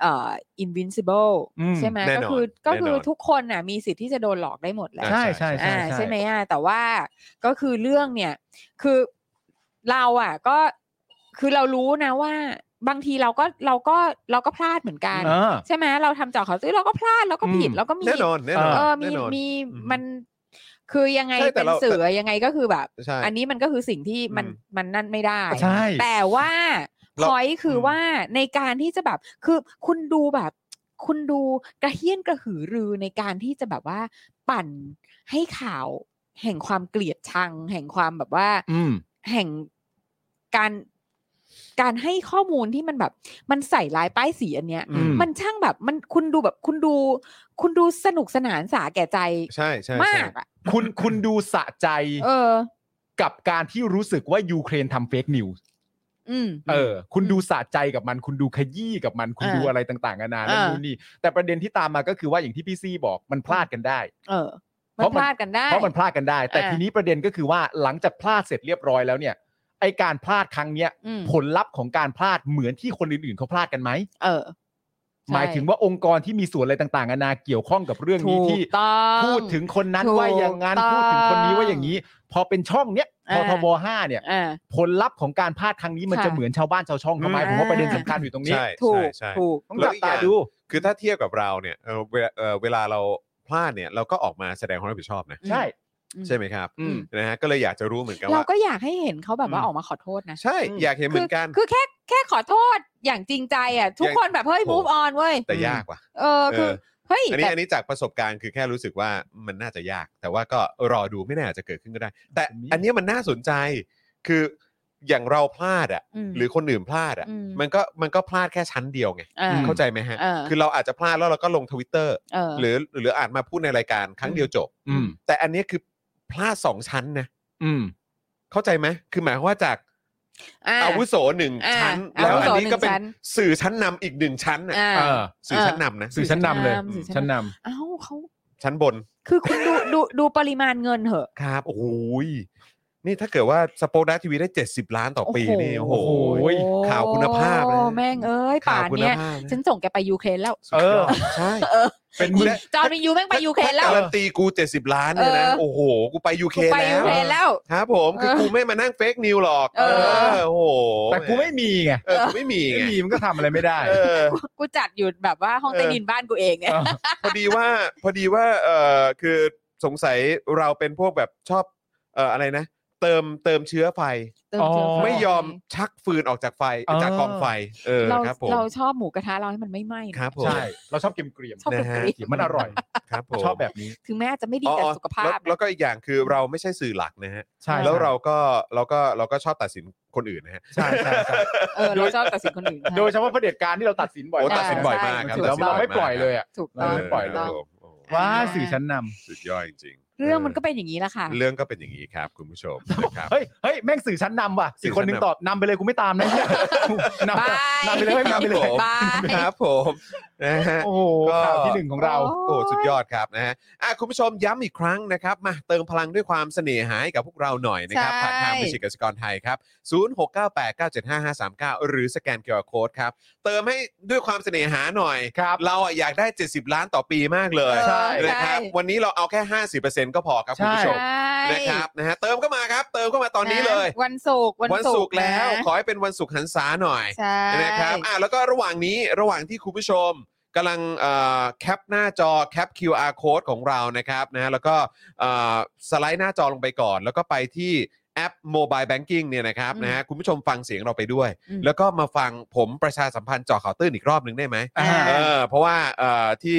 B: เอ่อ invincible
C: อืม
B: ใช่ไหม
A: แน่นอน
B: ก็คือก็คือ
A: แน่นอน
B: ทุกคนน่ะมีสิทธิ์ที่จะโดนหลอกได้หมดแหละ
C: ใช่ใช่ใช่
B: อ่าใช่ไหมอ่ะแต่ว่าก็คือเรื่องเนี่ย คือเราอ่ะ ก็คือเรารู้นะว่า บางทีเราก็เราก็เราก็พลาดเหมือนกัน
C: เออ
B: ใช่ไหมเราทำเจาะข่าวตื้อเราก็พลาดเราก็ผิด
C: อืม
B: เราก็มี
A: แน่นอนแน่นอน
B: เออมี
A: แน่นอน
B: มี
A: อืม
B: มันคือยังไง
A: ใช่แต่
B: เป็น
A: เรา
B: สื่
A: แต่
B: อยังไงก็คือแบบ
A: ใช่
B: อันนี้มันก็คือสิ่งที่มัน
A: อืม
B: มันนั่นไม่ได้
C: ใช่
B: แต่ว่า
A: แล้ว
B: พอยคือ
A: ม
B: อว่าในการที่จะแบบคือคุณดูแบบ คุณดูกระเฮี้ยนกระหือรือในการที่จะแบบว่าปั่นให้ข่าว แห่งความเกลียดชัง แห่งความแบบว่า
C: อืม
B: แห่งการการให้ข้อมูลที่มันแบบ มันใส่ลายป้ายสีอันเนี้ย
A: อืม
B: มันช่างแบบมันคุณดูแบบคุณดู คุณดูสนุกสนานสาแก่ใจ
A: ใช่ใช่
B: มาก
A: ใช่
B: อ่ะ
C: คุณคุณดูสะใจ
B: เออ
C: กับการที่รู้สึกว่ายูเครนทำเฟกนิวส์
B: อืม
C: เออ คุณดูสะใจกับมัน คุณดูขยี้กับมัน คุณ
B: อ่า
C: ดูอะไรต่างๆนานานั่น
B: อ่านู่
C: นู่นนี่ แต่ประเด็นที่ตามมาก็คือว่าอย่างที่พี่ซีบอกมันพลาดกันได้
B: เออ
C: เพ
B: มัน
C: ราะมัน
B: พลาดกันได้
C: เพราะมันพลาดกันได้ แต่
B: อ่า
C: ทีนี้ประเด็นก็คือว่าหลังจากพลาดเสร็จเรียบร้อยแล้วเนี่ย ไอการพลาดครั้งเนี้ย
B: อืม
C: ผลลัพธ์ของการพลาดเหมือนที่คนอื่นๆเขาพลาดกันไหม
B: เออ
C: หมายถึงว่าองค์กรที่มีส่วนอะไรต่างๆนานาเกี่ยวข้องกับเรื่องนี้ที่
B: ถูกต้อง
C: พูดถึงคนนั้นว่าอย่างนั้น
B: ถูกต้อง
C: พูดถึงคนนี้ว่าอย่างนี้ พอเป็นช่องเนี้ยพอ
B: อ่า
C: ทบห้าเนี่ย
B: อ่า
C: ผลลัพธ์ของการพลาดครั้งนี้มัน
B: ค่ะ
C: จะเหมือนชาวบ้านชาวช่องเขาไหม
B: อืม
C: ผมว่าประเด็นสำคัญอยู่ตรงนี้
A: ใช่
B: ถู
A: ใช่
B: ก
A: ใช่
B: ถูก
C: ต้อง
A: แล้ว
C: จับ
A: อีกอ
C: ตา
A: ย่าง
C: ดู
A: คือถ้าเทียบกับเราเนี่ยเอ่อเวลาเอ่อเวลาเราพลาดเนี่ยเราก็ออกมาแสดงความรับผิดชอบนะ
B: อืม
C: ใช่
B: อืม
A: ใช่ไหมครับ
C: อืม
A: นะฮะก็เลยอยากจะรู้เหมือนกัน
B: เรา
A: ว่า
B: ก็อยากให้เห็นเขาแบบว่า
A: อืม
B: ออกมาขอโทษนะ
A: ใช่
C: อืม
A: อยากเห็นเหมือนกัน
B: คือแค่แค่ขอโทษอย่างจริงใจอ่ะ ทุก
A: อย่าง
B: คนแบบเฮ้ย
A: โอ้
B: move on เว้ย
A: แต่ยากว่ะ
B: เออคือ
A: เออ
B: เฮ้ย
A: อัน
B: แต่
A: นี้อันนี้จากประสบการณ์คือแค่รู้สึกว่ามันน่าจะยาก แต่ว่าก็รอดูไม่แน่อาจจะเกิดขึ้นก็ได้ แต่อันนี้มันน่าสนใจ คืออย่างเราพลาดอ่ะ
B: อืม
A: หรือคนอื่นพลาดอ่ะ
B: อืม
A: มันก็มันก็พลาดแค่ชั้นเดียวไง
B: อ่า
A: เข้าใจไหมฮะ
B: เออ
A: คือเราอาจจะพลาดแล้วเราก็ลงทวิตเตอร์
B: เออ
A: หรือหรืออาจมาพูดในรายการครั้งเดียวจบ
C: อืม
A: แต่อันนี้คือพลาดสองชั้นนะ
C: อืม
A: เข้าใจไหม คือหมายความว่าจากอาวุโสหนึ่ง
B: อ่า
A: ชั้น แล้ว
B: อาวุ
A: อัน
B: โส
A: นี้ก็เป็น
B: หนึ่งชั้น
A: สื่อชั้นนำอีกหนึ่งชั้นน่ะ
B: อ่า
C: เออ
A: สื่อชั้นนำนะ
C: สื่อชั้นนำเลย
B: สื่อชั้
C: ชั้น
B: นนำ
C: นำ
B: เอ้าเขา
A: ชั้นบน
B: คือคุณดูดูดูปริมาณเงินเหอะ
A: ครับ โอ้โหยนี่ถ้าเกิดว่าสปอคดักทีวีได้ 70 ล้านต่อปี
B: โอ้โห
A: นี่ โอ้โห ข่าวคุณภาพนะ
B: โอ้แม่งเอ้ย
A: ข่า
B: ป่าว
A: คุ
B: น
A: ณ
B: เนี้ย
A: ภาพนะ
B: ฉันส่งแกไปยูเครนแล้ว
C: เออ
A: ใช่
B: เออ
A: เป็นมึง
B: จอร์นวินยูแม่งไปยูเครนแล้ว
A: การันตีกู 70 ล้านเนี่ยนะ
B: เออ
A: โอ้โห กูไปยูเค
B: กูไปยู
A: แล้ว
B: เครนแล้ว
A: ครับผมคือ
B: เออ
A: กูไม่มานั่งเฟกนิวหรอก
B: เออ
A: โอ้โห
C: แต่กูไม่มีไง
A: เออกูไม่มี
C: ไม่
A: ไง
C: มีมันก็ทำอะไรไม่ได้
A: เออ
B: กูจัดอยู่แบบว่าห้อง
A: เออ
B: ใต้ดินบ้านกูเองเนี่ย
A: พอดีว่าพอดีว่าเออคือสงสัยเราเป็นพวกแบบชอบเอ่ออะไรนะ เติมเติมเชื้อไฟ
B: เติมเชื้อไฟ
A: ไม่ยอมชักฟืนออกจากไฟ
C: อ๋อ
A: จากกองไฟ เออ
B: เรา
A: ครับผม
B: เราชอบหมูกระทะเราให้มันไม่ไหม้นะครับ
A: ผม
C: ใช่ เราชอบเกมเกรียม
B: ชอบก
A: นะ
B: ระ
A: ฮะ
B: กรีด
C: ๆมันอร่อย
A: ครับผม
C: ชอบแบบนี้
B: ถึงแม้จะไม่ดี
A: อ๋อ
B: แต่
A: อ๋อ
B: สุขภา
A: แล้ว
B: พ
A: แล้ว
B: นะ
A: ก็อีกอย่างคือเราไม่ใช่สื่อหลักนะฮะ
C: ใช่
A: แล้วเราก็เราก็เราก็ชอบตัดสินคนอื่นนะฮะ
C: ใช่ใช่ใช่
B: เออเราชอบตัดสินคนอื่น
C: โดยเฉพาะประเผด็จการที่เราตัดสินบ่อย
A: โอ้
C: มาก
A: ตัดสินบ่อยมากครับ
C: ถือ
A: ตัดสิน
C: ว่า
A: บ่อยมา
C: เรา
A: ก
C: ไม่ปล่อยเลยอ่ะ
B: ถูกต้อง
C: ไม่ปล่อย
A: ค
B: ถูก
A: รั
B: ต้
A: บ
B: อง
A: ผมโอ้
C: ว้าสื่อชั้นนำ
A: สุดยอดจริงๆ
B: เรื่องมันก็เป็นอย่างนี้แหละค่ะ
A: เรื่องก็เป็นอย่างนี้ครับ คุณผู้ช มนะครับ
C: เฮ้ย เฮ้ย แม่งสื่อชั้นนำว่ะ
A: สื่
C: อี
A: อก ชั้
C: คน น
A: นำ
C: หนึ่งตอบนำไปเลยกูไม่ตามนะเนี่ยนำ
B: บาย
C: นำไปเลยเว้ยนำไปเลย
B: บาย
A: ครับผมนะฮะ
C: โอ้โห
A: ก็
C: ข่าวที่หนึ่งของเรา
A: โอ้สุดยอดครับนะฮะอ่ะคุณผู้ชมย้ำอีกครั้งนะครับ มาเติมพลังด้วยความเสน่หาให้กับพวกเราหน่อยนะครับ
B: ใช่
A: ผ่านทางบัญชีกสิกรไทยครับ 0698975539 หรือสแกน QR Code ครับ เติมให้ด้วยความเสน่หาหน่อย
C: ครับ
A: เราอ่ะอยากได้ 70 ล้านต่อปีมากเลย
B: ใช่
A: นะครับ
B: ใช่
A: วันนี้เราเอาแค่ 50%ก็พอครับคุณผู้ช
B: ใช
A: ม่ นะครับนะฮะเติมเข้ามาครับ เติมเข้ามาตอนนี้เลย
B: ะวันศุกร์
A: วันศุกร์แล้ว
B: นะ
A: ขอให้เป็นวันศุกร์หันษาหน่อย
B: ใช่
A: นะครับอ่ะแล้วก็ระหว่างนี้ระหว่างที่คุณผู้ชมกำลังเอ่อแคปหน้าจอแคป QR code ของเรานะครับนะฮะแล้วก็เอ่อสไลด์หน้าจอลงไปก่อน แล้วก็ไปที่แอป Mobile Banking เนี่ยนะครับนะฮะคุณผู้ชมฟังเสียงเราไปด้วย
B: อืม
A: แล้วก็มาฟังผมประชาสัมพันธ์เจอข่าวตื้นอีกรอบหนึ่งได้ไหม
B: อ่า
A: เออเพราะว่าเอ่อที่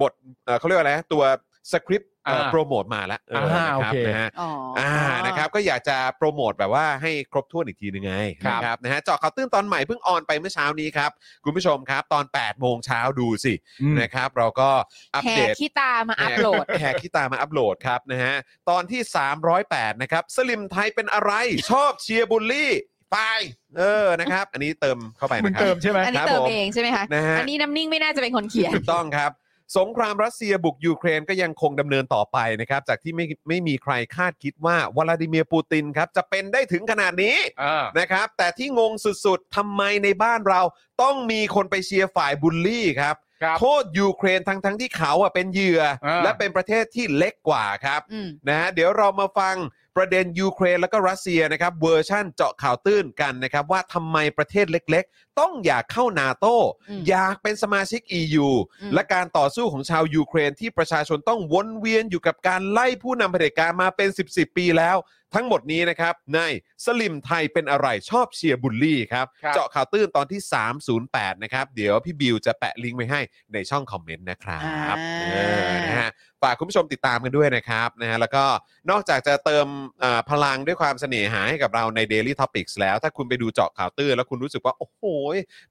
A: บทเอ่อเขาเรียกว่าอะไรนะตัวสคริปต์เอ่อ
C: อ่า
A: โปรโมทมาแล้วเออ
C: อ่า
A: นะครับ
C: โอเค
A: นะฮะ
B: อ๋ออ
A: อ่า นะครับ ก็อยากจะโปรโมทแบบว่าให้ครบถ้วนอีกทีนึงไง
C: ครับ
A: นะครับนะฮะเจาะข่าวตื้นตอนใหม่เพิ่งออนไปเมื่อเช้านี้ครับ คุณผู้ชมครับ ตอน 8 โมงเช้าดูสิ
C: อืม
A: นะครับ เราก็อัป
B: แห่
A: เดต
B: ขี้ตามาอัปโหลด
A: แหกที่ตามมาอัปโหลดครับนะฮะ ตอนที่ 308 นะครับ สลิมไทยเป็นอะไร ชอบเชียร์บุลลี่ ไป เออ นะครับ อันนี้เติมเข้าไป
C: มึ
A: นะ
C: ง
A: ครับ
C: เติมใช่ไหม
B: อันนี้
A: ครับ
B: เติม
A: ผม
B: เองใช่ไหมคะ
A: นะฮะ
B: อันนี้น้ำนิ่งไม่น่าจะเป็นคนเขียน
A: ถูกต้องครับ สงครามรัสเซียบุกยูเครนก็ยังคงดำเนินต่อไปนะครับ จากที่ไม่ไม่มีใครคาดคิดว่าวลาดิเมียร์ปูตินครับจะเป็นได้ถึงขนาดนี้
C: อ่า
A: นะครับ แต่ที่งงสุด ๆทำไมในบ้านเราต้องมีคนไปเชียร์ฝ่ายบุลลี่ครับ
C: ครับ
A: โทษยูเครนทั้งทั้งๆที่เขาอ่ะเป็นเหยื่อ
C: อ่า
A: และเป็นประเทศที่เล็กกว่าครับ
B: อืม
A: นะฮะเดี๋ยวเรามาฟัง ประเด็นยูเครนแล้วก็รัสเซียนะครับเวอร์ชั่นเจาะข่าวตื้นกันนะครับว่าทำไมประเทศเล็กๆ ต้องอยากเข้านาโต
B: อืม
A: อยากเป็นสมาชิก EU
B: อืม
A: และการต่อสู้ของชาวยูเครนที่ประชาชนต้องวนเวียนอยู่กับการไล่ผู้นำเผด็จการมาเป็น 10 10 ปีแล้ว ทั้งหมดนี้นะครับ ในสลิมไทยเป็นอะไรชอบเชียร์บุลลี่ครับ
C: ครับ
A: เจาะข่าวตื้นตอนที่ 308 นะครับ เดี๋ยวพี่บิวจะแปะลิงก์ไว้ให้ในช่องคอมเมนต์นะครับ
B: อ่า
A: เออนะฮะฝากคุณผู้ชมติดตามกันด้วยนะครับนะฮะแล้วก็นอกจากจะเติมเอ่อพลังด้วยความเสน่หาให้กับเราใน Daily Topics แล้ว ถ้าคุณไปดูเจาะข่าวตื้นแล้วคุณรู้สึกว่า โอ้โห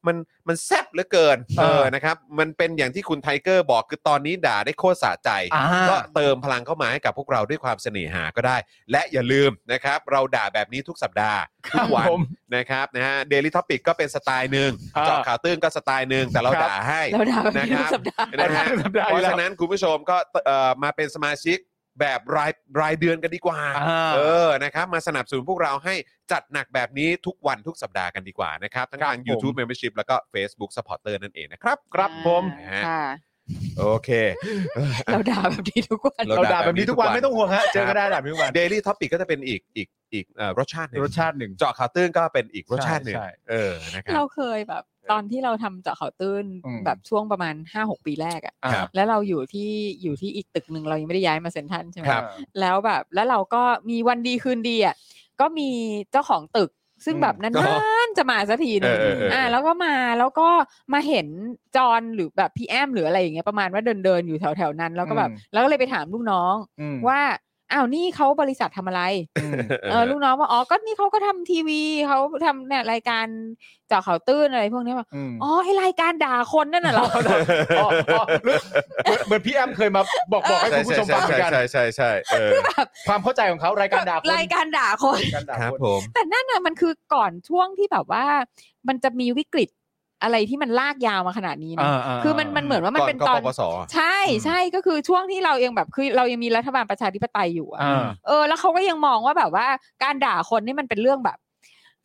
A: มันมันแซ่บเหลือเกิน
C: เอ
A: เอ
C: อ
A: อนะครับมันเป็นอย่างที่คุณไทเกอร์บอกคือตอนนี้ด่าได้โคตรสะใจ
C: อ่า
A: ก็เติมพลังเข้ามาให้กับพวกเราด้วยความเสน่หาก็ได้ และอย่าลืมนะครับ เราด่าแบบนี้ทุกสัปดาห์ทุกวัน
C: ผม
A: นะครับนะฮะเดลิทอพิกก็เป็นสไตล์หนึ่ง
C: อ่า
A: เจาะข่าวตื้นก็สไตล์หนึ่งแต่เรา
C: ครับ
A: ด่า ให้
B: เราด่าแบบนี้
A: นะครับ
B: ทุกสัปดาห์
A: นะฮะ
C: สัปดาห์
A: เพราะ
C: ที่แล้ว
A: ฉะนั้นคุณผู้ชมก็เอ่อมาเป็นสมาชิกแบบรายรายเดือนกันดีกว่า
C: อ่า
A: เออนะครับมาสนับสนุนพวกเราให้จัดหนักแบบนี้ทุกวันทุกสัปดาห์กันดีกว่านะครับทั้งทาง
C: ครับผม
A: YouTube Membership แล้วก็ Facebook Supporter นั่นเองนะครับ
C: ครับผม
B: ค่ะ
A: โอเค
B: เราด่าแบบนี้ทุกวัน
A: เรา
C: เรา
A: ด่า
C: ด่าแบบนี้ทุกวัน
A: แบบนี้ทุกวัน
C: ไม่ต้องห่วงฮะเจอก็ได้ด่าแบบนี้ทุกวัน
A: เดลี่ท็อปิกก็จะเป็นอีกอีกอีกเอ่อรสชาติหนึ่ง
C: รสชาติหนึ่ง
A: เจาะข่าวตื้นก็เป็นอีกรสชาติหนึ่ง
C: ใช่ใช่
A: เออนะครั
B: เรา
A: บ
B: เคยแบบตอนที่เราทำเจาะเขาวตื้น
C: อืม
B: แบบช่วงประมาณห้าหกปีแรกอะ
C: อ่า
A: ครับ
B: แล้วเราอยู่ที่อยู่ที่อีกตึกหนึ่งเรายังไม่ได้ย้ายมาเซ็นทรันใช่ไหม
A: ครับ
B: แล้วแบบแล้วเราก็มีวันดีคืนดีอะก็มีเจ้าของตึก ซึ่งแบบน
A: อ๋
B: า
A: อน
B: ๆจะมาสักทีหนึง
A: เออเออเอออ่
B: อ่าแล้วก็มาแล้วก็มาเห็นจอนหรือแบบพี่แอมหรืออะไรอย่างเงี้ยประมาณว่าเดินเดินๆอยู่แถวๆนั้น แล้วก็แบบแล้วก็เลยไปถามลูกน้อง
C: อืม
B: ว่าอ้าวนี่เขาบริษัททำอะไร
C: อืม
B: เออลูกน้องว่าอ๋อก็นี่เขาก็ทำทีวีเขาทำเนี่ยรายการเจาะข่าวตื้นอะไรพวกเนี้ยว่า
C: อืม
B: อ๋อไอรายการด่าคนนั่นน่ะเหรอ
C: อ๋ออ๋อเหมือนเหมือนพี่แอมเคยมาบอกบอกให้
A: ใช่
C: คุณผู้
A: ใช่
C: ชมฟังเหมื
A: ใช่
C: อนกัน
A: ใช่ใช่ใช่เออ
C: ความเข้าใจของ เขารายการด่าคน
B: รายการด่าคน
C: รายการด่า
A: ครับ
C: คน
A: ผม
B: แต่นั่นน่ะมันคือก่อนช่วงที่แบบว่า มันจะมีวิกฤตอะไรที่มันลากยาวมาขนาดนี้นะคือมันมันเหมือนว่ามันเป็นต
A: ก่
B: อ
A: อน นกปสอ่ะ
B: ใช่ใช่ก็คือช่วงที่เรายังแบบคือเรายังมีรัฐบาลประชาธิปไตยอยู่อะ เออแล้วเขาก็ยังมองว่าแบบว่าการด่าคนนี่มันเป็นเรื่องแบบ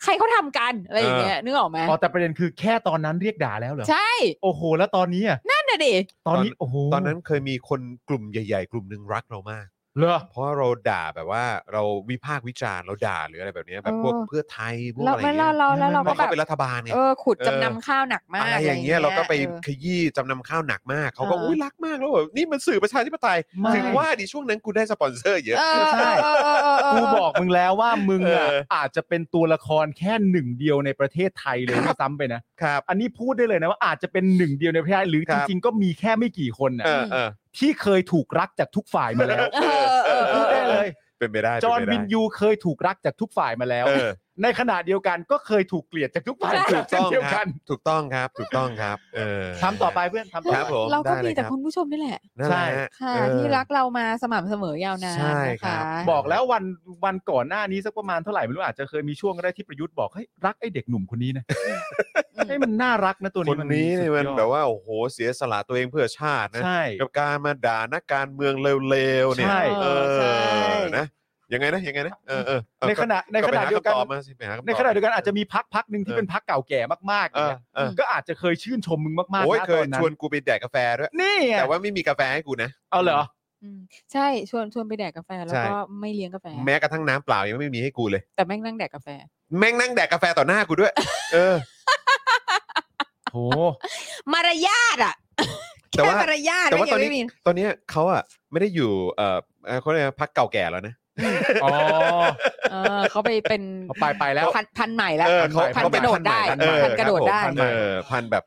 B: ใครเขาทำกันอะไรอย่างเงี้ยนึกออกไหม
C: อ๋อแต่ประเด็นคือแค่ตอนนั้นเรียกด่าแล้วเหรอ
B: ใช่
C: โอ้โห แล้วตอนนี้อ่ะ
B: นั่นน่ะดิ
C: ตอนนี้
A: ตอน
C: โอ้โห
A: ตอนนั้นเคยมีคนกลุ่มใหญ่ๆ กลุ่มหนึ่งรักเรามาก
C: เหรอ
A: เพราะเราด่าแบบว่าเราวิพากษ์วิจารณ์เราด่าหรืออะไรแบบเนี้ยแบบ
B: เออ
A: พวกเพื่อไทยพวก
B: เรา
A: อะไรอ
B: แล้
A: ย่าว ง
B: เรา
A: เงี้ย
B: เราแล้วเรา
A: เพ
B: ก็
A: ราะ
B: แบ
A: เขา
B: บ
A: เป็นรัฐบาลไง
B: เออขุด
A: เออ
B: จำนำข้าวหนักมาก
A: อะไรอย่างเงี้ยเราก็ไป
B: ออ
A: ขยี้จำนำข้าวหนักมากเขาก็
B: เอออุ๊
A: อุ้ยรักมากแล้วแบบนี่มันสื่อประชาธิปไตย
C: ไม่
A: ถึงว่าดิช่วงนั้นกูได้สปอนเซอร์เยอะ
B: เออเออเออเออเออเออ
C: กูบอกมึงแล้วว่ามึงอ่ะ
A: เอออ
C: อาจจะเป็นตัวละครแค่หนึ่งเดียวในประเทศไทยเลยด้วยซ้ำไปนะครับ อันนี้พูดได้เลยนะว่าอาจจะเป็นหนึ่งเดียวในประเทศไทยหรือจริงๆก็มีแค่ไม่กี่คนน่ะ
A: เออเออ
C: ที่เคยถูกรักจากทุกฝ่ายมาแล้ว
B: เออเออเอ
C: พูด
B: อเอ
C: ได้
B: อ
C: เลย
A: เป็นไปได้
C: จอห์น
A: เป็ไป
C: วิ
A: ได้
C: นยูเคยถูกรักจากทุกฝ่ายมาแล้ว
A: เออ
C: ในขณะเดียวกันก็เคยถูกเกลียดจากทุกฝ่าย
A: ถูก
C: เช่
A: ต้
C: น
A: อง
C: เดียว
A: ค
C: กั
A: รับ
C: น
A: ถูกต้องครับ ถูกต้องครับ เออ
C: ทำต่อไปเพื่อนทำต่อ
A: ครับ
C: ไป
A: ผม
B: เราก็
A: ได้ล
B: มี
A: ย
B: แต่
A: รับ
B: คุณผู้ชมนี่แหละ
A: นั่นแหละฮะ
B: ค่ะ
A: เออ
B: ที่รักเรามาสม่ำเสมอยาวนาน
A: ใช่
B: นะ
A: ครั
B: คะ
A: บ
C: บอกแล้ววันวันก่อนหน้านี้สักประมาณเท่าไหร่ไม่รู้อาจจะเคยมีช่วงก็ได้ที่ประยุทธ์บอกให้ยรักไอ้เด็กหนุ่มคนนี้นะ
B: อืม
C: ให้ยมันน่ารักนะตัว
A: ค
C: นี้
A: นนี้เนี่ยมัน
C: สุดยอด
A: แบบว่าโอ้โหเสียสละตัวเองเพื่อชาตินะ
C: ใช่
A: กับการมาด่านักการเมืองเลวๆเนี่ย
C: ใช่
A: เอ
B: ใช่
A: อนะยังไงนะยังไงนะเออเออเออ
C: ในขณะในขณะเดียวกัน
A: ไปหาคำตอบมาสิไปหาคำตอบ
C: ในขณะเดียวกันอาจจะมีพักพักหนึ่งที่
A: เออ
C: เป็นพักเก่าแก่มากๆ
A: เอ
C: เนี่
A: อยเออ
C: ก็อาจจะเคยชื่นชมมึงมากๆ
A: โอ้ย
C: นะ
A: เค
C: ต
A: ย
C: อนนั้
A: ชวน
C: น
A: กูไปแดกกาแฟด้วย
C: นี่ไง
A: แต่ว่าไม่มีกาแฟให้กูนะ
C: เอาเหรอ
B: อืมใช่ชวนชวนไปแดกกาแฟแล้ว
A: ใช่
B: ก็ไม่เลี้ยงกาแฟ
A: แม้กระทั่งน้ำเปล่ายังไม่มีให้กูเลย
B: แต่แม่งนั่งแดกกาแฟ
A: แม่งนั่งแดกกาแฟต่อหน้ากูด้วย เออ
C: โห
B: มารยาทอ่ะ
A: แต่
B: แค่
A: ว่า
B: มารยาท
A: แต่ว่า
B: แม่ง
A: ต
B: ยั
A: อนนี้
B: งไม่มี
A: ตอนนี้เขาอะไม่ได้อยู่เอ่อเอ่อเขาเรียกว่าพักเก่าแก่แล้วนะ
C: อ๋อ
B: เออเขาไปเป็น
C: เอาไปไปแล้ว
B: พันพันใหม่แล้ว
A: เออ
C: เขา
B: พัน
C: เขา
B: ก
C: เป็น
B: ระโดดได้
C: พันใหม่
B: พันกระโดด
A: เออ
B: ได้
A: พันเออพันแบบ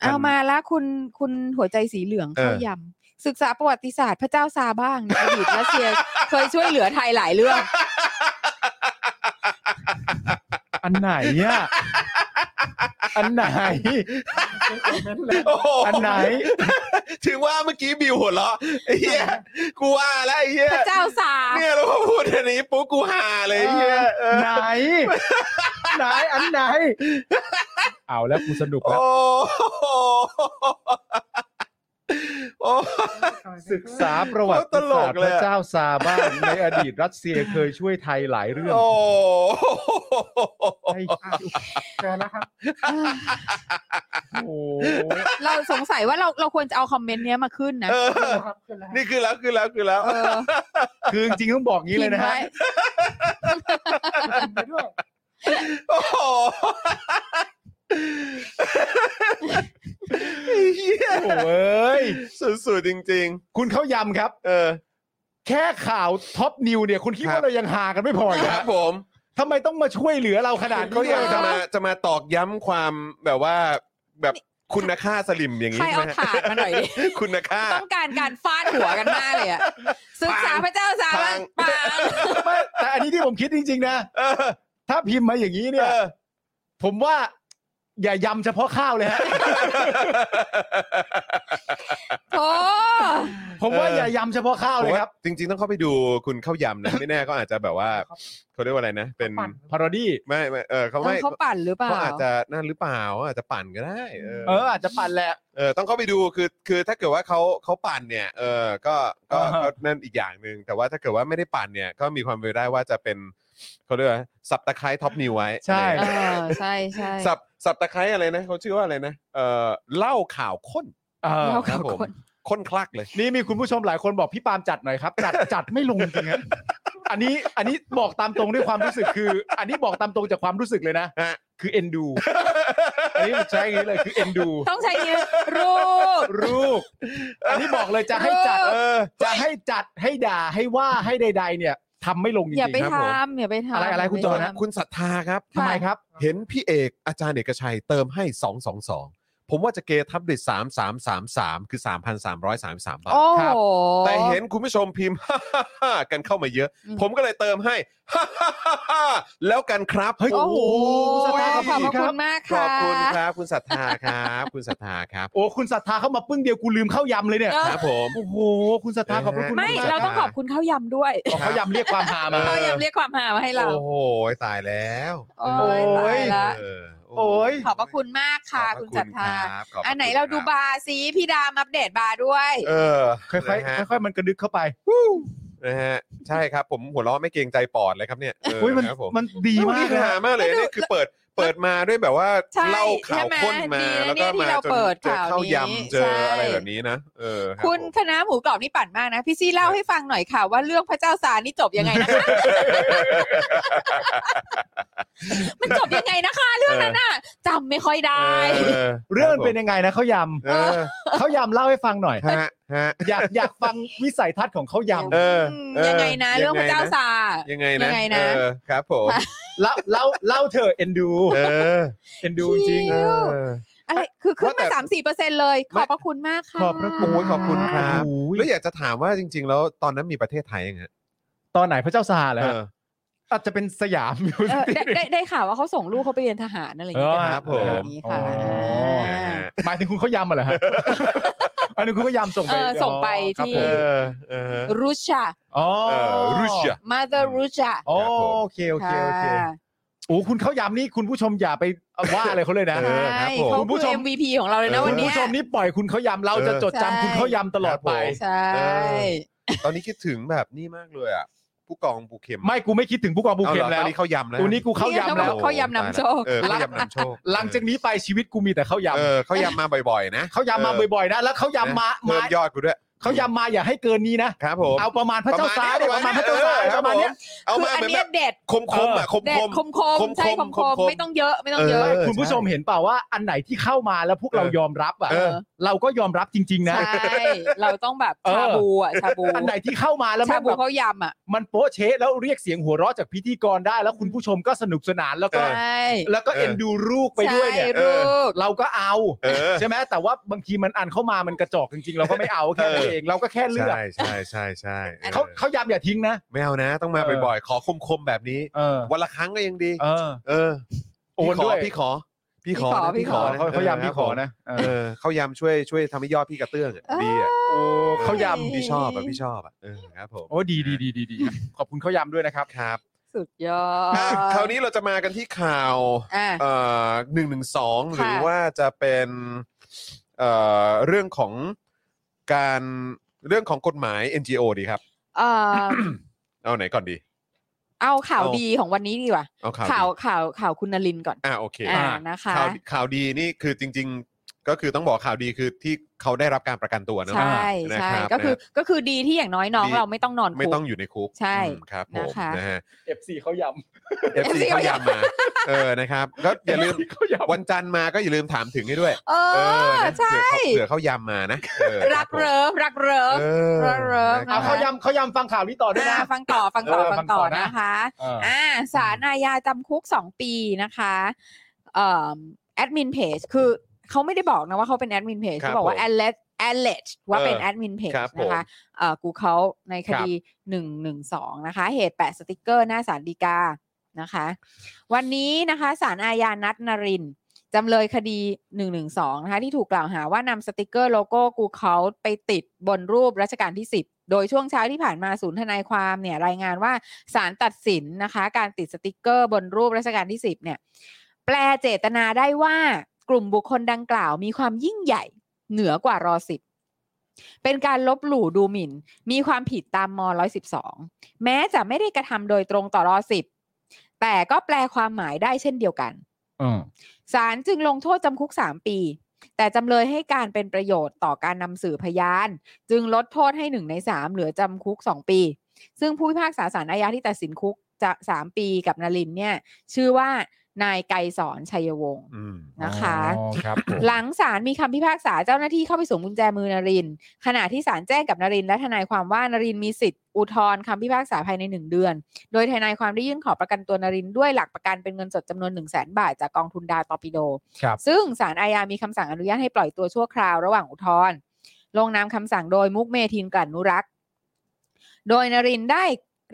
A: พัน
B: เอามาแล้วคุณคุณหัวใจสีเหลือง
A: เออ
B: เข้ายำศึกษาประวัติศาสตร์พระเจ้าซาบ้างในอดีตรัสเซียเคยช่วยเหลือไทยหลายเรื่อง
C: อันไหนอ่ะอันไหน
A: โอ้โห
C: อันไหน
A: ถึงว่าเมื่อกี้บิวหัวเราะไอ้เหี้ยกูว่าแล้วไอ้เหี้ย
B: พระเจ้าซา
A: เนี่ยเราพอพูดอันนี้ปุ๊บกูหาเลยไอ้เหี้ยเออ
C: ไหน ไหนอันไหน เอาแล้วกูสนุก
A: โอ้
C: แล้ว
A: โหโอ้
C: ศึกษาประวัติ
A: ตล
C: ศาก สตร์
A: เล
C: พ
A: ย
C: ระ
A: อะ
C: เจ้าซาบ้างในอดีตรัสเซียเคยช่วยไทยหลายเรื่อง
A: โอ้โห
C: ให้
J: เจอแล้วครับ
C: โอ้โห
B: เราสงสัยว่าเราเราควรจะเอาคอมเมนต์เนี้ยมาขึ้นนะ
A: เออ
J: ขึ้นแล้วครับขึ้นแล้วครับ
A: นี่คือแล้วคือแล้วคือแล้ว
B: เออ
C: คือจริงๆต้องบอกงี้เลยนะ
B: พิมพ์
C: ฮะ
B: ไว้
J: กินไปด้วย
A: โอ้โหเหี้ย
C: โอ้เอ้ย
A: สุดๆจริง
C: คุณเข้ายำครับ
A: ๆ เออ
C: แค่ข่าวท็อปนิวเนี่ย คุณคิด
A: ครั
C: ว่า
A: บ
C: เรายังหากันไม่พออีก
A: ค
C: เหร
A: รั
C: อบ
A: ผม
C: ทำไมต้องมาช่วยเหลือเราขนาดนี้
A: เขาอยาก
C: ด้วย
A: จะ
C: ครับ
A: มาจะมาตอกย้ำความแบบว่าแบบคุณค่าสลิมอย่างนี้
B: ใครเอา
A: ใช่ไหมฮะ
B: ถาดมาหน่อยดิ
A: คุณค่า
B: ต้องการการฟาดหัวกันมากเลยอะศึกษาพระเจ้าสามันปาง
C: ไม่แต่อันนี้ที่ผมคิดจริง ๆ นะ
A: เออ
C: ถ้าพิมพ์มาอย่างนี้เนี่ย
A: เออ
C: ผมว่า อย่ายำเฉพาะข้าวเลยฮะ
B: โอ้
C: ผมว่า
A: เออ
C: อ
A: อ
C: ย่ายำเฉพาะข้าว
A: ผม
C: เลย
A: ว่า
C: ครับ
A: จริง ๆ ต้องเข้าไปดูคุณเข้ายำนะ ไม่แน่เขาอาจจะแบบว่าเขาเรียกว่าอะไรนะ เป็น
J: ปั่น
C: พารอดี้
A: ไม่ไม่เออเขาไม่
B: เขาปั่นหรือเปล่า
A: เขาอาจจะนั่นหรือเปล่าเขาอาจจะปั่นก็ได้เออ
C: เอออาจจะปั่นแหละ
A: เออต้องเข้าไปดูคือคือถ้าเกิดว่าเขาเขาปั่นเนี่ยเออก็ก็
C: อ่าฮะ
A: ก็นั่นอีกอย่างหนึ่งแต่ว่าถ้าเกิดว่าไม่ได้ปั่นเนี่ยก็มีความเป็นไปได้ว่าจะเป็นเขาเรียกว่าสับตะไคร้ท็อปนิวไว้
C: ใช่
B: เออ ใช่ใช่
A: สับสับตะไคร้อะไรนะเขาชื่อว่าอะไรนะเออเหล่าข่าวข้น
C: เออ
B: เรา
A: ครั
B: ขั
A: บบผม
B: คน
A: ข้นคลักเลย
C: นี่มีคุณผู้ชมหลายคนบอกพี่ปาล์มจัดหน่อยครับ จัดจัดไม่ลงจริงๆฮะอันนี้อันนี้บอกตามตรงด้วยความรู้สึกคือ อันนี้บอกตามตรงจากความรู้สึกเลยนะ
A: ฮะ
C: คือเอ็นดูอันนี้ใช้อย่างนี้เลยคือเอ็นดู
B: ต้องใช้ยืนรูป
C: ลูกอันนี้บอกเลยจะให้จัด
A: เออ
C: จะให้จัดให้ด่าให้ว่าให้ใด ๆ เนี่ยทำไม่ลงจริ
B: อย่าง ไป
C: ๆครับผม
B: ทำอย่าไปทำ
C: อะไรอะไรคุณ
B: ย่าป
C: จอนะ
B: ทำ
A: คุณศรัทธาครับ
B: ทำไมครับ
A: เห็นพี่เอกอาจารย์เอกชัยเติมให้ 222 ผมว่าจะเกทับด้วย3333 คือ 3,333 บาท
B: โอ้โห
A: แต่เห็นคุณผู้ชมพิมพ์ กันเข้ามาเยอะ
B: อืม
A: ผมก็เลยเติมให้ แล้วกันครับ
C: เฮ้ย
B: โอ้โห
C: คุณศร
B: ข
C: ัทธา
B: อบพระ
C: ครั
B: คุ
C: บ
B: ณมาก
A: ข
B: ค่ะ
A: อบคุณครับ คุณศรัทธาครับ คุณศรัทธาครับ
C: โอ้คุณศรัทธาเข้ามาปึ้งเดียวกูลืมเข้ายำเลยเนี่ย
B: เออ
A: ครับผม
C: โอ้โหคุณศรัทธาขอบพระคุณ
B: ไม่
C: กๆ
B: เราต้องขอบคุณข้าวยำด้วย
C: อ๋อเขายำเรียกความหามา
B: ข้าวยำเรียกความหามาให้เรา
A: โอ้โหตายแล้ว
B: โอ้ยตายละ
A: เออ
C: โอ้ย
B: ขอบพระคุณมากค่ะ
A: ขอบพ
B: คุณ
A: ระ
B: ศรัทธา
A: ครับขบพะ
B: อันไหน
A: คุณ
B: เราดู
A: คบบ
B: าร์ซิพี่ดามอัปเดตบาร์ด้วย
A: เออ
C: ค่อย
A: นะฮะ
C: ๆค่อยๆมันกระดึกเข้าไป
A: นะฮะใช่ครับผมหัวเราะไม่เกรงใจปอดเลยครับเนี่ยเ
C: อุ้ยมัน
A: ครับผม
C: มันดีมาก
A: เล
C: เลย ย
A: หา
C: อะ
A: มากเลยเนี่ยคือเปิดเปิดมาด้วยแบบว่า
B: ใช่
A: เล่าข่าว
B: ใช่ไหม
A: ข้นมา
B: ดีนะ
A: แล้วก็
B: เนี่ยที่
A: มา
B: เรา
A: จน
B: เปิด
A: เจอ
B: ข่าว
A: ข้าว
B: นี้
A: ยำเจอ
B: ใช่
A: อะไรแบบนี้นะเออรับ
B: คุณ
A: ผม
B: คณะหมูกรอบนี่ปั่นมากนะ พี่ซี่เล่าให้ฟังหน่อยค่ะ ว่าเรื่องพระเจ้าสารนี่จบยังไงนะคะ มันจบยังไงนะคะ เรื่องนั้นน่ะจำไม่ค่อยได้
A: เออ
C: เรื่องมันเป็นยังไงนะเขาวย
A: เออ
C: ำเขาวยำเล่าให้ฟังหน่อย
A: ฮะฮะ
C: อยากอยากฟังวิสัยทัศน์ของเขาวย
A: เออเออ
B: ยังไงนะ เรื่องพระเจ้าสา
A: ยังไงนะ
B: ยังไงนะ
A: เออครับผม
C: ำเล่าเล่าเล่าเธอะเอ็นดู
A: เออ
C: เอ็นดูจริง
A: เออ
B: อะไรคือขึ้น
A: ว่าแต่
B: มาสามสี่เปอร์เซ็นเลย ข
A: ไม่
B: อบพระคุณมากค่ะ
C: ขอบพระคุณ
A: โอ้ยขอบคุณครับ
C: โอ้ย
A: แล้วอยากจะถามว่าจริง ๆ แล้วตอนนั้นมีประเทศไทยยังไง
C: ตอนไหนพระเจ้าซาร์เหรอ
A: เอ
C: ฮะ
A: อ
C: อาจจะเป็นสยามอยู่
B: เออได้ได้ได้ข่าวว่าเขาส่งลูกเขาไปเรียนทหารอะไรอย่างเงี้ย
C: เออ
A: ครับผม
B: อย่างนี้ค่ะ
C: อ๋อ
B: อ่า
C: หมายถึงคุณเขาวยำมาเหรอฮะหมายถึงคุณเขาวยำส่งไป
B: เออส่งไป
C: อ๋อครับ
B: ที่
C: ผ
A: เอ
C: ม
A: อเออ
B: รูชา
C: อ๋อ
A: เออรัสเซีย
B: มาเตอร์รูชา
C: โอเคโอเคโอเคโอ้คุณเขาวยำนี่คุณผู้ชมอย่าไปว่าอะไรเขาเลยนะ
A: เออครับ
B: ใช่
A: ผม
B: เขา
C: คุณผู้
B: คือ
C: ชม
B: MVP ของเราเลยนะ
A: ออ
B: วั
C: คุ
B: น
C: ณ
B: เนี้
C: ผู้
B: ย
C: ชมนี่ปล่อยคุณเขาวยำเราจะจด
B: ใช่
C: จำคุณเขาวยำตลอดไป
B: ใช่
A: เออ ตอนนี้คิดถึงแบบนี่มากเลยอ่ะผู้กองปูเข็ม
C: ไม่กูไม่คิดถึงผู้กองภูเก็
A: อา
C: ต
A: หรอ
C: แล้
A: ต
C: ว
A: อนนี้เข้ายำแล้ว
C: กูนี่กูเข้ายำแล้ว
B: เขยำนำโชค
A: เออเขายำนำโชค
C: หลังจากนี้ไปชีวิตกูมีแต่เข้าย
A: เออเขายำมาบ่อยๆ นะ
C: ำเข้ายำมาบ่อยๆนะแล้วเข้ายำมา
A: เพิ่
C: มาม
A: ยอดกูด้วย
C: เข้ายำมาอย่าให้เกินนี้นะครับ
A: ผม
C: เอาประมาณพระเจ้าซ้ายเนี่ยประมาณพระเจ้าซ้ายประมาณเนี้ย
A: เอา
B: คือ
A: มา
B: อัน
A: เหมือน
B: เนี้
A: แบบ
B: ยเด็ด
A: คมคมอ่ะคม
B: เด็
A: ค
B: ด
A: ม
B: คมคม
A: คมๆ
B: ใช่คม
A: ค
B: ค
A: ม
B: ม
A: ๆ
B: ไม่ต้องเยอะไม่ต้องเยอะ
A: เออ
C: คุณผู้ชมเห็นเปล่าว่าอันไหนที่เข้ามาแล้วพวกเรายอมรับอ่ะ
A: เออ
C: เราก็ยอมรับจริง ๆ นะ
B: ใช่เราต้องแบบ
C: เออ
B: ชาบูอ่ะชาบู
C: อันไหนที่เข้ามาแล้ว
B: ชา
C: แม่ง
B: บู
C: แบบ
B: เขายำอ่ะ
C: มันโป๊ะเชะแล้วเรียกเสียงหัวเราะจากพิธีกรได้แล้วคุณผู้ชมก็สนุกสนานแล้วก็
B: ใช่
C: แล้วก็เอ็นดูลูกไปด้วยเนี่ย
B: ใช่ลูก
C: เราก็เอา
A: เออ
C: ใช่ไหมแต่ว่าบางทีมันอันเข้ามามันกระจอกจริงๆ เราก็ไม่เอาแค่นั้น
A: เออ
C: เองเราก็แค่เลือก
A: ใช่ใช่ใช่ใช่ออ
C: เขาเขาย้ำอย่าทิ้งนะ
A: ไม่เอานะ ต้องมา
C: เออ
A: บ่อยๆ ขอคมๆ แบบนี้
C: เออ
A: วันละครั้งก็ยังดี
C: เออ
A: เออ
C: โอน
A: พี่ข
C: ด้วย
A: พี่ขอ พี่ขอนะ
C: พี่ขอ
A: นะ
C: เขาเขาย้ำ
A: ออ
C: พี่ขอนะเอ
A: เอ
C: อ
A: อเขายำช่วยช่วยทำให้ยอดพี่กระเตื้องอะดีอ่ะ
C: โอ้เขาย้ำ
A: พี่ชอบอ่ะพี่ชอบอ่ะเออครับผม
C: โอ้ดีดีดีดีดีขอบคุณเขาย้ำด้วยนะครับ
A: ครับ
B: สุดยอ
A: อ่ะ
B: ด
A: คราวนี้เราจะมากันที่ข่าว
B: อ่ะ
A: หนึ่งหนึ่งสองห
B: ค่ะ
A: รือว่าจะเป็นเอ่อเรื่องของการเรื่องของกฎหมาย NGO ดีครับ
B: เอ่อ
A: เอาไหนก่อนดี
B: เอาข่าว
A: เอา
B: ดีของวันนี้ดีกว่า
A: เอาข่าว
B: ข่าว
A: ดี
B: ข่าวข่าวคุณนลินทร์ก่อน
A: อ่าโอเค
B: อ่านะคะ
A: ข่าวข่าวดีนี่คือจริง ก็คือต้องบอกข่าวดีคือที่เขาได้รับการประกันตัวเนอะ
B: ใช่
A: นะ
B: ใช่
A: รับ
B: ก็คือ
A: นะ
B: ก็คือดีที่อย่างน้อยน้อง
A: ดี
B: เราไม่ต้องนอน
A: ไม่
B: คุก
A: ต้องอยู่ในคุก
B: ใช่
A: อืมครับผม
B: นะคะ
A: นะฮะ
C: FC เขาย้
A: FC เขาย้ำมาเออนะครับก็
C: ำ
A: อย่าลืม
C: FC เขาย้ำ
A: วันจันทร์มาก็อย่าลืมถามถึงให้ด้วย
B: เอ
A: เออ
B: อ
A: นะ
B: ใช่
A: เผื่อเขาเผื่อเขายำมานะเออ
B: รักเริมรักเริม
A: เออ
B: รักเริง
A: นะ
C: อ่ะ
A: ครั
B: อ
C: เขา
A: บ
C: ย้ำเขาย้ำฟังข่าวนี้ต่อด้วยนะ
B: อ่าฟังต่อฟังต่อ
C: เออ
B: ฟั
C: ฟั
B: ง
C: ง
B: ต่
C: ต่
B: อ
C: อ
B: นะ
C: นะคะ เออ
B: อ่าสารอาญาจำคุก 2 ปีนะคะเอ่อแอดมินเพจคือเขาไม่ได้บอกนะว่าเขาเป็นแอดมินเพจ
A: ครับ
B: เขาบอกว่า
A: ผม
B: alleged alleged ว่าเป็น
A: เออ
B: แอดมินเพจ
A: ครับผม
B: นะคะเอ่อกูเขาในคดี 112 นะคะ เหตุแปะสติกเกอร์หน้าสารดีกานะคะ วันนี้นะคะสารอาญานัดนรินทร์จำเลยคดี 112 นะคะ ที่ถูกกล่าวหาว่านำสติกเกอร์โลโก้กูเขาไปติดบนรูปรัชกาลที่ 10 โดยช่วงเช้าที่ผ่านมาศูนย์ทนายความเนี่ยรายงานว่า ศาลตัดสินนะคะ การติดสติกเกอร์บนรูปรัชกาลที่ 10 เนี่ย แปลเจตนาได้ว่ากลุ่มบุคคลดังกล่าวมีความยิ่งใหญ่เหนือกว่ารอสิบเป็นการลบหลู่ดูหมิ่น มีความผิดตามม .112 แม้จะไม่ได้กระทำโดยตรงต่อรอสิบแต่ก็แปลความหมายได้เช่นเดียวกัน
C: อืม
B: ศาลจึงลงโทษจำคุก 3 ปี แต่จำเลยให้การเป็นประโยชน์ต่อการนำสื่อพยาน จึงลดโทษให้ 1 ใน 3 เหลือจำคุก 2 ปี ซึ่งผู้พิพากษาศาลอาญาที่ตัดสินคุกจะ 3 ปีกับนลินเนี่ย ชื่อว่านายไกรสอนชัยวงศ์
A: อืม
B: นะคะ
C: อ๋อครับผม
B: หลังศาลมีคำพิพากษาเจ้าหน้าที่เข้าไปสวมกุญแจมือนรินทร์ขณะที่ศาลแจ้งกับนรินทร์และทนายความว่านรินทร์มีสิทธิ์อุทธรณ์คำพิพากษาภายในหนึ่งเดือน โดยทนายความได้ยื่นขอประกันตัวนรินทร์ด้วยหลักประกันเป็นเงินสดจำนวน 1 0 0 0 0แบาทจากกองทุนดาวตอปิโด
C: ครับ
B: ซึ่งศาลอาญามีคำสั่งอนุญาตให้ปล่อยตัวชั่วคราวระหว่างอุทธรณ์ลงนามคำสั่งโดยมุกเมทินกลั่นนุรักษ์โดยนรินทร์ได้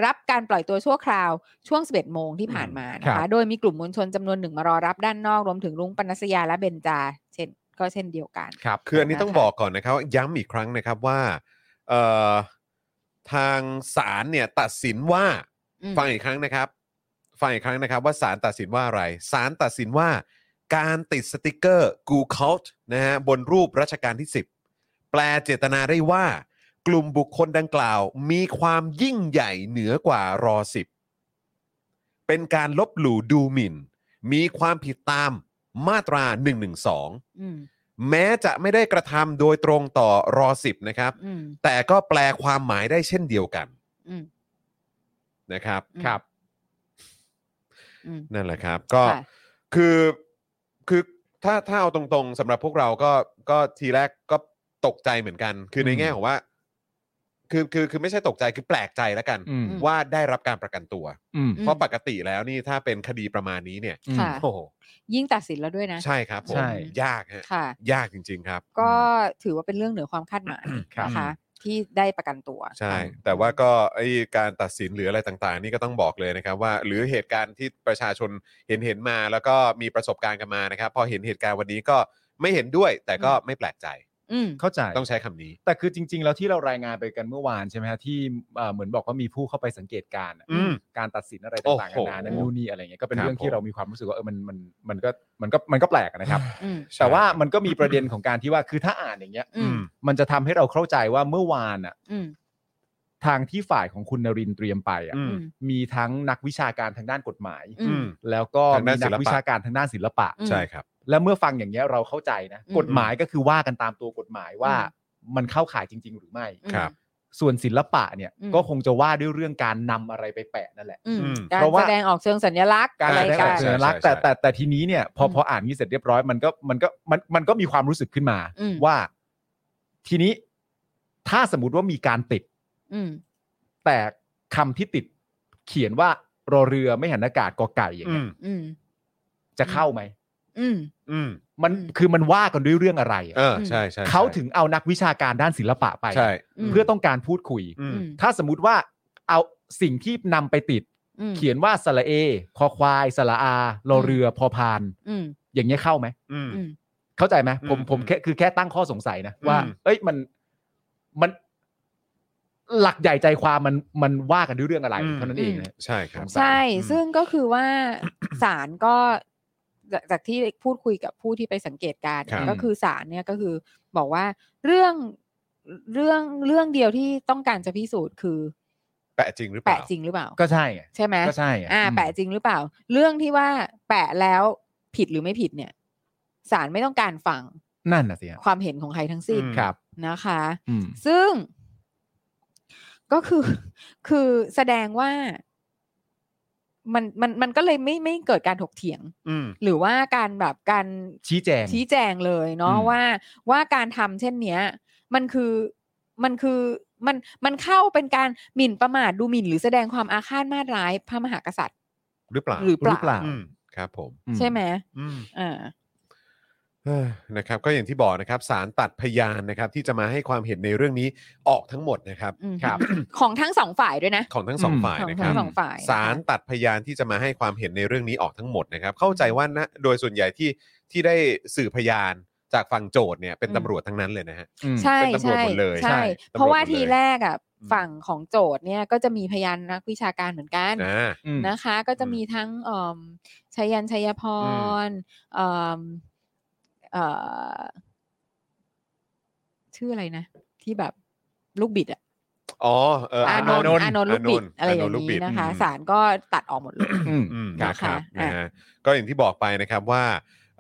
B: รับการปล่อยตัวชั่วคราวช่วง 11 โมงที่ผ่านมานะ
C: ครั
B: คะ
C: บ
B: โดยมีกลุ่มมวลชนจำนวนหนึ่งมารอรับด้านนอกรวมถึงลุงปนัสยาและเบนจา เช่น ก็เช่นเดียวกัน
C: ครับ
A: คืออันนี้ต้อง
B: นะคะ
A: บอกก่อนนะครับย้ำอีกครั้งนะครับว่าเอ่อทางศาลเนี่ยตัดสินว่า
B: อืม
A: ฟังอีกครั้งนะครับฟังอีกครั้งนะครับว่าศาลตัดสินว่าอะไรศาลตัดสินว่า การติดสติกเกอร์ g o o g l e นะฮะบนรูปรัชกาลที่ 10 แปลเจตนาได้ว่า กลุ่มบุคคลดังกล่าว มีความยิ่งใหญ่เหนือกว่ารอ10 เป็นการลบหลู่ดูหมิ่น มีความผิดตามมาตรา 112
B: อืม
A: แม้จะไม่ได้กระทำโดยตรงต่อรอสิบนะครับ
B: อืม
A: แต่ก็แปลความหมายได้เช่นเดียวกัน
B: อืม
A: นะครับ
B: อืมครับ อืม
A: นั่นแหละครับก็
B: ค่ะ
A: คือคือถ้าถ้าเอาตรงๆสำหรับพวกเราก็ก็ทีแรกก็ตกใจเหมือนกัน คือใน
C: อืม
A: แง่ของว่า คือคือคือไม่ใช่ตกใจคือแปลกใจแล้วกัน
C: อืม
B: ม
A: ว่าได้รับการประกันตัว
C: อืม
B: อืม
A: เพราะปกติแล้วนี่ถ้าเป็นคดีประมาณนี้เนี่ย
C: อืม
B: ค่ะ
A: โอ้โห
B: ยิ่งตัดสินแล้วด้วยนะ
A: ใช่ครับผม
C: ใช่
A: ยากฮะ
B: ค่ะ
A: ยากจริง ๆ ครับ
B: ก็ถือว่าเป็นเรื่องเหนือความคาดหมาย
C: ครับ
B: นะคะ ที่ได้ประกันตัว
A: ใช่ แต่ว่าก็ไอการตัดสินหรืออะไรต่างๆ นี่ก็ต้องบอกเลยนะครับว่า หรือเหตุการณ์ที่ประชาชนเห็นเห็นๆมา แล้วก็มีประสบการณ์กันมานะครับ พอเห็นเหตุการณ์วันนี้ก็ไม่เห็นด้วย แต่ก็ไม่แปลกใจ
B: อืม
C: เข้าใจ
A: ต้องใช้คำนี้
C: แต่คือจริง ๆ แล้วที่เรารายงานไปกันเมื่อวานใช่ไหมฮะที่เอ่อเหมือนบอกว่ามีผู้เข้าไปสังเกตการณ์อะ
A: อืม
C: การตัดสินอะไรต่างๆ
A: โอ้โห
C: นานานั่นนู่นนี่อะไรเงี้ยก็เป็น
A: ครับ
C: เรื่องที่
A: ผม
C: เรามีความรู้สึกว่าเออมันมันมันก็มันก็มันก็แปลกอะนะครับ
B: อืม
C: แต่ว่ามันก็มีประเด็นของการที่ว่าคือถ้าอ่านอย่างเงี้ย
B: อืม
C: มันจะทำให้เราเข้าใจว่าเมื่อวานอ่ะ
B: อืม
C: ทางที่ฝ่ายของคุณนรินทร์เตรียมไปอ่ะ
A: อื
B: อื
A: ม
B: ม
C: มีทั้งนักวิชาการทางด้านกฎหมาย
B: อื
A: อื
B: ม
A: ม
C: แล้วก็
A: ทางด้า
C: มี
A: นศิล
C: นัก
A: ปะ
C: วิชาการทางด้านศิลปะ
B: อืม
A: ใช่ครับ
C: แล้วเมื่อฟังอย่างเงี้ยเราเข้าใจนะ
B: อืม
C: กฎหมายก็คือว่ากันตามตัวกฎหมายว่า
B: อืม
C: มันเข้าข่ายจริง ๆ หรือไม่
A: ครับ
C: ส่วนศิลปะเนี่ย
B: อืม
C: ก็คงจะว่าด้วยเรื่องการนำอะไรไปแปะนั่นแหละ
B: อืม
A: อืม
B: การ
C: เพราะ
B: แส
C: ว่า
B: ดงออกเชิงสัญลักษณ์
C: การ
B: อะไร
C: แสดงอ
B: กั
C: อก
B: น
C: เชิงสัญลักษณ์
A: ใช่
C: แต่
A: ใช่
C: แต่แต่ทีนี้เนี่ยพออ
B: ม
C: พออ่านนี้เสร็จเรียบร้อยมันก็มันก็มันมันก็มีความรู้สึกขึ้นมา
B: อืม
C: ว่า ทีนี้ถ้าสมมติว่ามีการติด
B: อืม
C: แต่คำที่ติดเขียนว่ารอเรือไม่หันอากาศกอไก่อย่าง
A: อื
C: เงี้ย
A: ม
B: อืม
C: จะเข้าไหม
B: อืม
A: อืม
C: มัน
B: อืม
C: คือมันว่ากันด้วยเรื่องอะไรอะ
A: เออใช่ใช่ใช่
C: เขาถึงเอานักวิชาการด้านศิลปะไป
A: ใช่
B: ม
C: เพื่อต้องการพูดคุย
A: อืม
B: อืม
C: ถ้าสมมติว่าเอาสิ่งที่นำไปติด
B: อืม
C: เขียนว่าสระเอ คอควาย สระอา รอเรือ พอพาน
B: อืม
C: อย่างเงี้ยเข้าไหม
A: อืม
B: อืม
C: เข้าใจไหมผม
A: อืม
C: ผมแค่คือแค่ตั้งข้อสงสัยนะ ว่า
A: อืม
C: เอ้ยมันมัน หลักใหญ่ใจความมันมันว่ากันด้วยเรื่องอะไรเท่านั้นเอง
B: อืม
C: นะ
A: ใช่ครับ
C: สาร
B: ใช่
A: อืม
B: ซึ่งก็คือว่า ศาลก็จากจากที่พูดคุยกับผู้ที่ไปสังเกตการณ์
A: ครับ
B: ก็คือศาลเนี่ยก็คือบอกว่าเรื่องเรื่องเรื่องเดียวที่ต้องการจะพิสูจน์คือ
A: แปะจริงหรือเปล่า
B: แปะจริงหรือเปล่า
C: ก็ใช่ไง
B: ใช่ไหม
C: ก็ใช่ไง
B: อ่า
C: ม
B: แปะจริงหรือเปล่า เรื่องที่ว่าแปะแล้วผิดหรือไม่ผิดเนี่ยศาลไม่ต้องการฟัง
C: นั่นน่ะสิฮะ
B: ความเห็นของใครทั้งสิ้น
A: อืม
C: ครับ
B: นะคะ
C: อืม
B: ซึ่งก็คือ คือแสดงว่ามันมันมันก็เลยไม่ไม่เกิดการถกเถียง
A: อืม
B: หรือว่าการแบบการ
C: ชี้แจง
B: ชี้แจงเลยเนาะ
C: อืม
B: ว่าว่าการทำเช่นเนี้ย มันคือมันคือมันมันเข้าเป็นการหมิ่นประมาทดูหมิ่น หรือแสดงความอาฆาตมาดร้ายพระมหากษัตริย์
A: หรือเปล่า
B: หรือเป
C: หรือเป
B: ล่า
C: ล่า
A: อืมครับผม
C: อื
B: ใช่ไหม
A: อืม
B: อ่า
A: เอ้อนะครับก็อย่างที่บอกนะครับสารตัดพยานนะครับที่จะมาให้ความเห็นในเรื่องนี้ออกทั้งหมดนะครับ
B: อืมของทั้งสองฝ่ายด้วยนะ
A: ของทั้งสองฝ่าย
B: ของ
A: นะค
B: ทั้
A: รับ
B: งสองฝ่ายนะคะ
A: สารตัดพยานที่จะมาให้ความเห็นในเรื่องนี้ออกทั้งหมดนะครับ เข้าใจว่านะโดยส่วนใหญ่ที่ที่ได้สื่อพยานจากฝั่งโจทย์เนี่ยเป็น
B: อืม
A: ตำรวจทั้งนั้นเลยนะฮะ
C: อืม
B: ใช่
A: เป็นตำรวจ
B: ใช่
A: หมดเลย
B: ใช่
A: ใช่ตำรวจ
B: เพราะว่า
A: หมดเลย
B: ทีแรกอ่ะ
A: อืม
B: ฝั่งของโจทย์เนี่ยก็จะมีพยานนักวิชาการเหมือนกัน
A: อ่า
C: อืม
B: นะคะ ก็จะมีทั้งเอิ่มชัยยันชัยพรเอิ่มเอ่อชื่ออะไรนะ ที่แบบลูกบิดอ่ะ
A: อ๋อเออ
B: อานนท์อานนท์ลูกบิดอะไรอย่าง
A: ท์ลูกบิ
B: นี้
A: ด
B: นะคะ
A: อืม
B: ศาลก็ตัดออกหมดเลย
C: อืม
A: อืม
B: นะ
A: นะคะ ครับ
B: อ่ะ
A: นะฮะก็อย่างที่บอกไปนะครับว่า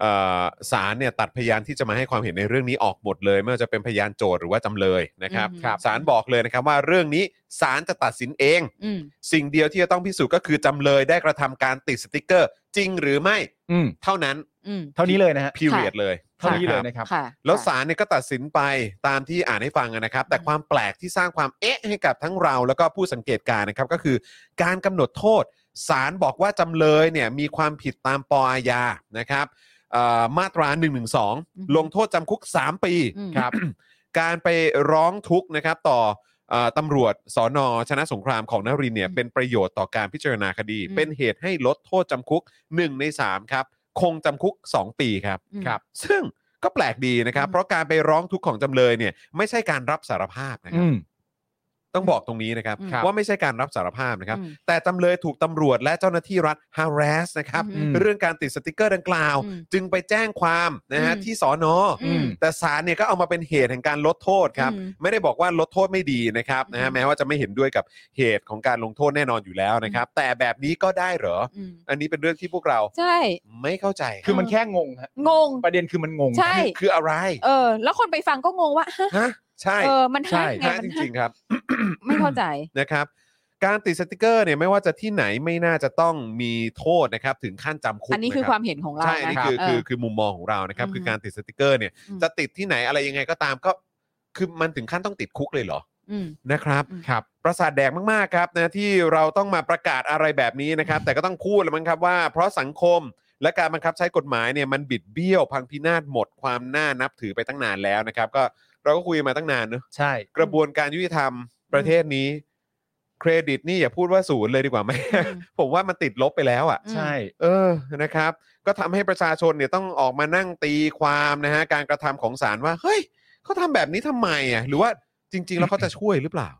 A: เอ่อศาลเนี่ยตัดพยานที่จะมาให้ความเห็นในเรื่องนี้ออกหมดเลยไม่ว่าจะเป็นพยานโจทย์หรือว่าจำเลยนะครับ
B: อืมครับ
A: ศาลบอกเลยนะครับว่าเรื่องนี้ศาลจะตัดสินเอง
B: อืม
A: สิ่งเดียวที่จะต้องพิสูจน์ก็คือจำเลยได้กระทำการติดสติกเกอร์ จริงหรือไม่
C: อืม
A: เท่านั้น
B: อืม
C: เท่านี้เลยนะฮะ
A: period เลย
C: เท่านี้เล
A: ค
C: ย
A: รับ
C: นะครับ
B: ค่ะ
A: แล้ว
B: ค่ะ
A: ศาลเนี่ยก็ตัดสินไปตามที่อ่านให้ฟังนะครับ แต่
B: อืม
A: ความแปลกที่สร้างความเอ๊ะให้กับทั้งเราแล้วก็ผู้สังเกตการณ์นะครับก็คือ การกำหนดโทษศาลบอกว่าจำเลยเนี่ยมีความผิดตามปออาญานะครับเอ่อมาตรา1นึลงโทษจำคุก 3 ปี
B: อืม
A: ครับ การไปร้องทุกข์นะครับต่อเอ่อตำรวจสอนอชนะสงครามของนรินทร์เนี่ย
B: อืม
A: เป็นประโยชน์ต่อการพิจารณาคดี
B: อืม
A: เป็นเหตุให้ลดโทษจำคุก 1 ใน 3 ครับ คงจำคุก 2 ปีครับ
B: อืม
A: ครับ ซึ่งก็แปลกดีนะครับ
B: อืม
A: เพราะการไปร้องทุกข์ของจำเลยเนี่ยไม่ใช่การรับสารภาพนะครับ
C: อืม
A: ต้องบอกตรงนี้นะครับ
B: อืมครับ
A: ว่าไม่ใช่การรับสารภาพนะครับ
B: อืม
A: แต่จำเลยถูกตำรวจและเจ้าหน้าที่รัฐ harass นะครับ
B: อืม
A: เรื่องการติดสติกเกอร์ดังกล่าว
B: อืม
A: จึงไปแจ้งความนะฮะ
B: อืม
A: ที่สอนออ
B: ม
A: แต่ศาลเนี่ยก็เอามาเป็นเหตุแห่งการลดโทษครับ
B: อืม
A: ไม่ได้บอกว่าลดโทษไม่ดีนะครับนะฮะ
B: อืม
A: แม้ว่าจะไม่เห็นด้วยกับเหตุของการลงโทษแน่นอนอยู่แล้วนะครับ แต่แบบนี้ก็ได้เหรอ
B: อืม
A: อันนี้เป็นเรื่องที่พวกเรา
B: ใช่
A: ไม่เข้าใจ
C: คือมันแค่งงฮะ
B: งง
C: ประเด็นคือมันงง
B: ใช่
A: คืออะไร
B: เออ แล้วคนไปฟังก็งงว่าฮะ
A: ฮะใช่
B: เออมันฮะไง
A: ฮะจ
B: มันฮะ
A: ริง ๆ ครับ
B: ไม่เข้าใจ
A: นะครับการติดสติกเกอร์เนี่ยไม่ว่าจะที่ไหนไม่น่าจะต้องมีโทษนะครับถึงขั้นจำคุก
B: อันนี้คือ
A: นะ
B: ค
A: รั
B: วา
A: บ
B: มเห็นของเรา
A: ใช่อัน
B: นะ
A: นี่
B: ครั
A: คือ
B: เอ
A: คือ
B: อ
A: คือมุมมองของเรานะครับ
B: อืม
A: คือการติดสติกเกอร์เนี่ยจะติดที่ไหนอะไรยังไงก็ตามก็คือมันถึงขั้นต้องติดคุกเลยเหรอ
B: อืม
A: นะครับ
B: อืม
C: ครับ
A: ประสาทแดกมากๆครับนะที่เราต้องมาประกาศอะไรแบบนี้นะครับ แต่ก็ต้องพูดแล้วมั้งครับว่า เพราะสังคมและการบังคับใช้กฎหมายเนี่ยมันบิดเบี้ยวพังพินาศหมดความน่านับถือไปตั้งนานแล้วนะครับ ก็เราก็คุยมาตั้งนานเนอะ
C: ใช่
A: กระบวนการยุติธรรมประเทศนี้ เครดิตนี่อย่าพูดว่าศูนย์เลยดีกว่าไหม
B: อืม
A: ผมว่ามันติดลบไปแล้วอ่ะ
B: อืม
C: ใช่
A: เออนะครับ ก็ทำให้ประชาชนเนี่ยต้องออกมานั่งตีความนะฮะการกระทำของศาลว่า เฮ้ยเขาทำแบบนี้ทำไมอ่ะหรือว่าจริง ๆ แล้วเขาจะช่วยหรือเปล่า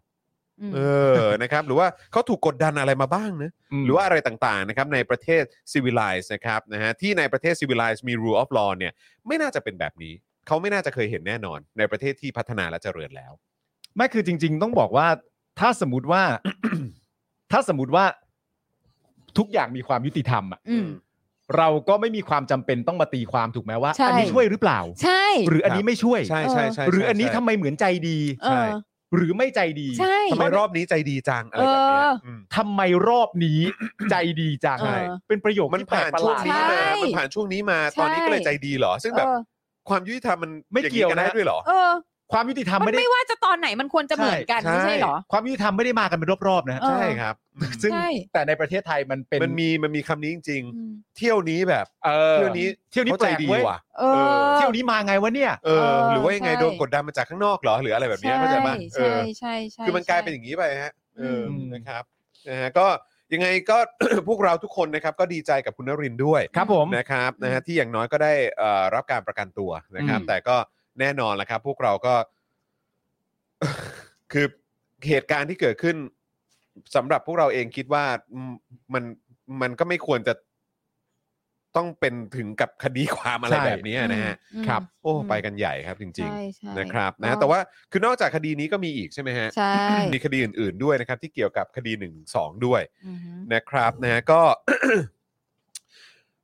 B: อืม
A: เออนะครับ หรือว่าเขาถูกกดดันอะไรมาบ้างนะ หรือว่าอะไรต่างๆนะครับในประเทศ civilized นะครับนะฮะที่ในประเทศ civilized มี rule of law เนี่ยไม่น่าจะเป็นแบบนี้เขาไม่น่าจะเคยเห็นแน่นอน ในประเทศที่พัฒนาและเจริญแล้ว
C: ไม่คือจริง ๆ ต้องบอกว่าถ้าสมมติว่า ถ้าสมมติว่าทุกอย่างมีความยุติธรรมอะ
B: อืม
C: เราก็ไม่มีความจำเป็นต้องมาตีความถูกไหมว่า
B: ใช่
C: อันี้ช่วยหรือเปล่า
B: ใช่
C: หรืออันนี้ไม่ช่วย
A: ใช่
B: เออ
A: ใช่ใช่
C: หรือ
A: ใช่
C: อันนี้
A: ใช่
C: ทำไมเหมือนใจดี
B: เออ
C: หรือไม่ใจดี
B: ใช่
A: ทำไมรอบนี้ใจดีจังอะไรแบบเนี้ย
B: เอออื
A: ม
C: ทำไมรอบนี้ ใจดีจัง
B: ใช่
C: เป็นประโยค
A: มัน
C: ที่แปลก
A: ผ่าน
C: ประห
A: ช่วง
C: ลาด
A: นี้
B: ใช่
A: มามันผ่านช่วงนี้มาตอนนี้ก็เลยใจดีเหรอ ซึ่งแบบ
B: เออ
A: ความยุติธรรมมัน
C: ไม่เกี่ยว
A: อาง
C: นะ
A: ได้ด้วยเหรอ
B: เออ
C: ความยุติธรรม
B: มัน
C: ไม่ได้
B: ไม่ว่าจะตอนไหนมันควรจะเหมือนกัน
A: ใช่
B: ไม่ใช่เหรอ
C: ความยุติธรรมไม่ได้มากันเป็นรอบๆนะฮะ
B: เออ
A: ใช่ครับอืม
C: ซึ่ง
B: ใช่
C: แต่ในประเทศไทยมันเป็น
A: มันมีมันมีคำนี้จริง
B: อืม
A: ๆ เที่ยวนี้แบบ
C: เออ
A: เที่ยวนี้
C: เที่ยวนี้
A: เขา
C: แป
A: ใจ
C: ลก
A: ดี
C: เว้ย
A: ว่ะ
B: เออ
C: เที่ยวนี้มาไงวะเนี่ย
A: เออ
B: เออ
A: หรือว่ายังไง
B: ใช่
A: โดนกดดันมาจากข้างนอกเหรอ หรืออะไรแบบเนี้ยเข้าใจป่ะเอ
B: ใช่
A: อ
B: ใช่ใช่
A: คือมันกลายเป็นอ
B: ใช่
A: ย่างนี้ไปฮะเอออ
C: ม
A: นะครับนะฮะก็ยังไงก็ พวกเราทุกคนนะครับ ก็ดีใจกับคุณนรินทร์ด้วย
C: ครับผม
A: นะครับ
B: อืม
A: นะฮะที่อย่างน้อยก็ได้เอ่อรับการประกันตัวนะครับ
B: อืม
A: แต่ก็แน่นอนแหละครับ พวกเราก็ คือเหตุการณ์ที่เกิดขึ้นสำหรับพวกเราเองคิดว่าอืมมันมันก็ไม่ควรจะต้องเป็นถึงกับคดีความอะไร
C: ใช่
A: แบบนี้นะฮะ
B: อืม
A: โอ้ไปกันใหญ่ครับจริง
B: ใช่ใช่
A: ๆ นะครับนะแต่ว่าคือนอกจากคดีนี้ก็มีอีกใช่ไหมฮะ
B: ใช่
A: มีคดีอื่น ๆด้วยนะครับ ที่เกี่ยวกับคดีหนึ่งสองด้วย
B: อืม
A: นะครับนะฮะก็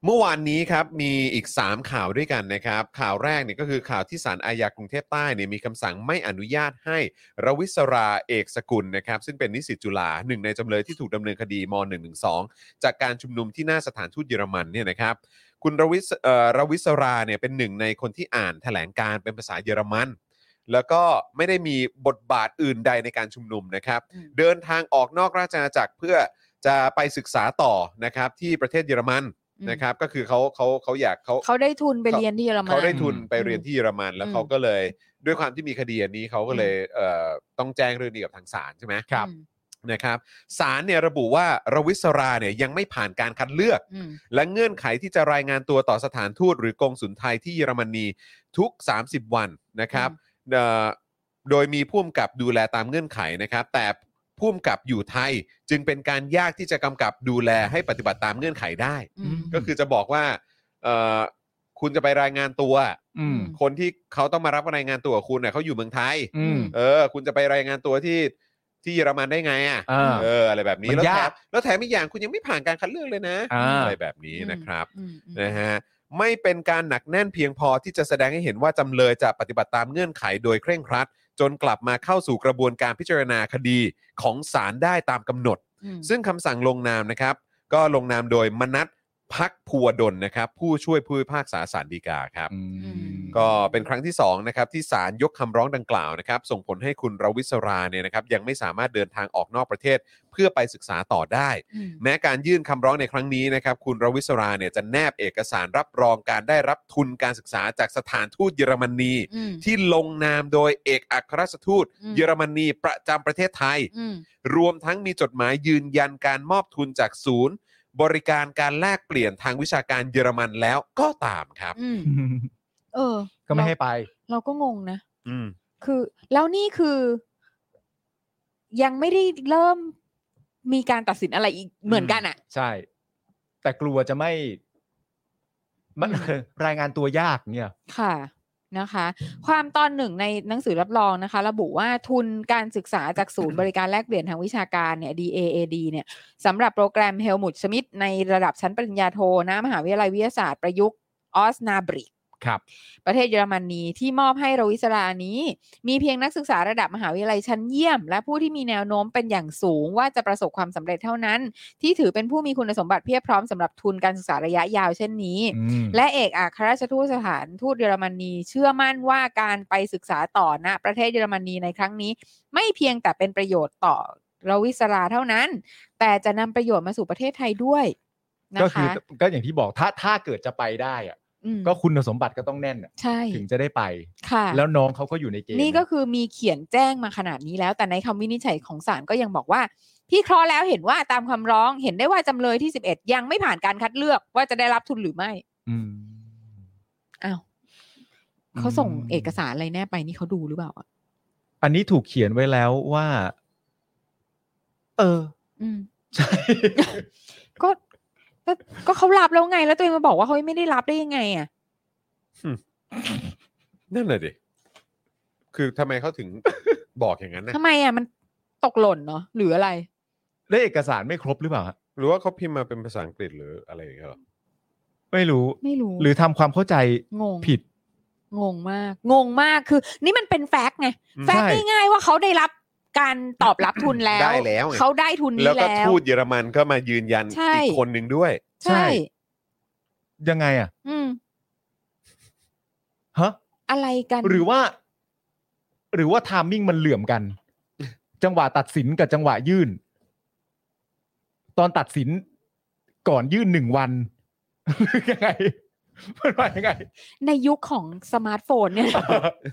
A: เมื่อวานนี้ครับมีอีก 3 ข่าวด้วยกันนะครับ ข่าวแรกเนี่ยก็คือข่าวที่ศาลอาญากรุงเทพใต้เนี่ยมีคำสั่งไม่อนุญาตให้รวิศราเอกสกุลนะครับ ซึ่งเป็นนิสิตจุฬาหนึ่งในจำเลยที่ถูกดำเนินคดีม .112 จากการชุมนุมที่หน้าสถานทูตเยอรมันเนี่ยนะครับ คุณรวิศเอ่อรวิศราเนี่ยเป็นหนึ่งในคนที่อ่านแถลงการเป็นภาษาเยอรมัน แล้วก็ไม่ได้มีบทบาทอื่นใดในการชุมนุมนะครับ เดินทางออกนอกราชอาณาจักรเพื่อจะไปศึกษาต่อนะครับที่ประเทศเยอรมันนะครับก็คือเขาเขาเขาอยากเขา
B: เขาได้ทุนไปเรียนที่เยอรมัน
A: เขาได้ทุนไปเรียนที่เยอรมัน แล้ว
B: อืม
A: เขาก็เลยด้วยความที่มีคดีอันนี้เขาก็เลยเอ่อต้องแจ้งเรื่องนี้กับทางศาลใช่ไหม
B: ครับ
A: นะครับศาลเนี่ยระบุว่ารวิศราเนี่ยยังไม่ผ่านการคัดเลือก
B: อืม
A: และเงื่อนไขที่จะรายงานตัวต่อสถานทูตหรือกงสุลไทยที่เยอรมนีทุก 30 วันนะครับเอ่อโดยมีผู้กำกับดูแลตามเงื่อนไขนะครับ แต่ผู้กำกับอยู่ไทยจึงเป็นการยากที่จะกำกับดูแลให้ปฏิบัติตามเงื่อนไขได้
B: อืม
A: ก็คือจะบอกว่าเอ่อคุณจะไปรายงานตัว
C: อืม
A: คนที่เขาต้องมารับรายงานตัวกับคุณเน่ยเขาอยู่เมืองไทย
C: อืม
A: เออ คุณจะไปรายงานตัวที่ที่เยอรมันได้ไงอ่ะ
C: อ่า
A: เอออะไรแบบนี้
C: มัน
A: แล้วแถ
C: ยาม ก
A: แล้วแถมอีกอย่างคุณยังไม่ผ่านการคัดเลือกเลยนะ
C: อ่า
A: ไรแบบนี้นะครับ
B: อืมอืม
A: นะฮะไม่เป็นการหนักแน่นเพียงพอที่จะแสดงให้เห็นว่าจำเลยจะปฏิบัติตามเงื่อนไขโดยเคร่งครัด จนกลับมาเข้าสู่กระบวนการพิจารณาคดีของศาลได้ตามกำหนด
B: อืม
A: ซึ่งคำสั่งลงนามนะครับ ก็ลงนามโดยมนัทพักพัวดลนะครับ ผู้ช่วยผู้พิพากษาศาลฎีกาครับ ก็เป็นครั้งที่2นะครับที่ศาลยกคำร้องดังกล่าวนะครับ ส่งผลให้คุณรวิศราเนี่ยนะครับยังไม่สามารถเดินทางออกนอกประเทศ เพื่อไปศึกษาต่อได้
B: อืม
A: แม้การยื่นคำร้องในครั้งนี้นะครับ คุณรวิศราเนี่ยจะแนบเอกสารรับรองการได้รับทุนการศึกษาจากสถานทูตเยอรมนี
B: อืม
A: ที่ลงนามโดยเอกอัครราชทูต
B: อืม
A: เยอรมนีประจำประเทศไทย
B: อืม
A: รวมทั้งมีจดหมายยืนยันการมอบทุนจากศูนย์ บริการการแลกเปลี่ยนทางวิชาการเยอรมันแล้วก็ตามครับ
B: อืม เออ
C: ก็ไม่ให้ไป
B: เราเราก็งงนะ
A: อืม
B: คือ แล้วนี่คือ ยังไม่ได้เริ่มมีการตัดสินอะไรอีกเหมือนกันอ่ะ
C: ใช่ แต่กลัวจะไม่ มัน
B: อืม
C: รายงานตัวยากเนี่ย
B: ค่ะนะคะ ความตอนหนึ่งในหนังสือรับรองนะคะ ระบุว่าทุนการศึกษาจากศูนย์บริการแลกเปลี่ยนทางวิชาการเนี่ย DAAD เนี่ยสำหรับโปรแกรมเฮลมุตชมิดในระดับชั้นปริญญาโทนะมหาวิทยาลัยวิทยาศาสตร์ประยุกต์ออสนาบริก
C: ครับ
B: ประเทศเยอรมนีที่มอบให้รวิศรานี้ มีเพียงนักศึกษาระดับมหาวิทยาลัยชั้นเยี่ยม และผู้ที่มีแนวโน้มเป็นอย่างสูงว่าจะประสบความสำเร็จเท่านั้น ที่ถือเป็นผู้มีคุณสมบัติเพียบพร้อมสำหรับทุนการศึกษาระยะยาวเช่นนี้ และเอกอัครราชทูตสถานทูตเยอรมนีเชื่อมั่นว่าการไปศึกษาต่อณประเทศเยอรมนีในครั้งนี้ ไม่เพียงแต่เป็นประโยชน์ต่อรวิศราเท่านั้น แต่จะนำประโยชน์มาสู่ประเทศไทยด้วยนะ
C: ก็คือ
B: คะ
C: ก็อย่างที่บอกถ้าถ้าเกิดจะไปได้อะ
B: ม
C: ก็คุณสมบัติก็ต้องแน่นอะ
B: ใช่
C: ถึงจะได้ไป
B: ค่ะ
C: แล้วน้องเขาก็อยู่ในเกม
B: นี่ก็คือมีเขียนแจ้งมาขนาดนี้แล้ว แต่ในคำวินิจฉัยของศาลก็ยังบอกว่า พี่เคราะห์แล้วเห็นว่าตามคำร้องเห็นได้ว่าจำเลยที่ 11 ยังไม่ผ่านการคัดเลือกว่าจะได้รับทุนหรือไม่
C: ม
B: อ้าวเขาส่ง
C: อืม
B: เอกสารอะไรแน่ไปนี่เขาดูหรือเปล่าอะ
C: อันนี้ถูกเขียนไว้แล้วว่า เออ
B: อืม
C: ใช่
B: ก็ก็ก็เขารับแล้วไง แล้วตัวเองมาบอกว่าเขาไม่ได้รับได้ยังไงอ่ะ
A: นั่นแหละดิ คือทำไมเขาถึง บอกอย่าง นั้นนะ
B: ทำไมอ่ะมันตกหล่นเนาะหรืออะไร
C: ได้เอกสารไม่ครบหรือเปล่าฮะ
A: หรือว่าเขาพิมพ์มาเป็นภาษาอังกฤษหรืออะไรอย่างเงี้ยหรอ
C: ไม่รู้
B: ไม่รู้
C: หรือทำความเข้าใจ
B: งง
C: ผิด
B: งงมาก งงมากคือ นี่มันเป็นแฟกต์ไง
A: อืม
B: แฟกต์
C: ใช่
B: ง่ายๆว่าเขาได้รับการตอบรับทุนแล้ว
A: ได้แล้วไง
B: เขาได้ทุนนี้
A: แล้วก็
B: แล้ว
A: ทูตเยอรมันก็มายืนยัน
B: ใช่
A: อีกคนหนึ่งด้วย
B: ใช่
C: ยังไงอ่ะ
B: อืม
C: ฮะ
B: อะไรกัน
C: หรือว่า หรือว่าไทมิ่งมันเหลื่อมกัน จังหวะตัดสินกับจังหวะยื่น ตอนตัดสินก่อนยื่นหนึ่งวัน หรือยังไงมันว่ายังไง
B: ในยุคของสมาร์ทโฟนเนี่ย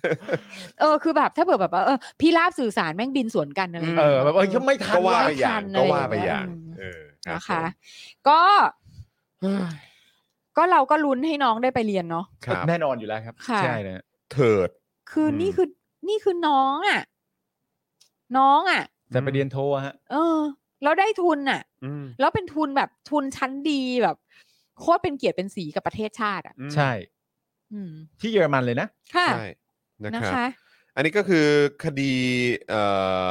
B: เออคือแบบถ้าเผื่อแบบว่าเออพี่ราบสื่อสารแม่งบินสวนกันอะไร
A: ม
C: เออ แบบว่ายังไม่ทัน
A: ก็ว่า
C: ว่ะ
A: ไปอย่าง
B: ม่ทัน
A: ก็ว่าไปอย่าง
B: ะรเ
A: เออ
B: นะ
A: รั
B: คะ
A: บผม
B: ก็ ก็เราก็ลุ้นให้น้องได้ไปเรียนเนาะ
A: ครับ
C: แน่นอนอยู่แล้วครับ
B: ค่ะ
C: ใช่นะฮะ
A: เถิด
B: คือ
A: ม
B: นี่คือนี่คือน้องอ่ะ น้องอ่ะ
C: แต่ไปเรียนโทอะฮะ
B: เออ แล้วได้ทุนอ่ะ
A: อืม
B: แล้วเป็นทุนแบบทุนชั้นดีแบบโคตรเป็นเกียรติเป็นสีกับประเทศชาติอ่ะ
A: อืม
C: ใช่
B: อืม
C: ที่เยอรมันเลยนะ
B: ค่ะ
A: ใช่นะ
B: นะครับ คะ
A: อันนี้ก็คือคดีเอ่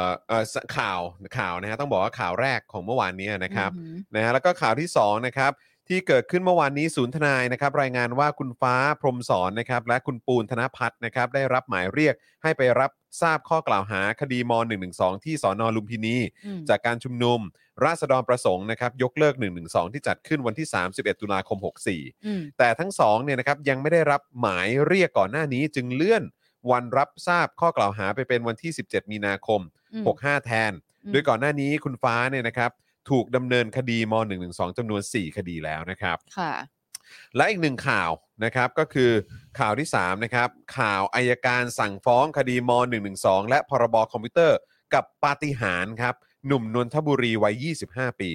A: อเอ่อสข่าวข่าวนะฮะต้องบอกว่าข่าวแรกของเมื่อวานเนี้นะครับ นะฮะแล้วก็ข่าวที่2นะครับ ที่เกิดขึ้นเมื่อวานนี้ศูนย์ทนายนะครับรายงานว่าคุณฟ้าพรหมสอนนะครับและคุณปูนธนพัฒน์นะครับได้รับหมายเรียกให้ไปรับทราบข้อกล่าวหาคดีม .112 ที่สอนอลุมพินี
B: อืม
A: จากการชุมนุม ราษฎรประสงค์นะครับยกเลิก 112 ที่จัดขึ้นวันที่ 31 ตุลาคม 64
B: อืม
A: แต่ทั้งสองเนี่ยนะครับยังไม่ได้รับหมายเรียกก่อนหน้านี้จึงเลื่อนวันรับทราบข้อกล่าวหาไปเป็นวันที่ 17 มีนาคม
B: อืม
A: 65 แทน
B: อืม
A: โดยก่อนหน้านี้คุณฟ้าเนี่ยนะครับถูกดำเนินคดีม .112 จำนวน 4 คดีแล้วนะครับ
B: ค่ะ
A: และอีกหนึ่งข่าวนะครับก็คือข่าวที่3นะครับข่าวอายการสั่งฟ้องคดีม .112 และพรบคอมพิวเตอร์ กับปาฏิหาริย์ครับ หนุ่มนนทบุรีวัย 25 ปี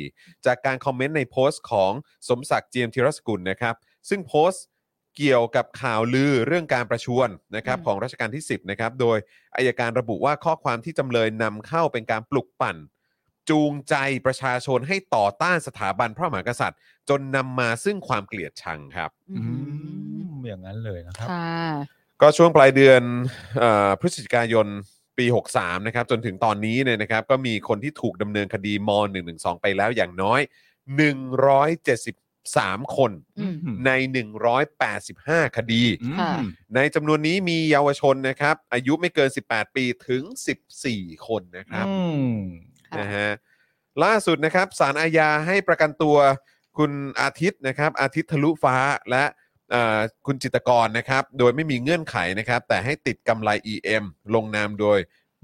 A: จากการคอมเมนต์ในโพสต์ของสมศักดิ์เจียมธีรสกุลนะครับ ซึ่งโพสต์เกี่ยวกับข่าวลือเรื่องการประชวนนะครับ
B: อืม
A: ของรัชกาลที่ 10นะครับโดยอายการระบุว่าข้อความที่จำเลยนำเข้าเป็นการปลุกปั่น จูงใจประชาชนให้ต่อต้านสถาบันพระมหากษัตริย์ จนนำมาซึ่งความเกลียดชังครับ
B: อืม
C: อย่างนั้นเลยนะครับ
B: ค่ะ
A: ก็ช่วงปลายเดือนเออพฤศจิกายนปี 63 นะครับ จนถึงตอนนี้เนี่ยนะครับ ก็มีคนที่ถูกดำเนินคดีม .112 ไปแล้วอย่างน้อย 173 คน
B: อืม
A: ใน 185 คดี
B: ค่ะ
A: ในจำนวนนี้มีเยาวชนนะครับ อายุไม่เกิน 18 ปีถึง 14 คนนะครับ
C: อืม
B: ค่ะ
A: นะฮะล่าสุดนะครับสารอาญาให้ประกันตัวคุณอาทิตย์นะครับอาทิตย์ทะลุฟ้าและเอ่อคุณจิตรกรนะครับโดยไม่มีเงื่อนไขนะครับ แต่ให้ติดกำไร EM ลงนามโดย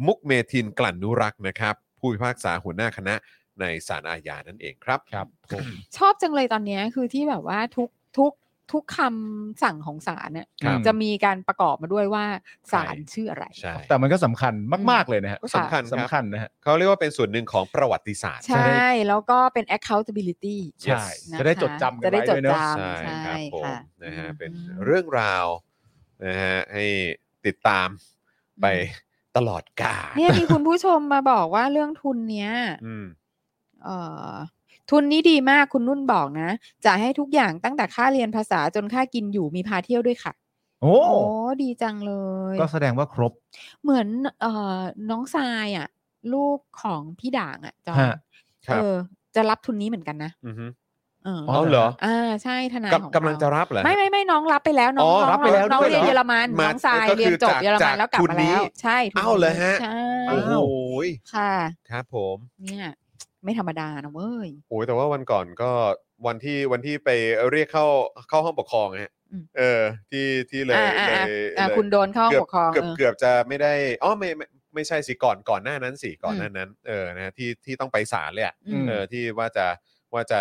A: มุกเมทินกลั่นนุรักษ์นะครับ ผู้พิพากษาหัวหน้าคณะในศาลอาญานั่นเองครับ
C: ครับผม
B: ชอบจังเลยตอนเนี้ยคือที่แบบว่าทุกทุกทุกคำสั่งของศาลเนี่ย
C: ครับ
B: จะมีการประกอบมาด้วยว่าศาล
A: ใช่
B: ชื่ออะไร
A: ใช่
C: แต่มันก็สำคัญมากๆเลยนะฮะ
A: ก็สำคัญครับ
C: สำคัญนะฮะ
A: เขาเรียกว่าเป็นส่วนหนึ่งของประวัติศาสตร์
B: ใช่ แล้วก็เป็น accountability
C: ใช่
B: นค
C: จะได้จดจำกัน
B: จะได้
C: ไว้
B: จ
C: ด้
B: ด
C: วยเนอะ
B: จำ
A: ใช่ครับผม
B: ค่ะ
A: นะฮะเป็น
B: อืม
A: เรื่องราวนะฮะให้ติดตามไปตลอดกาล
B: เนี่ยมีคุณผู้ชมมาบอกว่าเรื่องทุนเนี้ย
A: อืม
B: เอ่อทุนนี้ดีมากคุณนุ่นบอกนะจ่ายให้ทุกอย่างตั้งแต่ค่าเรียนภาษาจนค่ากินอยู่มีพาเที่ยวด้วยค่ะ
C: โอ้
B: โอ้ดีจังเลย
C: ก็แสดงว่าครบ
B: เหมือนเอ่อน้องทรายอ่ะ ลูกของพี่ด่างอ่ะจอห์น
C: ฮะ
A: ครับ
B: เออ จะรับทุนนี้เหมือนกันนะ
A: อือฮึ
B: เออ
A: อ๋อเหรอ
B: อ่าใช่ทนายของ
A: กำกำลังจะ
B: เรา
A: รับเหรอ
B: ไม่ไม่ไม่น้องรับไปแล้วน้อง
A: อ๋อ
B: น้อง
A: รับไปแล้ว
B: น้อง
A: ด้วยเหรอ
B: เรียนเยอรมัน
A: มา
B: น้องทราย
A: ก็คือ
B: เรียนจบ
A: จาก
B: เยอรมัน
A: จาก
B: แล้วกลับ
A: ทุน
B: มา
A: นี้
B: แล้วใช่ทุน
A: อ้าวเหรอฮะ
B: ใช่
A: โอ้โหย
B: ค่ะ
A: ครับผม
B: เนี่ยไม่ธรรมดานะเว้ย
A: โอ้ยแต่ว่าวันก่อนก็วันที่วันที่ไปเรียกเข้าเข้าห้องปกครองฮะ
B: อืม
A: เออ ที่ที่เลย
B: อ่าอ่า
A: เลย
B: อ่า
A: เล
B: อ่าย คุณโดนเข้าห้อง
A: เกื
B: ปกครอง
A: เกือบ
B: เออ
A: เกือบจะไม่ได้อ๋อไม่ไม่ไม่ใช่สิก่อนก่อนหน้านั้นสิก่อนหน้านั้นเออนะฮะที่ที่ต้องไปศาลเลยอะ
B: อืม
A: เออที่ว่าจะว่าจะ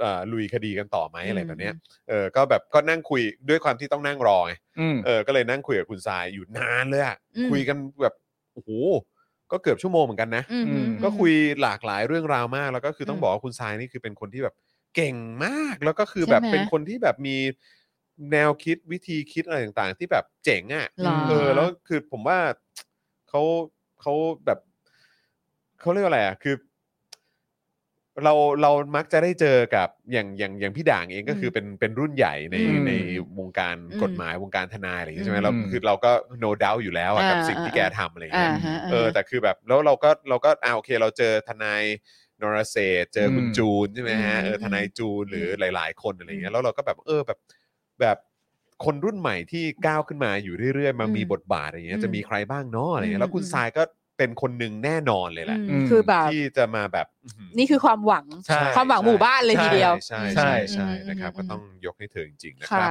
A: เอ่อลุยคดีกันต่อไหมอะไร
B: อืม
A: แบบเนี้ยเออก็แบบก็นั่งคุยด้วยความที่ต้องนั่งรอไง
C: อืม
A: เออก็เลยนั่งคุยกับคุณทรายอยู่นานเลยอะ
B: อืม
A: คุยกันแบบโอ้โหก็เกือบชั่วโมงเหมือนกันนะ
B: อืม
C: อืม
A: ก็คุยหลากหลายเรื่องราวมาก แล้วก็คือต้อง
B: อืม
A: บอกว่าคุณทรายนี่คือเป็นคนที่แบบเก่งมาก แล้วก็คือแบบ
B: ใช่ไหม
A: เป็นคนที่แบบมีแนวคิดวิธีคิดอะไรต่างๆ ที่แบบเจ๋งอ่ะ
B: หรอ
A: เออแล้วคือผมว่าเขาเขาแบบเขาเรียกว่าอะไรอ่ะคือ เราเรามักจะได้เจอกับอย่างอย่างอย่างพี่ด่างเองก็คืออ
B: ม
A: เป็นเป็นรุ่นใหญ่ใน
B: อืม
A: ในวงการ
B: อืม
A: กฎหมายวงการทนายอะไรอย่างเงี้ยใช่ไหม
B: อืม
A: เราคือเราก็ no doubt อยู่แล้วอะกับ
B: อ่า
A: สิ่งที่
B: อ่า
A: แกทำอะไรอย่างเงี้
B: อ่าย ฮะาฮะ
A: เออแต่คือแบบแล้วเราก็เราก็อ่าโอเคเราเจอทนายนรเศรษฐ์เจออ
C: ม
A: คุณจูนใช่ไหมฮะ
B: อืม
A: เออทนายจูนหรืออ
B: ม
A: หลาย ๆ คนอะไรอย่างเงี้ย
B: อืม
A: แล้วเราก็แบบเออแบบแบบคนรุ่นใหม่ที่ก้าวขึ้นมาอยู่เรื่อยๆมา
B: อืม
A: มีบทบาทอะไรอย่างเงี้ย
B: อืม
A: จะมีใครบ้างเนาะอะไรอย่างเงี้ยแล้วคุณ
B: อืม
A: ทรายก็เป็นคนหนึ่งแน่นอนเลยแหละ
B: อืม
C: อืม
B: คือแบบ
A: ที่จะมาแบบอื้อหือ
B: นี่คือความหวัง
C: ใช่
B: ความหวังหมู่บ้านเลยทีเดียว
A: ใช่ใช่
C: ใช่
A: ใช่ใช่
B: อืมอืม
A: นะครับ
B: อื
A: ก็
B: ม
A: ต้องยกให้เธอจริงๆนะค
B: ค่ะ
A: รับ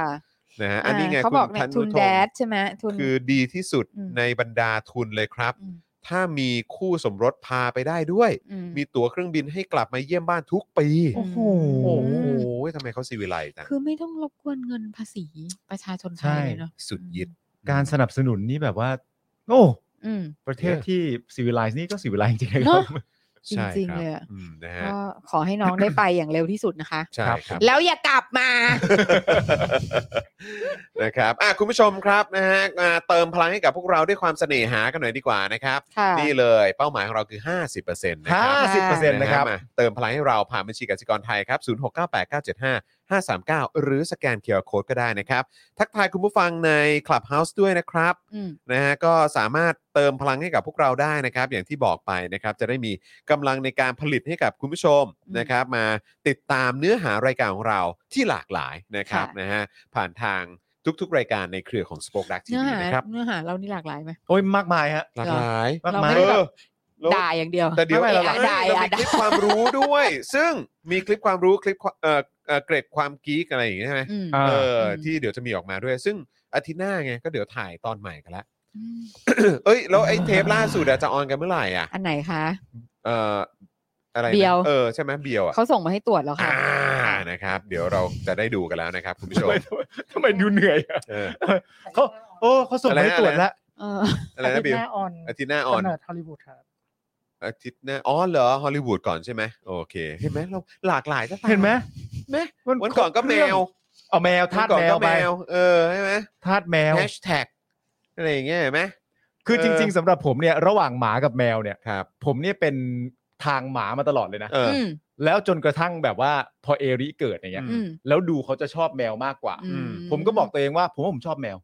A: นะฮะอันนี้ไง
B: เขา
A: คุ
B: บอก
A: ณ
B: เนี่
A: ทั
B: ย
A: น
B: ทุ
A: นุ
B: น
A: ท
B: แด
A: ง
B: ดใช่ไหมทุน
A: คือดีที่สุด
B: อืม
A: ในบรรดาทุนเลยครับ
B: ม
A: ถ้ามีคู่สมรสพาไปได้ด้วย
B: อืม
A: มีตั๋วเครื่องบินให้กลับมาเยี่ยมบ้านทุกปี
B: โอ้โห
A: โอ้
C: โอ้
A: โห
C: โห
A: ทำไมเขาซีวิไลซ์จัง
B: คือไม่ต้องรบกวนเงินภาษีประชาชนไท
C: ใช่
B: ยเลยเนาะ
A: สุดยิด
C: การสนับสนุนนี่แบบว่า โอ้
B: อืม
C: ประเทศ
A: เยอะ
C: ที่ซีวิไลซ์นี่ก็ซีวิไลซ์จริงๆนะค
B: เน
C: รับ
B: อะ
A: ใช่คบ
B: จริงๆเลยอะ
A: อืมนะฮะ
B: ก็ขอให้น้องได้ไปอย่างเร็วที่สุดนะคะ
A: ใช่ครับ
B: แล้วอย่ากลับมา
A: นะครับอ่ะคุณผู้ชมครับนะฮะมาเติมพลังให้กับพวกเราด้วยความเสน่หากันหน่อยดีกว่านะครับ
B: ค่ะ
A: นี่เลยเป้าหมายของเราคือ 50%นะครั
B: 50%
A: มาเติมพลังให้เราผ่านบัญชีกสิกรไทยครับ 06989755 539 หรือสแกน QR Code ก็ได้นะครับ ทักทายคุณผู้ฟังใน Clubhouse ด้วยนะครับ
B: อืม
A: นะฮะก็สามารถเติมพลังให้กับพวกเราได้นะครับ อย่างที่บอกไปนะครับ จะได้มีกำลังในการผลิตให้กับคุณผู้ชม
B: อืม
A: นะครับ มาติดตามเนื้อหารายการของเราที่หลากหลายนะครับ
B: ค่ะ
A: นะฮะผ่านทางทุกๆ รายการในเครือของ Spoke Dark
B: เนื้อ
A: TV
B: หา
A: นะครับ
B: เนื้อหาเรานี่หลากหลายไหม
C: โอ้ยมากมายฮะ
A: หลากหลาย
C: มาก
B: เรา
C: มาย
B: ไม่ได้แบบ
A: แล้ว
B: ด่าอย่างเดียว
A: แต่เดี๋ยว
B: ไม่
A: เรา
B: ไม่
A: เอ้ย
B: ด่า
A: เรา
B: อ่ะ
A: มีคลิป
B: ด่า
A: ความรู้ด้วย ซึ่งมีคลิปความรู้คลิปความเอ่อเอ่อเกรดความกี๊กอะไรอย่างเงี้ยใช่ไหม
B: อืม
C: อ่า
A: เอออ
B: ม
A: ที่เดี๋ยวจะมีออกมาด้วย ซึ่งอาทิตย์หน้าไงก็เดี๋ยวถ่ายตอนใหม่กันละ
B: อืม
A: เอ้ยแล้วไอ้เทปล่าสุดอะจะออนกันเมื่อไหร่อ่ะ
B: อันไหนคะ
A: เอ่ออะไรนะ
B: เบียว
A: เออใช่ไหมเบียวอ่ะ
B: เขาส่งมาให้ตรวจแล้วค่ะ
A: อ่านะครับ เดี๋ยวเราจะได้ดูกันแล้วนะครับคุณผู้ชม
C: ทำไมทำไมดูเหนื่อยอะ
A: เออ
C: เขาโอ้เขาส่ง
A: อะไร
C: มาให้
A: นะ
C: ตรวจแล้ว
B: เออ
A: อะไรนะเบียว
J: หน้าออน
A: อาทิตย์หน้าออน
J: กำเนิดฮอลลีวูดครับ
A: อาทิตย์หน้าอ๋อเหรอฮอลลีวูดก่อนใช่ไหมโอเคเห็นไหมเราหลากหลายจะตา
C: เห็นไหม
A: ไหมวันก่อนก็แมว
C: เอาแมวทาส
A: นก่อน
C: แม
A: ก็
C: วไป
A: เออใช่ไหม
C: ทาสแมว
A: แฮชแท็กอะไรอย่างเงี้ยเห็นไหม
C: คือจริง ๆสำหรับผมเนี่ยระหว่างหมากับแมวเนี่ย
A: ครับ
C: ผมเนี่ยเป็นทางหมามาตลอดเลยนะ
A: เอออ
B: อืม
C: แล้วจนกระทั่งแบบว่าพอเอริเกิดอย่างเงี้ย
A: อื
B: อืม
C: แล้วดูเขาจะชอบแมวมากกว่า
B: อืม
C: ผมก็บอกตัวเองว่าผมว่าผมชอบแมว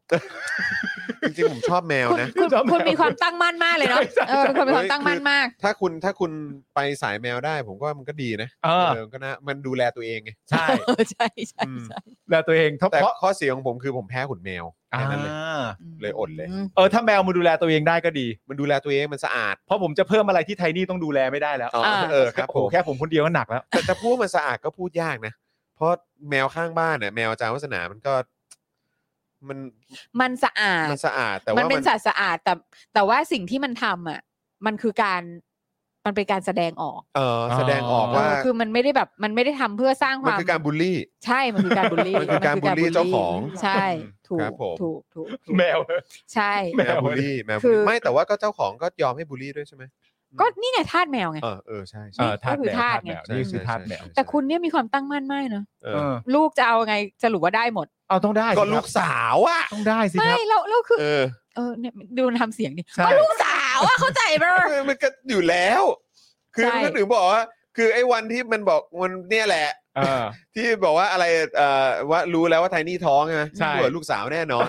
A: จริงๆผมชอบแมวนะ
B: คุณ
C: ชอบแมว
B: คุณมีความตั้งมั่นมากเลยเนาะ
C: ใช่ใช่
B: เออเป็นคนมีความตั้งมั่นมาก
A: ถ้าคุณถ้าคุณไปสายแมวได้ ผมว่ามันก็ดีนะ
C: เออ
A: เออก็นะมันดูแลตัวเองไง
C: ใช่
B: เออใช่ใช่
A: อืม
B: ใช่
C: แลตัวเอง
A: แต่
C: เพราะ
A: ข้อเสียของผมคือผมแพ้ขนแมวแค่นั้นเลย
C: อ่า
A: เลยอดเลย
B: ม
C: เออถ้าแมวมันดูแลตัวเองได้ก็ดี
A: มันดูแลตัวเองมันสะอาด
C: เพราะผมจะเพิ่มอะไรที่ไทนี่ต้องดูแลไม่ได้แล้ว
A: อ๋อเออครับผ
C: โอ้โห
A: ม
C: แค่ผมคนเดียวก็หนักแล้ว
A: แต่จะพูดว่ามันสะอาดก็พูดยากนะ เพราะแมวข้างบ้านเนี่ยแมวอาจารย์วัฒนามันก็ มัน
B: มันสะอาด
A: มันสะอาด แต่
B: มัน
A: ว่า
B: เป็
A: มัน น
B: สัตว์สะอาดแต่แต่ว่าสิ่งที่มันทำอ่ะ มันคือการมันเป็นการแสดงออก
A: เออแสดงออก
B: เอ
A: ว่า
B: อคือมันไม่ได้แบบมันไม่ได้ทำเพื่อสร้างค
A: มัน
B: วาม
A: คือการบูลลี่
B: ใช่มันคือการบูลลี่
A: มันคือการบูลลี่เจ้าของ
B: ใช่ถู
A: ค
B: ก
A: รับผม
B: ถูกถูกถูก
C: แมว
B: ใช่
C: แม
A: แม
C: ว
A: วบูลลี่แมว
B: คื
A: บูล
B: อ
A: ลี่ไม่แต่ว่าก็เจ้าของก็ยอมให้บูลลี่ด้วยใช่ไหม
B: ก็นี่ไงทาสแมวไง
A: เออเออใช่
C: เอ
A: ใช่
C: อทาส
B: ก็คื
C: แมว
B: อทาสไง
C: แมวนี่คือทาสแมว
B: แต่คุณเนี่ยมีความตั้งมั่นมากเนอะ
A: เอ
C: เอ
A: อ
C: อ
B: ลูกจะเอาไงสรุปว่าได้หมด
C: เอาต้องได้สิ
A: ก็
C: ครับ
A: ลูกสาวอ่ะ
C: ต้องได้สิค
B: ไม่
C: รับ
B: เราเราคือ
A: เออ
B: เออเนี่ยดูมันทำเสียงดิ
C: ใช่
B: ก็ลูกสาวอะเข้าใจปะ
A: มันก็อยู่แล้ว คือ
B: ใช่
A: มันก็ถึงบอกว่า คือไอ้วันที่มันบอกมันเนี่ยแหละ
C: เออ
A: ที่บอกว่าอะไรเอ่อว่ารู้แล้วว่าไทนี่ท้องใช่ไหม
C: ใช่
A: กูบอกลูกสาวแน่นอน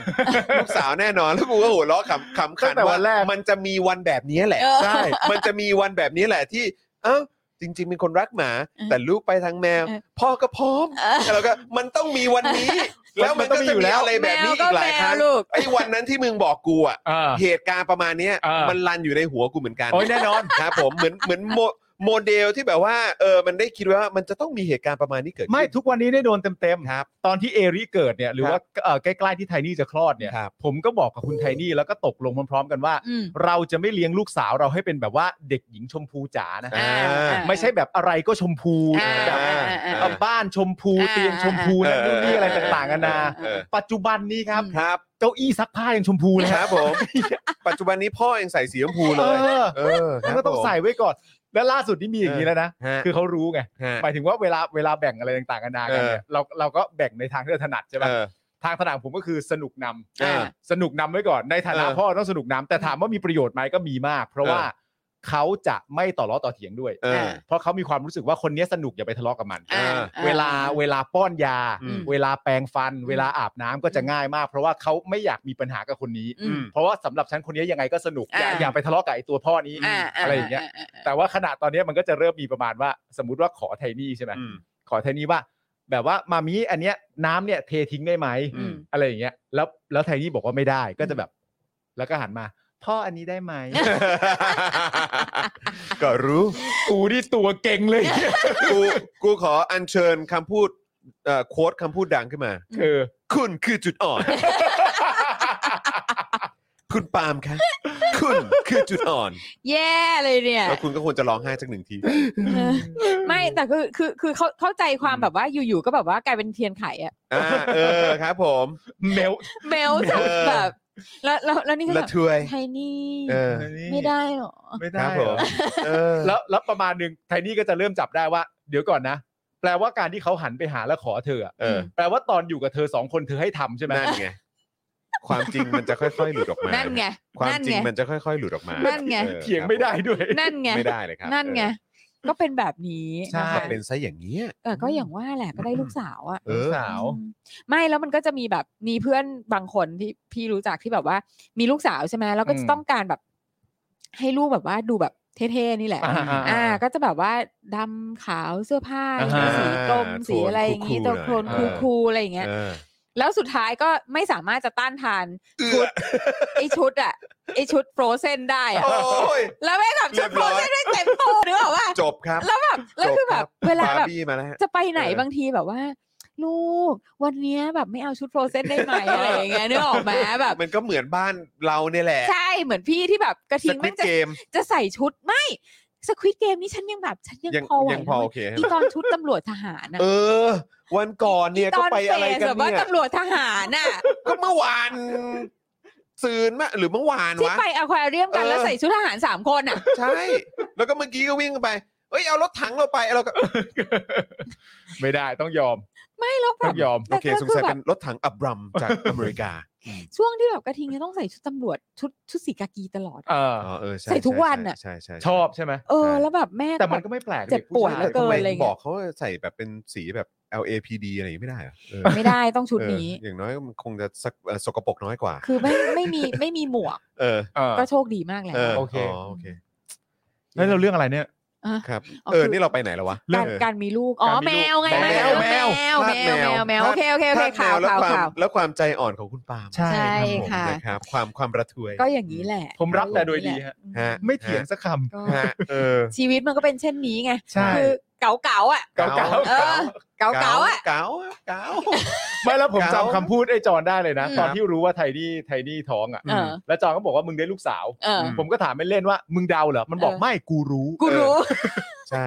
A: ลูกสาวแน่นอน แล้วกูก็หัวเราะขำขำ
C: ตั้
A: ขัน
C: งแต่วั
A: ว่าน
C: แรก
A: มันจะมีวันแบบนี้แหละ
B: เออ
C: ใช่
A: มันจะมีวันแบบนี้แหละที่เอ้าจริง ๆ เป็นคนรักหมา
B: เออ
A: แต่ลูกไปทางแมว
B: เออ
A: พ่อก็พร้อม
B: เออ
A: แล้วก็มันต้องมีวันนี้ แล้วมันก็
C: มันต้อง
A: จะ
C: มีอยู่
A: มี
C: แล้ว
A: อะไรแบบนี้
B: มว
A: อี
B: ก็
A: กหลาย
B: แม
A: ควรั้ง
B: ลูก
A: ไอ้วันนั้นที่มึงบอกกูอ่ะ
C: เออ
A: เหตุการณ์ประมาณเนี้ย
C: เออ
A: มันรันอยู่ในหัวกูเหมือนกัน
C: โอ้ยแน่นอน
A: ครับผมเหมือนเหมือนโมโมเดลที่แบบว่าเออมันได้คิดไว้ว่ามันจะต้องมีเหตุการณ์ประมาณนี้เกิด
C: ไม่
A: ขึ้น
C: ทุกวันนี้ได้โดนเต็ม
A: ครับ
C: ๆ ตอนที่เอริเกิดเนี่ยหรือ
A: ครั
C: ว่า
A: บ
C: เอ่อใกล้ๆที่ไทนี่จะคลอดเนี่ย
A: ครับ
C: ผมก็บอกกับคุณไทนี่แล้วก็ตกลงพร้อมๆกันว่า
B: อืม
C: เราจะไม่เลี้ยงลูกสาวเราให้เป็นแบบว่าเด็กหญิงชมพูจ๋านะ
A: อ่า
C: ไม่ใช่แบบอะไรก็ชมพู
B: อ่า
C: แบบ
B: อ่าอ่า
C: เอาบ้านชมพู
B: อ่า
C: เตียงชมพู
A: อ่า
C: นั่นนู่นนี่
A: เอออ
C: อะไรต่างๆกันานา
A: เออ
C: ปัจจุบันนี้ครับ
A: ครับ
C: เก้าอี้ซักผ้ายังชมพูเลย
A: ครับผม ปัจจุบันนี้พ่อยังใส่สีชมพู
C: เอ
A: เลย
C: อ
A: เออค
C: มัน
A: รับ
C: ก็ต้อง
A: ผม
C: ใส่ไว้ก่อน แล้วล่าสุดที่มีอย่างนี้แล้วนะ
A: ฮะ
C: คือเขารู้ไง
A: ฮะ
C: หมายถึงว่าเวลาเวลาแบ่งอะไรต่างๆกันานากันเนี่ยเราเราก็แบ่งในทางที่เราถนัดใช่ปะ
A: เออ
C: ทางถนัดผมก็คือสนุกนำ
A: อ่า
C: สนุกนำไว้ก่อนในฐานะ
A: เออ
C: พ่อต้องสนุกนำแต่ถามว่ามีประโยชน์ไหมก็มีมาก เพราะ
A: เออ
C: ว่าเขาจะไม่ต่อล้อต่อเถียงด้วย
A: เออ
C: เพราะเขามีความรู้สึกว่าคนเนี้ยสนุกอย่าไปทะเลาะกับมัน
B: อ่า
A: เออ
B: อ่
C: เวลาเวลาป้อนยา
A: อืม
C: เวลาแปรงฟัน
B: อืม
C: เวลาอาบน้ำก็จะง่ายมาก เพราะว่าเขาไม่อยากมีปัญหากับคนนี้
B: อืม
C: เพราะว่าสำหรับฉันคนเนี้ยยังไงก็สนุกอย่า
B: อ่า
C: อย่าไปทะเลาะกับไอ้ตัวพ่อนี้
B: อ่าา
C: อะไรอย่างเงี้ย
B: อ่าอ่า
C: แต่ว่าขณะตอนเนี้ยมันก็จะเริ่มมีประมาณว่า สมมติว่าขอไทนี่ใช่ไหม
A: อืม
C: ขอเทานี้ว่า แบบว่ามามีอันเนี้ยน้ำเนี่ยเททิ้งได้ไหม
A: อืม
C: อะไรอย่างเงี้ยแล้วแล้วไทนี่บอกว่าไม่ได้ก็จะแบบ แล้วก็หันมา พ่ออันนี้ได้ไหม
A: ก็รู้
C: กูนี่ตัวเก่ง เลย
A: กูกูขออัญเชิญคำพูดเอ่อโค้ดคำพูดดังขึ้นมา
C: คือ
A: คุณคือจุดอ่อน คุณปาล์มคะคุณคือจุดอ่อน
B: แย่เลยเนี่ย
A: แล้วคุณก็ควรจะร้องไห้สักหนึ่งที
B: เออไม่แต่คือคือคือเขาเข้าใจความแบบว่าอยู่ๆก็แบบว่ากลายเป็นเทียนไขอะ
A: อ่าเออครับผม
C: เมล
B: เมล
A: เออ
B: แบบ แล้วแล้วแล้วนี่ก็
A: ละ
B: แบบ
A: ทวย
B: ไทนี่
A: เออ
B: ไม่ได้หรอ
C: ไม่
A: ค
C: ได้
A: รับ
C: เห
A: ผ
C: รอ
A: มเออ
C: แล้วแล้วประมาณหนึ่งไทนี่ก็จะเริ่มจับได้ว่า เดี๋ยวก่อนนะ แปลว่าการที่เขาหันไปหาและขอเธออะ
A: เออ
C: แปลว่าตอนอยู่กับเธอสองคนเธอให้ทำใช่ไหม
A: นั่นไง ความจริงมันจะค่อยๆ หลุดออกมา
B: นั่นไง
A: ความ
B: นั่น
A: จริ
B: ไง
A: งมันจะค่อยๆ หลุดออกมา
B: นั่นไง
A: ออ
C: เถียงไม่ได้ด้วย
B: นั่นไง
A: ไม่ได้เลยครับ
B: นั่นไง
A: เออ
B: ก็เป็นแบบนี้
C: ใช่
B: นะ
A: ก็
B: คะ
A: เป็นซะอย่างเงี้ย
B: เออก็อย่างว่าแหละก็ได้ลูกสาวอะ
A: เออ
C: สาว
B: อืมไม่แล้วมันก็จะมีแบบมีเพื่อนบางคนที่พี่รู้จักที่แบบว่า มีลูกสาวใช่ไหมแล้วก็
C: อื
B: จะ
C: ม
B: ต้องการแบบ ให้ลูกแบบว่าดูแบบเท่ๆนี่แหละ
C: อ่า
B: อ่า ก็จะแบบว่าดำขาวเสื้อผ้า
C: อ่า
B: สีกรมสีอะไร
A: โทน
B: อย่างงี้
A: คูลๆ
B: ตั
A: หน่
B: วโคลน
A: อย
B: คูลๆอะไรอย่างเงี้ย
A: เออ
B: แล้วสุดท้ายก็ไม่สามารถจะต้านทานชุดไอชุดอะไอชุดโฟรเซนได้อะ
A: โอ้ย
B: แล้วแม่งแบบชุด
A: เรียบ
B: โฟ
A: ร้อ
B: ร
A: ย
B: เซนด้วยเต็มตัวนึกออกว่า
A: จบครับ
B: แล้วแบบแล้วคือแบบเวลาแบ
A: บา
B: บ
A: ร์บี้มาแล้วฮะ
B: จะไปไหน
A: เออ
B: บางทีแบบว่า ลูก วันเนี้ยแบบไม่เอาชุดโฟรเซนได้ไหม อะไรอย่างเงี้ยนึกออกไหม แบบ
A: มันก็เหมือนบ้านเราเนี่ยแหละ
B: ใช่เหมือนพี่ที่แบบกระทิ
A: สค
B: ง
A: วิ
B: แม่
A: ต
B: งจะ
A: เกม
B: จะใส่ชุดไม่สควิดเกมนี่ฉันยังแบบฉันยัง
A: ยัง
B: พอไหว
A: ยังพอ
B: นะ
A: โอเคใช่
B: อี
A: ไหม
B: ตอนชุดตำรวจทหารน่ะ
A: เออ วันก่อนเนี่ย
B: ต
A: ก็
B: อน
A: ไปอะไร
B: เฟส
A: กัน
B: แบบว่า
A: เนี่ย
B: ตำรวจทหารน่ะ
A: ก็เมื่อวานซืนมะหรือเมื่อวาน
B: ที่
A: วะ
B: ไปอควาเรียมกั
A: เอ
B: น
A: อ
B: แล้วใส่ชุดทหารสามคนน่ะ
A: ใช่ แล้วก็เมื่อกี้ก็วิ่งไป เอ้ยเอารถถังเราไปเราก็
C: ไม่ได้ต้องยอม
B: ไม่แล้วแบ
C: ต้อบ งยอม
A: โอเค
B: แต่ก็
A: สงสัย
B: คือแบบ
A: เป็นรถถังอับรัม จากอเมริกา
B: ช่วงที่แบบกระทิงจะต้องใส่ชุดตำรวจชุดชุดสีกากีตลอด
C: เออ
A: อ๋อเออช่
B: ใส่ทุกวัน
A: ใช่
B: น่ะ
A: ใช่ใช่ใ
C: ชอบใช่ไหม
B: เออ แล้วแบบแม่
C: แต่มัน
B: บบ
C: ก็ไม่แปลก
B: เจ็บปวดเห
C: ผู้ชาย
B: ลือเกิ
A: ทำ
B: น
A: ไม
B: อะไรงี้ย
A: บอกเขาว่าใส่แบบเป็นสีแบบ LAPD อะไรอย่างงี้ไม่ได้เหรอเออ
B: ไม่ได้ต้องชุด
A: เออ
B: นี้
A: อย่างน้อยมันคงจะสักเอ่อสกปรกน้อยกว่า
B: คือไม่ไม่มีไม่มีหมวก
A: เออ
C: เออ
B: ก็โชคดีมากแหล้ว
A: เออ
C: โอเค
A: โอเค
C: แล้วเราเรื่องอะไรเนี่ย
A: ครับ
B: อ๋อ
A: เออ
B: คือ
A: นี่เราไปไหนแล้ววะ
B: การ
A: เออ
B: การมีลูก อ๋อ
C: การมี
B: แม
C: ลู
B: ว
C: ก
B: ไง
C: แมว
B: แมวแมว
A: แม
B: แม
A: ว
B: วแมว
A: ธาตุ
B: โอเคโอเคโอเค
A: ธาตุ
B: ข่าว
A: แมและ
B: ข่าว
A: ควา
B: ข่าว
A: มและความใจอ่อนของคุณปาล์ม
C: ใช่
B: ใช่ค่ะ
C: ครับผม
A: นะครับความความระทวย
B: ก็อย่างนี้แหละ
C: ผมรับแต่โดยดีฮะ
A: ฮะ
C: ไม่เถียงสักค
B: ก็
A: ฮะเออ
B: ชีวิตมันก็เป็นเช่นนี้ไง
C: ำใช่
B: คือเก๋าเก๋าๆอ่ะ
C: เก่า
B: เออ เก๋าเก๋าๆอ่ะ
A: เก๋าเก๋า
C: ๆไม่แล้วผมจำคำพูดไอ้จอนได้เลยนะ
B: อืม
C: ตอนที่รู้ว่าไทนี่ไทนี่ท้องอ่ะ
B: เออ
C: แล้วจอนก็บอกว่ามึงได้ลูกสาว
B: เออ
C: ผมก็ถามไม่เล่นๆว่า มึงเดาเหรอ มันบอก
B: เออ
C: ไม่กูรู้
B: กูรู้
A: ใช่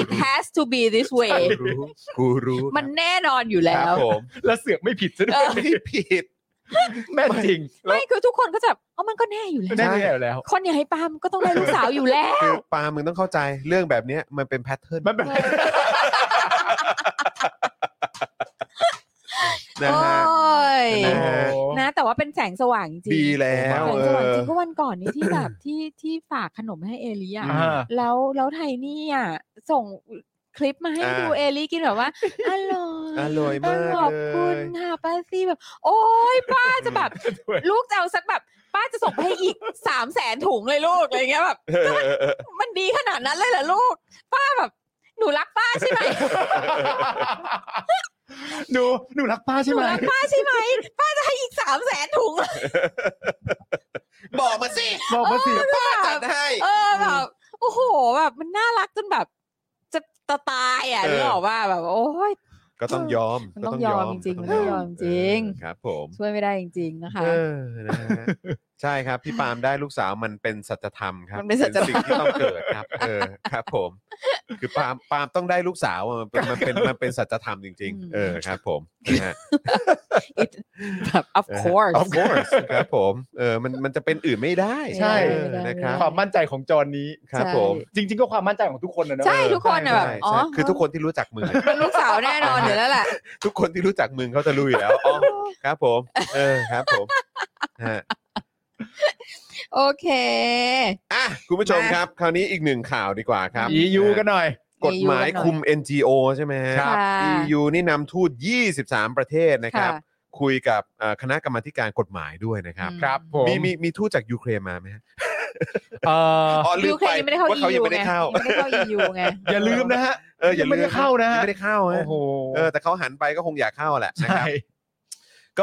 B: it has to be this way
A: กูรู้กูรู้
B: มันแน่นอนอยู่
A: ค
B: แล้
A: รับ
B: ว
A: ผม
C: แล้วเสือกไม่ผิดซะด้ว
B: เอย อ
A: ไม่ผิด
C: แม่นจริงแล้ว
B: ไม่คือทุกคนก็จะแบบอ๋อมันก็แน่อยู่แล้
C: แน่
B: ว
C: แน่อยู่แล้ว
B: คนอย่างไอ้ปาล์มก็ต้องได้ลูกสาวอยู่แล้ว
A: คือปาล์มมึงต้องเข้าใจเรื่องแบบเนี้ยมันเป็นแพทเทิร์น
C: มันแบบ
A: นะ
B: โอ้
A: ฮะ
B: ย
A: นะฮะ
B: นะ แต่ว่าเป็นแสงสว่างจริง
A: ดีแล้ว
B: แสง
A: เออ
B: สว่างจริงก็วันก่อนนี้ที่แบบ ที่ที่ฝากขนมให้เอลิอ่ะ
C: อ่า
B: แล้วแล้วไทนี่อ่ะส่งคลิปมาให้
A: อ่า
B: ดูเอลิกินแบบว่าอร่อย
A: อร่อยมาก
B: ขอบ
A: เล
B: คุณ
A: ย
B: ค่ะป้าซี่แบบ โอ้ยป้าจะ แบบ
C: ด้วย
B: ลูกจะเอาสักแบบ ป้าจะส่งไปให้อีกสามแสนถุงเลยลูกอะไรเงี้ยแบบมันดีขนาดนั้นเลยเหรอลูก ป้าแบบ หนูรักป้าใช่ไหม
C: ดูหนูรักป้า
B: ห
C: ใช่
B: นู
C: ไหม
B: รักป้าใช่ไหมป้าจะให้อีกสามแสนถุง
A: บอกมาสิ
C: บอกมาสิ
A: ป้าจัดให้
B: เออแบบโอ้โหแบบมันน่ารักจนแบบ จะจะตายอ่ะ
A: เออ
B: นึกออกว่าแบบ โอ้ย
A: ก็ต้องยอม
B: มันต้องยอมจริงๆมันต้องยอมจริง
A: เออครับผม
B: ช่วยไม่ได้จริงๆนะคะ
A: เออนะฮะใช่ครับ พี่ปาล์มได้ลูกสาวมันเป็นสัจธรรมครับ
B: มันเป็นสัจธรรม
A: สิ่งที่ต้องเกิดครับ เออครับ ผม คือปาล์มปาล์มต้องได้ลูกสาวอะมันเป็นมันเป็นมันเป็นสัจธรรมจริง ๆ เออครับ ผมนะฮะ
B: It- แบบ of course
A: of course ครับผมเออมันมันจะเป็นอื่นไม่ได้
B: ใช่
A: เออนะครับ
C: ความมั่นใจของจอนนี้
A: ครับผม
C: จริง ๆ ก็ความมั่นใจของทุกคนนะเนอะ
B: ใช่ทุกคน
A: ใช่
B: อะแบบ
A: ใช่
B: อ๋อ
A: ใช่คือทุกคนที่รู้จักมึงอะ
B: เป็นลูกสาวแน่นอนอยู่แล้วแหละ
A: ทุกคนที่รู้จักมึงเขาจะรู้อยู่แล้วอ๋อครับผม เออครับผมฮะ
B: โอเค
A: อ่ะคุณผู้ชม
B: มา
A: ครับ คราวนี้อีกหนึ่งข่าวดีกว่าครับ
C: ยูกันหน่อย
A: กฎหมาย
B: EU กันหน่อย
A: คุม NGO ใช่ไหมฮะ
B: ครับค่ะ
A: EU นี่นำทูต 23 ประเทศนะครับ คุยกับเอ่อคณะกรรมาธิการกฎหมายด้วยนะครับ
B: อืม
C: ครับผม
A: มีมีมีทูตจากยูเครนมาไหมฮะ
C: เอ่อ
A: อ๋อลื
B: ยู
A: ม
B: เคร
A: ไป
B: นยังไม่ได้เข้า
A: ว่าเขา
B: EU
A: ยังไม่ได้เข้า
B: ไงยังไม่ได้เข้า EU ไง
C: อย่าลืมนะฮะ
A: เอออย่าลื
C: ยังไม่ได้เข้านะฮะ
A: ยังไม่ได้เข้าฮะ
C: โอ้โห
A: เออแต่เขาหันไปก็คงอยากเข้าแหละนะค
C: ใช่
A: รับ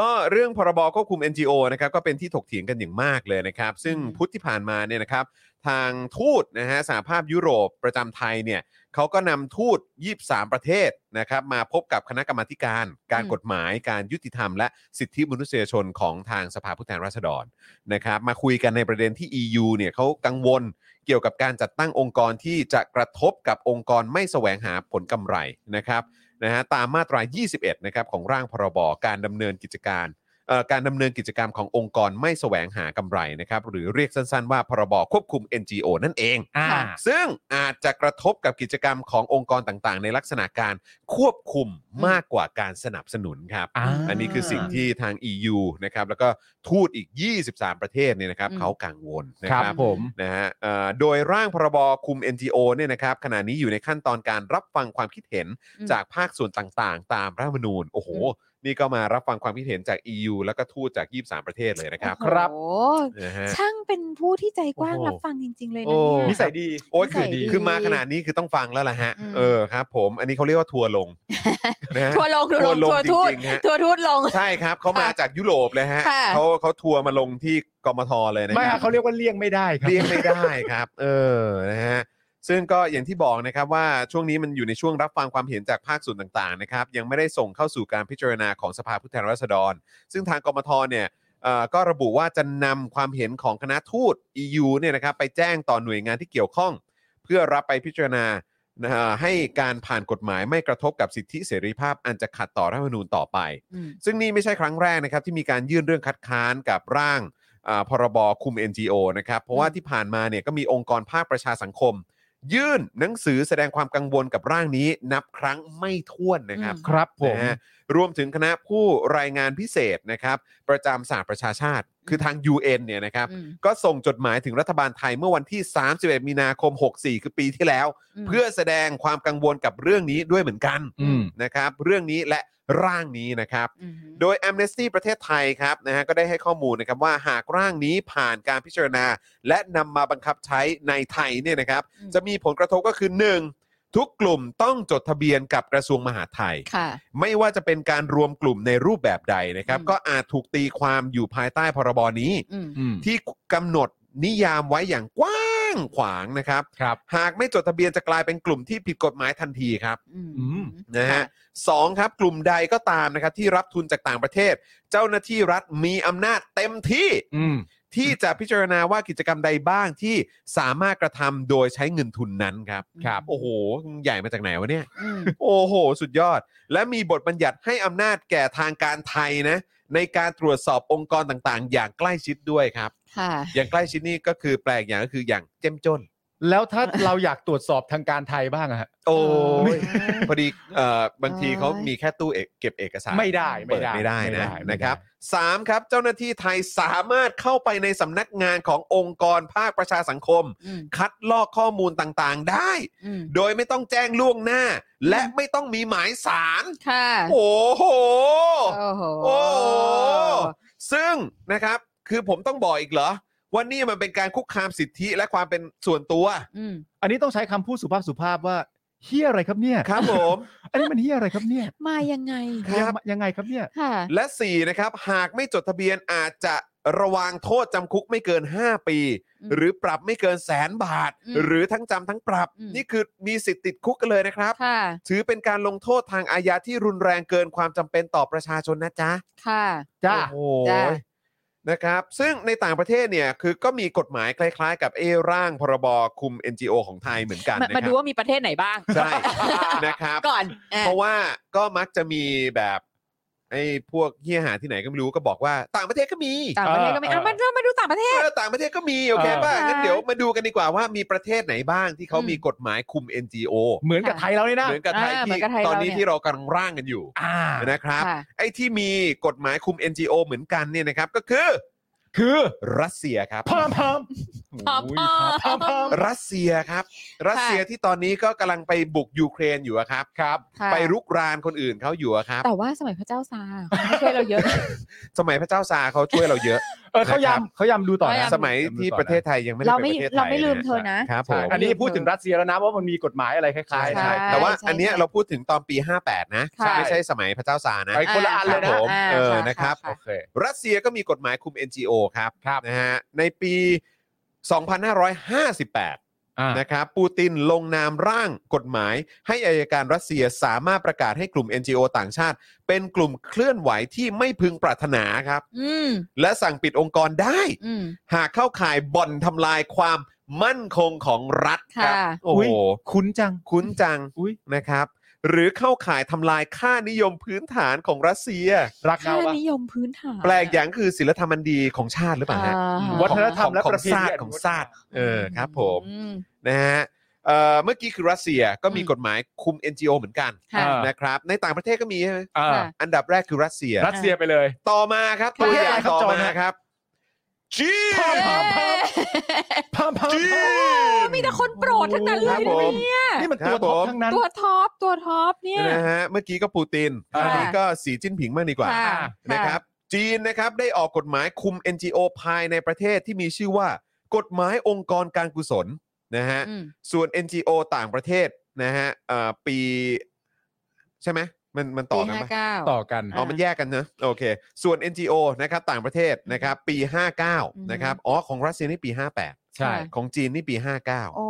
A: ก็เรื่องพรบควบคุม NGO นะครับก็เป็นที่ถกเถียงกันอย่างมากเลยนะครับ ซึ่งพุธที่ผ่านมาเนี่ยนะครับ ทางทูตนะฮะสหภาพยุโรปประจำไทยเนี่ยเขาก็นำทูต 23 ประเทศนะครับ มาพบกับคณะกรรมาธิการ การกฎหมายการยุติธรรม และสิทธิมนุษยชนของทางสภาผู้แทนราษฎรนะครับ มาคุยกันในประเด็นที่ EU เนี่ยเขากังวลเกี่ยวกับการจัดตั้งองค์กรที่จะกระทบกับองค์กรไม่แสวงหาผลกำไรนะครับ นะฮะตามมาตรา 21 นะครับของร่างพรบ การดำเนินกิจการ เอ่อการดำเนินกิจกรรมขององค์กรไม่แสวงหากำไรนะครับหรือเรียกสั้นๆว่าพรบควบคุม NGO นั่นเอง
C: อ่า
B: ค่ะ
A: ซึ่งอาจจะกระทบกับกิจกรรมขององค์กรต่างๆ ในลักษณะการควบคุมมากกว่าการสนับสนุนครับ
C: อ่า
A: อันนี้คือสิ่งที่ทาง EU นะครับแล้วก็ทูตอีก 23 ประเทศเนี่ยนะครับ
B: อืม
A: เขากังวลนะ
C: ค
A: ค
C: รั
A: รั
C: บบ ผม
A: นะฮะเอ่อโดยร่างพรบคุม NGO เนี่ยนะครับขณะนี้อยู่ในขั้นตอนการรับฟังความคิดเห็น
B: อืม
A: จากภาคส่วนต่างๆ ตามรัฐธรรมนูญโอ้โห นี่ก็มารับฟังความคิดเห็นจาก EU แล้วก็ทูตจาก 23 ประเทศเลยนะครับ
C: ครับ
B: โอ้โห
A: นะฮะ
B: ช่างเป็นผู้ที่ใจกว้าง
A: โอ้โห
B: รับฟังจริง ๆ เลย
A: โอ้
B: นะเนี่
A: รับ
B: ย
C: นิสัยดี
A: โอ้ย
B: นิสั
A: คือ
B: ดี
A: คือมาขนาดนี้คือต้องฟังแล้วล่ะฮะ
B: อืม
A: เออครับผมอันนี้เขาเรียกว่าทัวร์ ลงนะฮะ
B: ทัวร์ลงทัวร์ลง
A: ทั
B: ทั
A: ว
B: ว
A: ร์ลง
B: ร์ทูต
A: จริงๆฮะ
B: ทัวร์ทูตลง
A: ใช่ครับเขามาจากยุโรปเลยฮะ
B: ค่ะ
A: เขาเขาทัวร์มาลงที่กมทเลยนะ
C: ไม่
A: ครั
C: ฮะ
A: บ
C: เขาเรียกว่าเลี่ยงไม่ได้ครับ
A: เลี่ยงไม่ได้ครับ เออนะฮะซึ่งก็อย่างที่บอกนะครับว่าช่วงนี้มันอยู่ในช่วงรับฟังความเห็นจากภาคส่วนต่างๆนะครับยังไม่ได้ส่งเข้าสู่การพิจารณาของสภาผู้แทนราษฎร ซึ่งทางกมทเนี่ยเอ่อก็ระบุว่าจะนำความเห็นของคณะทูต EU เนี่ยนะครับไปแจ้งต่อหน่วยงานที่เกี่ยวข้อง เพื่อรับไปพิจารณานะฮะให้การผ่านกฎหมายไม่กระทบกับสิทธิเสรีภาพอันจะขัดต่อรัฐธรรมนูญต่อไป ซึ่งนี่ไม่ใช่ครั้งแรกนะครับที่มีการยื่นเรื่องคัดค้านกับร่างอ่าพรบคุม NGO นะครับ เพราะว่าที่ผ่านมาเนี่ยก็มีองค์กรภาคประชาสังคม ยื่นหนังสือแสดงความกังวลกับร่างนี้นับครั้งไม่ถ้วนนะครับ
B: อืม
C: ครับผม
A: นะฮะรวมถึงคณะผู้รายงานพิเศษนะครับประจำสหประชาชาติ คือทาง UN เนี่ยนะครับ
B: อืม
A: ก็ส่งจดหมายถึงรัฐบาลไทยเมื่อวันที่ 31 มีนาคม 64 คือปีที่แล้ว
B: ม
A: เพื่อแสดงความกังวลกับเรื่องนี้ด้วยเหมือนกัน
C: อืม
A: นะครับเรื่องนี้และร่างนี้นะครับ โดย Amnesty ประเทศไทยครับนะฮะก็ได้ให้ข้อมูลนะครับว่าหากร่างนี้ผ่านการพิจารณา และนำมาบังคับใช้ในไทยเนี่ยนะครับ
B: อืม
A: จะมีผลกระทบก็คือ 1. ทุกกลุ่มต้องจดทะเบียนกับกระทรวงมหาดไทย
B: ค่ะ
A: ไม่ว่าจะเป็นการรวมกลุ่มในรูปแบบใดนะครับ
B: อืม
A: ก็อาจถูกตีความอยู่ภายใต้พรบนี้
B: อืม
C: อืม
A: ที่กำหนดนิยามไว้อย่างกว้างขวางนะครับ
C: ครับ
A: หากไม่จดทะเบียนจะกลายเป็นกลุ่มที่ผิดกฎหมายทันทีครับ
B: อืม
C: อืม
A: นะฮะสองครับกลุ่มใดก็ตามนะครับที่รับทุนจากต่างประเทศ เจ้าหน้าที่รัฐมีอำนาจเต็มที่
C: อืม
A: ที่จะพิจารณาว่ากิจกรรมใดบ้างที่สามารถกระทำโดยใช้เงินทุนนั้นครับ
C: ครับ
A: โอ้โหใหญ่มาจากไหนวะเนี่ย
B: อืม
A: โอ้โห สุดยอด และมีบทบัญญัติให้อำนาจแก่ทางการไทยนะ ในการตรวจสอบองค์กรต่างๆ อย่างใกล้ชิดด้วยครับ
B: ค่ะ
A: อย่างใกล้ชิดนี่ก็คือแปลกอย่างก็คืออย่างเจ้มจน
C: แล้วถ้าเราอยากตรวจสอบทางการไทยบ้างอะฮะ
A: โอ้
B: ไม่
A: ยพอดีเอ่อบางทีเขามีแค่ตู้เอกเก็บเอกสาร
C: ไม่ได้
A: เปิดไม่ได้นะนะครับสามครับเจ้าหน้าที่ไทยสามารถเข้าไปในสำนักงานขององค์กรภาคประชาสังคม
B: อืม
A: คัดลอกข้อมูลต่างๆได้
B: อืม
A: โดยไม่ต้องแจ้งล่วงหน้า และไม่ต้องมีหมายสาร
B: ค่ะ
A: โอ้โห
B: โอ้โห
A: โอ้โห ซึ่งนะครับคือผมต้องบอกอีกเหรอว่านี่มันเป็นการคุกคามสิทธิและความเป็นส่วนตัว
B: อืม
C: อันนี้ต้องใช้คำพูดสุภาพสุภาพว่าเฮียอะไรครับเนี่ย
A: ครับผม
C: อันนี้มันเฮียอะไรครับเนี่ย
B: มายังไง
A: ครับ
C: ยังยังไงครับเนี่ย
B: ค่ะ
A: และ 4 นะครับ หากไม่จดทะเบียนอาจจะระวางโทษจำคุกไม่เกิน 5 ปี
B: อืม
A: หรือปรับไม่เกินแสนบาท
B: อืม
A: หรือทั้งจำทั้งปรับ
B: อืม
A: นี่คือมีสิทธิ์ติดคุกกันเลยนะครับ
B: ค่ะ
A: ถือเป็นการลงโทษทางอาญาที่รุนแรงเกินความจำเป็นต่อประชาชนนะจ๊ะ
B: ค่ะ
C: จ้า
A: โอ้โห
B: จ้ะ
A: นะครับ ซึ่งในต่างประเทศเนี่ยคือก็มีกฎหมายคล้ายๆ กับเอร่างพรบคุม NGO ของไทยเหมือนกัน
B: มา
A: นะค
B: มาดู
A: รับ
B: ว่ามีประเทศไหนบ้าง
A: ใช่ นะครับ
B: ก่อนอ่ะ
A: เพราะว่าก็มักจะมีแบบไอ้พวกเฮียหาที่ไหนก็ไม่รู้ก็บอกว่าต่างประเทศก็มี
B: ต่างประเทศก็ไม่
C: เออ
B: เอามาเรามาดูต่างประเทศ
A: เออต่างประเทศก็มีโอเคป่ะ
B: เออ
A: งั้นเดี๋ยวมาดูกันดีกว่าว่ามีประเทศไหนบ้างที่เขา
B: อืม
A: มีกฎหมายคุม NGO
C: เหมือนกับไทยเราเนี่ยนะ
A: เหมือนกับไทย
B: อ่าเหมื
A: ที่
B: อนกับไทย
A: ตอน
B: เรา
A: นี้
B: เนี่ย
A: ที่เรากำลังร่างกันอยู่
C: อ่า
A: นะครับ
B: ค่ะ
A: ไอ้ที่มีกฎหมายคุม NGO เหมือนกันเนี่ยนะครับก็คือ
C: คือ
A: รัสเซียครับ
C: เพิ่มเพิ่ม
B: พร้อม
C: โอ้ยครับเพิ่ม
A: รัสเซียครับ รัสเซียที่ตอนนี้ก็กำลังไปบุกยูเครนอยู่อะครับครับ
B: ค่ะ
A: ไปรุกรานคนอื่นเขาอยู่อะครับ
B: แต่ว่าสมัยพระเจ้าซาร์เขาไม่ช่วยเราเยอะ
A: สมัยพระเจ้าซาร์เขาช่วยเราเยอะ
C: เออเขายำเขายำดูต่อ
B: เขา
C: นะ
B: ยำ
A: สมัยที่ประเทศไทยยังไม่ได้
B: เรา
A: เป็นป
B: ไม่
A: ระเทศไทย
B: เราไม่ลืมเธอนะ
A: ครับผ
C: ใช่
A: ม
C: อันนี้พูดถึงรัสเซียแล้วนะว่ามันมีกฎหมายอะไรคล้ายๆ
A: ใช่
C: นะ
B: ใช่
A: แต่ว่า
B: ใช่
A: อันเนี้ยเราพูดถึงตอนปี 58 นะ
B: ค่ะ
A: ไม่ใช่สมัยพระเจ้าซาร์นะ
C: ไปคนละอันเลยนะ
A: ผมเออนะครับ
B: ค่ะ
C: โอเค
A: รัสเซียก็มีกฎหมายคุม NGO ครับนะฮะในปี 2558
C: อ่า
A: นะครับปูตินลงนามร่างกฎหมาย ให้อายการรัสเซียสามารถประกาศให้กลุ่ม NGO ต่างชาติ เป็นกลุ่มเคลื่อนไหวที่ไม่พึงปรารถนาครับ
B: อืม
A: และสั่งปิดองค์กรได้
B: อืม
A: หากเข้าข่ายบ่อนทำลายความมั่นคงของรัฐครับ
B: ค่ะ
A: โอ้โห
C: ย คุ้นจัง
A: คุ้นจัง
C: อุ้ย
A: นะครับ หรือเข้าข่ายทำลายค่านิยมพื้นฐานของรัสเซีย
C: รัก
B: ค่า
C: เราปะ
B: นิยมพื้นฐาน
A: แปลกอย่างคือศิลธรรมอันดีของชาติหรือเปล่าฮะ
B: อ่า
C: วัฒนธรรมและ
A: ของ
C: ประเพ
A: ของ
C: ณี
A: ศาสตร์ของศาสตร์ เออครับผม
B: อื
A: นะฮะเอ่อเมื่อกี้คือรัสเซียก็มีกฎหมายคุม NGO เหมือนกัน
B: ค่ะ
A: นะครับ ในต่างประเทศก็มีใช่ไหม
C: อ่า
B: ค่ะ
A: อันดับแรกคือรัสเซีย
C: รัสเซียไปเลย
A: ต่อมาครับ
B: ค่ะ
A: ตัวอย่างต่อมา
C: จอนะครับ
A: จีน
C: พอม
B: เอ้ย
C: พามพาม
A: จีน
B: มีแต่คนโปรดทั้งนั้นเล
A: ครับ
B: ย
A: ผม
B: เนี่ย
C: นี่มัน
A: ครั
C: ตัว
A: บ
C: ท็อ
A: ผ
C: ป
A: ม
C: ทั้งนั้น
B: ตัวท็อปตัวท็อปเนี่ย
A: นะฮะเมื่อกี้ก็ปูตินค
C: ค่ะ
A: ราวนี้ก็สีจิ้นผิงมากดีกว่า
B: ค่ะ
A: นะครับ จีนนะครับได้ออกกฎหมายคุม NGO ภายในประเทศที่มีชื่อว่า กฎหมายองค์กรการกุศลนะฮะ
B: อืม
A: ส่วน NGO ต่างประเทศนะฮะเอ่อปี ใช่ไหมมันมันต่อกัน
B: ห้า
A: ปะ
B: เก้า
C: ต่อกัน
A: อ๋อมันแยกกันนะโอเค ส่วน NGO นะครับต่างประเทศนะครับปี
B: อืม
A: 59 นะครับอ๋อของรัสเซียนี่ปี 58
C: ใช่
A: ของจีนนี่ปี
B: โอ้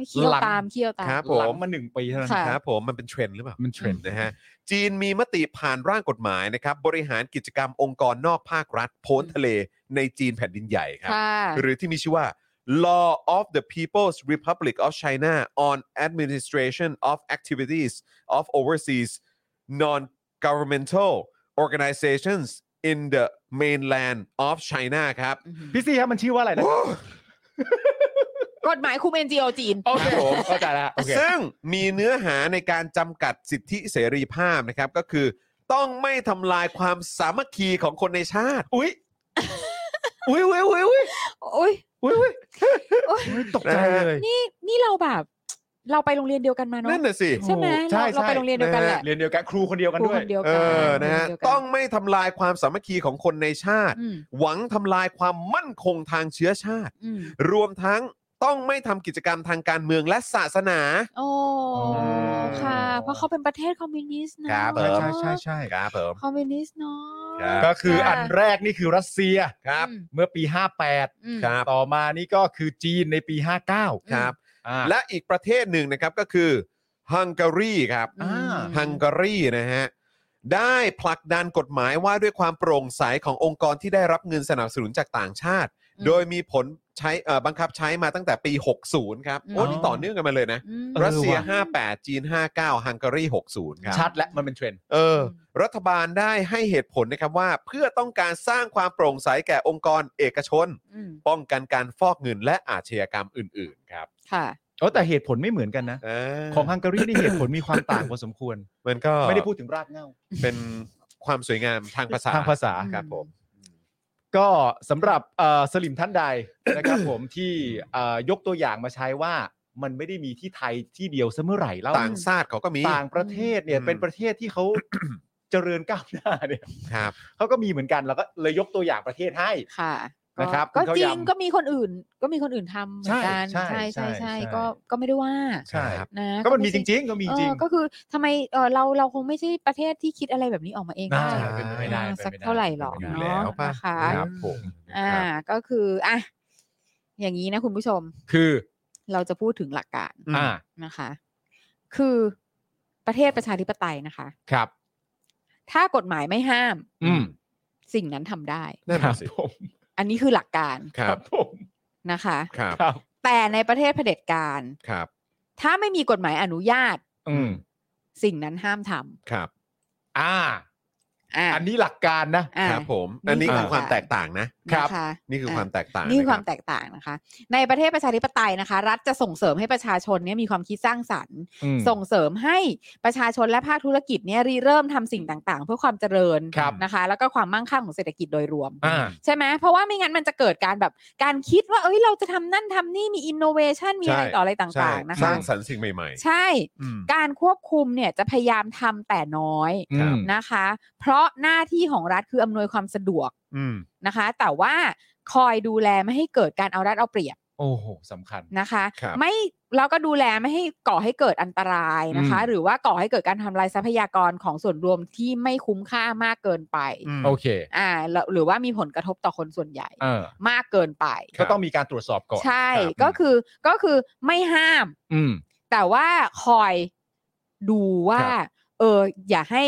B: ยเคี่ยว
C: หลัง
B: ตามเคี่ยวตาม
A: ครับ
C: หลังมาหนึ่งปีเท่านั้น
B: ค่ะ
A: ครับผมมันเป็นเทรนด์หรือเปล่า
C: มันเทรนด์
A: นะฮะจีนมีมติผ่านร่างกฎหมายนะครับ บริหารกิจกรรมองค์กรนอกภาครัฐโพ้นทะเลในจีนแผ่นดินใหญ่ครับ
B: ค่ะ
A: หรือที่มีชื่อว่า Law of the People's Republic of China on Administration of Activities of Overseas Non-Governmental Organizations in the Mainland of China ครับ
C: พี่ซี่ครับมันชื่อว่าอะไรนะ
A: โอ้
B: กฎหมายคุม NGO จีน
C: โอเคผมเข้าใจแล้วโอเค
A: ซึ่งมีเนื้อหาในการจำกัดสิทธิเสรีภาพนะครับ ก็คือต้องไม่ทำลายความสามัคคีของคนในชาติ
C: อุ้ยอุ้ยอุ้ยอุ้ยอุ้ย
B: โอ้ย
C: อุ้ยอุ้ย
B: อุ๊ย
C: อุ๊ยตกใจเลย
B: นี่นี่เราแบบ เราไปโรงเรียนเดียวกันมาเนาะ
A: นั่นน่ะสิ
B: ใช่ไหม
C: ใช่
B: เราเรา
C: ใช่
B: ไปโรงเรียนเดียวกันแหละ
C: เรียนเดียวกันครูคนเดียวกัน
B: ครู
C: ด้ว
B: ค
C: ย
B: นเดียว
A: เอ
B: กัน
A: อ นะฮะ
B: คเดียวกัน
A: ต้องไม่ทำลายความสามัคคีของคนในชาติ
B: อืม
A: หวังทำลายความมั่นคงทางเชื้อชาติ
B: อืม
A: รวมทั้งต้องไม่ทำกิจกรรมทางการเมืองและศาสนา
B: โอ้ค่ะ เพราะเขาเป็นประเทศคอมมิวนิสต์นะครับ
C: ใช่ใช่ใช่ใช่
A: ครับผม
B: คอมมิวนิสต์เนาะ
A: ครับ
C: ก็คืออันแรกนี่คือรัสเซีย
A: ครับ
B: อืม
C: เมื่อปี
B: อืม
A: ครับ
C: 58 ต่อมานี่ก็คือจีนในปี 59
A: ครับ
C: อ่า
A: และอีกประเทศหนึ่งนะครับก็คือฮังการีครับ
C: อ่า
A: ฮังการีนะฮะ ได้ผลักดันกฎหมายว่าด้วยความโปร่งใสขององค์กรที่ได้รับเงินสนับสนุนจากต่างชาติ
B: อืม
A: โดยมีผลใช้เอ่อบังคับใช้มาตั้งแต่ปี 60 ครับ โอ้
B: อ๋อ
A: นี่ต่อเนื่องกันมาเลยนะ
B: อืม
C: เออ
A: รัสเซีย
C: ว่ะ
A: 58 จีน 59 ฮังการี 60 ครับ
C: ชัดและมันเป็นเทรนด์
A: เออ รัฐบาลได้ให้เหตุผลนะครับว่า เพื่อต้องการสร้างความโปร่งใสแก่องค์กรเอกชน
B: อืม
A: ป้องกันการฟอกเงินและอาชญากรรมอื่น ๆ ครับ
B: ค่ะ
C: โอ้แต่เหตุผลไม่เหมือนกันนะ
A: า
C: ของฮังการีนี่เหตุผลมีความ ต่างพอสมควร
A: มันก็
C: ไม่ได้พูดถึงรากเหง้า
A: เป็นความสวยงามทางภาษา
C: ทางภาษา
B: อืม
A: ครับผม
C: ก็สำหรับเอ่อสลิมท่านใด นะครับผมที่เอ่อยกตัวอย่างมาใช้ว่ามันไม่ได้มีที่ไทยที่เดียวซะเมื่อไหร่เล่า
A: ต่างชาติเขาก็มี
C: ต่างประเทศเนี่ย
A: อืม
C: เป็นประเทศที่เขา เจริญก้าวหน้าเนี่ย
A: ครับ
C: เขาก็มีเหมือนกันแล้วก็เลยยกตัวอย่างประเทศให้
B: ค่ะ
C: นะครับ
B: ก็
C: เขา
B: จริง
C: ย้ำ
B: ก็มีคนอื่น ก็มีคนอื่นทำเหมือนกัน
C: ใช่ใช่
B: ใช่
C: ใช่
B: ใช่
C: ใช่
B: ก็ก็ไม่ได้ว่า
A: ใช่ครับ
B: นะ
C: ก็มันมี
B: ไใช่
C: จริง ๆ ก็มีจริง
B: เออก็คือทำไมเออเราเราคงไม่ใช่ประเทศที่คิดอะไรแบบนี้ออกมาเองได้
C: ใช่เป็นไปไม่ได้
B: เออ
C: เป็นไปไม่ได้
B: สักเท่าไหร่หรอก
A: อยู่
B: เนาะ
A: แล้วป่ะ
B: นะคะ
A: ครับผม
B: อ่า
A: ครับ
B: ก็คืออ่ะอย่างนี้นะคุณผู้ชม
C: คือ
B: เราจะพูดถึงหลักการ
C: อ่า
B: นะคะ คือประเทศประชาธิปไตยนะคะ
C: ครับ
B: ถ้ากฎหมายไม่ห้าม
C: อืม
B: สิ่งนั้นทำได้
A: นั่น
C: ค
A: น่ะ
C: รับ
A: สิ
C: ผม
B: อันนี้คือหลักการ
A: ครับ
C: ผม
B: นะคะ
A: ครับ
C: ครับ
B: แต่ในประเทศเผด็จการ
A: ครับ
B: ถ้าไม่มีกฎหมายอนุญาต
C: อืม
B: สิ่งนั้นห้ามท
A: ครับ
C: อ่า
B: ำอ่า
C: อันนี้หลักการนะ
B: อ่า
A: ครับผม อันนี้
B: นี่
A: คื
B: คือ อ
A: ความแตกต่างนะ
C: ครับ
B: นะคะ
A: นี่คือความแตกต่าง
B: นี่คือ
A: นะ
B: ค
A: รั
B: วาม
A: บ
B: แตกต่างนะคะ ในประเทศประชาธิปไตยนะคะ รัฐจะส่งเสริมให้ประชาชนเนี่ยมีความคิดสร้างสรรค์
C: อืม
B: ส่งเสริมให้ประชาชนและภาคธุรกิจเนี่ยริเริ่มทำสิ่งต่างๆ เพื่อความเจริญ
C: ครับ
B: นะคะ แล้วก็ความมั่งคั่งของเศรษฐกิจโดยรวม
C: อ่า
B: ใช่ไหมเพราะว่าไม่งั้นมันจะเกิดการแบบการคิดว่าเอ้ยเราจะทำนั่นทำนี่มีอินโนเวชันมีอะไร
A: ใช่
B: ต่ออะไรต
A: ใช่
B: ่าง ๆ นะ
A: ส
B: คะ
A: ร้างสรรค์สิ่งใหม่
B: ใช่
A: ๆอืม
B: การควบคุมเนี่ยจะพยายามทำแต่น้อย
A: ครับ
B: นะคะ เพราะหน้าที่ของรัฐคืออำนวยความสะดวก
A: อืม
B: นะคะ แต่ว่าคอยดูแลไม่ให้เกิดการเอารัดเอาเปรียบ
C: โอ้โหสำคัญ
B: นะคะ
A: ครับ
B: ไม่แล้วก็ดูแลไม่ให้ก่อให้เกิดอันตรายนะคะ
C: อืม
B: หรือว่าก่อให้เกิดการทำลายทรัพยากรของส่วนรวมที่ไม่คุ้มค่ามากเกินไป
A: อืม
C: โอเค
B: อ่าแล้วหรือว่ามีผลกระทบต่อคนส่วนใหญ่
C: เออ
B: มากเกินไป
C: ก็ต้องมีการตรวจสอบก่อน
B: ใช่
C: รับ
B: ก็คือก็คือไม่ห้าม
C: อืม
B: แต่ว่าคอยดูว่า
C: ครับ
B: เออ อย่าให้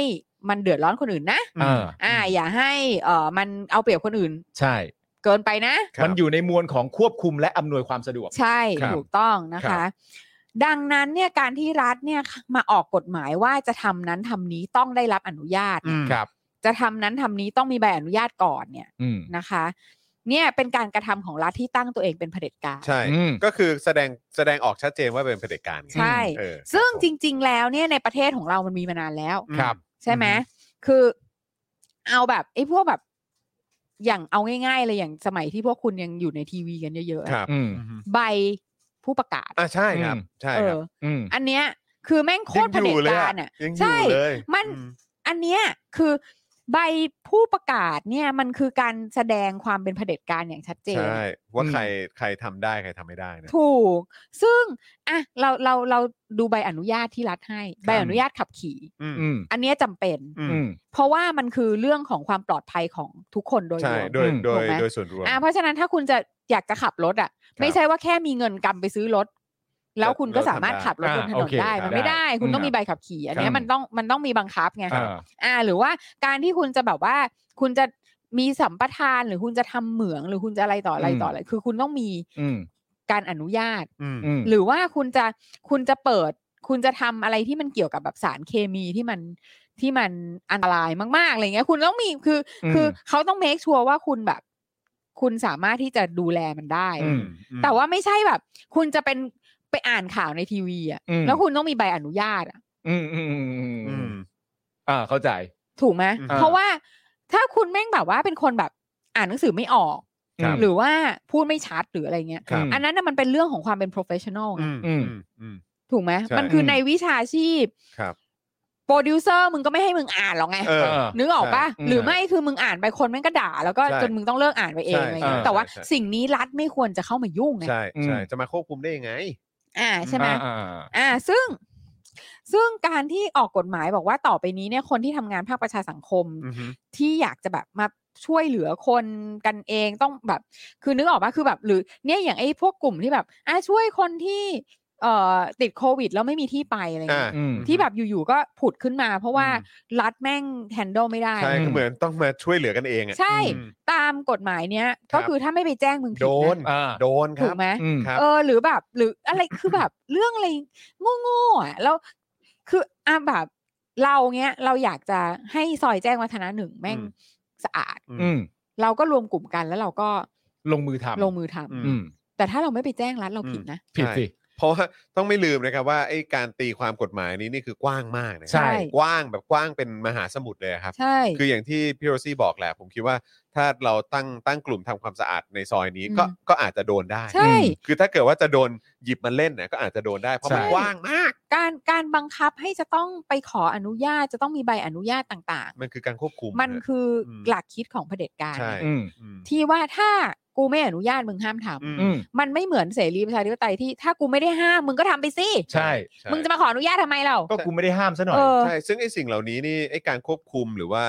B: มันเดือดร้อนคนอื่นนะ
C: อ่า
B: อ่า อย่าให้เออมันเอาเปรียบคนอื่น
C: ใช่
B: เกินไปนะ
A: ครับ
C: มันอยู่ในมวลของควบคุมและอำนวยความสะดวก
B: ใช่
A: ครับ
B: ถูกต้องนะ
A: ครั
B: คะ
A: บ
B: ดังนั้นเนี่ยการที่รัฐเนี่ยมาออกกฎหมายว่าจะทำนั้นทำนี้ต้องได้รับอนุญาตเนี่ย
C: ครับ
B: จะทำนั้นทำนี้ต้องมีใบอนุญาตก่อนเนี่ย
C: อืม
B: นะคะ เนี่ยเป็นการกระทำของรัฐที่ตั้งตัวเองเป็นเผด็จการ
A: ใช่
C: อืม
A: ก็คือแสดงแสดงออกชัดเจนว่าเป็นเผด็จการไง
B: ใช่
A: เออ
B: ซึ่งจริง ๆ แล้วเนี่ยในประเทศของเรามันมีมานานแล้ว
A: ครับ
B: ใช่ไหมคือเอาแบบไอ้พวกแบบอย่างเอาง่ายๆเลยอย่างสมัยที่พวกคุณยังอยู่ในทีวีกันเยอะๆอะ
A: ครับ
C: อืม
B: ใบผู้ประกาศ
A: อ่ะใช่ครับ ใช่
B: เอ
A: ครับ
B: อ
C: อืม
B: อันเนี้ยคือแม่งโคตรเผ
A: ยังอ
B: ด็จ
A: ยู่เลย
B: การ
A: อ่ะ
B: อ่ะ
A: ยังอ
B: ใช่
A: ยู่เลย
B: มัน
A: อื
B: อันเนี้ยคือใบผู้ประกาศเนี่ยมันคือการแสดงความเป็นเผด็จการอย่างชัดเจน
A: ใช่ ว่า
C: อืม
A: ใครใครทำได้ใครทำไม่ได้นะ
B: ถูก ซึ่งอ่ะเราเราเราดูใบอนุญาตที่รัฐให้ ใบอนุญาตขับขี่
A: อืม
C: อืม
B: อันเนี้ยจำเป็น
A: อื
C: อื
A: ม
C: ม
B: เพราะว่ามันคือเรื่องของความปลอดภัยของทุกคนโดยร
A: ใช่
B: วม
A: โดย
C: อืม
A: โด
B: ถู
A: ย
B: กไหม
A: โดยส่วนรวม
B: อ่ะเพราะฉะนั้นถ้าคุณจะอยากจะขับรถอ่ะ ไม่ใช่ว่าแค่มีเงินกำไปซื้อรถ แล้วคุณก็สามารถขับรถบนถนนได้มันไม่ได้ คุณต้องมีใบขับขี่ อันเนี้ยมันต้องมันต้องมีบังคับไง
C: อ่า
B: อ่าหรือว่าการที่คุณจะแบบว่า คุณจะมีสัมปทานหรือคุณจะทำเหมืองหรือคุณจะอะไรต่ออะไรต่ออะไร คือคุณต้องมี
C: อืม
B: การอนุญาต
A: อืม
C: อืม
B: หรือว่าคุณจะคุณจะเปิด คุณจะทำอะไรที่มันเกี่ยวกับแบบสารเคมีที่มันที่มันอันตรายมากๆอะไรเงี้ย คุณต้องมีคือ คือ
C: ม
B: เขาต้องเมคชัวร์ว่าคุณแบบ คุณสามารถที่จะดูแลมันได้
C: อืม
B: แต่ว่าไม่ใช่แบบ คุณจะเป็นไปอ่านข่าวในทีวีอ่ะ
C: อืม
B: แล้วคุณต้องมีใบอนุญาตอ่ะ
C: อืมอืมอืมอืม
A: อืม
C: อ่าเข้าใจ
B: ถูกไหม
A: อืม
B: เพราะว่าถ้าคุณแม่งแบบว่าเป็นคนแบบอ่านหนังสือไม่ออก
C: ครับ
B: หรือว่าพูดไม่ชัดหรืออะไรเงี้ย
A: ครับ
B: อันนั้นน่ะมันเป็นเรื่องของความเป็น professional ไง
A: อืมอืมอืม
B: ถูกไหม
A: ใช่
B: มันคือในวิชาชีพ
A: ครับ
B: โปรดิวเซอร์มึงก็ไม่ให้มึงอ่านหรอกไง
A: เออ
B: นึกออกปะ
C: ใช่
B: หรือไม่คือมึงอ่านไปคนแม่งก็ด่า แล้วก็
A: ใช่
B: จนมึงต้องเลิกอ่านไปเอง
A: ใช่
B: อะไรเงี้ย
C: ใช่
B: แต่ว่า
A: ใช่
B: สิ่งนี้รัฐไม่ควรจะเข้ามายุ่งไง
A: ใช่ใช่
C: อืม
A: จะมาควบคุมได้ยังไง
B: อ่าใช่ไหม
C: อ่าอ่า
B: อ่าซึ่งซึ่งการที่ออกกฎหมายบอกว่าต่อไปนี้เนี่ยคนที่ทำงานภาคประชาสังคม
A: อือฮึ
B: ที่อยากจะแบบมาช่วยเหลือคนกันเองต้องแบบ คือนึกออกปะคือแบบ หรือเนี่ยอย่างไอ้พวกกลุ่มที่แบบอ่าช่วยคนที่เอ่อติดโควิดแล้วไม่มีที่ไปอะไร
A: อ่า
B: เงี้ย
C: อืม
B: ที่แบบอยู่ๆก็ผุดขึ้นมา เพราะว่ารัฐแม่งแฮนด์ลไม่ได้
A: ใช่ก็เหมือนต้องมาช่วยเหลือกันเองอ่ะ
B: ใช่
A: อืม
B: ตามกฎหมายเนี้ย
A: ครั
B: ก็
A: บ
B: คือถ้าไม่ไปแจ้งมึงผิ
A: โด
B: ด
A: น
B: นะ
C: อ่า
A: โดนค
B: ถู
A: รับ
B: กไหม
C: อืม
A: ครับ
B: เออหรือแบบหรืออะไรคือแบบ เรื่องอะไรโง่ๆอ่ะแล้วคืออ่ะแบบเราเนี้ยเราอยากจะให้ซอยแจ้งวัฒนะหนึ่งแม่ง
A: อืม
B: สะอาด
C: อืม
B: เราก็รวมกลุ่มกันแล้วเราก็
C: ลงมือทำ
B: ลงมือทำ
C: อืม
B: แต่ถ้าเราไม่ไปแจ้งรัฐเราผิดนะ
C: ผิดสิ
A: เพราะว่าต้องไม่ลืมนะครับว่าไอ้การตีความกฎหมายนี้นี่คือกว้างมากนะ
C: ใช่
A: กว้างแบบกว้างเป็นมหาสมุทรเลยครับ
B: ใช่
A: คืออย่างที่พี่โรซี่บอกแหละ ผมคิดว่าถ้าเราตั้งตั้งกลุ่มทำความสะอาดในซอยนี้ก็
B: อืม
A: ก็อาจจะโดนได้
B: ใช่
A: คือถ้าเกิดว่าจะโดนหยิบมาเล่นเนี่ยก็อาจจะโดนได้เพราะมัน
C: ใช่
A: กว้างมาก
B: การการบังคับให้จะต้องไปขออนุญาตจะต้องมีใบอนุญาตต่าง
A: มันคือการควบคุม
B: ๆ มัน
A: นะ
B: คืออ
A: ม
B: หลักคิดของเผด็จการ
A: ใช่
C: อืม
A: อืม
B: ที่ว่าถ้ากูไม่อนุญาตมึงห้ามทำ
C: อืม
B: มันไม่เหมือนเสรีประชาธิปไตยที่ถ้ากูไม่ได้ห้ามมึงก็ทำไปสิ
C: ใช่
A: ใช่
B: มึงจะมาขออนุญาตทำไมเรา
C: ก็กูไม่ได้ห้ามซะหน่อย
B: เออ
A: ใช่ซึ่งไอ้สิ่งเหล่านี้นี่ไอ้การควบคุมหรือว่า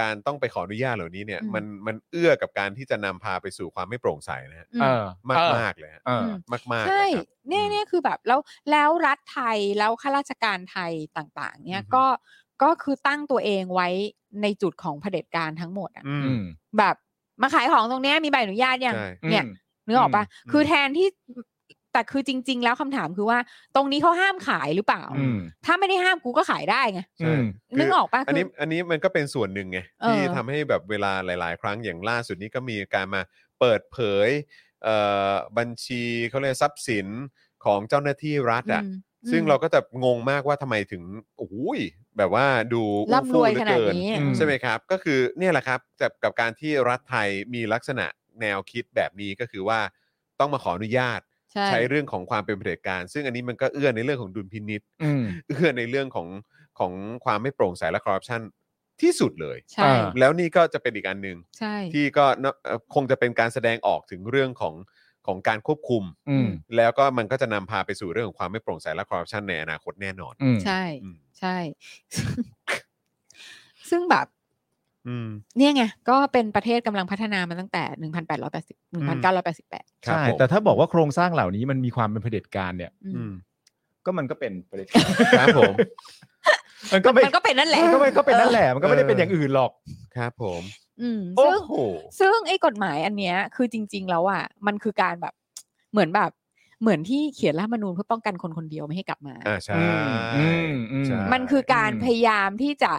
A: การต้องไปขออนุญาตเหล่านี้เนี่ย
B: อืม
A: มันมันเอื้อกับการที่จะนำพาไปสู่ความไม่โปร่งใสนะฮะ
B: อืม
C: เออ
A: มาก
C: เออ
A: มากเลยฮะ
C: เออ
A: มากมากๆ
B: ใช่
A: เลยครับ
B: เนี่ยเนี่ยคือแบบแล้วแล้วรัฐไทยแล้วข้าราชการไทยต่าง ๆ เนี่ย
A: อือฮึ
B: ก็ก็คือตั้งตัวเองไว้ในจุดของเผด็จการทั้งหมดอะ
A: อืม
C: อืม
B: แบบมาขายของตรงเนี้ยมีใบอนุญาตยัง
A: ใช่
B: เนี่ยนึกออกปะคือแทนที่แต่คือจริง ๆ แล้วคำถามคือว่า ตรงนี้เขาห้ามขายหรือเปล่า
C: อืม
B: ถ้าไม่ได้ห้ามกูก็ขายได้ไง
A: ใช่ คือ
B: นึกออกปะ
A: อัน
B: คื
A: นี้
B: อ
A: อันนี้มันก็เป็นส่วนหนึ่งไง
B: เออ
A: ที่ทำให้แบบเวลาหลาย ๆ ครั้งอย่างล่าสุดนี้ก็มีการมาเปิดเผยเอ่อบัญชีเขาเรียกทรัพย์สินของเจ้าหน้าที่รัฐอ่ะ
B: ม
A: ซึ่งเราก็จะงงมากว่าทำไมถึงโอ้ยแบบว่าดูอู้
B: ร่ำร
A: ฟู่
B: วย
A: เหลื
B: ข
A: อ
B: นาด
A: เกิน
B: นี้
C: อืม
A: ใช่ไหมครับ ก็คือเนี่ยแหละครับจากกับการที่รัฐไทยมีลักษณะแนวคิดแบบนี้ก็คือว่าต้องมาขออนุญาต
B: ใช่
A: ใช้เรื่องของความเป็นเผด็จการ ซึ่งอันนี้มันก็เอื้อในเรื่องของดุลพินิษ
C: อืม
A: เอื้อในเรื่องของของความไม่โปร่งใสและคอร์รัปชันที่สุดเลย
B: ใช่
C: อ่า
A: แล้วนี่ก็จะเป็นอีกอันหนึ่ง
B: ใช่
A: ที่ก็เนอะเอ่อคงจะเป็นการแสดงออกถึงเรื่องของของการควบคุม
C: อืม
A: แล้วก็มันก็จะนำพาไปสู่เรื่องของความไม่โปร่งใสและคอร์รัปชันในอนาคตแน่นอน
C: อืม
B: ใช่
A: อืม
B: ใช่ ซึ่งแบบ
A: อืม
B: เนี่ยไง ก็เป็นประเทศกำลังพัฒนามาตั้งแต่ 1880
A: อื
B: 1988
A: ครับ
C: ใช่
A: ผม
C: แต่ถ้าบอกว่าโครงสร้างเหล่านี้มันมีความเป็นเผด็จการเนี่ย
B: อื
A: อื
B: ม
A: ม
C: ก็มันก็เป็นเผด็จการ
A: ครับผม
C: มันก็ไม่
B: มันก็เป็นนั่นแหละ
C: มันก็ไม่ก็เป็นนั่นแหละ มันก็ไม่ได้เป็นอย่างอื่นหรอก
A: ครับผม
B: อืม
C: โอ้
B: ซึ่ง
C: โห
B: ซึ่งไอ้กฎหมายอันเนี้ย คือจริง ๆ แล้วอ่ะ มันคือการแบบ เหมือนแบบ เหมือนที่เขียนรัฐธรรมนูญเพื่อป้องกันคนคนเดียวไม่ให้กลับมา
A: อ่าใช่
C: อืมอืม
A: ใช่
B: มันคือการ
C: อืม
B: พยายามที่จะ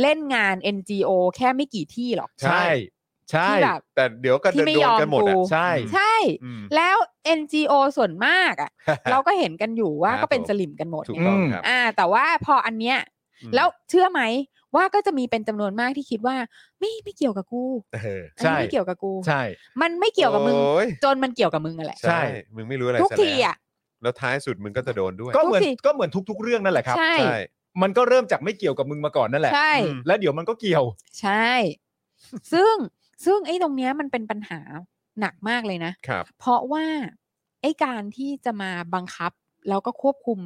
B: เล่นงาน NGO แค่ไม่กี่ที่หรอก
C: ใช่ ใช่
B: ที่แบบ
A: แต่เดี๋ยวก็
B: ที่
A: เดิน
B: ไม่
A: โด
B: ย
A: น
B: อม
A: กันหมดอ่ะ
B: กู
C: ใช่
B: ใช่
A: อืม
B: แล้ว NGO ส่วนมาก อ่ะ เราก็เห็นกันอยู่ว่า
A: ครับ
B: ก็เป็น
A: ผม
B: สลิมกันหมด
A: ถูก
B: ไง
A: ต้องครับ
B: อ่า แต่ว่าพออันเนี้ย
A: อืม
B: แล้วเชื่อไหมว่าก็จะมีเป็นจำนวนมากที่คิดว่า ไม่ไม่เกี่ยวกับกู
A: เออ
B: อันนี้
C: ใช่
B: ไม่เกี่ยวกับกู
C: ใช่
B: มันไม่เกี่ยวกับมึง
A: โอ้ย
B: จนมันเกี่ยวกับมึงอะแหละ
C: ใช่
A: ใช่ มึงไม่รู้อะไร
B: ทุก
A: ซ
B: ที
A: แล้ว
B: อ่ะ
A: แล้วท้ายสุดมึงก็จะโดนด้วย
C: ก็เหมือน
B: ทุกที
C: ก็เหมือนทุก ๆ เรื่องนั่นแหละครับ
B: ใช่
A: ใช่
C: มันก็เริ่มจากไม่เกี่ยวกับมึงมาก่อนนั่นแหละ
B: ใช่
A: อืม
C: แล้วเดี๋ยวมันก็เกี่ยว
B: ใช่ ซึ่งซึ่งไอ้ตรงเนี้ยมันเป็นปัญหาหนักมากเลยนะ
A: ครับ
B: เพราะว่าไอ้การที่จะมาบังคับ แล้วก็ควบคุม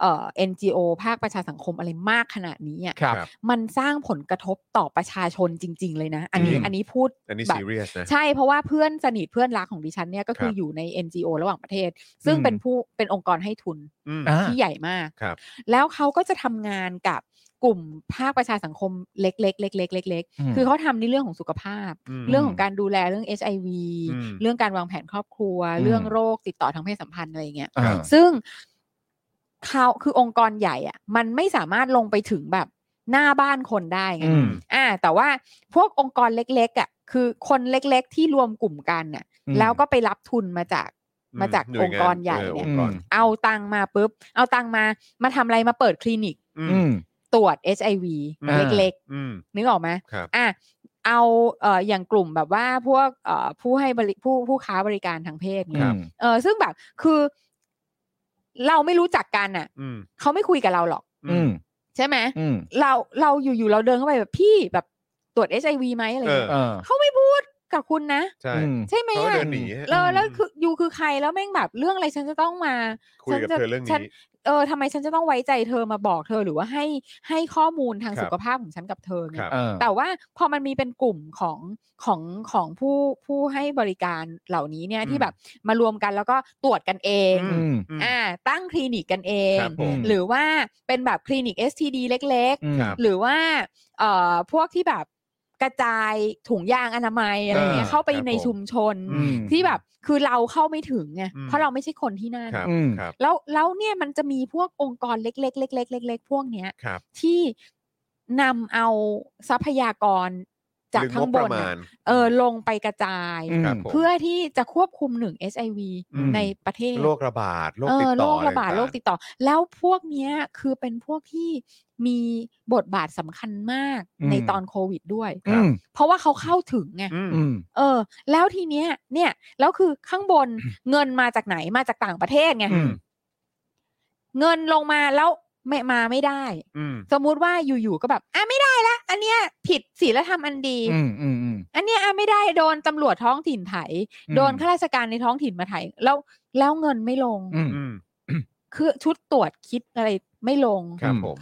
B: เอ่อ NGO ภาคประชาสังคมอะไรมากขนาดนี้อ่ะ
C: ครับ
B: มันสร้างผลกระทบต่อประชาชนจริง ๆ เลยนะ อันนี้
C: จริง
B: อันนี้พูด
A: อันนี้
B: แบบ
A: ซีเรียสนะ
B: ใช่เพราะว่าเพื่อนสนิทเพื่อนรักของดิฉันเนี่ยก็คือ
A: ครับ
B: อยู่ใน NGO ระหว่างประเทศ ซึ่ง
C: อืม
B: เป็นผู้เป็นองค์กรให้ทุน
A: อืม
C: อ่า
B: ที่ใหญ่มาก
A: ครับ
B: แล้วเขาก็จะทำงานกับกลุ่มภาคประชาสังคมเล็กๆเล็กๆเล็กๆเล็ก
C: อืม
B: ๆคือเขาทำในเรื่องของสุขภาพ
A: ม
B: เรื่องของการดูแลเรื่อง HIV
A: อืม
B: เรื่องการวางแผนครอบครัว เรื่องโรคติดต่อทางเพศสัมพันธ์อะไรอย่างเงี้ย
C: อ่า
B: ซึ่งเขาคือองค์กรใหญ่อะมันไม่สามารถลงไปถึงแบบหน้าบ้านคนได้ไง
C: อืม
B: อ่า แต่ว่าพวกองค์กรเล็กๆอะคือคนเล็กๆ ที่รวมกลุ่มกันน่ะ แล้วก็ไปรับทุนมาจาก
A: อื
B: มาจาก
A: หน่วย
B: องค์กรใหญ่
A: เออ
B: เนี่
A: อย งค์กร
B: เอาตังค์มาปุ๊บ เอาตังค์มามาทำอะไรมาเปิดคลินิก
A: อื
C: อื
A: ม
C: ม
B: ตรวจ HIV
A: อ่า
B: เล็ก
A: อืม
B: ๆ นึกออกไหม
A: ครับ
B: อ่ะเอาเอ่ออย่างกลุ่มแบบว่าพวกเอ่อผู้ให้บริผู้ผู้ค้าบริการทางเพศเนี่ย
C: ครับ
B: เออซึ่งแบบคือ เราไม่รู้จักกันอ่ะ
A: อืม
B: เขาไม่คุยกับเราหรอก
C: อืม
B: ใช่ไหม
C: อืม
B: เราเราอยู่ๆเราเดินเข้าไปแบบพี่แบบตรวจเอชไอวีไหมอะไร
A: เออ
B: เงี้ย
C: เออ
B: เขาไม่พูดกับคุณนะ
A: ใช่
C: อืม
B: ใช่ไหม
A: เขาก็
B: อ่ะ
A: เดินหนีฮะ
B: แล้วแล้วคือยูคือใครแล้วแม่งแบบเรื่องอะไรฉันจะต้องมา
A: คุยกับ
B: ฉัน
A: เธ
B: จะ
A: อเรื่อง
B: ฉัน
A: นี้
B: เออทำไมฉันจะต้องไว้ใจเธอมาบอกเธอหรือว่าให้ให้ข้อมูลทาง
A: ครับ
B: สุขภาพของฉันกับเธอเนี่ย
A: ครับ
C: เออ
B: แต่ว่าพอมันมีเป็นกลุ่มของของของผู้ผู้ให้บริการเหล่านี้เนี่ย
A: อืม
B: ที่แบบมารวมกันแล้วก็ตรวจกันเอง
A: อื
C: อืม
B: อ่าตั้งคลินิกกันเอง
A: ครับผม
B: หรือว่าเป็นแบบคลินิก STD เล็ก
A: ครับ
B: ๆ หรือว่าเอ่อพวกที่แบบกระจายถุงยางอนามัยอะไรเงี้ย
A: อ่า
B: เข้าไป
A: ครับ
B: ใน
A: ผม
B: ชุมชน
C: อืม
B: ที่แบบคือเราเข้าไม่ถึงไง
A: อืม
B: เพราะเราไม่ใช่คนที่นั่น
A: ครับ
C: อืม
A: ครับ
B: แล้วแล้วเนี่ยมันจะมีพวกองค์กรเล็กๆเล็กๆเล็กๆพวกเนี้ย
A: ครับ
B: ที่นำเอาทรัพยากรจาก
A: หรือง
B: ข้าง
A: บบ ป
B: น
A: ระมา
B: น่ะ
A: ณ
B: เออลงไปกระจาย
C: อืม
A: ครับผม
B: เพื่อที่จะควบคุมหนึ่ง HIV
A: อืม
B: ในประเทศ
A: โรคระบาดโรค
B: เอ
A: ติด
B: อ
A: ต่
B: โร
A: อ
B: คระบาด
A: อไงๆ
B: โรคติดต่อ แล้วพวกเนี้ยคือเป็นพวกที่มีบทบาทสำคัญมาก
C: อืม
B: ในตอนโควิดด้วย
C: อืม
B: เพราะว่าเขาเข้าถึงไง
A: อืม
C: อืม
B: เออแล้วทีเนี้ยเนี่ยแล้วคือข้างบน เงินมาจากไหนมาจากต่างประเทศไง
C: อืม
B: เงินลงมาแล้วไม่มาไม่ได้
A: อืม
B: สมมุติว่าอยู่ๆก็แบบอ่ะไม่ได้ละอันเนี้ยผิดศีลธรรมอันดี
C: อืมอืมอืม
B: อันเนี้ยอ่ะไม่ได้โดนตำรวจท้องถิ่นไถ
C: อืม
B: โดนข้าราชการในท้องถิ่นมาไถแล้วแล้วเงินไม่ลง
C: อืม
A: อืม
B: คือชุดตรวจคิดอะไรไม่ลง
A: ครับ
C: อืม
A: ผม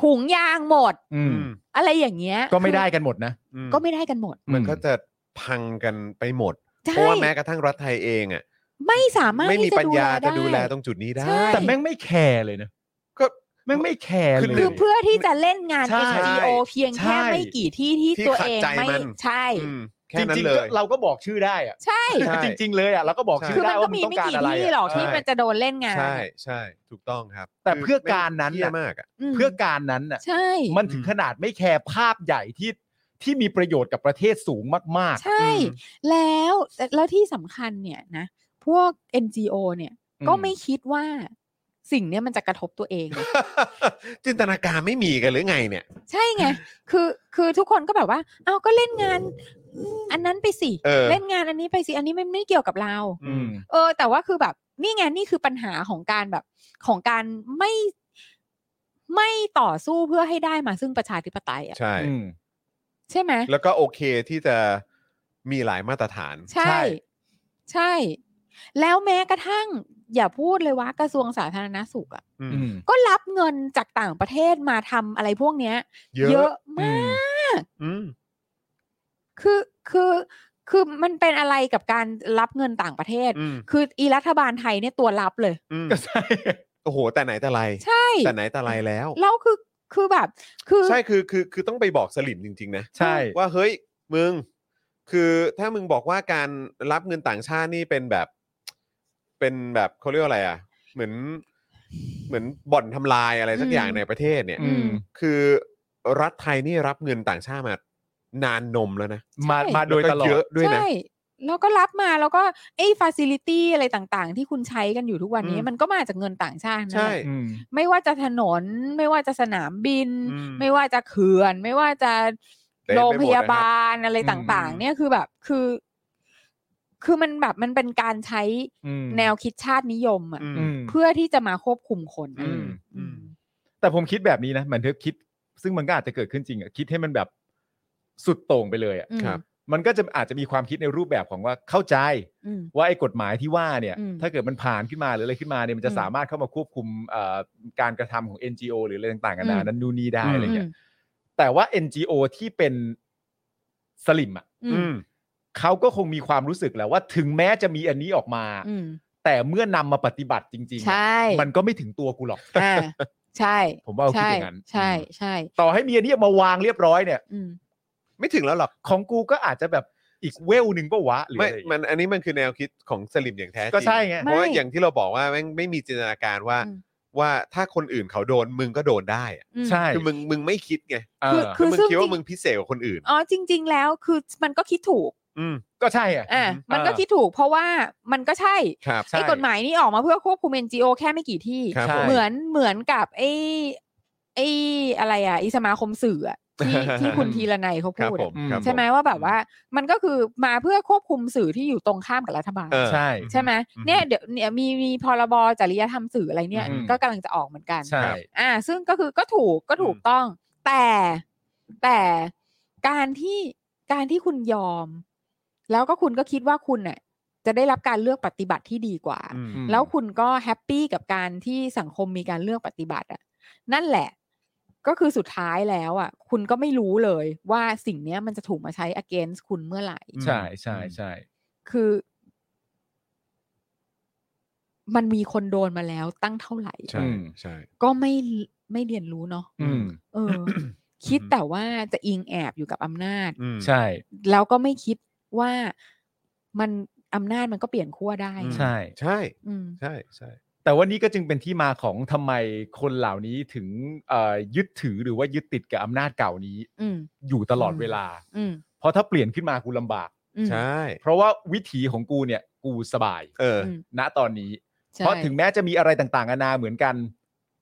B: ถุงยางหมด
C: อืม
B: อะไรอย่างเงี้ย
C: ก็ไม่ได้
B: คือ
C: กันหมดนะ
A: อืม
B: ก็ไม่ได้กันหมด
A: มันก็จะพังกันไปหมด
B: ใช่
A: เพราะว่าแม้กระทั่งรัฐไทยเองอ่ะ
B: ไม่สามารถ
A: ไม่มี
B: ที่จะ
A: ปัญญาจะดูแล
B: ได้
A: ตรงจุดนี้ได้
B: ใช่
C: แต่แม่งไม่แคร์เลยนะ
A: ก็
C: แม่งไม่แคร์เลย
B: คือเพื่อที่จะเล่นงาน
C: ใช่
B: NGO เพียงแค่
C: ใช่
B: ไม่กี่ที่ที่
A: ที่
B: ตัว
A: ขัด
B: เอง
A: ใจ
B: ไม่
A: มัน
B: ใช่
A: อืมแค่
C: จ
A: นั้
C: ริ
A: น
C: ง
A: เล
C: ๆก็
A: ย
C: เราก็บอกชื่อได้อะ
B: ใช่
A: ใช่
C: จริง ๆ เลยอะเราก็บอกชื่
B: คือ อมั
C: ได้
B: นก็
C: ว่ามึ
B: มี
C: งต้อง
B: ไม่
C: การ
B: กี่
C: อะไร
B: ที่
C: อะ
B: หรอก
A: ใช่
B: ที่มันจะโดนเล่นงาน
A: ใช่
B: อะ
A: ใช่ถูกต้องครับ
C: แต่เพื่อการนั้น
A: เหี้ย
C: น่ะ
A: มากอ่ะ
B: ม
C: เพื่อการนั้นน่ะ
B: ใช่
C: มันถึงขนาดไม่แคร์ภาพใหญ่ที่ที่มีประโยชน์กับประเทศสูงมาก
B: ใช่ แล้วแต่แล้วที่สำคัญเนี่ยนะ พวก NGO เนี่ย
C: อืม
B: ก็ไม่คิดว่าสิ่งเนี้ยมันจะกระทบตัวเอง
A: จินตนาการไม่มีกันหรือไงเนี่ย
B: ใช่ ไง คือคือทุกคนก็แบบว่า เอาก็เล่นงาน อันนั้นไปสิ
A: เออ
B: เล่นงานอันนี้ไปสิ อันนี้มันไม่เกี่ยวกับเรา
C: ๆ อืม
B: เออแต่ว่าคือแบบนี่ไงนี่คือปัญหาของการแบบของการไม่ไม่ต่อสู้เพื่อให้ได้มาซึ่งประชาธิปไตยอ่ะ
A: ใช่
C: อืม
B: ใช่ไหม
A: แล้วก็โอเคที่จะมีหลายมาตรฐาน
B: ใช่
C: ใช่
B: ใช่ แล้วแม้กระทั่ง อย่าพูดเลยว่ากระทรวงสาธารณสุขอ่ะ
A: อืม
C: อืม
B: ก็รับเงินจากต่างประเทศมาทำอะไรพวกเนี้ย
A: เยอะ
B: เยอะมาก
A: อืม
B: คือคือคือมันเป็นอะไรกับการรับเงินต่างประเทศ
A: อืม
B: คืออีรัฐบาลไทยเนี่ยตัวรับเลย
A: อืม
C: ก็ใช่
A: โอ้โห แต่ไหนแต่ไร
B: ใช่
A: แต่ไหนแต่ไรแล้ว
B: แล้วคือคือแบบ คือ
A: ใช่คือคือคือต้องไปบอกสลิมจริงๆนะ
C: ใช่
A: ว่าเฮ้ยมึง คือถ้ามึงบอกว่าการรับเงินต่างชาตินี่เป็นแบบ เป็นแบบเขาเรียกว่าอะไรอ่ะ เหมือนเหมือนบ่อนทำลายอะไรสักอย่างในประเทศเนี่ย
C: อืม
A: คือรัฐไทยนี่รับเงินต่างชาติมานานนมแล้วนะ
C: มา
B: ใช่
C: มาโดย
A: แว
C: ต
A: ก็
C: ลอ
A: เย
C: ด
A: อะด้วยนะ
B: ใช่แล้วก็รับมาแล้วก็ไอ้ฟาซิลิตี้อะไรต่างๆ ที่คุณใช้กันอยู่ทุกวันนี้
A: อืม
B: มันก็มาจากเงินต่างชาตินะ
A: ใช่
C: อืม
B: ไม่ว่าจะถนน ไม่ว่าจะสนามบิน
A: อืม
B: ไม่ว่าจะเขื่อน ไม่ว่าจะ
A: เต็มไปหมดนะครับ
B: โรงพยาบาลอะไร
C: อืม
B: ต่าง ๆ เนี่ยคือแบบคือ คือมันแบบมันเป็นการใช้
C: อืม
B: แนวคิดชาตินิยมอ่ะ
C: อืม
B: เพื่อที่จะมาควบคุมคนนะ
C: อืม
B: อืม
C: แต่ผมคิดแบบนี้นะเหมือนเธอคิด ซึ่งมันก็อาจจะเกิดขึ้นจริงอะคิดให้มันแบบสุดโต่งไปเลยอะ
B: อืมครับ
C: มันก็จะอาจจะมีความคิดในรูปแบบของว่าเข้าใจ
B: อืม
C: ว่าไอ้กฎหมายที่ว่าเนี่ย
B: อืม
C: ถ้าเกิดมันผ่านขึ้นมาหรืออะไรขึ้นมาเนี่ยมันจะ
B: อืม
C: สามารถเข้ามาควบคุมเอ่อการกระทำของ NGO หรืออะไรต่างๆกันา
B: อื
C: นาม นั้นดูนนี่ได้
A: อืม
C: อะไรเงี้ยแต่ว่า NGO ที่เป็นสลิมอ่ะ
B: อืม
A: อืม
C: เขาก็คงมีความรู้สึกแหล้วว่าถึงแม้จะมีอันนี้ออกมา
B: อืม
C: แต่เมื่อนำมาปฏิบัติจริงๆ
B: ใช
C: อะ
B: ่
C: มันก็ไม่ถึงตัวกูหรอก
B: อ่าใช่
C: ผมว่าเขา
B: ใช่
C: คิดอย่างนั้น
B: ใช่
C: อืม
B: ใช่
C: ต่อให้มีอันนี้มาวางเรียบร้อยเนี่ย
B: อืม
A: ไม่ถึงแล้วหรอก
C: ของกูก็อาจจะแบบอีกเวลหนึ่งปะวะหรือ
A: ไม่
C: อะไรอย่างเงี้ย
A: มัน อันนี้มันคือแนวคิดของสลิมอย่างแท้จริง
C: ก็ใช่ไง
A: เพราะว่า
B: ไม่
A: อย่างที่เราบอกว่าแม่งไม่มีจินตนาการว่า
B: อืม
A: ว่าถ้าคนอื่นเขาโดนมึงก็โดนได้อะ
B: อืม
C: ใช่
A: คือมึง มึงไม่คิดไง
C: เออ
B: คือคือ
A: มึงคิดว่ามึงพิเศษกว่าคนอื่น
B: อ๋อจริง ๆ แล้วคือมันก็คิดถูก
A: อืม
C: ก็ใช่อ่ะ
B: อ่ะ
A: อืม
B: มันก็คิดถูกเพราะว่ามันก็ใช่
A: ครับ
C: ใช่
B: ไอ้กฎหมายนี้ออกมาเพื่อควบคุม NGO แค่ไม่กี่ที่
A: ครับ
C: ใช่
A: ผม
B: เหมือนเหมือนกับไอ้ไอ้อะไรอ่ะไอีสมาคมสื่ออะที่ ที่คุณธีรนัยเขา
A: ครับ
B: พูด
A: ผ
B: อะ
A: มครับผ
B: ใช่ไหมว่าแบบว่า มันก็คือมาเพื่อควบคุมสื่อที่อยู่ตรงข้ามกับรัฐบาล
A: เออ
C: ใช่
B: ใช่ไหม
A: อืม
B: เนี่ยเดี๋ยวเนี่ยมีมีพรบจริยธรรมสื่ออะไรเนี่ย
C: อืม
B: ก็กำลังจะออกเหมือนกัน
C: ใช่
B: อ่า ซึ่งก็คือก็ถูกก็ถูกต้อง แต่แต่การที่การที่คุณยอม แล้วก็คุณก็คิดว่าคุณน่ะจะได้รับการเลือกปฏิบัติที่ดีกว่า
A: อืม
B: แล้วคุณก็แฮปปี้กับการที่สังคมมีการเลือกปฏิบัติอ่ะ นั่นแหละ ก็คือสุดท้ายแล้วอ่ะ คุณก็ไม่รู้เลยว่าสิ่งเนี้ยมันจะถูกมาใช้ against คุณเมื่อไหร่
C: ใช่ใช่ใช่
B: คือ มันมีคนโดนมาแล้วตั้งเท่าไหร่
A: ใช่
C: อืม
A: ใช่
B: ก็ไม่ไม่เรียนรู้เนาะ
C: อืม
B: เออ คิดแต่ว่าจะอิงแอบอยู่กับอำนาจ
A: อืม
C: ใช่
B: แล้วก็ไม่คิดว่ามันอำนาจมันก็เปลี่ยนขั้วได้
A: อืม
C: ใช่
A: ใช่
B: อืม
A: ใช่ใช่
C: แต่ว่านี่ก็จึงเป็นที่มาของทำไมคนเหล่านี้ถึงเอ่อยึดถือหรือว่ายึดติดกับอำนาจเก่านี้
B: อืม
C: อยู่ตลอด
B: อืม
C: เวลา
B: อืม
C: เพราะถ้าเปลี่ยนขึ้นมากูลำบาก
B: อืม
A: ใช่
C: เพราะว่าวิถีของกูเนี่ย กูสบาย
A: เออ
B: อืม
C: ณตอนนี้
B: ใช่
C: เพราะถึงแม้จะมีอะไรต่างๆนานาเหมือนกัน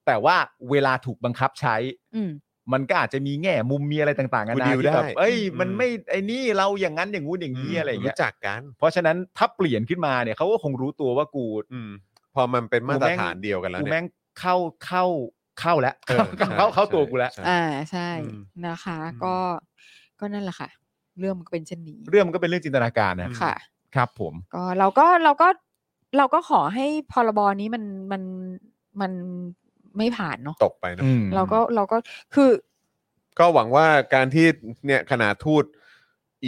C: แต่ว่าเวลาถูกบังคับใช้
B: อืม
C: มันก็อาจจะมีแง่มุมมีอะไรต่างๆนา
A: กู
C: นา
A: ดีล
C: ที่แบบ
A: ได้
C: เอ้ย
A: อืม
C: มันไม่ไอ้นี่เราอย่างนั้นอย่างงู้นอย่างนี้อะไรอย่างเงี้ย
A: รู้จักกัน
C: เพราะฉะนั้นถ้าเปลี่ยนขึ้นมาเนี่ยเขาก็คงรู้ตัวว่ากู
A: อืม พอมันเป็นมาตรฐาน
C: กูแม่ง
A: เดียวกันแล้ว
C: กู
A: เนี่ย
C: แม่งเข้าเข้าเข้าแล้ว
A: เออใช่
C: เข้าเข้า
A: ใช่
C: ตัวกูแล้ว
A: ใช่
B: อ่าใช่
A: อืม
B: นะคะ
A: อืม
B: ก็ ก็นั่นแหละค่ะ เรื่องมันก็เป็นเช่นนี้
C: เรื่องมันก็เป็นเรื่องจินตนาการนะ
B: ค่ะ
C: ครับผม
B: ก็เราก็เราก็เราก็ขอให้พรบนี้มันมันมันไม่ผ่านเนาะ
A: ตกไปเนอะ
C: อืม
B: เราก็เราก็คือ
A: ก็หวังว่าการที่เนี่ยขนาดทูต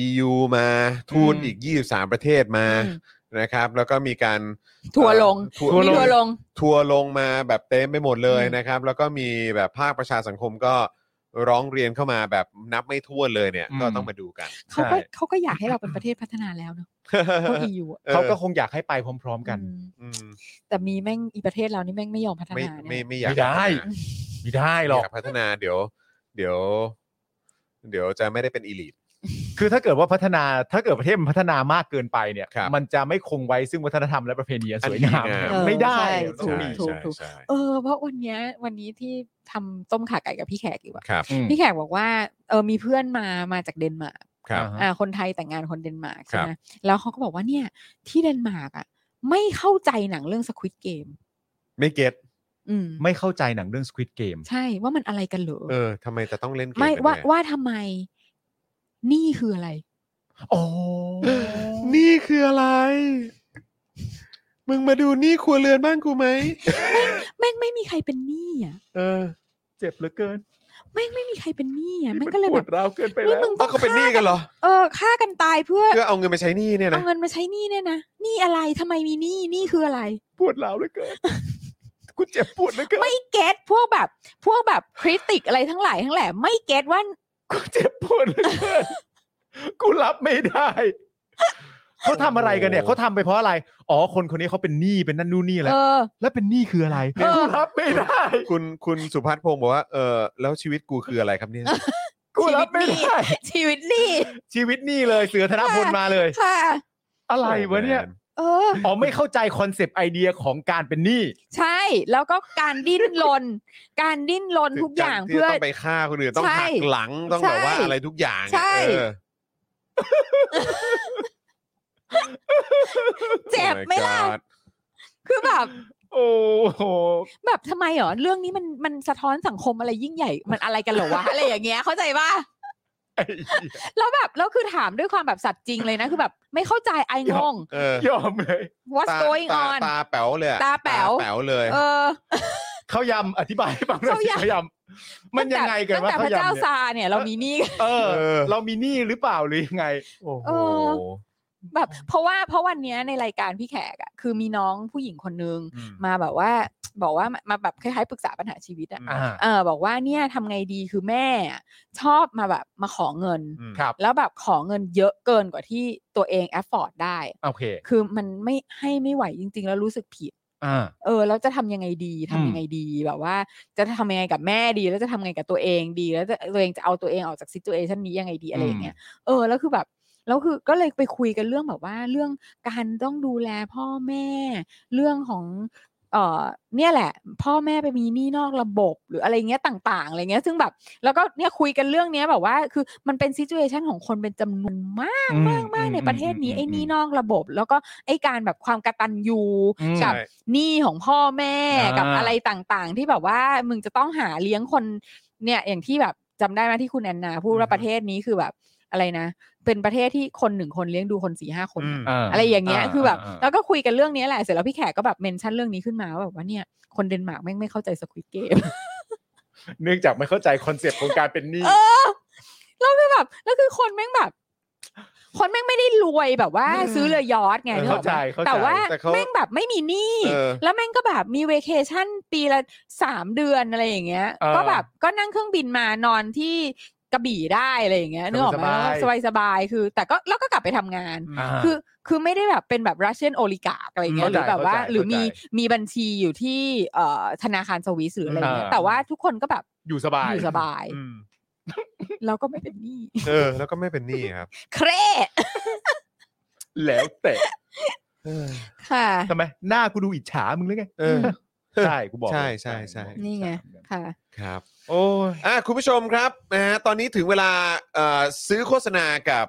A: EU มาทูตอีก 23 ประเทศมา
B: อืม
A: นะครับ แล้วก็มีการ
B: ทัวร์ลง
A: เอ่อ
B: มีทัวร์ลง
A: ทัวร์ลงมาแบบเต็มไปหมดเลย
B: อืม
A: นะครับ แล้วก็มีแบบภาคประชาสังคมก็ร้องเรียนเข้ามาแบบนับไม่ถ้วนเลยเนี่ย ก็ต้องมาดูกัน
B: เขาก็เขาก็อยากให้เราเป็นประเทศพัฒนาแล้วเนาะเขา EU อะ
C: เขาก็คงอยากให้ไปพร้อม ๆ กัน
B: อืม
A: อืม
B: แต่มีแม่งอีประเทศเรานี่แม่งไม่ยอมพัฒ
A: ไม่
B: นา
A: ไม่
B: เนี่ย
A: ไม่อยาก
C: ไม่ได้ ไม่ได้
A: ไม่
C: หรอก
A: อยากพัฒนาเดี๋ยว เดี๋ยว เดี๋ยวจะไม่ได้เป็นอีลิท
C: คือถ้าเกิดว่าพัฒนาถ้าเกิดประเทศมันพัฒนามากเกินไปเนี่ย
A: ครับ
C: มันจะไม่คงไว้ซึ่งวัฒนธรรมและประเพณีอันสวยงาม
A: อันดีงาม
B: เออ
C: ไม่ได้
B: ใช่
C: อะ
B: ถูก
A: ใช่
B: ถูก
A: ใช่
B: ถูก
A: ใช่
B: เออเพราะวันเนี้ยวันนี้ที่ทำต้มข่าไก่กับพี่แขกอยู่อะ
A: ครับ
C: อืม
B: พี่แขกบอกว่าเออมีเพื่อนมามาจากเดนมาร์ก
A: ครับ
C: อ่าฮะ
B: อ่าคนไทยแต่งงานคนเดนมาร์
A: ค
B: ก
A: รั
B: ใช่
A: บ
B: ไหมแล้วเขาก็บอกว่าเนี่ย ที่เดนมาร์กอ่ะ ไม่เข้าใจหนังเรื่องสควิ g เกม
A: ไม่เก็ต
B: อืม
C: ไม่เข้าใจหนังเรื่อง Squid Game
B: ใช่ว่ามันอะไรกันเหรอ
A: เออทำไมจะต้องเล่นเกม
B: ไม่
A: กัน
B: ว่า
A: ด้วย
B: ว่าทำไม นี่คืออะไร
C: โอ้
A: นี่คืออะไร มึงมาดูหนี่ครัวเรือนบ้านกูไหม
B: แม่งไม่มีใครเป็นหนี้อ่ะ
A: เออ
C: เจ็บเหลือเกิน
B: แม่งไม่มีใครเป็นหนี้อ่ะ
C: นี่
B: แม่ง
C: มัน
B: ก็เลย
C: ป
B: แบ
C: วด
B: บ
C: ร้าวเกินไป
B: นี่
C: แล้ว
B: มึงต้
A: ต้อ
B: อง ง
A: เขาเป็นหนี้กันเหรอ
B: เออฆ่ากันตายเพื่อ
A: เพื่อเอาเงินมาใช้หนี้เนี่ย
B: เอา
A: นะ
B: เงินมาใช้หนี้เนี่ยนะหนี้อะไรทำไมมีหนี้หนี้คืออะไร
C: ปวดร้าวเหลือเกิน กูเจ็บปวดเหลือเกิน
B: ไม่เก็ตพวกแบบ พวกแบบคริติกอะไรทั้งหลายทั้งแหล่ไม่เก็ตว่า
C: กูเจ็บปวดเหลือเกิน กูรับไม่ได้ เขาทำอะไรกันเนี่ยเขาทำไปเพราะอะไร อ๋อ คนคนนี้เขาเป็นหนี้เป็นนั่นนู่นนี่แหละ
B: เอ
C: ไร
B: อ
C: แล้วเป็นหนี้คืออะไร
B: เออ
C: กูรับไม่ได้
A: คุณคุณสุพัฒน์พงศ์บอกว่าเออแล้วชีวิตกูคืออะไรครับเนี่ย
C: กูรับไม่ได้
B: ชีวิตนี่
C: ชีวิตหนี้เลยเสือธนพลมาเลย
B: ค่ะ
C: อะไรวะเนี่ย
B: เออ
C: อ๋อไม่เข้าใจคอนเซปต์ไอเดียของการเป็นหนี้
B: ใช่แล้วก็การดิ้นรน การดิ้นรนทุกอย่าง
A: ถึ
B: เพื่
A: จะ
B: อ
A: ต้องไปฆ่าคนอื่นต้อง
B: ใช่
A: หักหลังต้องแบบว่า
B: ใช่
A: อะไรทุกอย่าง
B: ใช่
A: เออ
B: เจ็บ
A: Oh my
B: ไหมล่ะ
A: God
B: คือแบบ
C: โอ้โห
B: แบบทำไมเหรอเรื่องนี้มันมันสะท้อนสังคมอะไรยิ่งใหญ่มันอะไรกันเหรอวะ อะไรอย่างเงี้ยเข้าใจป่ะแล้วแบบแล้วคือถามด้วยความแบบสัตย์จริงเลยนะ คือแบบไม่เข้าใจไอ้งง
A: เออย
C: อมเลย
B: what's
A: ตา
B: going
A: ตา
B: on
A: ตาแป๋วเลยอะ
B: ตาแป๋ว
A: แป๋วเลย
B: เออ
C: เขายำอธิบายให้ฟังหน่อยสิ
B: เขายำ
C: เขายำมันยังไงกัน
B: ตั้ง
C: ว่า
B: แต่พ
C: เขา
B: ระเจ้าย
C: ำเนี่ย
B: ซาร์เนี่ยเรามีหนี่
C: เออ
A: เออ
C: เรามีหนี้หรือเปล่าหรือยังไง โอ้โห
B: เออ แบบเพราะว่าเพราะวันเนี้ยในรายการพี่แขกอะคือมีน้องผู้หญิงคนนึงมาแบบว่าบอกว่ามามาแบบคล้ายๆปรึกษาปัญหาชีวิตอะ
A: อืม
C: อ่า
B: เออบอกว่าเนี่ยทำไงดีคือแม่อะชอบมาแบบมาขอเงิน
A: อืม
C: ครับ
B: แล้วแบบขอเงินเยอะเกินกว่าที่ตัวเองแอฟฟอร์ดได้
C: โอเค
B: คือมันไม่ให้ไม่ไหวจริง ๆ แล้วรู้สึกผิด
C: อ่า
B: เออแล้วจะทำยังไงดีทำยังไงดีแบบว่า จะทำยังไงกับแม่ดี แล้วจะทำยังไงกับตัวเองดี แล้วจะตัวเองจะเอาตัวเองออกจากซิ t u เอชันนี้ยังไงดีอะไรอย่างเงี้ยเออแล้วคือแบบแล้วคือก็เลยไปคุยกันเรื่องแบบว่าเรื่องการต้องดูแลพ่อแม่ เรื่องของเออเนี่ยแหละ พ่อแม่ไปมีหนี้นอกระบบหรืออะไรเงี้ยต่าง ๆอะไรเงี้ยซึ่งแบบแล้วก็เนี่ยคุยกันเรื่องเนี้ยแบบว่าคือมันเป็นซิจูเอชันของคนเป็นจำนวนมากมากมากในประเทศนี้ไอ้หนี้นอกระบบ แล้วก็ไอ้การแบบความกระตันยู
C: อืม
B: กับ
A: ใช่
B: หนี้ของพ่อแม่
C: อ่ากั
B: กับอะไรต่างๆ ที่แบบว่ามึงจะต้องหาเลี้ยงคนเนี่ยอย่างที่แบบจำได้ไหมที่คุณแอนนาพูดว่าประเทศนี้คือแบบอะไรนะ เป็นประเทศที่คนหนึ่งคนเลี้ยงดูคนสี่ห้าคน
A: อืม
B: อะอะไรอย่างเงี้ยคือแบบ
C: า
B: แล้วก็คุยกันเรื่องนี้แหละเสร็จแล้วพี่แขกก็แบบเมนชั่นเรื่องนี้ขึ้นมาว่าแบบว่าเนี่ยคนเดนมาร์กแม่งไม่เข้าใจสควิตเกม
C: เนื่องจากไม่เข้าใจคอนเซปต์ของการเป็นหนี้
B: เออแล้วคือแบบแล้วคือคนแม่งแบบ คนแม่งไม่ได้รวยแบบว่า ซื้อเรือยอทไง
C: เออ
B: นึกออกปะ
C: เข้าใจเข้าใจ
B: แต่ว่า
A: แต่เขา
B: แม่งแบบไม่มีหนี้
A: เออ
B: แล้วแม่งก็แบบมีเวเคชั่นปีละสามเดือนอะไรอย่างเงี้ย
C: เออ
B: ก็แบบก็นั่งเครื่องบินมานอนที่กระบี่ได้อะไรอย่างเงี้ยนึกออกไหมสบา
C: สบาย ย
B: สบายๆคือ แต่ก็แล้วก็กลับไปทำงาน
C: อ่า
B: คือคือไม่ได้แบบเป็นแบบรัสเซียนโอลิกาอะไรเงี้ย
C: เข้า
B: หรื
C: ใจ
B: อแบบว่า
C: เข้าใจ
B: หรือมี
C: เข้าใจ
B: มีบัญชีอยู่ที่เอ่อธนาคารสวิสหรืออะไรเงี้ย
C: อ่า
B: แต่ว่าทุกคนก็แบบ
C: อยู่สบาย
B: อยู่สบาย
A: อืม
B: เราก็ไม่เป็นหนี้
A: เออ แล้วก็ไม่เป็นหนี้ครับ
B: เคร
C: แล้วแต่
B: ค่ะ
C: ทำไมหน้ากูดูอิจฉามึงหรือไง
A: เออ
C: ใช่กูบอก
A: ใช่ใช่ใช่
B: นี่ไง ค่ะ
A: ครับ
C: โอ้ย
A: อ่ะคุณผู้ชมครับนะฮะตอนนี้ถึงเวลาเอ่อซื้อโฆษณากับ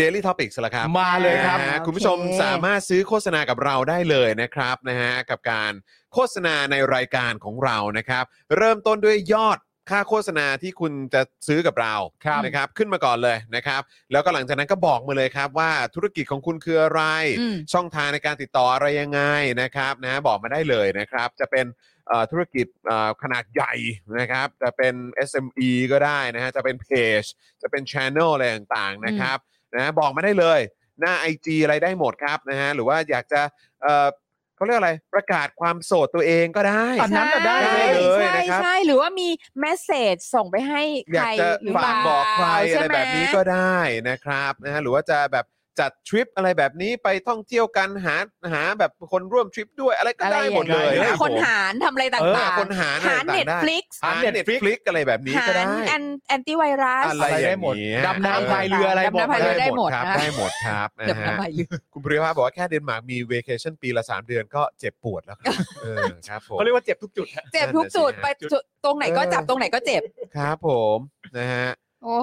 A: Daily Topics แล้วครับ
C: มาเลยครับ
A: นะฮะ
B: โอเค
A: คุณผู้ชมสามารถซื้อโฆษณากับเราได้เลยนะครับนะฮะกับการโฆษณาในรายการของเรานะครับ เริ่มต้นด้วยยอดค่าโฆษณาที่คุณจะซื้อกับเรา
C: ครับ
A: นะครับขึ้นมาก่อนเลยนะครับ แล้วก็หลังจากนั้นก็บอกมาเลยครับว่าธุรกิจของคุณคืออะไร
B: อืม
A: ช่องทางในการติดต่ออะไรยังไงนะครับนะบอกมาได้เลยนะครับ จะเป็นเอ่อธุรกิจเอ่อขนาดใหญ่นะครับ จะเป็น SME ก็ได้นะฮะจะเป็นเพจจะเป็น Channel อะไรต่างๆนะครับนะบอกมาได้เลย หน้า IG อะไรได้หมดครับนะฮะหรือว่าอยากจะเอ่อเขาเรียกอะไรประกาศความโสดตัวเองก็ได้
C: อันนั้นน่ะได้
B: ใช่
A: เลย
B: ใช่
A: นะครับ
B: ใช่หรือว่ามีเมสเซจส่งไปให้
A: อ
B: ใค
A: ยาร กจะ
B: หรือ
A: ฝาก
B: เป
A: บ
B: ล่า
A: อกใคร
B: ใช่
A: อะไร
B: ไหม
A: แบบนี้ก็ได้นะครับนะฮะหรือว่าจะแบบจัดทริปอะไรแบบนี้ไปท่องเที่ยวกันหาหาแบบคนร่วมทริปด้วยอะไรก็
B: อะไร
A: ได้
B: อย่าง
A: หมดเลย
B: งี้
A: รับ
B: คน
A: ผม
B: หารทำอะไร
A: เออ
B: ต่าง
A: คน
B: ๆ
A: หา
B: หา
A: อะไรต่างๆ
B: เน็ต
A: ได้
B: ฟลิกซ์
A: หาเน็ตฟลิกอะไรแบบนี้
B: หา
A: ก็ได้
B: แอนแอนตี้ไวรัส
A: อะไรอย่างเงี้ย
C: ดำน้ำพายเรืออะไร
B: ดำน้ำพายเรือ
C: ได้
B: ได้หมด
A: ครับ
B: นะ
A: ได้หมดครับนะ
B: เดี๋ยว
A: ฮะ
B: ทำไมอยู่
A: คุณปริภาบอกว่าแค่เดนมาร์กมีเว c a ชั่นปีละ 3 เดือนก็เจ็บปวดแล้วครับเออครับผม
C: เขาเรียกว่าเจ็บทุกจุดฮะ
B: เจ็บทุกจุด
A: นั่น
B: ไป
A: น่ะสิฮะ
B: จุดตรงไหนก็
A: เออ
B: จับตรงไหนก็เจ็บ
A: ครับผมนะฮะ
B: โอ้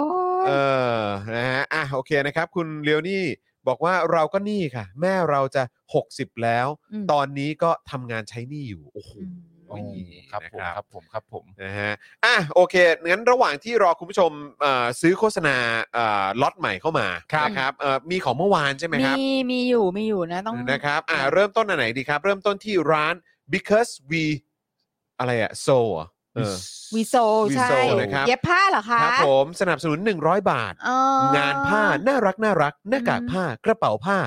A: เอย อนะฮะอ่ะโอเคนะครับ คุณเลียวนี่บอกว่าเราก็หนี่ค่ะ แม่เราจะ 60 แล้ว
B: ม
A: ตอนนี้ก็ทำงานใช้หนี้อยู่โอ้โห
B: อืม
A: โอ้ย
C: ครับผมครับผมครับผม
A: นะฮะ อ่ะ โอเค งั้นระหว่างที่รอคุณผู้ชมเอ่อซื้อโฆษณาเอ่อล็อตใหม่เข้ามา
C: ครับ
A: นะครับเอ่อมีของเมื่อวานใช่ไหมครับ
B: มีมีอยู่มีอยู่นะต้อง
A: นะครับ อ่า เริ่มต้นอันไหนดีครับ เริ่มต้นที่ร้าน because we อะไรอะโซอ่ะเออ
B: วีโซ
A: วี
B: ใช่
A: โซนะครับ
B: เย็บผ้าเหรอคะ
A: ครับผมสนับสนุน 100 บาท
B: อ๋อ
A: งานผ้า น่ารักน่ารัก หน้ากาก
B: อืม
A: ผ้ากระเป๋าผ้า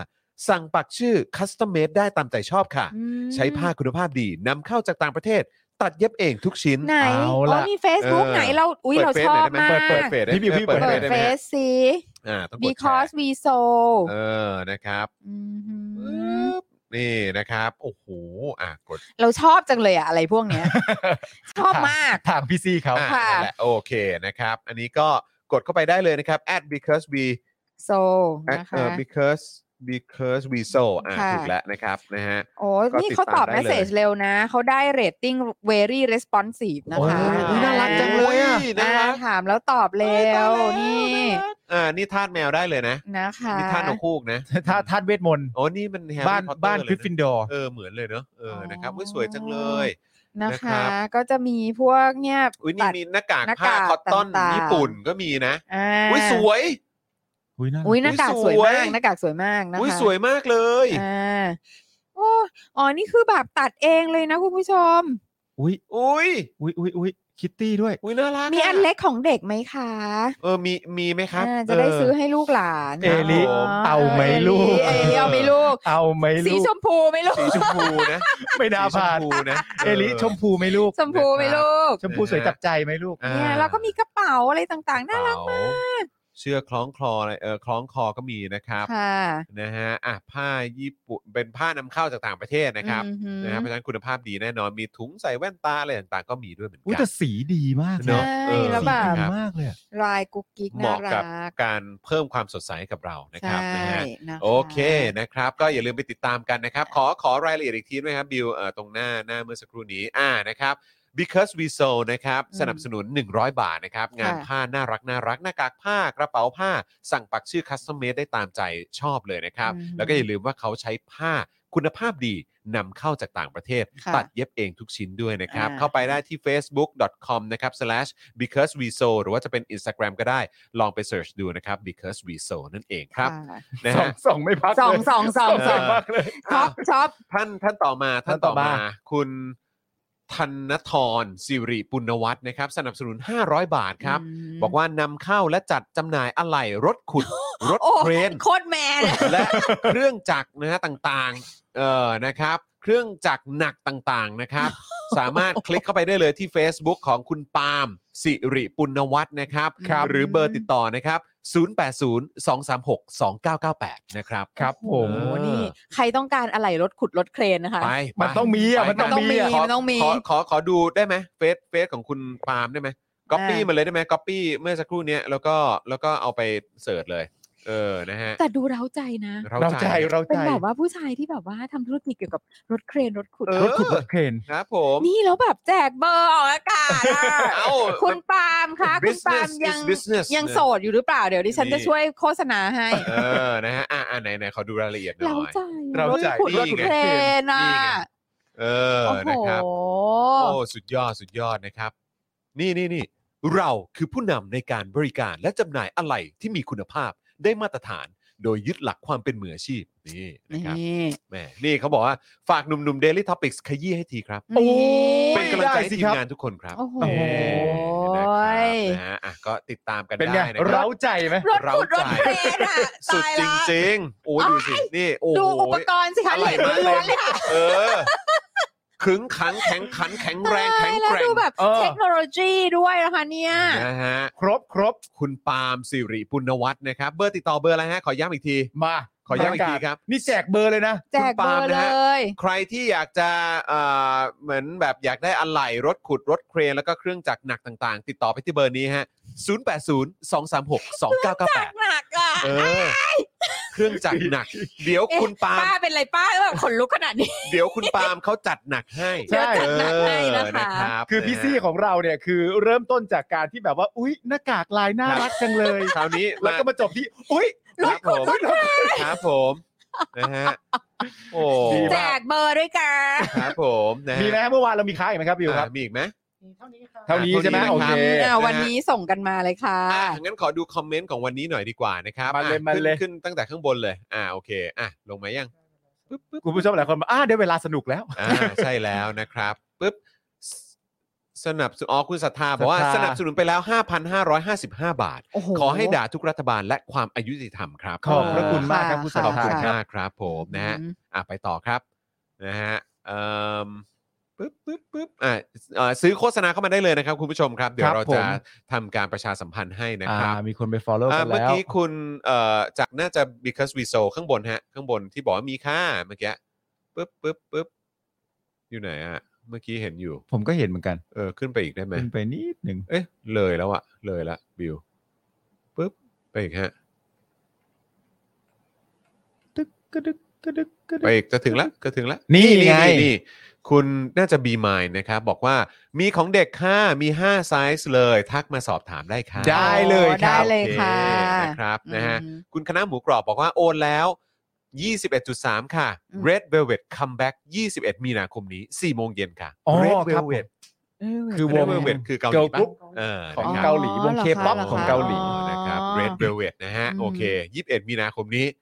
A: สั่งปักชื่อ custom made ได้ตามใจชอบค่ะ
B: อืม
A: ใช้ผ้าคุณภาพดีนำเข้าจากต่างประเทศ ตัดเย็บเองทุกชิ้น
B: ไหน
C: เอา
B: อ๋อ
C: ล่ะ
B: มี Facebook
A: เออ
B: ไหนเราอุ้ยเรา
A: ฟซ
B: ช
A: ห
B: อ
A: น่
B: บ
A: ได้ไห
B: มาก
A: เปิดเฟซได้ไห
C: พี่บิวพี่
A: เปิด
B: เปิ
A: เฟซ
B: ด
A: ได้
B: เฟ
A: ไหมฮะ
B: ซสิ
A: อ่าต้องกดแช
B: because
A: ร์
B: we sold
A: เออนะครับ
B: หือ
A: ปึ๊บนี่นะครับ โอ้โหอ่ะกด
B: เราชอบจังเลยอะอะไรพวก เนี้ย ชอบมาก
C: ถามพี่ซี่เขา
A: อ่ะ
B: ค่ะ
A: นั่นแหละโอเคนะครับ อันนี้ก็กดเข้าไปได้เลยนะครับ at because we
B: sold
A: at,
B: นะคะ
A: เอ่อ because because we so อ่ะ
B: ค่ะ
A: ถูกแล้วนะครับนะฮะ
B: โอ้
A: ก็
B: นี่
A: ติด
B: เขาตอบ
A: ตามได้
B: เมสเซจ
A: เลย
B: เร็วนะ เขาได้เรตติ้ง very responsive นะ
C: โอ้
B: คะ
C: ยน่ารักจังเลยอะ
A: น่า
B: อ่า
A: รัก
B: ถามแล้วตอบเร็วนี่
A: อ่านี่ทาสแมวได้เลยนะ
B: นะคะ
A: นี่ทาสนกคูกนะ
C: ถ้าธาตุเวทมนต์
A: โอ้นี่มันแฮร์
C: บ้าน
A: รี่พอตเตอร์
C: บ้าน
A: เลยะ
C: กริฟฟินดอร์
A: เออเหมือนเลยเนอะเออนะครับอุ๊ยสวยจังเลย
B: นะ
A: นะครั
B: คะ
A: บ
B: ก็จะมีพวกเนี่ย
A: อุ้ยนี่มีหน้ากาก
B: ห
A: ผ้าก
B: น้าาก
A: คอตตอน
B: ต่างๆ
A: ญี่ปุ่นก็มีนะ
B: อ่า
A: อุ้ยสวย
C: อุ้ยน่ารัก
B: อุ้ยหน้ากากสวย
A: อุ๊ยสวย
B: มากหน้ากากสวยมากนะคะ
A: อุ้ยสวยมากเลย
B: อ่าโอ้อ๋อ นี่คือแบบตัดเองเลยนะคุณผู้ชม
C: อุ้ย
A: อุ้ย
C: อุ้ยอุ้ยอุ้ยคิตตี้ด้วย
A: อุ้ยน่ารั
B: มี
A: กะ
B: อันเล็กของเด็กไหมคะ
A: เออมีมีไหมครับ
B: อ่าจะได้
A: เ
B: ซื้อให้ลูกหลาน
C: เอลิเอาไหมลูก
B: เอลิเอาไหมลูก
C: เอาไหม
B: สี
C: ลูก
B: ชมพูไหมลูก
A: สีชมพูนะ
C: ไม่น่า
A: สี
C: ผ่าน
A: ชมพูนะ
C: เอลิชมพูไหมลูก
B: ชมพูไหมลูก
C: ชมพูสวยจับใจไหมลูก
A: อ่า
B: เนี่ยแล้วก็มีกระเป๋าอะไรต่างๆ น่ารักมาก
A: กเชือกคล้องคลออะไรเออคล้องคอก็มีนะครับ
B: ค่ะ
A: นะฮะอ่ะผ้าญี่ปุ่นเป็นผ้านำเข้าจากต่างประเทศนะครับ
B: อือหือ
A: นะฮะเพราะฉะนั้นคุณภาพดีแน่นอนมีถุงใส่แว่นตาอะไรต่างๆ ก็มีด้วยเหมือน
C: อุ้ย
A: กั
C: แต่
A: น
C: สีดีมาก
A: เน
C: นะ
A: อะ
B: ใช่แล้วแบบ
C: ดีมากเลยอะ
B: ลายกุ๊กกิ๊ก
A: เห
B: น่า
A: มาะ
B: รั
A: กับ
B: ก
A: การเพิ่มความสดใสให้กับเรานะครับ
B: ใช่
A: นะฮะ
B: นะคะ
A: โอเคนะครับ ก็อย่าลืมไปติดตามกันนะครับ ขอขอรายละเอียดอีกทีด้วยครับบิวเอ่อตรงหน้าหน้าเมื่อสักครู่นี้อ่านะครับ because we so นะครับสนับสนุน 100 บาทนะครับ งานผ้าน่ารักน่ารักหน้ากากผ้ากระเป๋าผ้า สั่งปักชื่อ custom made ได้ตามใจชอบเลยนะครับ
B: อืม
A: แล้วก็อย่าลืมว่าเขาใช้ผ้าคุณภาพดีนำเข้าจากต่างประเทศ
B: ค่ะ
A: ตัดเย็บเองทุกชิ้นด้วยนะครับ
B: อ่า
A: เข้าไปได้ที่ facebook.com นะครับ slash because we so หรือว่าจะเป็น Instagram ก็ได้ลองไป search ดูนะครับ because we so นั่นเองครับ
B: ค่ะ
A: นะ
C: สอง
A: ฮะ
C: สองไม่พักเลย
B: สองสองสองส
C: ไม่
B: อง
C: พักเลย
B: ช็อปช็อป
A: ท่านท่านต่อมาท่าน
C: ท่านต่
A: ต่อ
C: อ
A: มา
C: มา
A: คุณธนทรสิริปุณวัฒน์นะครับ สนับสนุน 500 บาทครับ บอกว่านำเข้าและจัดจำหน่ายอะไหล่รถขุ ด รถ
B: โอ้
A: เครน
B: โคตรแม นเลย
A: และเครื่องจักรนะฮะต่างๆเออนะครับ เครื่องจักรหนักต่างๆ นะครับ สามารถคลิกเข้าไปได้เลยที่ Facebook ของคุณปาล์มสิริปุณวัฒน์นะครับ
B: ครับ
A: หรือเบอร์ติดต่อนะครับ 0802362998 นะครับ
C: ครับผ
B: โอ้
C: ม
B: โหนี่ ใครต้องการอะไรรถขุดรถเครนนะคะ
A: ไป
C: มัน
A: ไป
C: ต้องมีอ่ะ
A: ไป
C: มันต้อง
A: ไป
C: มีอ่ะ
A: ข
B: มันต้องมี
A: ขอขอขอดูได้ไหมเฟซเฟซของคุณปาล์มได้ไหมก๊อปปี้
B: อ่า
A: มาเลยได้ไหมก๊อปปี้เมื่อสักครู่เนี้ยแล้วก็แล้วก็เอาไปเสิร์ชเลย เออนะฮะ
B: แต่ดูเร้าใจนะ
C: เราใจเรา
B: เป็น
C: ใจ
B: แบบว่าผู้ชายที่แบบว่าทำธุรกิจเกี่ยวกับรถเครนรถขุด
C: รถขุดรถเครน
A: ครับผม
B: นี่แล้วแบบแจกเบอร์ออกอากาศอะ
A: เอ้า
B: คุณปาล์มคะ
A: น
B: คุณปาล์ม
A: business is
B: ยัง
A: business
B: ยัง
A: นะ
B: โสดอยู่หรือเปล่าเดี๋ยวดิฉัน
A: นี่
B: จะช่วยโฆษณาให้
A: เออนะฮะอ่ะอ่ะไหนไหนขอดูรายละเอียดหน่
B: เร้า
A: อย
B: ใจ
C: เรา
B: รถ
C: ใจ
B: ขุด
A: นี่
B: รถขุด
A: ไง
B: เครนอ่ะ
A: นี่ไง เออ
B: โอ้โห
A: นะครับ โอ้ สุดยอดสุดยอดนะครับ นี่นี่นี่เราคือผู้นำในการบริการและจำหน่ายอะไหล่ที่มีคุณภาพได้มาตรฐาน โดยยึดหลักความเป็นมืออาชีพนี่นะครับ
B: นี่
A: แหมนี่เขาบอกว่า ฝากหนุ่มๆ Daily Topics ขยี้ให้ทีครับ
C: โอ้
B: นี่
A: เป็นกำลังใจให้
C: ได้สิ
A: ทีม
C: ครับ
A: งานทุกคนครับ
B: โอ้โห
A: เอ้นะครับนะฮะอ่ะก็ติดตามกัน
C: เป็น
A: ได้
C: ไง
A: นะครั
C: เรา
A: บ
C: ใจไหม
B: รถขุดร
A: เร้า
B: ถ
A: ใจ
B: เครนอ่ะ
A: สุด
B: ตาย
A: จ
B: ละ
A: ริงๆ โอ้ยดูสิ นี่ โอ้โห
B: ดูอุปกรณ์สิคะ
A: อะ
B: เห
A: ไร
B: ล็ก
A: มาเต็ม
B: ล้วนๆเลยค่ะ
A: เออ ขึงขังแข็งขันแข็งแรงแข็ง
B: แล้
A: แก
B: ว
A: ร่ง
B: ดูแบบ
C: เออ
B: เทคโนโลยีด้วยนะคะเนี่ย
A: นะฮะ
C: ครบครบ
A: คุณปาล์มสิริปุณวัฒน์นะครับ เบอร์ติดต่อเบอร์อะไรฮะ ขอย้ำอีกที
C: มา
A: ขอย้ำอีกทีครับ
C: นี่แจกเบอร์เลยนะ
B: แจกเบอร์เลย
A: ใครที่อยากจะเอ่อเหมือนแบบอยากได้อะไหล่รถขุดรถเครน แล้วก็เครื่องจักรหนักต่างๆ ติดต่อไปที่เบอร์นี้ฮะ 0802362998
B: หนักอ่ะ
A: เออ เครื่องจักรหนัก เดี๋ยวคุณปาล์ม
B: ป้าเป็นไรป้าแบบขนลุกขนาดนี้
A: เดี๋ยวคุณปาล์มเขาจัดหนักให้
C: ใช่
B: เดี๋ยวจัดหนักให้นะคะ
A: เออรับ
C: คือพี่ซี่ของเราเนี่ยคือเริ่มต้นจากการที่แบบว่า อุ๊ยหน้ากากลายน่ารักจังเลย
A: คราวนี้
C: แล้วก็มาจบที่ อุ๊ย
A: ครับผมครับผมนะฮะโอ้
C: ดี
B: แจ
C: มาก
B: กเบอร์ด้วยกัน
A: ครับผมนะฮะ
C: มีไหมเมื่อวานเรามีค้างอีกไหมครับบิวครับ
A: อ่ะมีอีกไหม
J: มีเท่านี้ค่ะ
C: เท่านี้ใช่ไหม
A: เท่า
C: โอ
A: นี้
C: เค
A: นะ
B: อ่ะวันนี้ส่งกันมาเลยค่ะ
A: อ่ะงั้นขอดูคอมเมนต์ของวันนี้หน่อยดีกว่านะครับ
C: มาเลย
A: อ่ะ
C: มา
A: ขึ้น
C: เลย
A: ขึ้นตั้งแต่ข้างบนเลย อ่าโอเค อ่ะลงมายังปึ๊บปึ๊บ
C: คุณผู้ชมหลายคนบอกอ่าได้เวลาสนุกแล้ว
A: อ่าใช่แล้วนะครับปึ๊บสสนับสนุนอ๋อคุณศรัทธาบอกว่า
C: ศรัทธา
A: สนับสนุนไปแล้ว 5,555 บาท
B: โอ้โห
A: ขอให้ด่าทุกรัฐบาลและความอายุติธรรมครับ
C: ขอบพระคุณมากครับ
B: ค่ะ
C: คุณส
A: ข
C: ร
A: อบ
B: ะ
A: คุณ
C: พา
B: ค่ะ
A: มากครับผมนะฮะ
B: อืม
A: อ่ะไปต่อครับนะฮะเอิ่ม ปึ๊บปึ๊บปึ๊บอ่าเอ่อซื้อโฆษณาเข้ามาได้เลยนะครับ คุณผู้ชมครับ เดี๋ยว
C: ครับ
A: เรา
C: ผ
A: จะ
C: ม
A: ทำการประชาสัมพันธ์ให้นะ
C: อ่า
A: ครับ
C: มีคนไป follow
A: อ่า
C: กัน
A: เมื่อ
C: แล้ว
A: กี้คุณเอ่อจากน่าจะ because we so ข้างบนฮะ ข้างบนที่บอกว่ามีค่าเมื่อกี้ปึ๊บปึ๊บปึ๊บอยู่ไหนอะเมื่อกี้เห็นอยู่
C: ผมก็เห็นเหมือนกัน
A: เออ ขึ้นไปอีกได้ไหม
C: ขึ้นไปนิดหนึ่ง
A: เอ๊ะ เลยแล้วอะเลยละบิวปึ๊บไปอีกฮะ
C: ตึ๊กกระดึกกระดึกกระ
A: ไป
C: ดึก
A: อีกจะถึงแล้วจะถึงแล้ว
C: นี่ไง
A: นี่คุณน่าจะ be mine นะครับ บอกว่ามีของเด็กค่ะมี5ไซส์เลย ทักมาสอบถามได้ค่ะ
C: ได้เลย
B: โอ้
C: ครั
B: ได้
C: บ
B: เลย
A: โอ
B: ค่ะ
A: นะครับนะฮะ
B: อืม
A: คุณคณะหมูกรอบบอกว่าโอนแล้ว 21.3 ค่ะ
B: อืม
A: Red Velvet Comeback 21 มีนาคมนี้ 4 โมงเย็นค่ะ
C: อ๋อ
A: Red
C: ครับ
A: Velvet
B: เออ
C: คือว
A: Red
C: ง
A: Velvet คือเกาห
C: เกิ
A: ลี
C: ร์ลกรุ๊ป
A: ปะเออ
C: ของ
A: นะครับ
C: เกาหลีวง
B: อ๋อ
C: เคป๊อป
B: เหรอคะ
C: ของเกาหลี
B: อ๋อ
A: นะครับ
B: อ๋อ
A: Red Velvet นะฮะ
B: อืม
A: โอเค 21 มีนาคมนี้ 4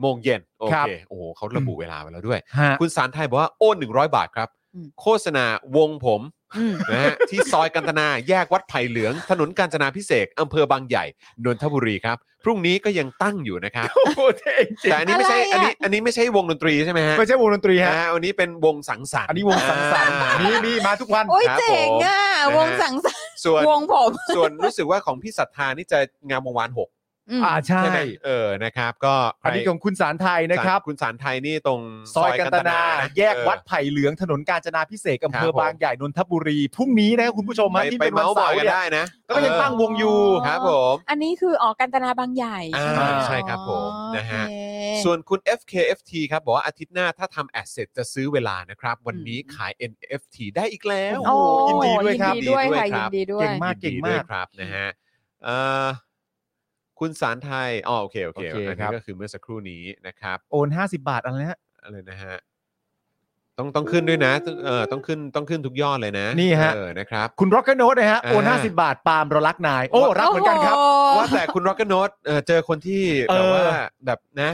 A: โมงเย็น โอ
C: ครั
A: เค
C: บ
A: โอ้โหเขาระบุเวลาไว้แล้วด้วย
C: ฮะ
A: คุณสารไทยบอกว่า โอน100 บาทครับ
B: อืม
A: โฆษณาวงผม
B: อืม
A: นะฮะที่ซอยกันตนาแยกวัดไผ่เหลือง ถนนกาญจนาพิเศษกอำเภอบางใหญ่นนทบุรีครับ พรุ่งนี้ก็ยังตั้งอยู่นะครับ
C: โอ้โหเท่จริง
A: แต่อันนี้ไม่ใช่อันนี้อันนี้ไม่ใช่วงดนตรีใช่ไหมฮะ
C: ไม่ใช่วงดนตรีฮะ
A: อ่าอันนี้เป็นวงสังสรรค์
C: อันนี้วงสังสรรค์
A: อ่า
C: มีมีมาทุกวัน
B: โอ้ย
A: ครับ
B: เจ๋งอ่ะ
A: ผม
B: วงสังสรรค์
A: ส่วน
B: วงผม
A: ส่วนรู้สึกว่าของพี่ศรัทธานี่จะงามวงวานหก
B: อืม
C: อ่าใช่
A: ใช่ไหมเออนะครับ ก็ใคร
C: อันนี้ของคุณสารไทยนะครับ
A: คุณสารไทยนี่ตรง
C: ซอยกันตนา
A: ะ
C: แยกวัด
A: เอ
C: ไผ่เหลืองถนนกาญจนาพิเศษกอำเภ
A: ครั
C: อบ
A: ผม
C: บางใหญ่นนทบุรีพรุ่งนี้นะครับคุณผู้ชม
A: อ
C: ฮะ
A: ไป
C: ที่
A: ไป
C: เป็นวัน
A: เมาส์บ
C: เสา
A: อย
C: ร์
A: กัน
C: เนี่ย
A: ได้นะ
C: ก็ยังตั้งวงอยู่
B: อ๋อ
A: ครับผม
B: อันนี้คือออกกันตนาบางใหญ่
A: อ่า
B: ใช่ไหม
A: ใช่ครับผมนะฮะ
B: โอเค
A: ส่วนคุณ FKFT ครับ บอกว่าอาทิตย์หน้าถ้าทำแอสเซทจะซื้อเวลานะครับ วันนี้ขาย NFT ได้อีกแล้ว
C: โอ้
B: โอ้
C: ยินดีด้วยครับ
B: ยินดีด้วยค่ะยินดีด้วย
C: เก่งมากเก่งมาก
A: ครับนะฮะเอ่อคุณสารไทยอ๋อโอเค โอเค
C: โอเค
A: อัน
C: ครั
A: นี้
C: บ
A: ก็คือเมื่อสักครู่นี้นะครับ
C: โอน 50 บาทอะไรนะฮะ
A: อะไรนะฮะต้องต้องขึ้นด้วยนะต้องเออต้องขึ้นต้องขึ้นทุกยอดเลยนะ
C: นี่ฮะ
A: เออนะครับ
C: คุณร็อกเกอร์โนตนะฮะ โอน
A: อ่า
C: 50 บาท ปาล์มเรารักนาย โอ้ รักเหมือนกันครับ
B: โอ้โห
A: ว่าแต่คุณร็อกเกอร์โนเจอคนที่แบบ
C: เออ
A: ว่าแบบนะ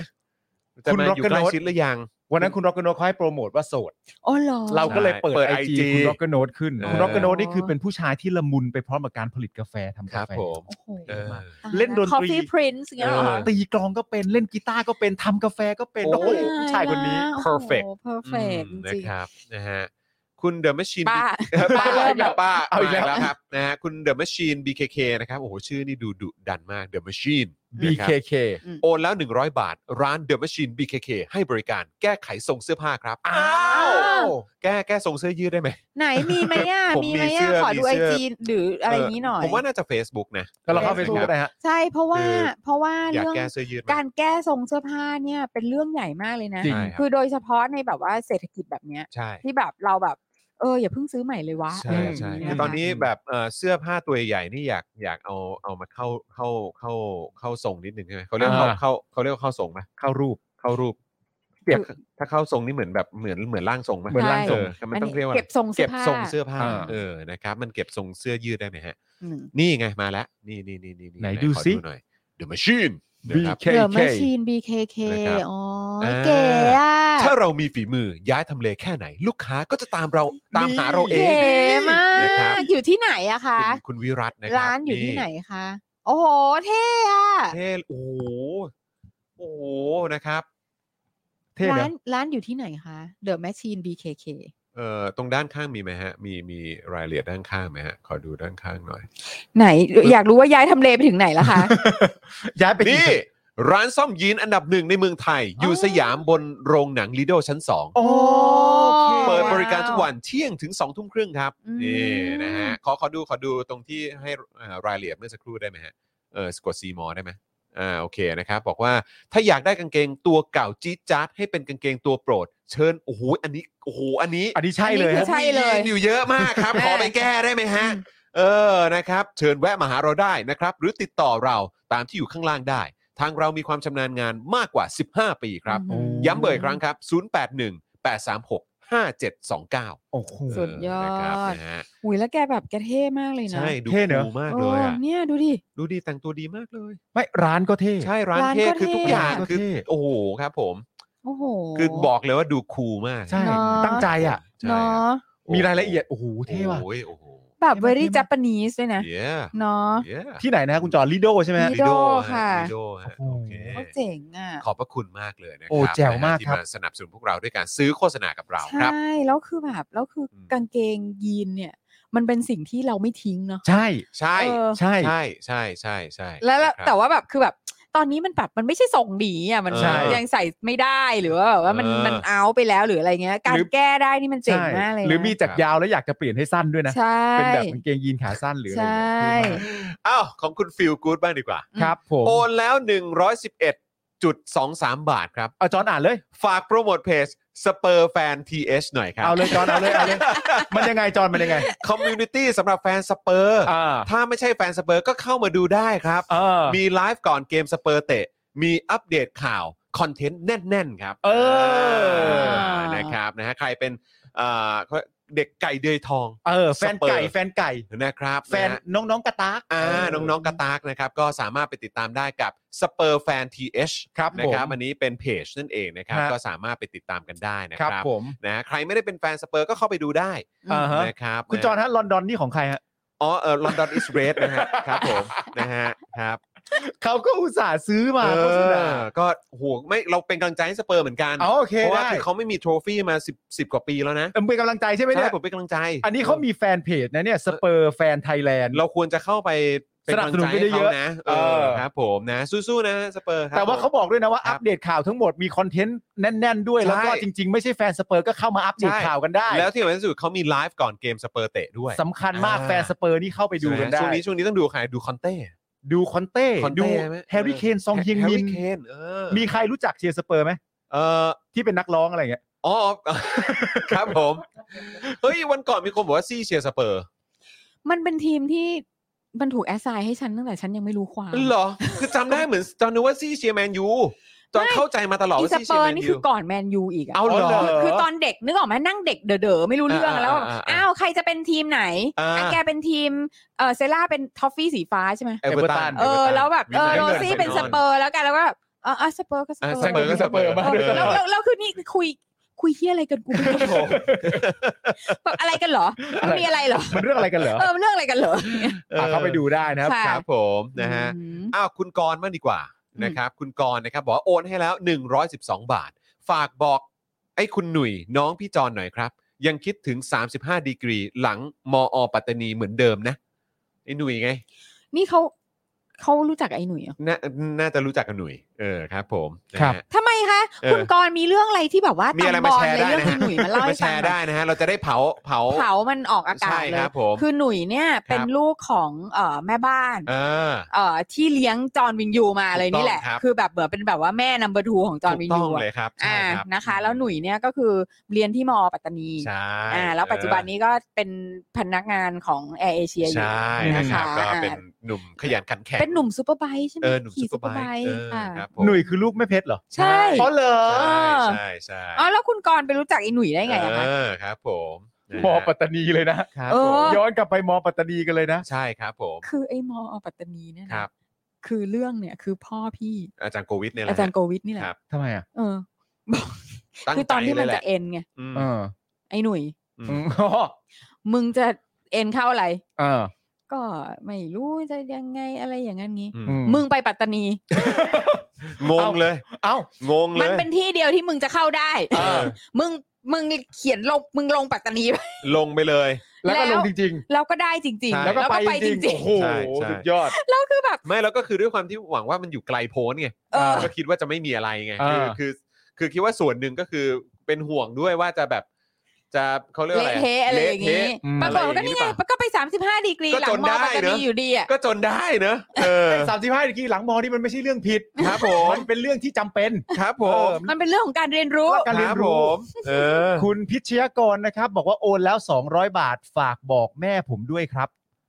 A: จะ
C: คุณ
A: มาอยู่ใกล้
C: Rock'n'Roll
A: ชิดหรือยัง
C: วันนั้นคุณร็อกเกอร์โนตเขาให้โปรโมทว่าโสด
B: โอ้เหรอ
C: เราก็เลยเปิด
A: เปิด
C: ไอ
A: IG
C: จีคุณร็อกเกอร์โนตขึ้น
A: เออ
C: คุณร็อกเกอร์โนตนี่คือเป็นผู้ชายที่ละมุนไปพร้อมกับการผลิตกาแฟทำ
A: ครั
C: กา
A: บ
C: แฟ
A: ผม
B: โอ้โห
A: เออ
C: เล่นดนตรี
B: คอฟฟี่พรินซ์เงี้ยเหรอ
A: เออ
C: ตีกลองก็เป็นเล่นกีตาร์ก็เป็นทำกาแฟก็เป็น
A: โอ้
C: โอ้ยผู้ชายคนนี้
B: โอ้โห
A: perfect
B: perfect
A: อืม
B: จริง
A: นะครับนะฮะคุณเดอะแมชชีน
B: ๆป้า
A: ป้า
B: ป้า
A: อีกแล้วป้า
C: เอาอีกแล้ว
A: มครับนะฮะคุณเดอะแมชชีน BKK นะครับโอ้โหชื่อนี่ดูดุดันมากเดอะแมชชีน
C: BKK
A: โอนแล้ว 100 บาท ร้านเดอะแมชชีน BKK ให้บริการแก้ไขทรงเสื้อผ้าครับ
C: อ้าว
A: แก้แก้ทรงเสื้อยืดได้ไหม
B: ไหนมีไหมอ่ะ
A: ผม
B: มี
A: มี
B: ไหม
A: เสื้
B: อ่ะ
A: อ
B: ขอดู
A: มี
B: ไอ
A: เสื้อ
B: จีหรืออะไรอย่างนี้หน่อย
A: ผมว่าน่าจะ Facebook นะ
C: ก็เราเข้า
B: Facebook
C: Facebook นะฮะ
B: ใช่เพราะว่า
A: คือ
B: เพราะว่า
A: อยาก
B: เรื่อง
A: แก้เสื้อยืดไหม
B: การแก้ทรงเสื้อผ้าเนี่ยเป็นเรื่องใหญ่มากเลยนะ
C: จริง
A: ใช่ครับ
B: คือโดยเฉพาะในแบบว่าเศรษฐกิจแบบเนี้ย
A: ใช่
B: ที่แบบเราแบบเอออย่าเพิ่งซื้อใหม่เลยวะ
A: ใช่ใช่
B: ะไรย่าง
A: คือ
B: เงี้
A: ย ตอนนี้แบบเอ่อเสื้อผ้าตัวใหญ่ๆนี่อยากอยากเอาเอามาเข้าเข้าเข้าเข้าทรงนิดนึงใช่ไหมเขาเรียกเข้า
C: อ่า
A: เข้าเขาเรียกว่าเข้าทรงไหม
C: เข้ารูป
A: เข้ารูป
C: เปรียบ
A: ถ้าเข้าทรงนี่เหมือนแบบเหมือนเหมือนร่างทรงไหม
C: เหมือนร่างทรง
A: เอมันต้องเรียกว่า
B: เก็บทรงเสื้
A: เก็
B: อบ ผ้า
A: ทรงเสื้อผ้า
C: อ่า
A: เออนะครับ มันเก็บทรงเสื้อยืดได้ไหมฮะ
B: ม
A: นี่ไงมาแล้ว นี่นี่นี่นี่
C: ไหน
A: ขอ
C: ดูสิ
A: หน่อย The Machine นะครับ
B: เดี๋ยว
C: BKK
B: แมชชีน BKK
A: นะครับ
B: อ๋อ
A: อ่า
B: เก๋อะ
A: ถ้าเรามีฝีมือย้ายทำเลแค่ไหน ลูกค้าก็จะตามเราตามหาเราเอ
B: เก๋
A: ง
B: มาก
A: นะครับ
B: อยู่ที่ไหนอะคะ
A: คุณคุณวิรัตนะครับ
B: ร้านอยู่ที่ไหนคะ โอ้โห เท่อะ
A: เท่โอ้โหโอ้โหนะครับ
C: เท่
B: ร้า
C: นะ
B: นร้านอยู่ที่ไหนคะ The Machine BKK
A: เอ่อตรงด้านข้างมีไหมฮะ มีมีรายละเอียดด้านข้างไหมฮะ ขอดูด้านข้างหน่อย
B: ไหนอยากรู้ว่าย้ายทำเลไปถึงไหนแล้วคะ
C: ย้ายไป
A: นี่
C: ที่
A: ร้านซ่อมยีนอันดับหนึ่งในเมืองไทย อยู่
B: อ๋อ
A: สยามบนโรงหนังลีโดชั้น 2
C: โอ้
B: โอเค
A: เปิดบริการทุกวันเที่ยงถึง2องทุ่มครึ่งครับ
B: อืม
A: นี่นะฮะขอขอดูขอดูตรงที่ให้อ่ารายละเอียดเมื่อสักครู่ได้ไหมฮะเออกดซีมอได้ไหมอ่าโอเคนะครับ บอกว่าถ้าอยากได้กางเกงตัวเก่าจี๊ดจ๊าดให้เป็นกางเกงตัวโปรด เชิญโอ้โหอันนี้โอ้โหอันนี้
C: อันนี้ใช่เลย
B: อันนี้คื
C: ฮะ
B: ใช่เลย
A: มีนอยู่เยอะมาก ครับ ขอไปแก้ได้ไหมฮะ เออ นะครับ เชิญแวะมาหาเราได้นะครับ หรือติดต่อเราตามที่อยู่ข้างล่างได้ ทางเรามีความชำนาญงานมากกว่า 15 ปีครับ
B: อืม
A: ย้ำเบอร์อีกครั้งครับ 081 836 5729
C: โอ้โห
B: สุดยอด
A: นะครับนะฮะ
B: อุ้ยแล้วแกแบบแกเท่มากเลยนะ
A: ใช่ ดู
C: เท่เนอะ
A: คูลมากเลยอะ
B: ออเนี่ยดูดิ
A: ดูดีแต่งตัวดีมากเลย
C: ไม่ร้านก็เท่
A: ใช่ร้าน
B: ร้าน
A: เท่
B: ก็
A: คือทุก
B: เท่
A: อย่าง
C: ร้านก็
A: คือ
C: เท่
A: โอ้โหครับผม
B: โอ้โห
A: คือบอกเลยว่าดูคูลมาก
C: ใช่
B: เนอะ
C: ตั้งใจอ่ะ
A: ใช่
B: เนาะ
A: ครับ
C: มีรายละเอียด โอ้โห เท่ว่ะ
A: โอ้ยโอ้โห
B: แบบ
C: เยี่ยม
B: very
C: เยี่ยม
B: Japanese ด้วยนะ
A: yeah
B: เนาะ
A: yeah
C: ที่ไหนนะฮะคุณจอลิโดใช่ไหมฮะ
B: Lido
A: ลิโด
B: ค่ะ
A: ลิโดฮะโอเค
B: เขาเจ๋งอ่ะ
A: ขอบพระคุณมากเลยนะครั
C: โอ้แจ๋วมาก
A: นะฮะที่
C: ครับ
A: มาสนับสนุนพวกเราด้วยการซื้อโฆษณากับเรา
B: ใช
A: ครับ
B: ่ แล้วคือแบบ แล้วคืออ
A: ม
B: กางเกงยีนเนี่ย มันเป็นสิ่งที่เราไม่ทิ้งเนาะ
C: ใช่
A: ใช่
B: เออ
C: ใช่
A: ใช่ใช่ใช่ใช่
B: แล้วแล้ว
A: นะครับ
B: แต่ว่าแบบคือแบบ ตอนนี้มันแบบมันไม่ใช่ส่งหนีอ่ะมัน
C: ใช่
B: ยังใส่ไม่ได้หรือว่าแบบว่ามัน
A: เออ
B: มันเอาไปแล้วหรืออะไรเงี้ย การ
C: หรือ
B: แก้ได้นี่มันเจ๋ง
C: ใช่
B: มากเลยนะ
C: หรือมีจากยาวแล้วอยากจะเปลี่ยนให้สั้นด้วยนะ
B: ใช่
C: เป็นแบบกางเกงยีนขาสั้นหรืออะไร
B: ใช่
C: อย่างเงี้ย
A: อ้าวของคุณฟิลกู๊ดบ้างดีกว่า
C: ครับผม
A: โอนแล้ว 111.23 บาทครับ
C: เอาจอนอ่านเลย
A: ฝากโปรโมทเพจสเปอร์แฟน TH หน่อยครับ
C: เอาเลยจอนเอาเลยเอาเลย มันยังไงจอนมันยังไง
A: คอมมูนิตี้สำหรับแฟนสเปอร์
C: อ่า
A: ถ้าไม่ใช่แฟนสเปอร์ก็เข้ามาดูได้ครับ
C: เออ
A: มีไลฟ์ก่อนเกมสเปอร์เตะ มีอัปเดตข่าว คอนเทนต์แน่น ๆ ครับ
C: เออ
A: านะครับนะฮะใครเป็นอ่าเด็กไก่เดยทอง
C: เออ แฟนไก่
A: สเปอร์
C: แฟนไก่
A: นะครับ
C: แฟนะ
A: ฮะ
C: น้องๆกระตาก
A: อ่า
C: เ
A: น้องๆกระตากนะครับ ก็สามารถไปติดตามได้กับสเปอร์แฟนทีเอช
C: ครับผม
A: นะครับอันนี้เป็นเพจนั่นเองนะครับ
C: ฮะ
A: ก็สามารถไปติดตามกันได้นะ
C: ค
A: ค
C: รั
A: รั
C: บบ ผม
A: นะใครไม่ได้เป็นแฟนสเปอร์ก็เข้าไปดูได้
C: อ่าฮะ
A: นะครับ
C: คุณจอนฮะลอนดอนนี่ของใครฮะ
A: อ๋อเออลอนดอนอิสเรดนะฮะครับผมนะฮะครับ
C: เขาก็อุตส่าห์ซื้อมา
A: เอ
C: โฆษณา
A: อก็โหไม่เราเป็นกำลังใจให้สเปอร์เหมือนกัน
C: เอาโอเค
A: เพราะว่า
C: ได้
A: คือเขาไม่มีโทรฟี่มา 10 10 กว่าปีแล้วนะ
C: เออเป็นกำลังใจใช่ไหมเนี่
A: ใช่
C: ย
A: ผมเป็นกำลังใจ
C: อันนี้เขามีแฟนเพจนะเนี่ยสเปอร์แฟนไทยแลนด์
A: เราควรจะเข้าไปเป็กำลังใจให้
C: สนับสนุนไปเย
A: เขา
C: อะ
A: นะ
C: ๆ
A: เออ
C: เออ
A: ครับผมนะสู้ๆนะสเปอร์ครับ
C: แต่ว่า
A: ผม
C: เขาบอกด้วยนะว่า
A: ครับ
C: อัปเดตข่าวทั้งหมดมีคอนเทนต์แน่น ๆ ด้วย
A: ใช่
C: แล้วก็จริง ๆ ไม่ใช่แฟนสเปอร์ก็เข้ามาอัปเดต
A: ใช่
C: ข่าวกันได้
A: แล้วที่สำคัญที่สุดเขามีไลฟ์ก่อนเกมสเปอร์เตะด้วย
C: สำคัญมาก
A: อ่า
C: แฟนสเปอร์นี่เข้าไปดูกันได้
A: ช่วงนี้ช่วงนี้ต้องดูใครดูคอนเต้
C: ดูคอนเต้
A: คอนเต้
C: ดู
A: ไหม
C: แฮร์รี่เคนซองเฮียง
A: แฮร์
C: มิน
A: รี่เคนเออ
C: มีใครรู้จักเชียร์สเปอร์ไหม
A: เออ
C: ที่เป็นนักร้องอะไรอย่างเงี้ย
A: อ๋อ ครับผมเฮ้ยวันก่อนมีคนบอกว่าซี่เชียร์สเปอร์
B: มันเป็นทีมที่มันถูกแอสไซน์ให้ฉันตั้งแต่ฉันยังไม่รู้ความ
A: เหรอ คือจำได้เหมือนจำนึกว่าซี่เชียร์แมนยูจน
B: ไม่
A: เข้าใจมาตลอด
B: อี
A: ว่า
B: ส
A: ซี่
B: เป
A: เชีย
B: อ
A: ร์แม
B: ร์
A: น
B: นี่
A: ยู
B: คือก่อนแมนยูอีกอะ
A: เอาเหรอ
B: คือคือตอนเด็กนึกออกไหมนั่งเด็กเด๋อๆไม่รู้เรื่องแล้วแบบ
A: อ่าอ่าอ่า
B: อ้าวใครจะเป็นทีมไหน
A: อ่า
B: อ่ะแกเป็นทีมเออเซล่าเป็นท็อฟฟี่สีฟ้าใช่ไหม
A: เอเวอร์ตัน
B: เออแล้วแบบเออ
A: วิ
B: โร
A: ล
B: ซี่
A: ย
B: เป็นสเปอร์แล้วกันแล้วก็แบบเอออ่ะสเปอร์ก็ส
A: อ่ะ
B: เปอร์
A: สเปอร์ก็สเปอร์มา
B: เออ
A: ด้วย
B: แล้วแล้วแล้วคือนี่คุยคุยเฮียอะไรกันกูไม่รู้แบบอะไรกันเหรอมันมีอะไรเหรอ
C: มันเรื่องอะไรกันเหรอ
B: เออมันเรื่องอะไรกันเหรอ
C: อ่ะเข้าไปดูได้นะครับ
B: ค่ะ
A: ครับผมนะฮะ
B: อืม
A: อ้าวคุณกรณ์มากดีกว่า
B: อืม
A: นะครับคุณกรณ์นะครับบอกว่าโอนให้แล้ว 112 บาท ฝากบอกไอ้คุณหนุ่ยน้องพี่จอนหน่อยครับ ยังคิดถึง 35 ดีกรี หลังมอปัตตานีเหมือนเดิมนะไอ้หนุ่ยไง
B: นี่เขาเขารู้จักไอ้หนุ่ยเหรอ
A: นาน่าจะรู้จักกับหนุ่ยเออครับ ผมนะฮะ
C: ครับ
B: ทำไมคะ
A: เออ
B: คุณกรณ์มีเรื่องอะไรที่แบบว่า
A: มีอะไร
B: ตำบ
A: มา
B: อล
A: แชร์
B: ใน
A: ได้
B: เรื่อง
A: นะ
B: คุณ
A: ฮะ
B: หนุ่ยมาเล่า
A: มา
B: ให้
A: แช
B: ฟัง
A: ร์
B: หน่
A: ได้
B: อย
A: นะฮะเราจะได้เผาเผา
B: เผามันออกอากาศ
A: ใช่
B: เล
A: ค
B: ย
A: รับผม
B: คือหนุ่ยเนี่ยเป็นลูกของเอ่อแม่บ้าน
A: เออ
B: เอ่อที่เลี้ยงจอห์นวินยูมาเลยนี่แหละ
A: ถูกต้องครับ
B: คือแบบเหมือนเป็นแบบว่าแม่นัมเบอร์ทูของจอห์น
A: ถู
B: วิน
A: กต้อ
B: ยู
A: ง
B: อะ
A: เลยครับใช่
B: อ่า
A: ครับ
B: นะคะ แล้วหนุ่ยเนี่ยก็คือเรียนที่มอปัตตานี
A: ใช่
B: อ่าแล้วปัจจุบันนี้ก็เป็นพนักงานของแอร์เอเชียอ
A: ใช
B: ยู่
A: ่นะครับก็
B: อ่า
A: เป็นหนุ่มขยันขันแข็ง
B: เป็นหนุ่มซูเปอร์ไบค์ใช่ไหม
A: เออหนุ่ม
B: ขี่
A: ซุปเปอร์ไบค์
B: ค์
A: เออ
B: ค่ะ
A: ครับผม
C: หนุ่ยคือลูกแม่เพชรเหรอ
B: ใช่
C: เพราะเหรอ
A: ใช่ใช่ใช่
B: อ๋อแล้วคุณกรณ์ไปรู้จักไอ้หนุ่ยได้ไงอะ
A: เอ
B: คะ
A: อครับผมนะฮะ
C: มอปัตตานีเลยนะ
A: ครับ
B: เอ
A: ผ
B: อ
A: ม
C: ย้อนกลับไปมอปัตตานีกันเลยนะ
A: ใช่ครับผม
B: คือไอ้มอปัตตานีเนี่ย
A: ค
B: นะ
A: รับ
B: คือเรื่องเนี่ยคือพ่อพี่
A: อาจารย์โควิดเนี่ยแหละ
B: อาจารย์โกวิทนี่แหละ
A: ครับ
C: ทำไมอ่ะ
B: เอ อบอก
A: ตั้ง
B: คือตอนที่
A: ใจ
B: มัน
A: เลยแห
B: จะ
A: ละ
B: เอ็นไง
A: อืม
C: เออ
B: ไอ้หนุ่ย
C: อื
A: อื
C: ม
A: ม
C: อ๋อ
B: มึงจะเอ็นเข้าอะไร
C: เออ
B: ก็ไม่รู้จะยังไงอะไรอย่างนั้นงี้
A: อืม
C: มึ
B: มึ
C: ง
B: งไปปัตตานี
A: งงเลย
C: เอ้า
A: งงเล
B: มัน
A: ย
B: เป็นที่เดียวที่มึงจะเข้าได้
A: เออ
B: มึงมึงเขียนลงมึงลงปัตตานีไป
A: ลงไปเลย
C: แล้วก็
B: แล้
C: ล
B: ว
C: งจริง
B: แล้วก็ได้จริง
A: ใช่
B: ๆ
C: ๆ แล้วก็ไปจริงๆ
B: จริ
C: โอ้
B: ง
C: โห
A: ใช่ใช่
C: สุดยอด
B: ๆแล้วคือแบบ
A: ไม่แล้วก็คือด้วยความที่หวังว่ามันอยู่ไกลโพ้นไง
B: เออ
A: ก็คิดว่าจะไม่มีอะไรไง
C: เอ
A: คือ
C: อ
A: คือคือคิดว่าส่วนหนึ่งก็คือเป็นห่วงด้วยว่าจะแบบ จะเขาเรียกว่าอะไร
B: เละเทะอะไรอย่าง
A: เละ
B: งี้
A: เทะ
C: อืม
B: ปรากฏว่าก็นี่ไงก็ไป 35 ดีกรี
A: ก็
B: หลั
A: จ
B: ง
A: น
B: มอ
A: ได้
B: ปัตตา
A: เน
B: นี
A: อะ
B: อยู่ดีอ่ะ
A: ก็จนได้เนอะเออ
C: สามสิบห้าทีหลังมอที่มันไม่ใช่เรื่องผิด
A: ครับผม
C: นเป็นเรื่องที่จำเป็น
A: ครับผ
C: เอ
A: ม
C: อ
B: มันเป็นเรื่องของการเรียนรู้
C: การเรียนรู้
A: คบผมเออ
C: คุณพิชยากรนะครับ บอกว่าโอนแล้ว 200 บาทฝากบอกแม่ผมด้วยครับ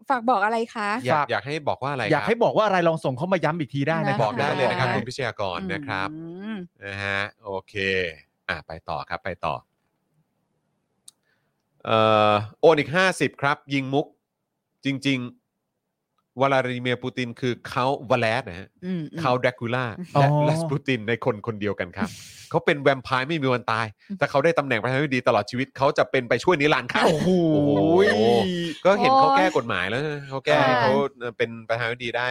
B: ฝากบอกอะไรคะ
A: อยา
C: ฝาก ก
A: อยากให้บอกว่าอะไร
C: อยาก
A: ครับ
C: ให้บอกว่าอะไรลองส่งเข้ามาย้ำอีกทีได้นะ
A: บ
C: ครั
A: อกได้เลยนะครับ
B: ได้
A: คุณพิชยากรนะครับ
B: อืม
A: นะฮะโอเค อ่ะไปต่อครับไปต่อเอ่อโอนอีก 50 ครับ ยิงมุก จริง วลาดิเมียร์ปูตินคือเขาวลาดนะฮะ
B: อืมอืม
A: เขาแดรกูล่า
C: อ๋อ
A: และลัสปูตินในคนคนเดียวกันครับ เขาเป็นแวมไพร์ไม่มีวันตาย แต่เขาได้ตำแหน่งประธานาธิบดีตลอดชีวิตเขาจะเป็นไปช่วยนิรันดร์ครับ
C: โอ้โห
A: โอ้โห ก็เห็นเขา
B: โอ้ย
A: แก้กฎหมายแล้วนะเขาแก้ให้
B: ค่ะ
A: เขาเป็นประธานาธิบดีได้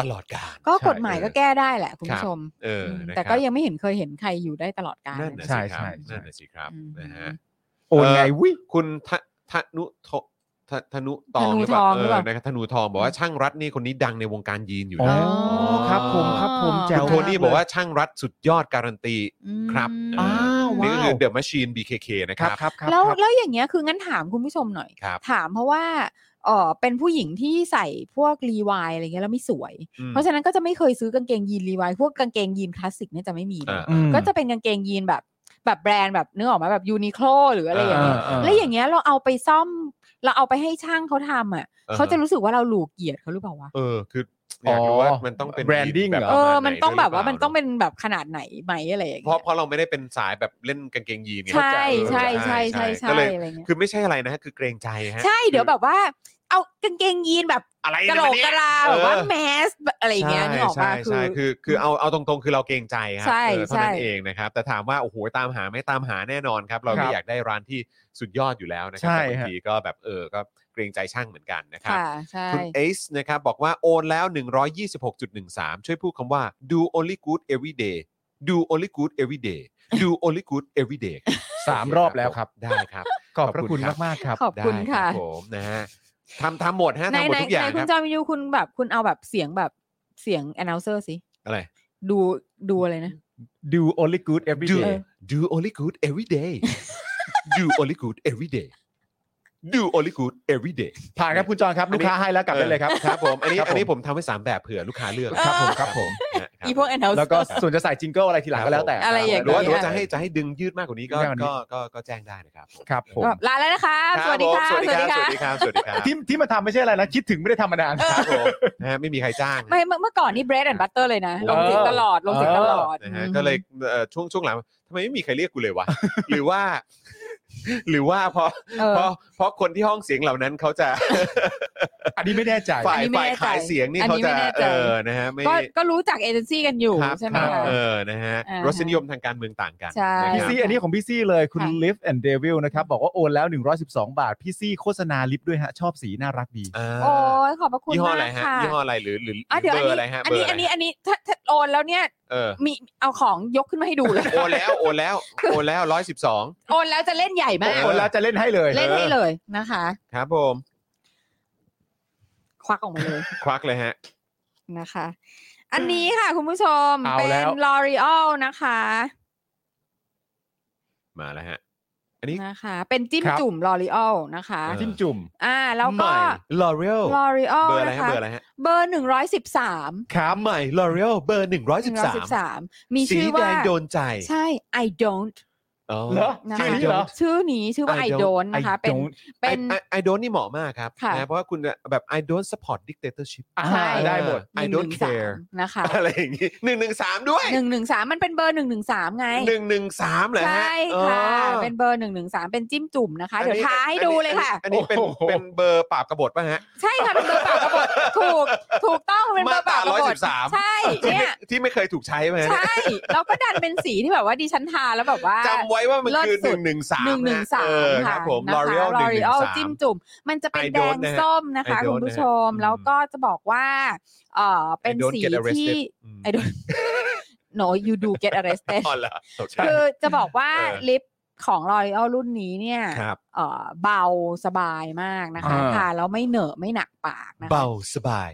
A: ตลอดกาล
B: ก็
C: ใช่
B: กฎหมายก็แก้ได้แหละคุณ
A: ครั
B: ผู้
A: บ
B: ชม
A: เออ
B: ม
A: นะ
B: แต่
A: ครับ
B: ก็ยังไม่เห็นเคยเห็นใครอยู่ได้ตลอดกาล
A: นั่นนะ
C: ใช่
A: สิค
C: ใช่
A: รับ
C: ใช่
A: นั่นนะสิครับ
B: อืม
A: นะฮะ
C: โอนไงวิ
A: คุณทะทะนุโททะธนุตอง
B: ธนุ
A: หรือเปล่า
B: ทอง
A: เอ
B: หรือ
A: อ
B: เปล่า
A: นะครับธนูทองบอกว่าช่างรัฐนี่คนนี้ดังในวงการยีนอยู่
C: อ๋อ
A: นะ
C: ครับผมครับผมแจ๋
A: คุณ
C: อ
A: โทนี่บอกว่าช่างรัฐสุดยอดการันตี ครับ
B: อืม
A: อ่า
C: ว้าว
A: นี่ก็คือเดอะม h ช n น BKK นะค
C: ครั
A: รั
C: บบ ครับครับ
B: แล้ว
C: ครับ
B: แล้วอย่างเงี้ยคืองั้นถามคุณผู้ชมหน่อย
A: ครับ
B: ถามเพราะว่าเออเป็นผู้หญิงที่ใส่พวกรีวายอะไรเงี้ยแล้วไม่สวย
A: อืม
B: เพราะฉะนั้นก็จะไม่เคยซื้อกางเกงยีนรีวายพวกกางเกงยีนคลาสสิกเนี่ยจะไม่มีเลย
A: อ่า
C: อืม
B: ก็จะเป็นกางเกงยีนแบบแบบแบรนด์แบบเนื้อออกมาแบบยูนิโคลหรืออะไรอย่างเงี้ย
C: เออ
B: แล้วอย่างเงี้ยเราเอาไปซ่อม เราเอาไปให้ช่างเขาทำอ่ะ
A: อ่าฮะ
B: เขาจะรู้สึกว่าเราหลูกเกียรติเขาหรือเปล่าวะ
A: เออ คืออยากรู้ว่ามันต้องเป็น
C: branding
A: แบบ
C: เหร
B: เอ
A: ประ
B: อ
A: ณไห
B: มันต้องแบบว่า
A: ด้วยหรื
B: มันต้องเป็นแบบขนาดไหนไหมอะไรอย่าง
A: เพราะ
B: เงี้ย
A: เพราะเราไม่ได้เป็นสายแบบเล่นกางเกงยีนไง
B: ใช่
A: เข้าจ
B: ใช่
A: เออ
B: ใช่ใช่ใช่
A: ก็เลย
B: อะไรเงี้ย
A: คือไม่ใช่อะไรนะฮะคือเกรงใจฮะ
B: ใช่เดี๋ยวแบบว่า เอากางเกงยีนแบบ
A: อะไร
B: ก
A: เนี่ย
B: ระโหลก
A: เนี่ย
B: กระลาแบบว่าแมสอะไรอย่างเงี้ย
A: ใช่
B: นี่ออกมา
A: ใช่
B: คือ
A: ใช่คือคือเอาเอาตรงๆ คือเราเกรงใจครั
B: ใช่
A: เออเท่านั้น
B: ใช่
A: เองนะครับ แต่ถามว่าโอ้โหตามหาไหม่ตามหาแน่นอนครับ เรา
C: ครั
A: ก็
C: บ
A: อยากได้ร้านที่สุดยอดอยู่แล้วนะครั
C: ใช่
A: แต่บาง
C: ฮะ
A: ทีก็แบบเออก็เกรงใจช่างเหมือนกันนะครับ
B: ค่ะใช่
A: คุณเอซนะครับบอกว่าโอนแล้ว 126.13 ช่วยพูดคำว่า do only good every day do only good every day do only good every day
C: สามรอบแล้วครับ
A: ได้ครับ
C: ขอบพระคุณมากๆครับ
B: ขอบคุณ
A: ได้
B: ค่ะ
A: ผมนะฮะทำทำหมดฮะ
B: ใน
A: ทำหมด
B: ใน
A: ทุกอย่า
B: ใน
A: งค
B: คุณ
A: รับ
B: จอมยูคุณแบบคุณเอาแบบเสียงแบบเสียง announcer สิ
A: อะไร
B: ดูดูอะไรนะ
C: do only good every
A: do
C: day
A: do only good every day do only good every day do only good every day
C: ผ่านครับคุณจอนครับลูกค้าให้แล้วกลับได้เลยครับ
A: ครับผมอันนี้
C: ครับผม
A: อันนี้ผมทำไว้สามแบบเผื่อลูกค้าเลือก
C: ครับผมครับผม
A: นะครับ
B: อีพวก announcer
C: แล้วก็ส่วนจะใส่จิงเกิลอะไรทีหลังก็แล้วแต่
B: อะไรอย่าง
A: หรื
B: เงี้
A: อย ว่าหรือว่าจะให้จะให้ดึงยืดมากกว่านี้ก็
C: ยืดมากกว่านี้
A: ก็ก็ก็แจ้งได้นะครับ
C: ครับผม
B: แบบลาแล้วนะคะสวัสดีค่ะ
A: ผมสวัสดีครับสวัสดีครับสวัสดี
C: ที่ที่มาทำไม่ใช่อะไรนะ คิดถึงไม่ได้ทำมานาน
A: ครับครับผมนะฮะไม่มีใครจ้าง
B: ไม่เมื่อเมื่อก่อนนี่ bread and butter เลยนะ
A: เออ
B: ลงเสียงตลอดลงเสียงตลอด
A: นะฮะก็เลยเอ่อช่วงช่วงหลังทำไมไม่มีใครเรียกกูเล ยวะ หรือว่า หรือว่าเพราะ
B: เออ
A: เพราะเพราะคนที่ห้องเสียงเหล่านั้น เขาจะ
C: อันนี้ไม่แน่ใจ
A: ฝ่าย
B: อันนี้ไม่
A: ฝ่าย
B: แน่ใจ
A: ขายเสียงนี่
B: อัน
A: เขา
B: นี้
A: จะ
B: ไม่แน่ใจ
A: เออนะฮะไม่
B: ก็ก็รู้จักเอเจนซี่กันอยู่
A: ครับ
B: ใช่ไหม
A: ครับ
B: คะ
A: เออนะฮะ
B: อ่าฮะ
A: รสนิยมทางการเมืองต่างกัน
B: ใช่
A: นะ
C: พี่
A: ครับ
C: ซี่อันนี้ของพี่ซี่เลยคุณ
B: ค่ะ
C: ลิฟ and Devil นะครับ บอกว่าโอนแล้ว 112 บาท พี่ซี่โฆษณาลิฟด้วยฮะ ชอบสีน่ารักดี
A: อ่า
B: โอ้ยขอบพระคุณ
A: ยี่ห้อ
B: มา
A: อะไร
B: ก
A: ฮะ
B: ค่ะ
A: ยี่ห้ออะไรหรือหรือ
B: อ่ะเดี๋ยว
A: เบ
B: อั
A: อน ร์
B: นี้
A: อะไรฮะ
B: อัน
A: เบอ
B: นี้
A: ร์
B: อั
A: อะ
B: น
A: ไร
B: นี้อันนี้ถ้าถ้าโอนแล้วเนี่ย
A: เออ
B: มีเอาของยกขึ้นมาให้ดูเลย
A: โอนแล้วโอนแล้วโอนแล้วร้อยสิบสอง
B: โอนแล้วจะเล่นใหญ่มาก
C: โอนแล้วจะเล่นให้เลย
B: เล่นให้เลยนะคะ
A: ครับผม
B: ควักออกมาเลย
A: ควักเลยฮะ
B: นะคะ อันนี้ค่ะคุณผู้ชม
C: เอา
B: เป็น
C: แล้ว
B: L'Oreal นะคะ
A: มาแล้วฮะ อันนี้
B: นะคะ เป็นจิ้ม
C: ครับ
B: จุ่ม L'Oreal นะคะ
C: จิ้มจุ่ม
B: อ่าแล้วก็
A: ลอเรล
B: L'Oreal
A: เบอร์อะไร
B: นะ
A: ฮะ
B: คะ
A: เบอร์อะไรฮะ
B: เบอร์หนึ่งร้อยสิบสาม
A: ขาใหม่ลอเรลเบอร์หนึ่งร้อย
B: ห
A: สิ
B: นึ่
A: บ
B: งร้อย
A: สา
B: สิ
A: ม
B: บสามมี
A: สี
B: ชื่อ
A: แด
B: ว่าง
A: โดนใจ
B: ใช่ I don't
C: เหรอ
B: นะคะ
C: ชื่อนี้เหรอ
B: ชื่อนี้ชื่อว่า
A: I
B: I
A: don't
B: don't นะคะ เป็น
C: don't
B: เป็น
A: ไอโดนนี่เหมาะมากครับ
B: ค่ะ
A: นะเพราะว่าคุณแบบ I don't support dictatorship
C: อ่า
B: ใช่
C: ได้หมด
A: I don't
B: 113
A: care
B: นะคะ
A: อะไรอย่างงี้หนึ่งหนึ่งสามด้วย
B: หนึ่งหนึ่งสามมันเป็นเบอร์หนึ่งหนึ่งสามไง
A: หนึ่งหนึ่งสามเหรอฮะ
B: ใช่ค่ะ
A: อ๋อ
B: เป็นเบอร์หนึ่งหนึ่งสามเป็นจิ้มจุ่มนะคะ
A: อัน
B: เดี๋ยว
A: นี้
B: ท้าให้ดูเลยค่ะ
A: อันนี้อันนี้
C: โอ้
A: เป็น
C: โห
A: เป็นเบอร์ปราบกบฏป่ะฮะ
B: ใช่ค่ะ เป็นเบอร์ปรากกระบดถูกถูกต้องเป็นเบอร์ปรากกระบ
A: มาต
B: ด
A: รา113
B: ใช่
A: ที่
B: เนี่
A: ไม่
B: ย
A: ที่ไม่เคยถูกใช้ไหมฮะ
B: ใช่แล้วก็ดันเป็นสีที่แบบว่าดิฉันทาแล้วแบบว่า
A: จำไว้ว่ามันคือห
B: เลิศสุ
A: นึ่
B: ด
A: งหนึ่งสาม
B: หนึ่งหนึ่งสาม
A: ค
B: ค่ะ
A: รับผม
B: นะ
A: ลอ
B: คะ
A: เรลหนึ่งหนึ่งสาม
B: จิ้มจุ่ม มันจะเป็น
A: I
B: แด
A: don't
B: ง
A: นะฮะ
B: ส้มนะคะ
A: I don't
B: คุณผู้ชม
A: นะฮะ
B: แล้วก็จะบอกว่าเออเป็น
A: I don't
B: สี
A: get
B: ที่
A: arrested อืม
B: I don't no you do get arrested
A: อ๋อเหรอโอเค
B: คือจะบอกว่า
A: เออ
B: ลิปของลอรี a l รุ่นนี้เนี่ย
A: ครับ
B: เอ่อเบาสบายมากนะคะ
C: อ่า
B: ทาแล้วไม่เหนอะไม่หนักปากนะคะ
A: เบาสบาย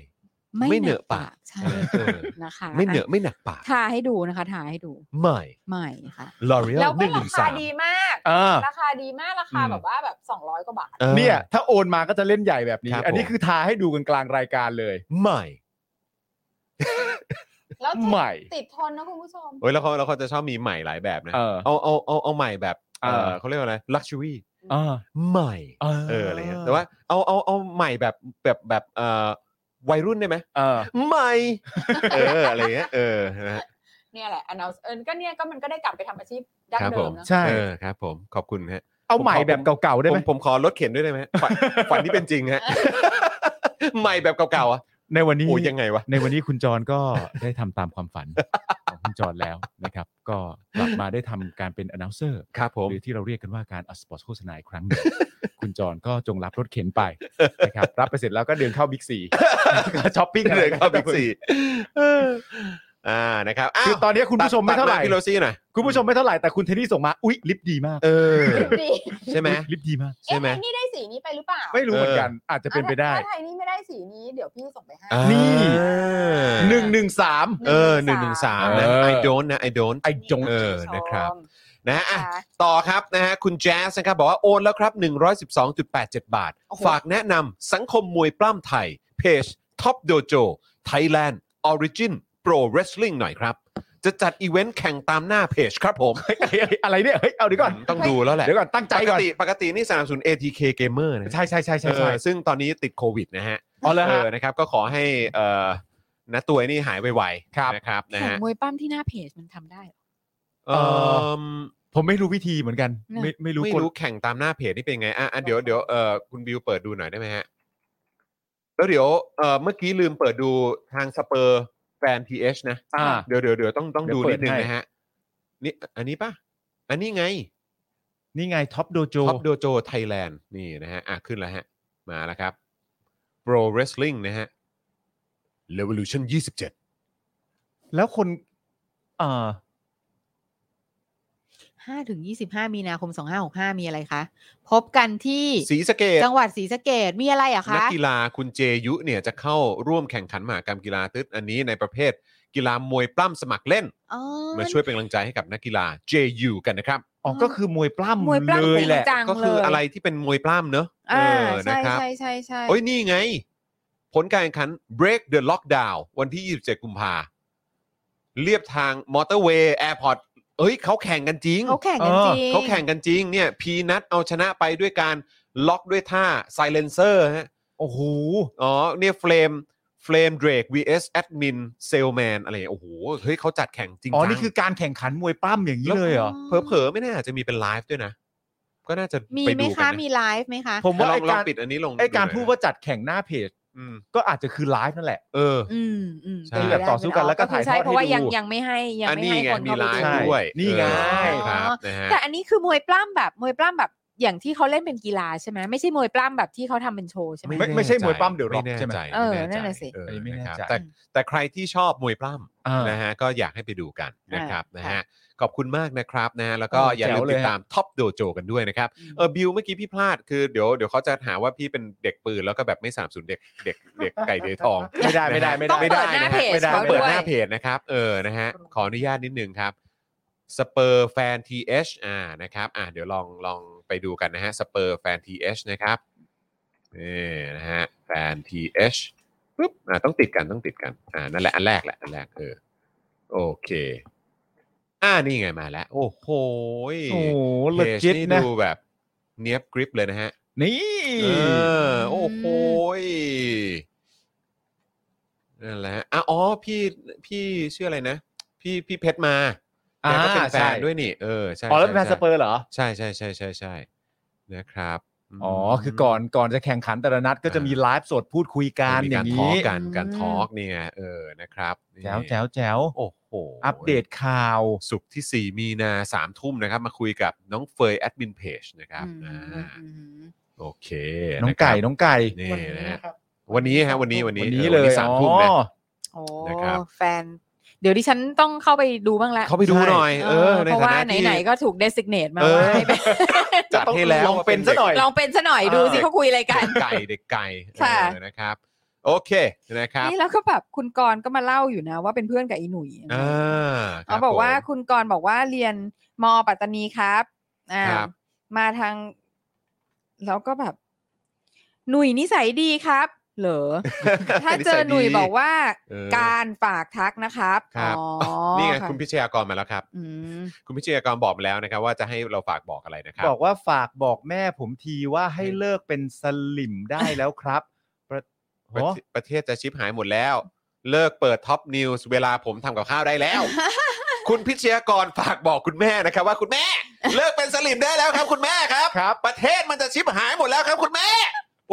A: ไม่เหนอะปาก
B: ใช่
A: เออ
B: นะคะ
A: ไม่เหนอะไม่หนักปาก
B: ทาให้ดูนะคะทาให้ดู
A: ใหม่
B: ใหม่ค่ะ
A: L'Oreal
B: แล้ว
A: ห
B: ก็
A: นึ่งห
B: รา
A: นึ่ง
B: คา
A: สาม
B: ดีมาก
C: อ่า
B: ราคาดีมากราคา
C: อืม
B: แบบว่าแบบสองร้อยกว่าบาท
C: เนี่ย ถ้าโอนมาก็จะเล่นใหญ่แบบนี้
A: ครับผม
C: อันนี้คือทาให้ดูกันกลางรายการเลย
A: ใหม่
B: แล้ว
C: ใหม่
B: ติดทนนะคุณผู้ชม
A: เฮ้ยแล้วเขาแล้วเขาจะชอบมีใหม่หลายแบบนะ
C: เออ
A: เอาเอาเอาเอาใหม่แบบเออ
C: เออ
A: เขาเรียกว่าอะไรลักชัวรี่
C: อ่า
A: ใหม่เอออะไรเงี้ยแต่ว่าเอาเอาเอาใหม่แบบแบบแบบเอ่อวัยรุ่นได้ไหม
C: เออ
A: ใหม่ เอออะไรเงี้ยเออนะฮะ
B: เนี่ยแหละ announce เออก็เนี่ยก็มันก็ได้กลับไปทำอาชีพดั้ง
A: ครับ
B: เดิ
A: ผม ม
B: นะ
C: ใช่
A: เออครับผมขอบคุณฮะ
C: เอาใหม่แบบเก่าๆได้
A: ผ
C: ไหม
A: มผมขอรถเข็นด้วยได้ไหมฝัน ฝันที่เป็นจริง ฮะ ใหม่แบบเก่าๆอ่ะ
C: ในวันนี้
A: โอ้ยยังไงวะ
C: ในวันนี้คุณจรก็ ได้ทำตามความ ฝันของคุณจรแล้วนะครับ ก็กลับมาได้ทำการเป็น announcer
A: ครับผม
C: หรือที่เราเรียกกันว่าการอัดสปอตโฆษณาอีกครั้งหนึ่งคุณจรก็จงรับรถเข็นไป นะครับรับไปเสร็จแล้วก็เดินเข้าบิ๊กซีช้อปปิ้ง
A: เหลือเข้าบิ๊ก
C: อะไร
A: ซีอ่านะครับ
C: คื
A: อ้า
C: อ
A: ว
C: ตอนนี้คุณผู้ชมไม่เท่าไหร่
A: ตัดพี่โรซี่หน่อย
C: คุณผู้ชมไม่เท่าไหร่แต่คุณเทนนี่ส่งมาอุ๊ยลิฟต์ดีมาก
A: เออ
B: ดี
A: ใช่ไหม
C: ลิฟต์ดีมาก
A: ใช่ไหม
B: เอ๊ะทยนี่ได้สีนี้ไปหรือเปล่า
C: ไม่รู้เหมือนกันอาจจะเป็นไปได้
B: ถ้าไทยนี่ไม่ได้สีนี้เดี๋ยวพี่ส่งไปให้
A: อ่า
C: นี่ หนึ่งหนึ่งสาม
A: เออหนึ่งหนึ่งสามนะ
C: เออ
A: I don't นะ I don't
C: I don't
A: เออนะครับ นะฮะอ่ะ
B: ค่ะ
A: ต่อครับนะฮะคุณแจ๊สนะครับ บอกว่าโอนแล้วครับ 112.87 บาท
B: โอ้โห
A: ฝากแนะนำสังคมมวยปล้ำไทย เพจ Top Dojo Thailand Origin Pro Wrestling หน่อยครับ จะจัดอีเวนต์แข่งตามหน้าเพจครับผม
C: เฮ้ยอะไรเนี่ยเฮ้ยเอาเดียวก่อน
A: ต้องดูแล้วแหละ
C: เดี๋ยวก่อนตั้งใจ
A: ปก
C: ก่อน
A: ติปกตินี่สนับสนุน ATK Gamer นะ
C: ใช่ใช่ใช่ใช่
A: เอ
C: ใช่
A: อซึ่งตอนนี้ติดโควิดนะฮะ
C: อ๋อแล้ว
A: เอ
C: ฮะ
A: อนะครับก็ขอให้เอ่อนะตัวยนี่หายไว
C: ครับ
A: ๆนะครับนะ
B: แข่ง
A: ฮะ
B: มวยปั้มที่หน้าเพจมันทำได้เหรอ
A: เอิ่ม
C: ผมไม่รู้วิธีเหมือนกัน
B: เนี่ย
C: ไม่ไม่รู้
A: ไม่
C: กล
A: รู้แข่งตามหน้าเพจนี่เป็นไง อ่ะอ่ะเดี๋ยวเดี๋ยวเอ่อคุณบิวเปิดดูหน่อยได้ไหมฮะ แล้วเดี๋ยวเอ่อเมื่อกี้ลืมเปิดดูทางสเปอร์แฟนทีเอชนะ
C: อ่า
A: เดี๋ยวเดี๋ยวเดี๋ยวต้องต้อง
C: เดี๋
A: ดู
C: ยวเปิ
A: นิ
C: ด
A: ดนึง
C: ให้
A: นะฮะ นี่อันนี้ปะอันนี้ไง
C: นี่ไงท็อปโดโจ
A: ท็อปโดโจไทยแลนด์นี่นะฮะ อ่ะขึ้นแล้วฮะ มาแล้วครับ Pro Wrestling นะฮะ Revolution 27
C: แล้วคนอ่า
B: ห้าถึงยี่สิบห้ามีนาคมสองห้าหกห้ามีอะไรคะ พบกันที่
A: สีสะเกต
B: จังหวัดศรีสะเกดมีอะไร
A: นัก
B: อะคะ
A: กีฬาคุณเจยุเนี่ยจะเข้าร่วมแข่งขันมหากรรมกีฬาตึดอันนี้ในประเภทกีฬามวยปล้ำสมัครเล่น
B: อ๋อ
A: มาช่วยเป็นกำลังใจให้กับนักกีฬา JU กันนะครับ
C: อ๋อก็คือมวยปล้ำ
B: มวยปล้ำ
C: เลยแหละ
B: จริงจัง
A: ก็คือ
B: เลย
A: อะไรที่เป็นมวยปล้ำเนอะ
B: อ่า
A: เออนะ
B: ใช่
A: ครับ
B: ใช่ใช่ใช่
A: โอ้ยนี่ไง ผลการแข่งขัน break the lockdown วันที่ 27 กุมภาเรียบทางมอเตอร์เวย์แอร์พอร์ตเอ้ยเขาแข่งกันจริง
B: เขาแข่งกัน
C: เออ
B: จริง
A: เขาแข่งกันจริงเนี่ยพีนัทเอาชนะไปด้วยการล็อกด้วยท่า silencer ฮะ
C: โอ้โห
A: อ๋อเนี่ยเฟรมเฟรมเดรก vs แอดมินเซลแมนอะไรอย่างเงี้ยโอ้โหเฮ้ยเขาจัดแข่งจริง
C: อ๋อ
A: จัง
C: นี่คือการแข่งขันมวยปล้ำอย่างนี้เลยเหรอ
A: เผลอๆไม่แน่อาจจะมีเป็นไลฟ์ด้วยนะ ก็น่าจะ
B: มี
A: ไป
B: ไหม
A: ดูกั
B: คะ
A: นนะ
B: มีไลฟ์ไหมคะ
C: ผมว่า
A: ลอ
C: ไอ้
A: งลอง
C: การ
A: ปิดอันนี้ลง
C: ไอ้การ
A: หน่ย
C: พูดว่าจัดแข่งหน้าเพจ
A: อืม
C: ก็อาจจะคือไลฟ์นั่นแหละ
A: เออ
B: อืมอืม
A: ใช่
B: เป็นไปได้
C: แบบต่อสู้กันแล้วก็ถ่ายทอด
B: ใช่เพราะว่า
C: ให้ดู
B: ยังยังไม่ให้ยัง
A: อัน
B: ไม่
A: นี้
B: ให้
A: ไง
B: คน
A: มีไล
B: เข้าไปดู
A: ฟ์ด้วย
C: นี่ไง
A: เออครับนะฮะ
B: แต่อันนี้คือมวยปล้ำแบบมวยปล้ำแบบอย่างที่เขาเล่นเป็นกีฬาใช่ไหมไม่ใช่มวยปล้ำแบบที่เขาทำเป็นโชว์ใช่ไหม
C: ไม่ไม่ใช่มวยปล้ำเดี๋ยวร็อก
A: แน่
C: ใช่ไหม
A: จ
B: เออ
A: ไม่
B: นั่นน่ะสิ
A: เออ
C: อันนี้ไม่แน่
A: ะครับ
C: ใจ
A: แต่แต่ใครที่ชอบมวยปล้ำ
C: อ่า
A: นะฮะก็อยากให้ไปดูกันนะครับ
B: อ่าน
A: นะฮะขอบคุณมากนะครับนะฮะแล้วก็
C: เออ
A: อย่าลืม
C: แจ๋วเล
A: ติ
C: ย
A: ด
C: ฮะ
A: ตามท็อปโดโจกันด้วยนะครับ
B: อืม
A: เออบิวเมื่อกี้พี่พลาดคือเดี๋ยวเดี๋ยวเขาจะหาว่าพี่เป็นเด็กปืนแล้วก็แบบไม่สามสูนเด็กเด็กเด็กไก่เดือยท อง
C: ไม่ได้ไม่ได้ไม่ได้
B: ต้องเปิดหน้าเพจ
C: ไม่ได้
B: เขา
A: เปิ
B: ด้
A: ด
B: วย
A: หน้าเพจนะครับเออนะฮะขออนุญาตนิดนึงครับสเปอร์แฟนทีเอชอ่านะครับอ่าเดี๋ยวลองลองไปดูกันนะฮะสเปอร์แฟนทีเอชนะครับนี่นะฮะแฟนทีเอชปุ๊บอ่าต้องติดกันต้องติดกันอ่านั่นแหละอันแรกแหละอันแรกเออ โอเค อ่านี่ไงมาแล้ว โอ้โหย
C: โอ้โห
A: เพ
C: เล
A: จ
C: จิต
A: นี่
C: นะ
A: ดูแบบเนี้ยบกริปเลยนะฮะ
C: นี่
A: เออ โอ้โหยนั่นแหละฮะอ่ะอ๋อ พี่ พี่ชื่ออะไรนะ พี่พี่เพชรมาแกก็เป็นแฟนด้วยนี่ เออ ใช่
C: อ๋อแล้วเป็นแฟน
A: ใช่
C: สเปอร์เหรอ
A: ใช่ใช่ใช่ใช่ใช่นะครับม
C: อ๋อคือก่อนก่อนจะแข่งขันแต่ละนัดก็จะมีไลฟ์สดพูดคุยกันอ
A: มีา
C: กย่า
A: รง ทอล์
C: นี้
A: กกันการทอล์กเนี่ย เออ นะครับนี่
C: แจ๋วแจ๋วแจ๋ว
A: โอ้โห
C: อัปเดตข่าว
A: สุกร์ที่ 4 มีนา3ทุ่มนะครับ มาคุยกับน้องเฟยแอดมินเพจนะครับ
B: อืม
A: อ่า
B: อืม
A: โอเค
C: น้อง
A: ะ
C: ไก่
A: ครับ
C: น้องไก่
A: นี่
J: วันนี้
A: นะฮะ
J: นะครับ
A: วันนี้ฮะวันนี้วันนี้
C: วันนี้
A: ออ
C: เล
A: วั
C: ย
A: สามทุ่มนะ
C: อ๋อ
B: โอ้
A: นะครับ
B: แฟน เดี๋ยวดิฉันต้องเข้าไปดูบ้างแล้ว
A: เขาไปดูหน่อย เออใน
B: เพ
A: ฐา
B: ราะว่า
A: นะที่
B: ไหนๆก็ถูกเดสิกเนตมา
A: เออ
B: ว่าให้เป็น
A: จัดให้แล้ว
C: ลองเป็นซะหน่อย
B: ลองเป็นซะหน่อยดูสิเขาคุยอะไรกัน
A: เด็กไก่เด็กไก่เอ
B: ค่ะ
A: อนะครับ โอเคนะครับ
B: นี่แล้วก็แบบคุณกรณ์ก็มาเล่าอยู่นะ ว่าเป็นเพื่อนกับอีหนุ่ย
A: อ่าครั
B: เขาบอกว่า
A: ผม
B: คุณกรณ์บอกว่าเรียนมปัตตานีครับอ่า
A: ครับ
B: มาทาง แล้วก็แบบ หนุ่ยนิสัยดีครับ เหร อ ถ้าเจอหนุ่ยบอกว่า
A: เออ
B: การฝากทักนะครับ
A: ครับ
B: อ๋อ
A: นี่ไง
B: ะ
A: คุณพิชยากรมาแล้วครับ
B: อืม
A: คุณพิชยากรบอกมาแล้วนะครับ ว่าจะให้เราฝากบอกอะไรนะครับ
C: บอกว่าฝากบอกแม่ผมทีว่าให้เลิกเป็นสลิมได้แล้วครับประ
A: ประ
C: โอ้
A: เทศประเทศจะชิปหายหมดแล้ว เลิกเปิดท็อปนิว ส์เวลาผมทำกับข้าวได้แล้ว คุณพิชยากรฝากบอกคุณแม่นะครับ ว่าคุณแม่ เลิกเป็นสลิมได้แล้วครับคุณแม่ครับ
C: ครับ
A: ประเทศมันจะชิบหายหมดแล้วครับคุณแม่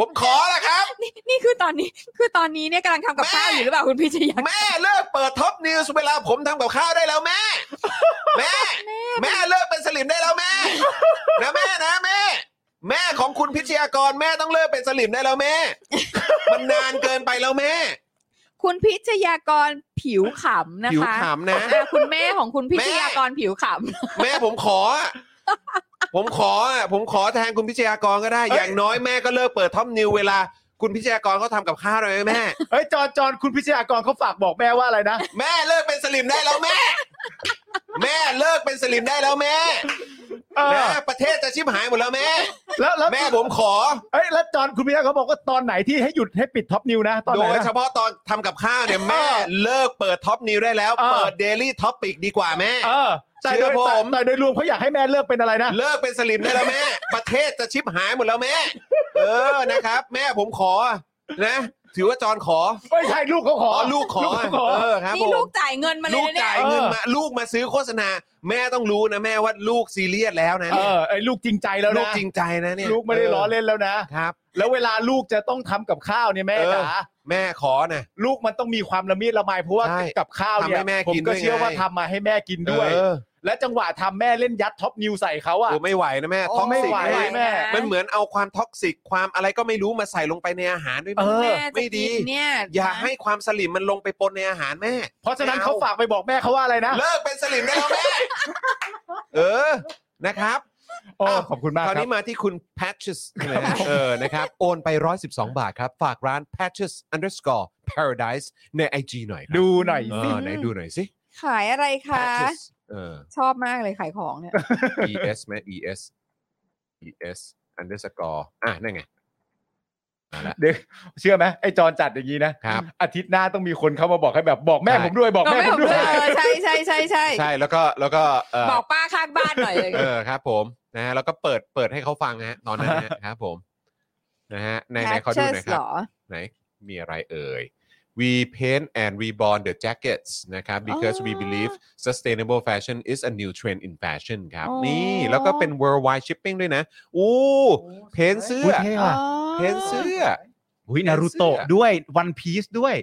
A: ผมขอแล้วครับ
B: นี่นี่คือตอนนี้คือตอนนี้เนี่ยกำลังทำกับข้าวอยู่หรือเปล่าคุณพิชยา
A: แม่เลิกเปิดท็อปนิวส์เวลาผมทำกับข้าวได้แล้วแม่ แม่ แม่เลิกเป็นสลิมได้แล้วแม่นะแม่นะแม่ แม่ของคุณพิชยากรแม่ต้องเลิกเป็นสลิมได้แล้วแม่ มันนานเกินไปแล้วแม่
B: คุณพิชยากรผิวขำนะคะ
A: ผิวขำนะ
B: อ่คุณแม่ของคุณพิชยากรผิวข
A: แม่ผมขอ อะผมขออะผมขอแทนคุณพิชยากรก็ได้ อย่างน้อยแม่ก็เลิกเปิดท็อปนิวส์เวลา คุณพิชยากรเขาทำกับข้าวเลยไหม แม่
C: เฮ้ยจอนจอนคุณพิชยากรเขาฝากบอกแม่ว่าอะไรนะ
A: แม่เลิกเป็นสลิมได้แล้ว แม่ แม่เลิกเป็นสลิมได้แล้วแม่
C: เออ
A: แม่ประเทศจะชิบหายหมดแล้วแม่
C: แล้วแล้ว
A: แม่ผมขอ
C: เอ้ยแล้วจอนคุณพิชยากรบอกว่าตอนไหนที่ให้หยุดให้ปิดท็อปนิวนะตอน
A: โด
C: ไหน
A: ย
C: นะ
A: เฉพาะตอนทำกับข้าวเนี่ยแม่เลิกเปิดท็อปนิวได้แล้ว
C: เออ
A: เปิดเดลี่ท็อปิกดีกว่าแม่
C: เออแต่
A: เชื่
C: โด
A: อยผม
C: แต่โดยรวมเขาอยากให้แม่เลิกเป็นอะไรนะ
A: เลิกเป็นสลิมได้แล้วแม่ ประเทศจะชิบหายหมดแล้วแม่ เออนะครับ แม่ผมขอนะถือว่าจอนขอ
C: ไม่ใช่ลูกเขาขอ
A: อ๋อลูกขอ
C: ลูกเขาขอ
A: เออครับผ
B: ำนี่
A: ม
B: ลูกจ่ายเงินมาเล
A: ลู
B: ย
A: ก
B: นะเนี่
A: จ่าย ยเงินมาลูกมาซื้อโฆษณา แม่ต้องรู้นะแม่ว่าลูกซีเรียสแล้วนะ
C: เอ
A: เนี่ย
C: อไอ้ลูกจริงใจแล้วนะ
A: ลูกจริงใจนะเนี่ย
C: ลูกไม่ได้ล้อเล่นแล้วนะ
A: ครับ
C: แล้วเวลาลูกจะต้องทำกับข้าวเนี่ยแม่
A: เออ
C: จ๋า
A: แม่ขอนะ
C: ลูกมันต้องมีความละเมียดละไมเพราะว่า
A: ใช่
C: กับข้าว
A: ทำ
C: เนี่
A: ให้
C: ย
A: แม่
C: ผม
A: กินด้
C: ก็
A: วย
C: เชื่อว่า
A: ไง
C: ทำมาให้แม่กินด้วย
A: เออ
C: และจังหวะทำแม่เล่นยัดท็อปนิวใส่เขาอ่ะ
A: โอ้ไม่ไหวนะแม่
C: โอ้
A: ท็อก
C: ไม่
A: ซิก
C: ไหว
A: นะ
C: แม่
A: มันเหมือนเอาความท็อกซิกความอะไรก็ไม่รู้มาใส่ลงไปในอาหารด้วยมั้ย
C: เออ
B: แม่จะ
A: ไม่ดี
B: กินเนี่ย
A: อย่าให้ความสลิมมันลงไปปนในอาหารแม่
C: เพราะฉะนั้น
A: ไม่เอา
C: เขาฝากไปบอกแม่เขาว่าอะไรนะ
A: เลิกเป็นสลิมได้แล้วแม่ เออนะครับ
C: โอ้
A: อ่ะ
C: ขอบคุณมาก
A: ค
C: ค
A: รา
C: รั
A: ว
C: บ
A: นี้มาที่คุณ patches เลยนะเออนะครับ โอนไป 112 บาทครับ ฝากร้าน patches underscore paradise ใน IG หน่อยครับ
C: ดูหน่อย
A: เอ
C: สิ
A: อไหนดูหน่อยสิ
B: ขายอะไรคะ
A: patches เออ
B: ชอบมากเลยขายของเนี่ย
A: es ไหม es es underscore อ่ะนั่นไง
C: เดี๋ยวเชื่อไหมไอ้จอนจัดอย่างนี้นะครับ อาทิตย์หน้าต้องมีคนเข้ามาบอกให้แบบบอกแม่ผมด้วยบอกแม่ผมด้วย
B: เออใช่ใช่ใช่ใช่
A: ใช่แล้วก็แล้วก็เอ่อ
B: บอกป้าข้างบ้านหน่อยเลย
A: เออครับผมนะฮะแล้วก็เปิดเปิดให้เขาฟังนะฮะตอนนั้นนะฮะ ครับผม นะฮะไหนไหนขอดูหน่อยค
B: เห
A: รั
B: ร
A: บ
B: อ
A: ไหนมีอะไรเอ่ย We paint and reborn the jackets นะครับ because we
B: อ๋อ
A: believe sustainable fashion is a new trend in fashion ครับ
B: อ๋อ
A: นี่ แล้วก็เป็น worldwide shipping ด้วยนะอู้เพนเสื้อ
B: อ๋อ
A: เพนเสื้อ
C: อุ้ยนารูโตะด้วยวันพีซด้วย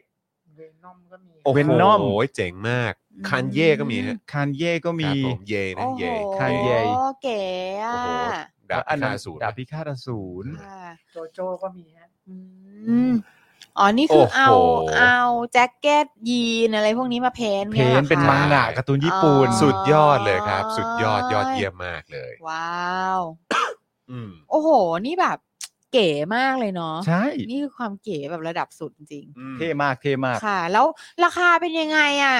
J: เวนอมก็มี
A: โอ้โห
C: Venom
A: เจ๋งมากคันเย่ก็มีฮะ
C: คานเย่ก็
A: ค
C: มี
A: รับผมเย่
B: โอ้
A: นะ
B: โห
A: เย่
C: คันเย่
B: โอ้เก๋อ่ะ
A: โอ้โหดาบพิฆาตอสูร
C: ดาบพิฆาตอสูร
B: ค่ะ
J: โจโจ้ก็มีฮะ
B: อืมอ๋อ นี่คือ
A: โอ้โห
B: เอาเอาแจ็คเก็ตยีนอะไรพวกนี้มาเพ้นท์
C: เพ
B: เนี่ยหรอ
C: ล
B: คะ
C: เป็นมังงะการ์ตูนญี่ปุ่น
B: อ๋อ
A: สุดยอดเลยครับ สุดยอดยอดเยี่ยมมากเลย
B: ว้าว
A: อืม
B: โอ้โห นี่แบบเก๋มากเลยเนาะ
C: ใช่
B: นี่คือความเก๋แบบระดับสุดจริง
A: อืม
C: เท่มากเท่มาก
B: ๆค่ะ แล้วราคาเป็นยังไงอ่ะ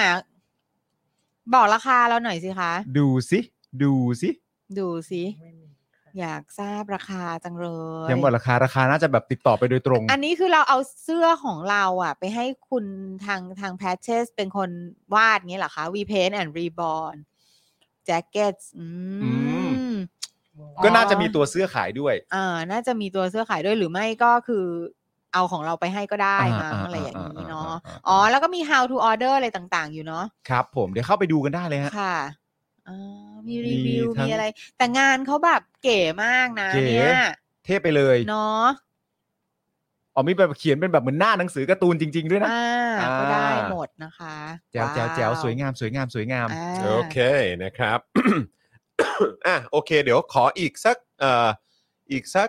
B: บอกราคาเราหน่อยสิคะ
C: ดูสิ ดูสิ
B: ดูสิ
J: ไม่มีใคร
B: อยากทราบราคาจังเลย
C: ยังบอกราคาราคาน่าจะแบบติดต่อไปโดยตรง
B: อันนี้คือเราเอาเสื้อของเราอ่ะ ไปให้คุณทางทางแพทเชสเป็นคนวาดงี้เหรอคะ We Paint and Reborn Jackets อื
C: อื
B: ม
C: ม
J: ง
C: ก็น่าจะมีตัวเสื้อขายด้วย
B: เอ่อน่าจะมีตัวเสื้อขายด้วยหรือไม่ก็คือเอาของเราไปให้ก็ได้
C: อ่า
B: มั้ง
C: อ่า
B: อะไรอย่างนี้เนาะ
C: อ่าอ่าอ่า
B: อ๋อ แล้วก็มี how to order อะไรต่างๆ อยู่เนาะ
C: ครับผมเดี๋ยวเข้าไปดูกันได้เลยฮะ
B: ค่ะอ่ามีรีวิว
C: มีทั้ง
B: มีอะไร แต่งานเขาแบบเก๋มากนะ
C: เก๋
B: เนี่ย
C: เท่ไปเลย
B: เนาะ
C: อ๋อมีแบบเขียนเป็นแบบเหมือนหน้าหนังสือการ์ตูนจริง ๆ ด้วยนะ
B: อ่า
C: อ่า
B: ก็ได้หมดนะคะ
C: แจ๋วแจ๋วแจ๋วสวยงามสวยงามสวยงาม
B: อ่า
A: โอเคนะครับ อ่ะโอเค เดี๋ยวขออีกสักเอ่ออีกสัก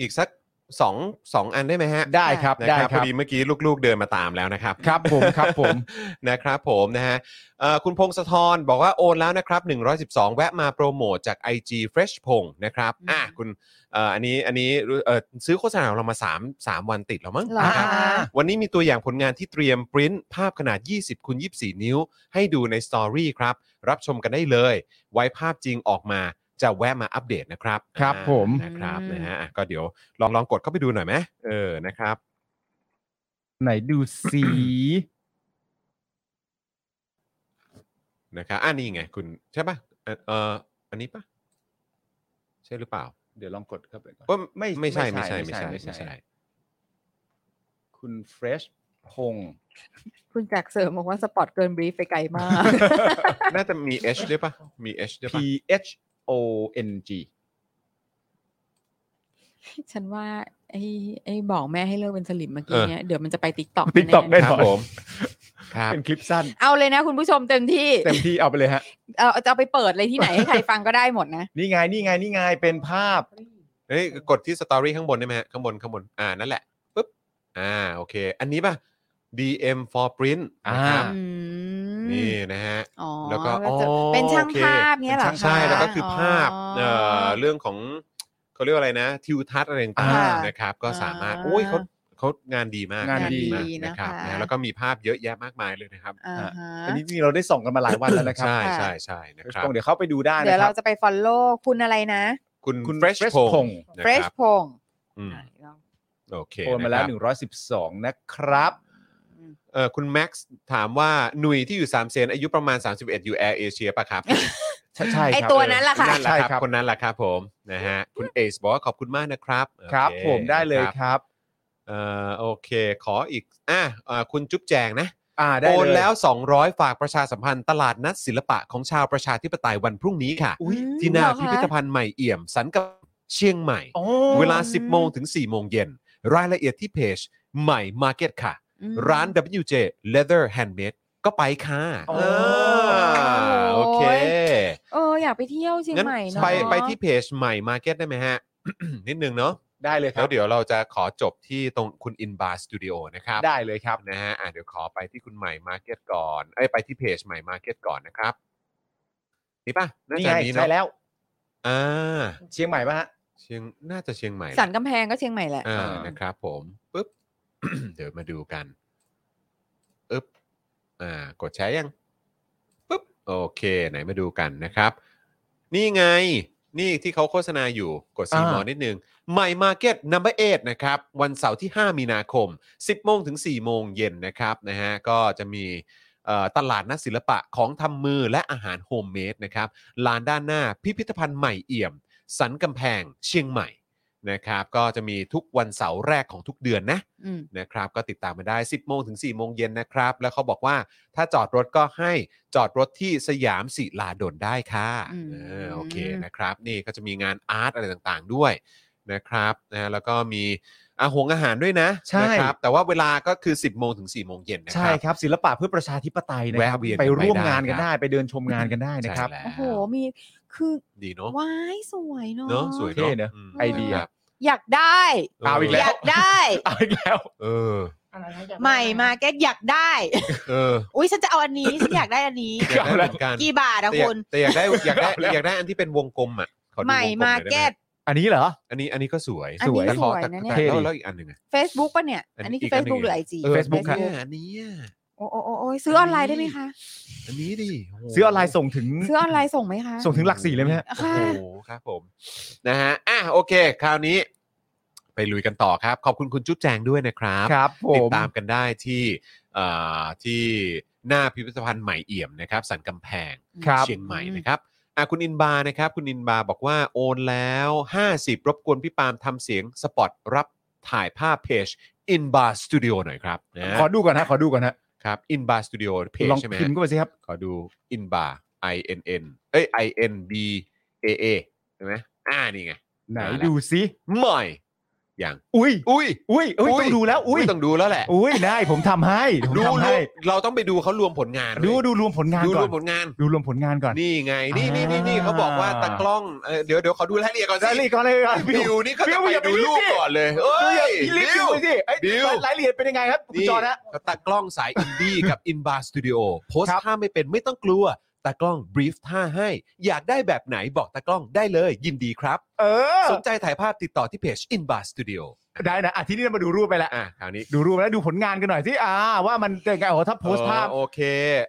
A: อีกสักสองสองอันได้ไหมฮะ
C: ได้ครับ
A: นะ
C: ได้
A: พ
C: ค
A: อ
C: รับ
A: ดีเมื่อกี้ลูกๆเดินมาตามแล้วนะครับ
C: ครับผมครับผม
A: นะครับผมนะฮะเอ่อคุณพงศธรบอกว่าโอนแล้วนะครับ 112 แวะมาโปรโมทจาก IG Fresh พงนะครับอ่ะคุณเอ่ออันนี้อันนี้รู้เอ่อซื้อโฆษณาของเรามา3 3 วันติดแล้วมั้ง
B: เหรอ
A: นะครั
B: คะ
A: บ วันนี้มีตัวอย่างผลงานที่เตรียมปริ้นภาพขนาด 20คูณ24 นิ้ว ให้ดูในสตอรี่ครับ รับชมกันได้เลย ไว้ภาพจริงออกมาจะแวะมาอัปเดตนะครับ
C: ครับ
A: อ่า
C: ผม
A: นะครับนะฮะอ่ะก็เดี๋ยวลองลองกดเข้าไปดูหน่อยไหมเออนะครับ
C: ไหนดูสี
A: นะครับอ่านี่ไง คุณใช่ปะเอ่อเอ่ออันนี้ปะใช่หรือเปล่า
C: เดี๋ยวลองกดเข้าไปก่อน
A: เอ้ย
C: ไม่
A: ไม่ใช่
C: ไม่
A: ไม่
C: ใช่
A: ใช่ไม่ใช่
C: ไม่
A: ไม่
C: ใช่
A: ใช่
C: คุณเฟรชพง
B: คุณจักรเสริมบอกว่าสปอร์ตเกินบรีฟไปไกลมาก
A: น่าจะมี H ด้วยปะมี H ด้วย
C: P
A: ปะ
C: H O N G
B: ฉันว่าไอ้ไอ้บอกแม่ให้เลิกเป็นสลิมเมื่อ
A: เอ
B: กี้
A: อ
B: เนี่ยเดี๋ยวมันจะไปติ๊กต็อก
C: TikTok แน่
A: ค
C: นอน
A: รับผมครับ
C: เป็นคลิปสั้น
B: เอาเลยนะคุณผู้ชมเต็มที่
C: เต็มที่เอาไปเลยฮะ
B: เอาจะเอาไปเปิดเลย ที่ไหนให้ใครฟังก็ได้หมดนะ
C: นี่ไงนี่ไงนี่ไงเป็นภาพ
A: เฮ้ยกดที่สตอรี่ข้างบนได้ไหมฮะข้างบนข้างบนอ่านั่นแหละปึ๊บอ่าโอเค อันนี้ป่ะ DM for print นะครับ
B: อืม
A: นี่นะฮะ
B: อ๋อ
A: แล้วก็
B: จะ
A: อ๋อ
B: เป็นช่าง
A: โอเค
B: ภาพเนี้ยเหรอ
C: เป็นช่าง
A: ใช่
B: คะ
A: แล้วก็คือภาพเอ่อ
B: อ
A: เรื่องของเขาเรียกว่าอะไรนะ ทิวทัศน์อะไรต่าง
B: อ่า
A: ๆนะครับ ก็สามารถ
B: อ่า
A: โอ้ยเขาเขางานดีมาก
C: งานดี
A: มากนะครับ
B: นะคะ
A: นะแล้วก็มีภาพเยอะแยะมากมายเลยนะครับ
B: อ่าฮะ
C: อันนี้จริงๆเราได้ส่องกันมาหลายวันแล้วนะครับ
A: ใช่
B: ค่ะ
A: ใช่ใช่นะครั
C: ต้
A: บ
C: องเดี๋ยวเข้าไปดูได้
B: เดี๋ยว
C: นะครั
B: เรา
C: บ
B: จะไปฟอลโล่คุณอะไรนะ
A: คุณ
C: คุณ
A: เฟรช
C: Fresh
A: พง
C: Pong
A: ศ์นะ
B: เฟร
A: ค
B: ช
A: รับ
B: พงศ์
A: อืม
B: อ่ะลอง
A: โอเค
C: โอนมาแล้
A: ะค
C: ว
A: รับ
C: 112 นะครับ
A: เอ่อคุณแม็กซ์ถามว่าหนุ่ยที่อยู่สามเซนอายุประมาณ 31 อยู่แอร์เอเชียป่ะครับ
C: ใช่ใช่
B: ไอ
C: ครับ
B: ตัวนั้นล่ะค่ะ
A: นั่นแหละ
C: ใช่
A: ค
C: ครั
A: รับ
C: บ
A: คนนั้นแหละครับผมนะฮะคุณเอซบอกว่าขอบคุณมากนะครับ
C: ครับ
A: โอ
C: ผมได้เลย
A: นะครับ เอ่อโอเค ขออีกอ่ะเอ่อคุณจุ๊บแจงนะ
C: อ่าได้
A: โอน
C: เลย
A: แล้ว 200 ฝากประชาสัมพันธ์ตลาดนัดศิลปะของชาวประชาธิปไตยวันพรุ่งนี้ค่ะ
C: อุ๊ย
A: ที่หน้า
B: เหรอคะ
A: พิพิธภัณฑ์ใหม่เอี่ยม สันกับเชียงใหม่
C: อ๋อ
A: เวลา 10 โมงถึง 4 โมงเย็น รายละเอียดที่เพจใหม่ Market ค่ะ
B: อืม
A: ร้าน WJ Leather Handmade ก็ไปค่ะ
C: อ๋อ
A: เออโอเค
B: โอ้ย เอออยากไปเที่ยวเชียงใหม่เนาะ
A: ไปไปที่เพจใหม่ Market ได้ไหมฮะ นิดนึงเนาะ
C: ได้เลยค
A: แล้
C: รั
A: ว
C: บ
A: เดี๋ยวเราจะขอจบที่ตรงคุณ In Bar Studio นะครับ
C: ได้เลยครับ
A: นะฮะอ่ะเดี๋ยวขอไปที่คุณใหม่ Market ก่อนเอ้ยไปที่เพจใหม่ Market ก่อนนะครับนี่ป่ะน่า
C: นี่
A: จะ
C: ไง
A: นี้เน
C: ใช่
A: อะ
C: แล้ว
A: อ่า
C: เชียงใหม่ป่ะฮะ
A: เชียงน่าจะเชียงใหม่แหละ
B: สันกำแพงก็เชียงใหม่แหละ
A: อ่า
C: อ่าน
A: นะครับผมปึ๊บ เดี๋ยวมาดูกันอึ๊บอ่ากดแชร์ยังปึ๊บโอเค ไหนมาดูกันนะครับ นี่ไง นี่ที่เขาโฆษณาอยู่กดซีมอนิดนึงใหม่มาเก็ตนัมเบอร์เอนะครับ วันเสาร์ที่ 5 มีนาคม 10 โมงถึง 4 โมงเย็นนะครับนะฮะก็จะมีเอ่อตลาดนัดศิลปะของทำมือและอาหารโฮมเมดนะครับลานด้านหน้าพิพิธภัณฑ์ใหม่เอี่ยม สันกำแพงเชียงใหม่ นะครับก็จะมีทุกวันเสาร์แรกของทุกเดือนนะ
B: อืม
A: นะครับ ก็ติดตามมาได้ 10 โมงถึง 4 โมงเย็นนะครับ แล้วเขาบอกว่าถ้าจอดรถก็ให้จอดรถที่สยามศิลาดลได้ค่ะเออโอเคนะครับ นี่ก็จะมีงานอาร์ตอะไรต่างๆด้วยนะครับนะแล้วก็มีอาหงอาหารด้วยนะ
C: ใช่
A: นะครับแต่ว่าเวลาก็คือ 10 โมงถึง 4 โมงเย็นนะค
C: ใช่
A: รับ
C: ครับ ศิลปะเพื่อประชาธิปไตยนะครั
A: แวะเวียน
C: ไป
A: กันไป
C: ร่วม
A: ได้
C: งานกั
A: ครั
C: น
A: บ
C: ได้ไปเดินชมงานกันได้นะครับ
A: ใช่แล้ว
B: โอ้โหมีคือ
A: ดีเนาะ
B: ว้ายสวยเนาะ
A: เนาะสวยเนาะ
C: เท่เนอะ
A: ม
C: ไอเดีย
A: ครับ
B: อยากได้
C: เอาอีกแล้
B: อ
C: ว
B: ยากได้
C: เอาอีกแล้ว
A: เออ
J: อะไรนะอยกได้
B: ใหม่มา
J: อะไรนะ
B: แกอยากได้
A: เออ
B: อุ้ยฉันจะเอาอันนี้ ฉันอยากได้อันนี้
A: อยากได้เหมือนกัน
B: กี่บาทอะ
A: แต่อยา
B: คุ
A: ก
B: ณ
A: แต่อยากได้อยากได้อยากได้อันที่เป็นวงกลมอ่ะขอดูวงกล
B: ใหม่มา
A: หน่อยได้ไห
B: เก็ต
C: อันนี้เหรอ
A: อันนี้อันนี้ก็สวย
B: อันนี้
A: แต่ขอ
B: สวย
A: แต่
B: นะ
A: แต่
B: เนี่ย
A: แต่
C: เท่ดิ
A: แล้วแล้วอีกอันหนึ่งอะ
B: เฟซบุ๊กปะเนี่ย
A: อันนี้
B: อันนี้คือ
A: อีกอั
B: เฟ
A: นห
B: ซ
A: นึ่ง
B: บุ๊กหรือไอจี
A: เออ
C: Facebook ครับ
A: อันนี้อะ
B: โอ้โอ้โอ้โอ้ยซื้อออนไลน์ได้ไหมคะ
A: อันนี้ดิโโห
C: ซื้อออนไลน์ส่งถึง
B: ซื้อออนไลน์ส่งไหมคะ
C: ส่งถึงหลักสี่เลยไหมฮะ
A: โอ้โหครับผมนะฮะอ่ะโอเค คราวนี้ ไปลุยกันต่อครับ ขอบคุณคุณจุ๊บแจงด้วยนะครับ
C: ครับผ
A: ติด
C: ม
A: ตามกันได้ที่เอ่อที่หน้าพิพิธภัณฑ์ใหม่เอี่ยมนะครับสันกำแพง
C: ครับ
A: เชียงใหม่นะครับอ่ะคุณอินบาร์นะครับ คุณอินบาร์บอกว่าโอนแล้ว 50 รบกวนพี่ปาล์มทำเสียงสปอตรับถ่ายภาพเพจอินบาร์สตูดิโอหน่อยครับนะ
C: ขอดูก่อนฮะ ขอดูก่อนฮะ
A: ครับ In Bar Studio เพจ
C: ลอง
A: ใช่ไหม
C: พิมพ์ก็ไปสิครับ
A: ขอดู In Bar I N N เอ้ย I N B A A ใช่ไหมอ่านี่ไง
C: ไหน
A: มาแล้ว
C: ดูสิ
A: ใหม่อย่าง
C: อุ้ย
A: อุ้ย
C: อุ้ยอุ้ยต้องดูแล้ว อุ้ย
A: ต้องดูแล้วแหละ
C: อุ้ยได้ผมทำให้ผม
A: ดู
C: ทำให้
A: ดูเราต้องไปดูเขารวมผลงาน
C: ดู
A: เว้ย
C: ดูรวมผลงาน
A: ดูร
C: ก่อ
A: วน มผลงาน
C: ดูรวมผลงานก่อน
A: นี่ไง นี่นี่นี่นี่
C: อ่า
A: เขาบอกว่าตากล้องเอ่อเดี๋ยวเดี๋ยวขอดูรายละเอียดก่อน
C: ได้
A: สิ
C: รีก่อนเลยก่อน
A: บิวนี่เขา
C: บิ
A: จะ
C: ว
A: ไป
C: อย่า
A: ดู
C: รีบ
A: รูปก่อนเลยเอ้ย
C: รีบ
A: บิ
C: ดู
A: ว
C: ไปสิไอ้
A: บิว
C: รายละเอียดเป็นยังไงครับคุณ
A: นี่
C: จอห์นฮะ
A: ตากล้องสาย อินดี้กับ อินบาร์สตูดิโอโพส
C: ครั
A: ต์
C: บ
A: ท่าไม่เป็นไม่ต้องกลัวตากล้องบรีฟท่าให้ อยากได้แบบไหนบอกตากล้องได้เลย ยินดีครับ
C: เออ
A: สนใจถ่ายภาพติดต่อที่เพจ In Bar Studio
C: ได้นะอาทิตย์นี้เรามาดูรูปไปแล้ว
A: อ่ะคราวนี้
C: ดูรูปแล้วดูผลงานกันหน่อยสิอ่า ว่ามันเป็นไงโอ้ถ้าโพสต์ภาพ
A: อ๋อโอเค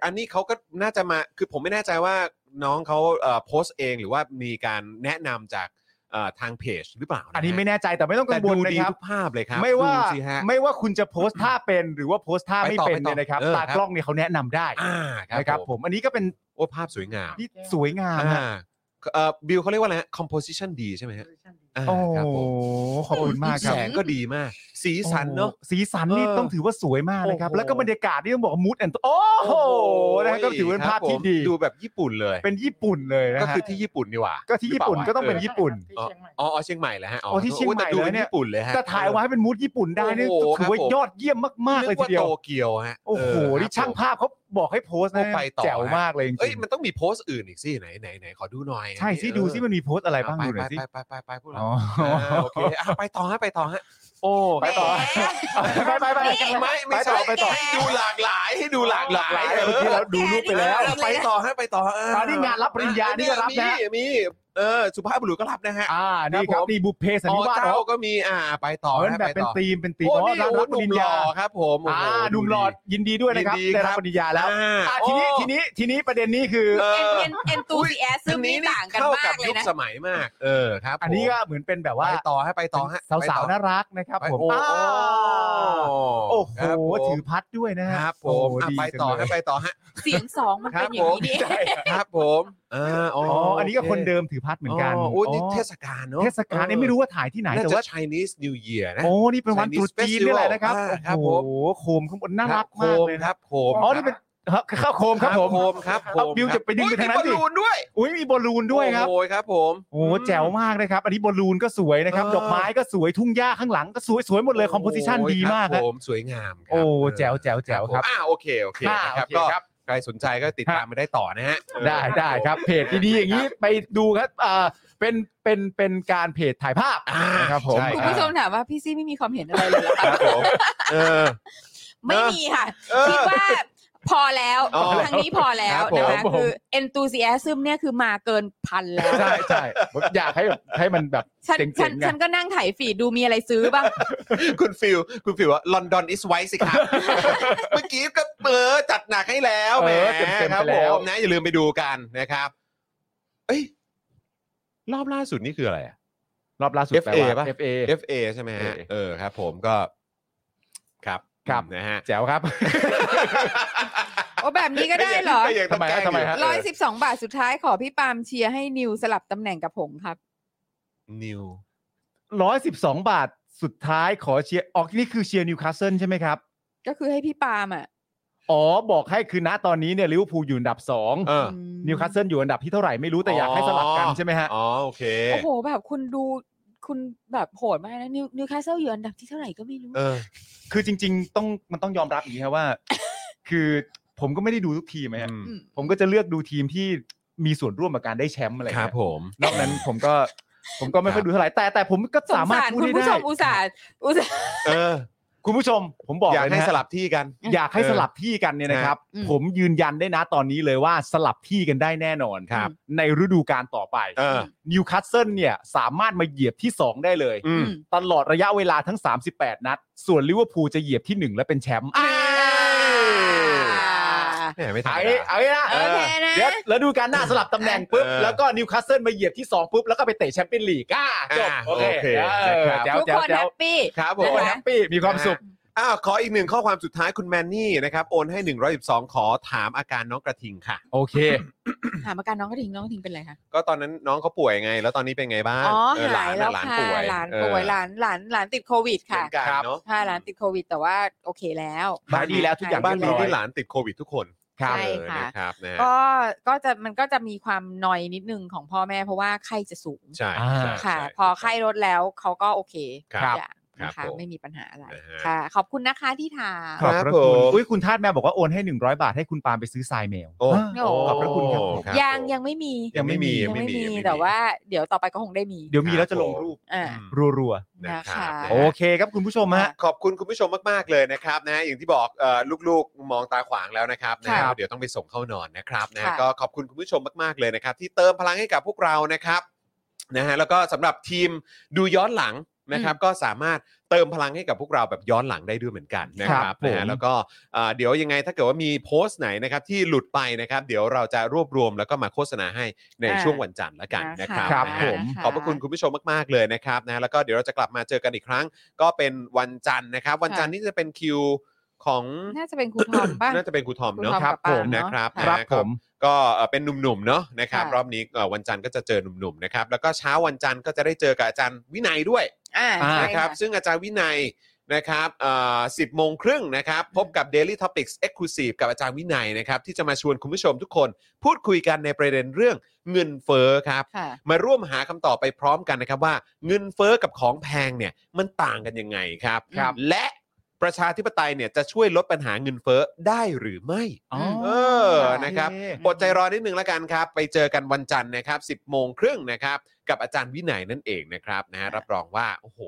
A: อันนี้เขาก็น่าจะมาคือผมไม่แน่ใจว่าน้องเขาเอ่อโพสต์เองหรือว่ามีการแนะนำจากเอ่อทางเพจหรือเปล่าะฮะ
C: อันนี้ไม่แน่ใจแต่ไม่ต้องกั
A: แต่
C: งวล
A: ดู
C: นะ
A: ดี
C: ครับ
A: ทุกภาพเลยครับ
C: ไม่ว่า
A: ดูสิฮะ
C: ไม่ว่าคุณจะโพสต์ท่าเป็นหรือว่าโพสต์ท่าไม่
A: ไปต่อ
C: เป็น
A: ไปต่อ
C: เนี่ยนะครับ
A: เออครั
C: ตา
A: บ
C: กล้องเนี่ยเขาแนะนำได้
A: อ่า
C: นะครับผมอันนี้ก็เป็น
A: โอ้ภาพสวยงาม
C: ที่สวยงาม
A: อ่า
C: ฮะ
A: เอ่อบิวเขาเรียกว่าอะไรฮะ composition ดีใช่ไหมฮะ อ่า
C: โอ้
A: ครับผม
C: ขอบคุณมากครับ
A: แสงก็ดีมาก สีสันเนาะ
C: โอ้สีสันนี่
A: เออ
C: ต้องถือว่าสวยมากนะครับ
A: โอ้โห
C: แล้วก็บรรยากาศนี่ต้องบอกมูดแอนโอ้โหนะฮะก็ถือเป็นภาพที่ดี
A: ดูแบบญี่ปุ่นเลย
C: เป็นญี่ปุ่นเลยนะ
A: ก็
C: ฮะ
A: คือที่ญี่ปุ่นนี่หว่า
C: ก็ที่ญี่ปุ่นก็ต้องเป็นญี่ปุ่น
J: ที่เชียงใหม่
A: อ๋ออ๋อเชียงใหม่แหละฮะ
C: อ๋อที่เชียงใหม่
A: แต่ดูป็
C: เลยเนี่ย
A: ญี่ปุ่นเลยฮะ
C: แต่ถ่ายไว้เป็นมูดญี่ปุ่นได้นี่
A: โอ้โห
C: ถือว่า
A: ครับผม
C: ยอดเยี่ยมมากๆเลย
A: นึ
C: ทีเดียว
A: โตเกียวฮะ
C: โอ้โห
A: เครับ
C: นี่ช่าง
A: ผม
C: ภาพเขาบอกให้โพสต์นะ
A: ต้องไปต่อ
C: แจ๋วมากเลยจ
A: เอ้
C: ริ
A: ย
C: ง
A: มันต้องมีโพสต์อื่นอีกสิไหนไหนไหนขอดูหน่อย
C: ๆใช่
A: อันนี้
C: สิดูสิมันมีโพสต์อะไรบ้าง
A: เไป
C: ดูหน่อยสิ
A: ไปไปไปไปไปพวกเรา
C: อ๋อ
A: เออโอเคอ่ะไปต่อฮะไปต่อฮะโอ้
C: ไปต่อไปไปไป
A: ไม่ไม่
C: ไปต่
A: ใช่
C: อไปต่อ
A: ให้ดูหลากหลายให้ดูหลากหลาย
C: หลาย
A: เอ
C: เมื่อกี้
A: อ
C: เราดูรูปไปแล้ว
A: ไปต่อฮะไปต่อฮะ
C: ตอนนี้งานรับปริญญานี่ก็รับนะ
A: มีมีเออสุภาพบุรุษก็รับนะฮะ
C: อ่า
A: ครั
C: นี่
A: บ
C: ครับ
A: ผม
C: นี่บุพเพสัน
A: อ๋อ
C: นิวาส
A: เจ้า
C: เรา
A: ก็มีอ่าไปต่อ
C: เออ
A: ฮะ
C: แบบ
A: ไป
C: เป็น
A: ต่อ
C: ธีมเป็นธีม
A: โอ้
C: อ๋อ
A: นี่
C: รับ
A: โอ้
C: รับ
A: ห
C: ป
A: นุ่
C: ริ
A: ม
C: ญ
A: หล่
C: ญา
A: อครับผมโอ้
C: อ่า
A: โ
C: หนุ่มหลอดยินดีด้วยนะครับ
A: ยินดี
C: ได้
A: ครั
C: รับ บปริญญาแล้ว
A: อ่า
C: อ่าทีนี้
A: โอ้
C: ทีนี้ทีนี้ประเด็นนี้คือ
A: เออ
B: เอ็นเอ็นตูซีแอซึ่งนี่ต่างกัน
A: เข้าม
B: ากเลย
A: ยุค
B: นะ
A: สมัยมาก เออครับ
C: อันนี้
A: ผม
C: ก็เหมือนเป็นแบบ
A: ไป
C: ว่า
A: ต่อให้ไปต่อฮะ
C: สาว
A: ไป
C: สา
A: ต่
C: ว
A: อ
C: น่ารักนะครับ
A: ไป
C: ผม
A: โอ้
C: อ่าโอ้โห
A: ครับผม
C: ถือพัดด้วยนะฮะ
A: ครับผ
C: โอ้
A: ม
C: โห
A: อ่ะ
C: ดี
A: ไป
C: จัง
A: ต่อ
C: เลย
A: ให้ไปต่อฮะ
B: เสียงสองมัน
A: ครั
B: เป็
A: บผ
B: นอย่าง
A: ม
B: นี้นี่เอง
A: ใช่ครับผมอ่าอ๋อ
C: อ๋อ อันนี้ก็
A: โ
C: คนเดิมถือพัดเหมือนกัน
A: โอ้นี่เทศกาลเนอะ
C: เทศกาลเนี่ยไม่รู้ว่าถ่ายที่ไหน
A: น่า
C: แต่
A: จะ
C: ว่า
A: Chinese New Year นะ
C: โอ้นี่เป็นวันตรุษจีนนี่แหละนะครับ
A: Chinese Festival อ่าครับผ
C: โอ้
A: ม
C: โหโคมข้างบนน่ารักมากเลย
A: ค
C: นะ
A: รับโคม
C: อ๋อนี่เป็นครับข้าวโคมครับผม
A: โคมครับโค
C: เอา
A: ม
C: บิวจะไปดึงไปทางนั้นสิ
A: โอ้ยมีบอลลูนด้วย
C: อุ้ยมีบอลลูนด้วยครับ
A: โอ้ยครับผม
C: โอ้โหแจ๋วมากนะครับ อันนี้บอลลูนก็สวยนะครับ ดอกไม้ก็สวยทุ่งหญ้าข้างหลังก็สวยสวยหมดเลยคอมโพสิชัน
A: โย
C: ดี
A: ครับ
C: มาก
A: ผ
C: ฮะ
A: มสวยงามครับ
C: โอ้แจ๋วแจ๋วแจ๋วครับ
A: อ่าโอเคโอเค
C: อ่า
A: นะครับ
C: โอเค
A: ก็
C: ครับ
A: ใครสนใจก็ติดตามไปได้ต่อนะฮะ
C: ได้ได้ครับเพจดีๆอย่างนี้ไปดูครับอ่าเป็นเป็นเป็นการเพจถ่ายภาพ
A: อ่า
C: นะครับผม
A: ใช่
B: คุณผู้ชมถามว่าพี่ซี่ไม่มีความเห็นอะไรเลยเหรอ
A: ค
B: คะ
A: รับผมเออ
B: ไม่มีค่ะ
A: เออ
B: คิดว่าพอแล้ว
A: อ๋อ
B: ครั้งนี้พอแล้
A: คว รับผม
B: นะคะคือ enthusiasm เนี่ยคือมาเกินพันแล้ว
C: ใช่ใช่ผมอยากให้แบบให้มันแบบ
B: ฉัน
C: เจ๋งๆ
B: ฉัน
C: ไง
B: ฉันก็นั่งไถฟีดดูมีอะไรซื้อบ้าง
A: คุณฟิลคุณฟิลว่าลอนดอนอิสไวสิครับ เมื่อกี้ก็เออจัดหนักให้แล้วแหม
C: เออเต็มๆ
A: ครับผ
C: ไปแล้ว
A: มนะอย่าลืมไปดูกันนะครับ เอ้ย รอบล่าสุดนี่คืออะไรอะ
C: รอบล่าสุด
A: FA
C: แลว่า
A: ป่ะ
C: FA
A: FA ใช่ไหมฮะ
C: FA
A: เออครับ ผมก็ ครับ
C: ครับ
A: นะฮะ
C: แจ๋วครับ
B: โอ้แบบนี้ก็ได้ เหรอ
A: ก็ยังต้องแกล้งอ
C: ทำไมฮะทำไมฮะ
B: ร้อยสิบสองบาทสุดท้ายขอพี่ปาล์มเชียร์ให้นิวสลับตำแหน่งกับผมครับ
A: นิว
C: ร้อยสิบสองบาทสุดท้ายขอเชียร์ออกนี่คือเชียร์นิวคาสเซิลใช่ไหมครับ
B: ก็คือให้พี่ปาล์มอ่ะ
C: อ๋อ บอกให้คือณตอนนี้เนี่ยลิเวอร์พูลอยู่อันดับสอง
A: เออ
B: ม
C: นิวคาสเซิลอยู่อันดับที่เท่าไหร่ไม่รู้แต่อยากให้สลับกันใช่ไหมฮะ
A: อ๋อโอเค
B: โอ้โห แบบคุณดูคุณแบบโหดมากนะนิวนิวคาสเซิลอยู่อันดับที่เท่าไหร่ก็ไม่รู้
A: เออ
C: คือจริง ๆ ต้องมันต้องยอมรับอย่างนี้ครับว่า คือผมก็ไม่ได้ดูทุกทีมนะฮะ
A: อืม
B: อืม
C: ผมก็จะเลือกดูทีมที่มีส่วนร่วมกับการได้แชมป์อะไร
A: ค
C: เงี้ย
A: รับผม
C: น อกนั้นผมก็ผมก็ไม่ค่อยดูเท่าไหร่แต่แต่ผมก็
B: สง
C: สามารถ
B: สาร
C: พูด
B: คุณ
C: ได้
B: ผู้ชมอุตส่าห์อุตส่าห์
A: เออ
C: คุณผู้ชม ผมบอก
A: อยาก
C: เลย
A: ให้
C: นะฮะ
A: สลับที่กัน
C: อยากให้
A: เออ
C: สลับที่กันเนี่ยนะครับ
B: อืม
C: ผมยืนยันได้นะตอนนี้เลยว่าสลับที่กันได้แน่นอน
A: ครับ
C: ในฤดูกาลต่อไป
A: เออ
C: นิวคาสเซิลเนี่ยสามารถมาเหยียบที่ 2 ได้เลย
A: อืม
C: ตลอดระยะเวลาทั้ง 38 นัด ส่วนลิเวอร์พูลจะเหยียบที่ 1 และเป็นแชมป์
B: อ่า
A: แหมไม่ทัน
C: ไอ้ไอ้นะ
B: โอเคนะ
C: เดี๋ยวแล้วดูการหน้าสลับตำแหน่งปุ๊บ
A: เออ
C: แล้วก็นิวคาสเซิลมาเหยียบที่ 2 ปุ๊บ แล้วก็ไปเตะแชมเปี้ยนลีกอ่าจบ
A: อ่า
C: โอเค
A: โอเค
C: เออ
A: นะครับ
C: แจ๋ว
B: ทุก
C: แจ๋ว
B: คน
C: แจ๋
B: แฮ
C: ว
B: ปปี้
A: ครับผ
C: ทุก
A: ม
C: คนแฮปปี้มีความสุข
A: อ้าวขออีกหนึ่งข้อความสุดท้ายคุณแมนนี่นะครับ โอนให้ 112 ขอถามอาการน้องกระทิงค่ะ
C: โอเค
B: ถามอาการน้องกระทิงน้องกระทิงเป็นไรคะ
A: ก็ตอนนั้นน้องเขาป่วยไง แล้วตอนนี้เป็นไงบ้าง
B: อ๋อ
A: เออ
B: หาย
A: นน่ะ
B: แล้ว
A: หลาน
B: ค่ะ
A: ป่วย
B: หลานป่วย
A: เออ
B: หลานหลานหลานติดโควิด
A: เหมื
B: ค่ะ
A: อนกันเนาะ
B: ค่ะหลานติดโควิด แต่ว่าโอเคแล้ว
C: หายดีแล้วทุกอย่ง
A: บ้าน
B: ห
A: นี้
B: ย
A: ที่ห
B: เยบร้อย
A: ลานติดโควิดทุกคน
B: ใช่
A: เออ
B: ค่ะ
A: นะครับนะฮะ
B: ก็ก็จะมันก็จะมีความนอยนิดนึงของพ่อแม่เพราะว่าไข้จะสูง
A: ใช่
C: อ่า
A: ใช่
B: ค่ะ
A: ใช่
B: พอไข้ลดแล้วเขาก็โอเค
A: ครับ
B: ทุกอย่างนะ
A: ครับ
B: คะ
A: ผม
B: ไม่มีปัญหาอะไร
A: นะฮะ
B: ค่ะ ขอบคุณนะคะที่ถาม
C: ขอบพระ
A: ครับ
C: คุณ
A: ผม
C: อุ้ยคุณทาสแมวบอกว่าโอนให้ 100 บาทให้คุณปาล์มไปซื้อทรายแมว
A: โอ้
C: อ่า ขอบพระคุณครับ
A: ครับ
B: ยัง
A: ผม
B: ยังไม่มี
A: ยังไม่มี
B: ยังไม่
A: ยังไม่มียั
B: มี
A: งไม่มี
B: แต่ว่าเดี๋ยวต่อไปก็คงได้มี
C: เดี๋ยวมีแล้วจะลงรูป
B: อ่า
A: อืม
C: รัว
A: นะ
B: นะ
A: ครั
B: คะ
A: บ
C: ๆ โอเคครับคุณผู้ชมฮะ
A: ขอบคุณคุณผู้ชมมาก ๆ เลยนะครับนะฮะอย่างที่บอกเอ่อลูกๆ มองตาขวางแล้วนะครับนะฮะ
C: ครับ
A: เดี๋ยวต้องไปส่งเข้านอนนะครับนะฮะ
B: ค่ะ
A: ก็ขอบคุณคุณผู้ชมมาก ๆ เลยนะครับ ที่เติมพลังให้กับพวกเรานะครับนะฮะแล้วก็สำหรับทีมดูย้อนหลังนะครับ ก็สามารถเติมพลังให้กับพวกเราแบบย้อนหลังได้ด้วยเหมือนกันนะค
C: ค
A: รั
C: รั
A: บบ
C: ผ
A: นะ
C: ม
A: ฮะแล้วก็เอ่อเดี๋ยวยังไงถ้าเกิดว่ามีโพสต์ไหนนะครับที่หลุดไปนะครับ เดี๋ยวเราจะรวบรวมแล้วก็มาโฆษณาให้ใน
B: อ่า
A: ช่วงวันจันทร์ละกันนะครับ
C: ครับ
A: นะฮะ
C: ผม
B: น
A: ขอบพระคุณคุณผู้ชมมาก ๆ เลยนะครับนะแล้วก็เดี๋ยวเราจะกลับมาเจอกันอีกครั้ง ก็เป็นวันจันทร์นะครับ วันจันทร์นี่จะเป็นคิวของ
B: น่าจะเป็นครูทอมป่ะ
A: น่าจะเป็นครูทอมเนาะ
B: ครูทอมกับปาล์มเน
A: นะ
B: อะ
A: ครับ
B: ค่ะ
C: ครับ
A: นะ
C: ผม
A: ก็เอ่อเป็นหนุ่มๆเนาะนะครับ
B: ค่ะ
A: รอบนี้เอ่อวันจันทร์ก็จะเจอหนุ่มๆนะครับแล้วก็เช้าวันจันทร์ก็จะได้เจอกับอาจารย์วินัยด้วย
B: อ่า
C: อ่า
B: ใช่
A: นะครับ ซึ่งอาจารย์วินัย นะครับสิบโมงครึ่งนะครับ พบกับ Daily Topics Exclusive กับอาจารย์วินัยนะครับ ที่จะมาชวนคุณผู้ชมทุกคน พูดคุยกันในประเด็นเรื่องเงินเฟ้อครับ
B: ค่ะ
A: มาร่วมหาคำตอบไปพร้อมกันนะครับว่าเงินเฟ้อกับของแพงเนี่ยมันต่างกันยังไงครับ
B: ครับ
A: และประชาธิปไตยเนี่ยจะช่วยลดปัญหาเงินเฟ้อได้หรือไม่
C: อ๋อ
A: เออนะครับอดใจรอนิดนึงแล้วกันครับ ไปเจอกันวันจันทร์นะครับ 10โมงครึ่งนะครับ กับอาจารย์วินัยนั่นเองนะครับนะฮะรับรองว่า โอ้โห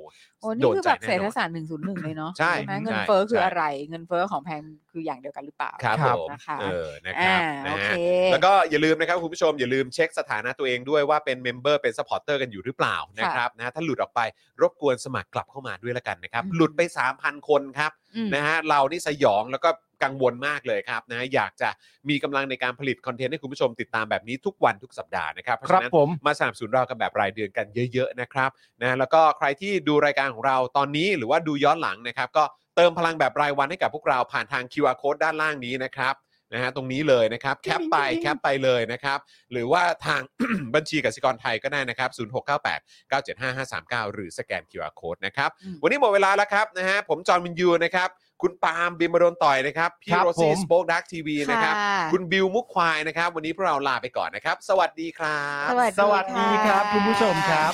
B: โอ้นี่
A: โดน
B: คือ
A: ใจ
B: แบบเศร
A: แน่
B: ษ
A: นอ
B: ฐ
A: น
B: ศาสตร์หนึ่งศูนย์หนึ่งเลยเนาะ
A: ใช่
B: ไหมเงิน
A: ใช่
B: เฟ้อคือ
A: ใช่
B: อะไรเงินเฟ้อของแพงคืออย่างเดียวกันหรือเปล่า
A: ครับ
C: ครับ
A: ผม
B: นะคะ
A: เออนะค
B: อ่า
A: รับ
B: โอ
A: นะ
B: เค
A: ฮะ แล้วก็อย่าลืมนะครับคุณผู้ชมอย่าลืมเช็คสถานะตัวเองด้วยว่าเป็นเมมเบอร์เป็นสปอร์เตอร์กันอยู่หรือเปล่านะครับนะถ้าหลุดออกไปรบกวนสมัครกลับเข้ามาด้วยละกันนะครับ หลุดไป 3,000 คนครับ
B: อืม
A: นะฮะเรานี่สยองแล้วก็กังวลมากเลยครับนะอยากจะมีกำลังในการผลิตคอนเทนต์ให้คุณผู้ชมติดตามแบบนี้ทุกวันทุกสัปดาห์นะครับเพราะ
C: ครับ
A: ฉะนั้น
C: ผม
A: มาสนับสนุนเรากันแบบรายเดือนกันเยอะ ๆ นะครับนะแล้วก็ใครที่ดูรายการของเราตอนนี้หรือว่าดูย้อนหลังนะครับ ก็เติมพลังแบบรายวันให้กับพวกเราผ่านทาง QR code ด้านล่างนี้นะครับนะฮะตรงนี้เลยนะครับแคปไปแคปไปเลยนะครับ หรือว่าทาง บัญชีกสิกรไทยก็ได้นะครับ 0698 975539 หรือสแกน QR code นะครับ
B: อืม
A: วันนี้หมดเวลาแล้วครับนะฮะผมจอห์นวินยูนะครับ คุณปาล์มบิมบดนต่อยนะครับพี่
C: ครับ
A: โรซี่
C: ผม
A: สป็อคดักทีวีนะครับ
B: ค่ะ
A: คุณบิวมุกควายนะครับ วันนี้พวกเราลาไปก่อนนะครับ สวัสดีครับ
C: สวัสดีครับ คุณผู้ชมครับ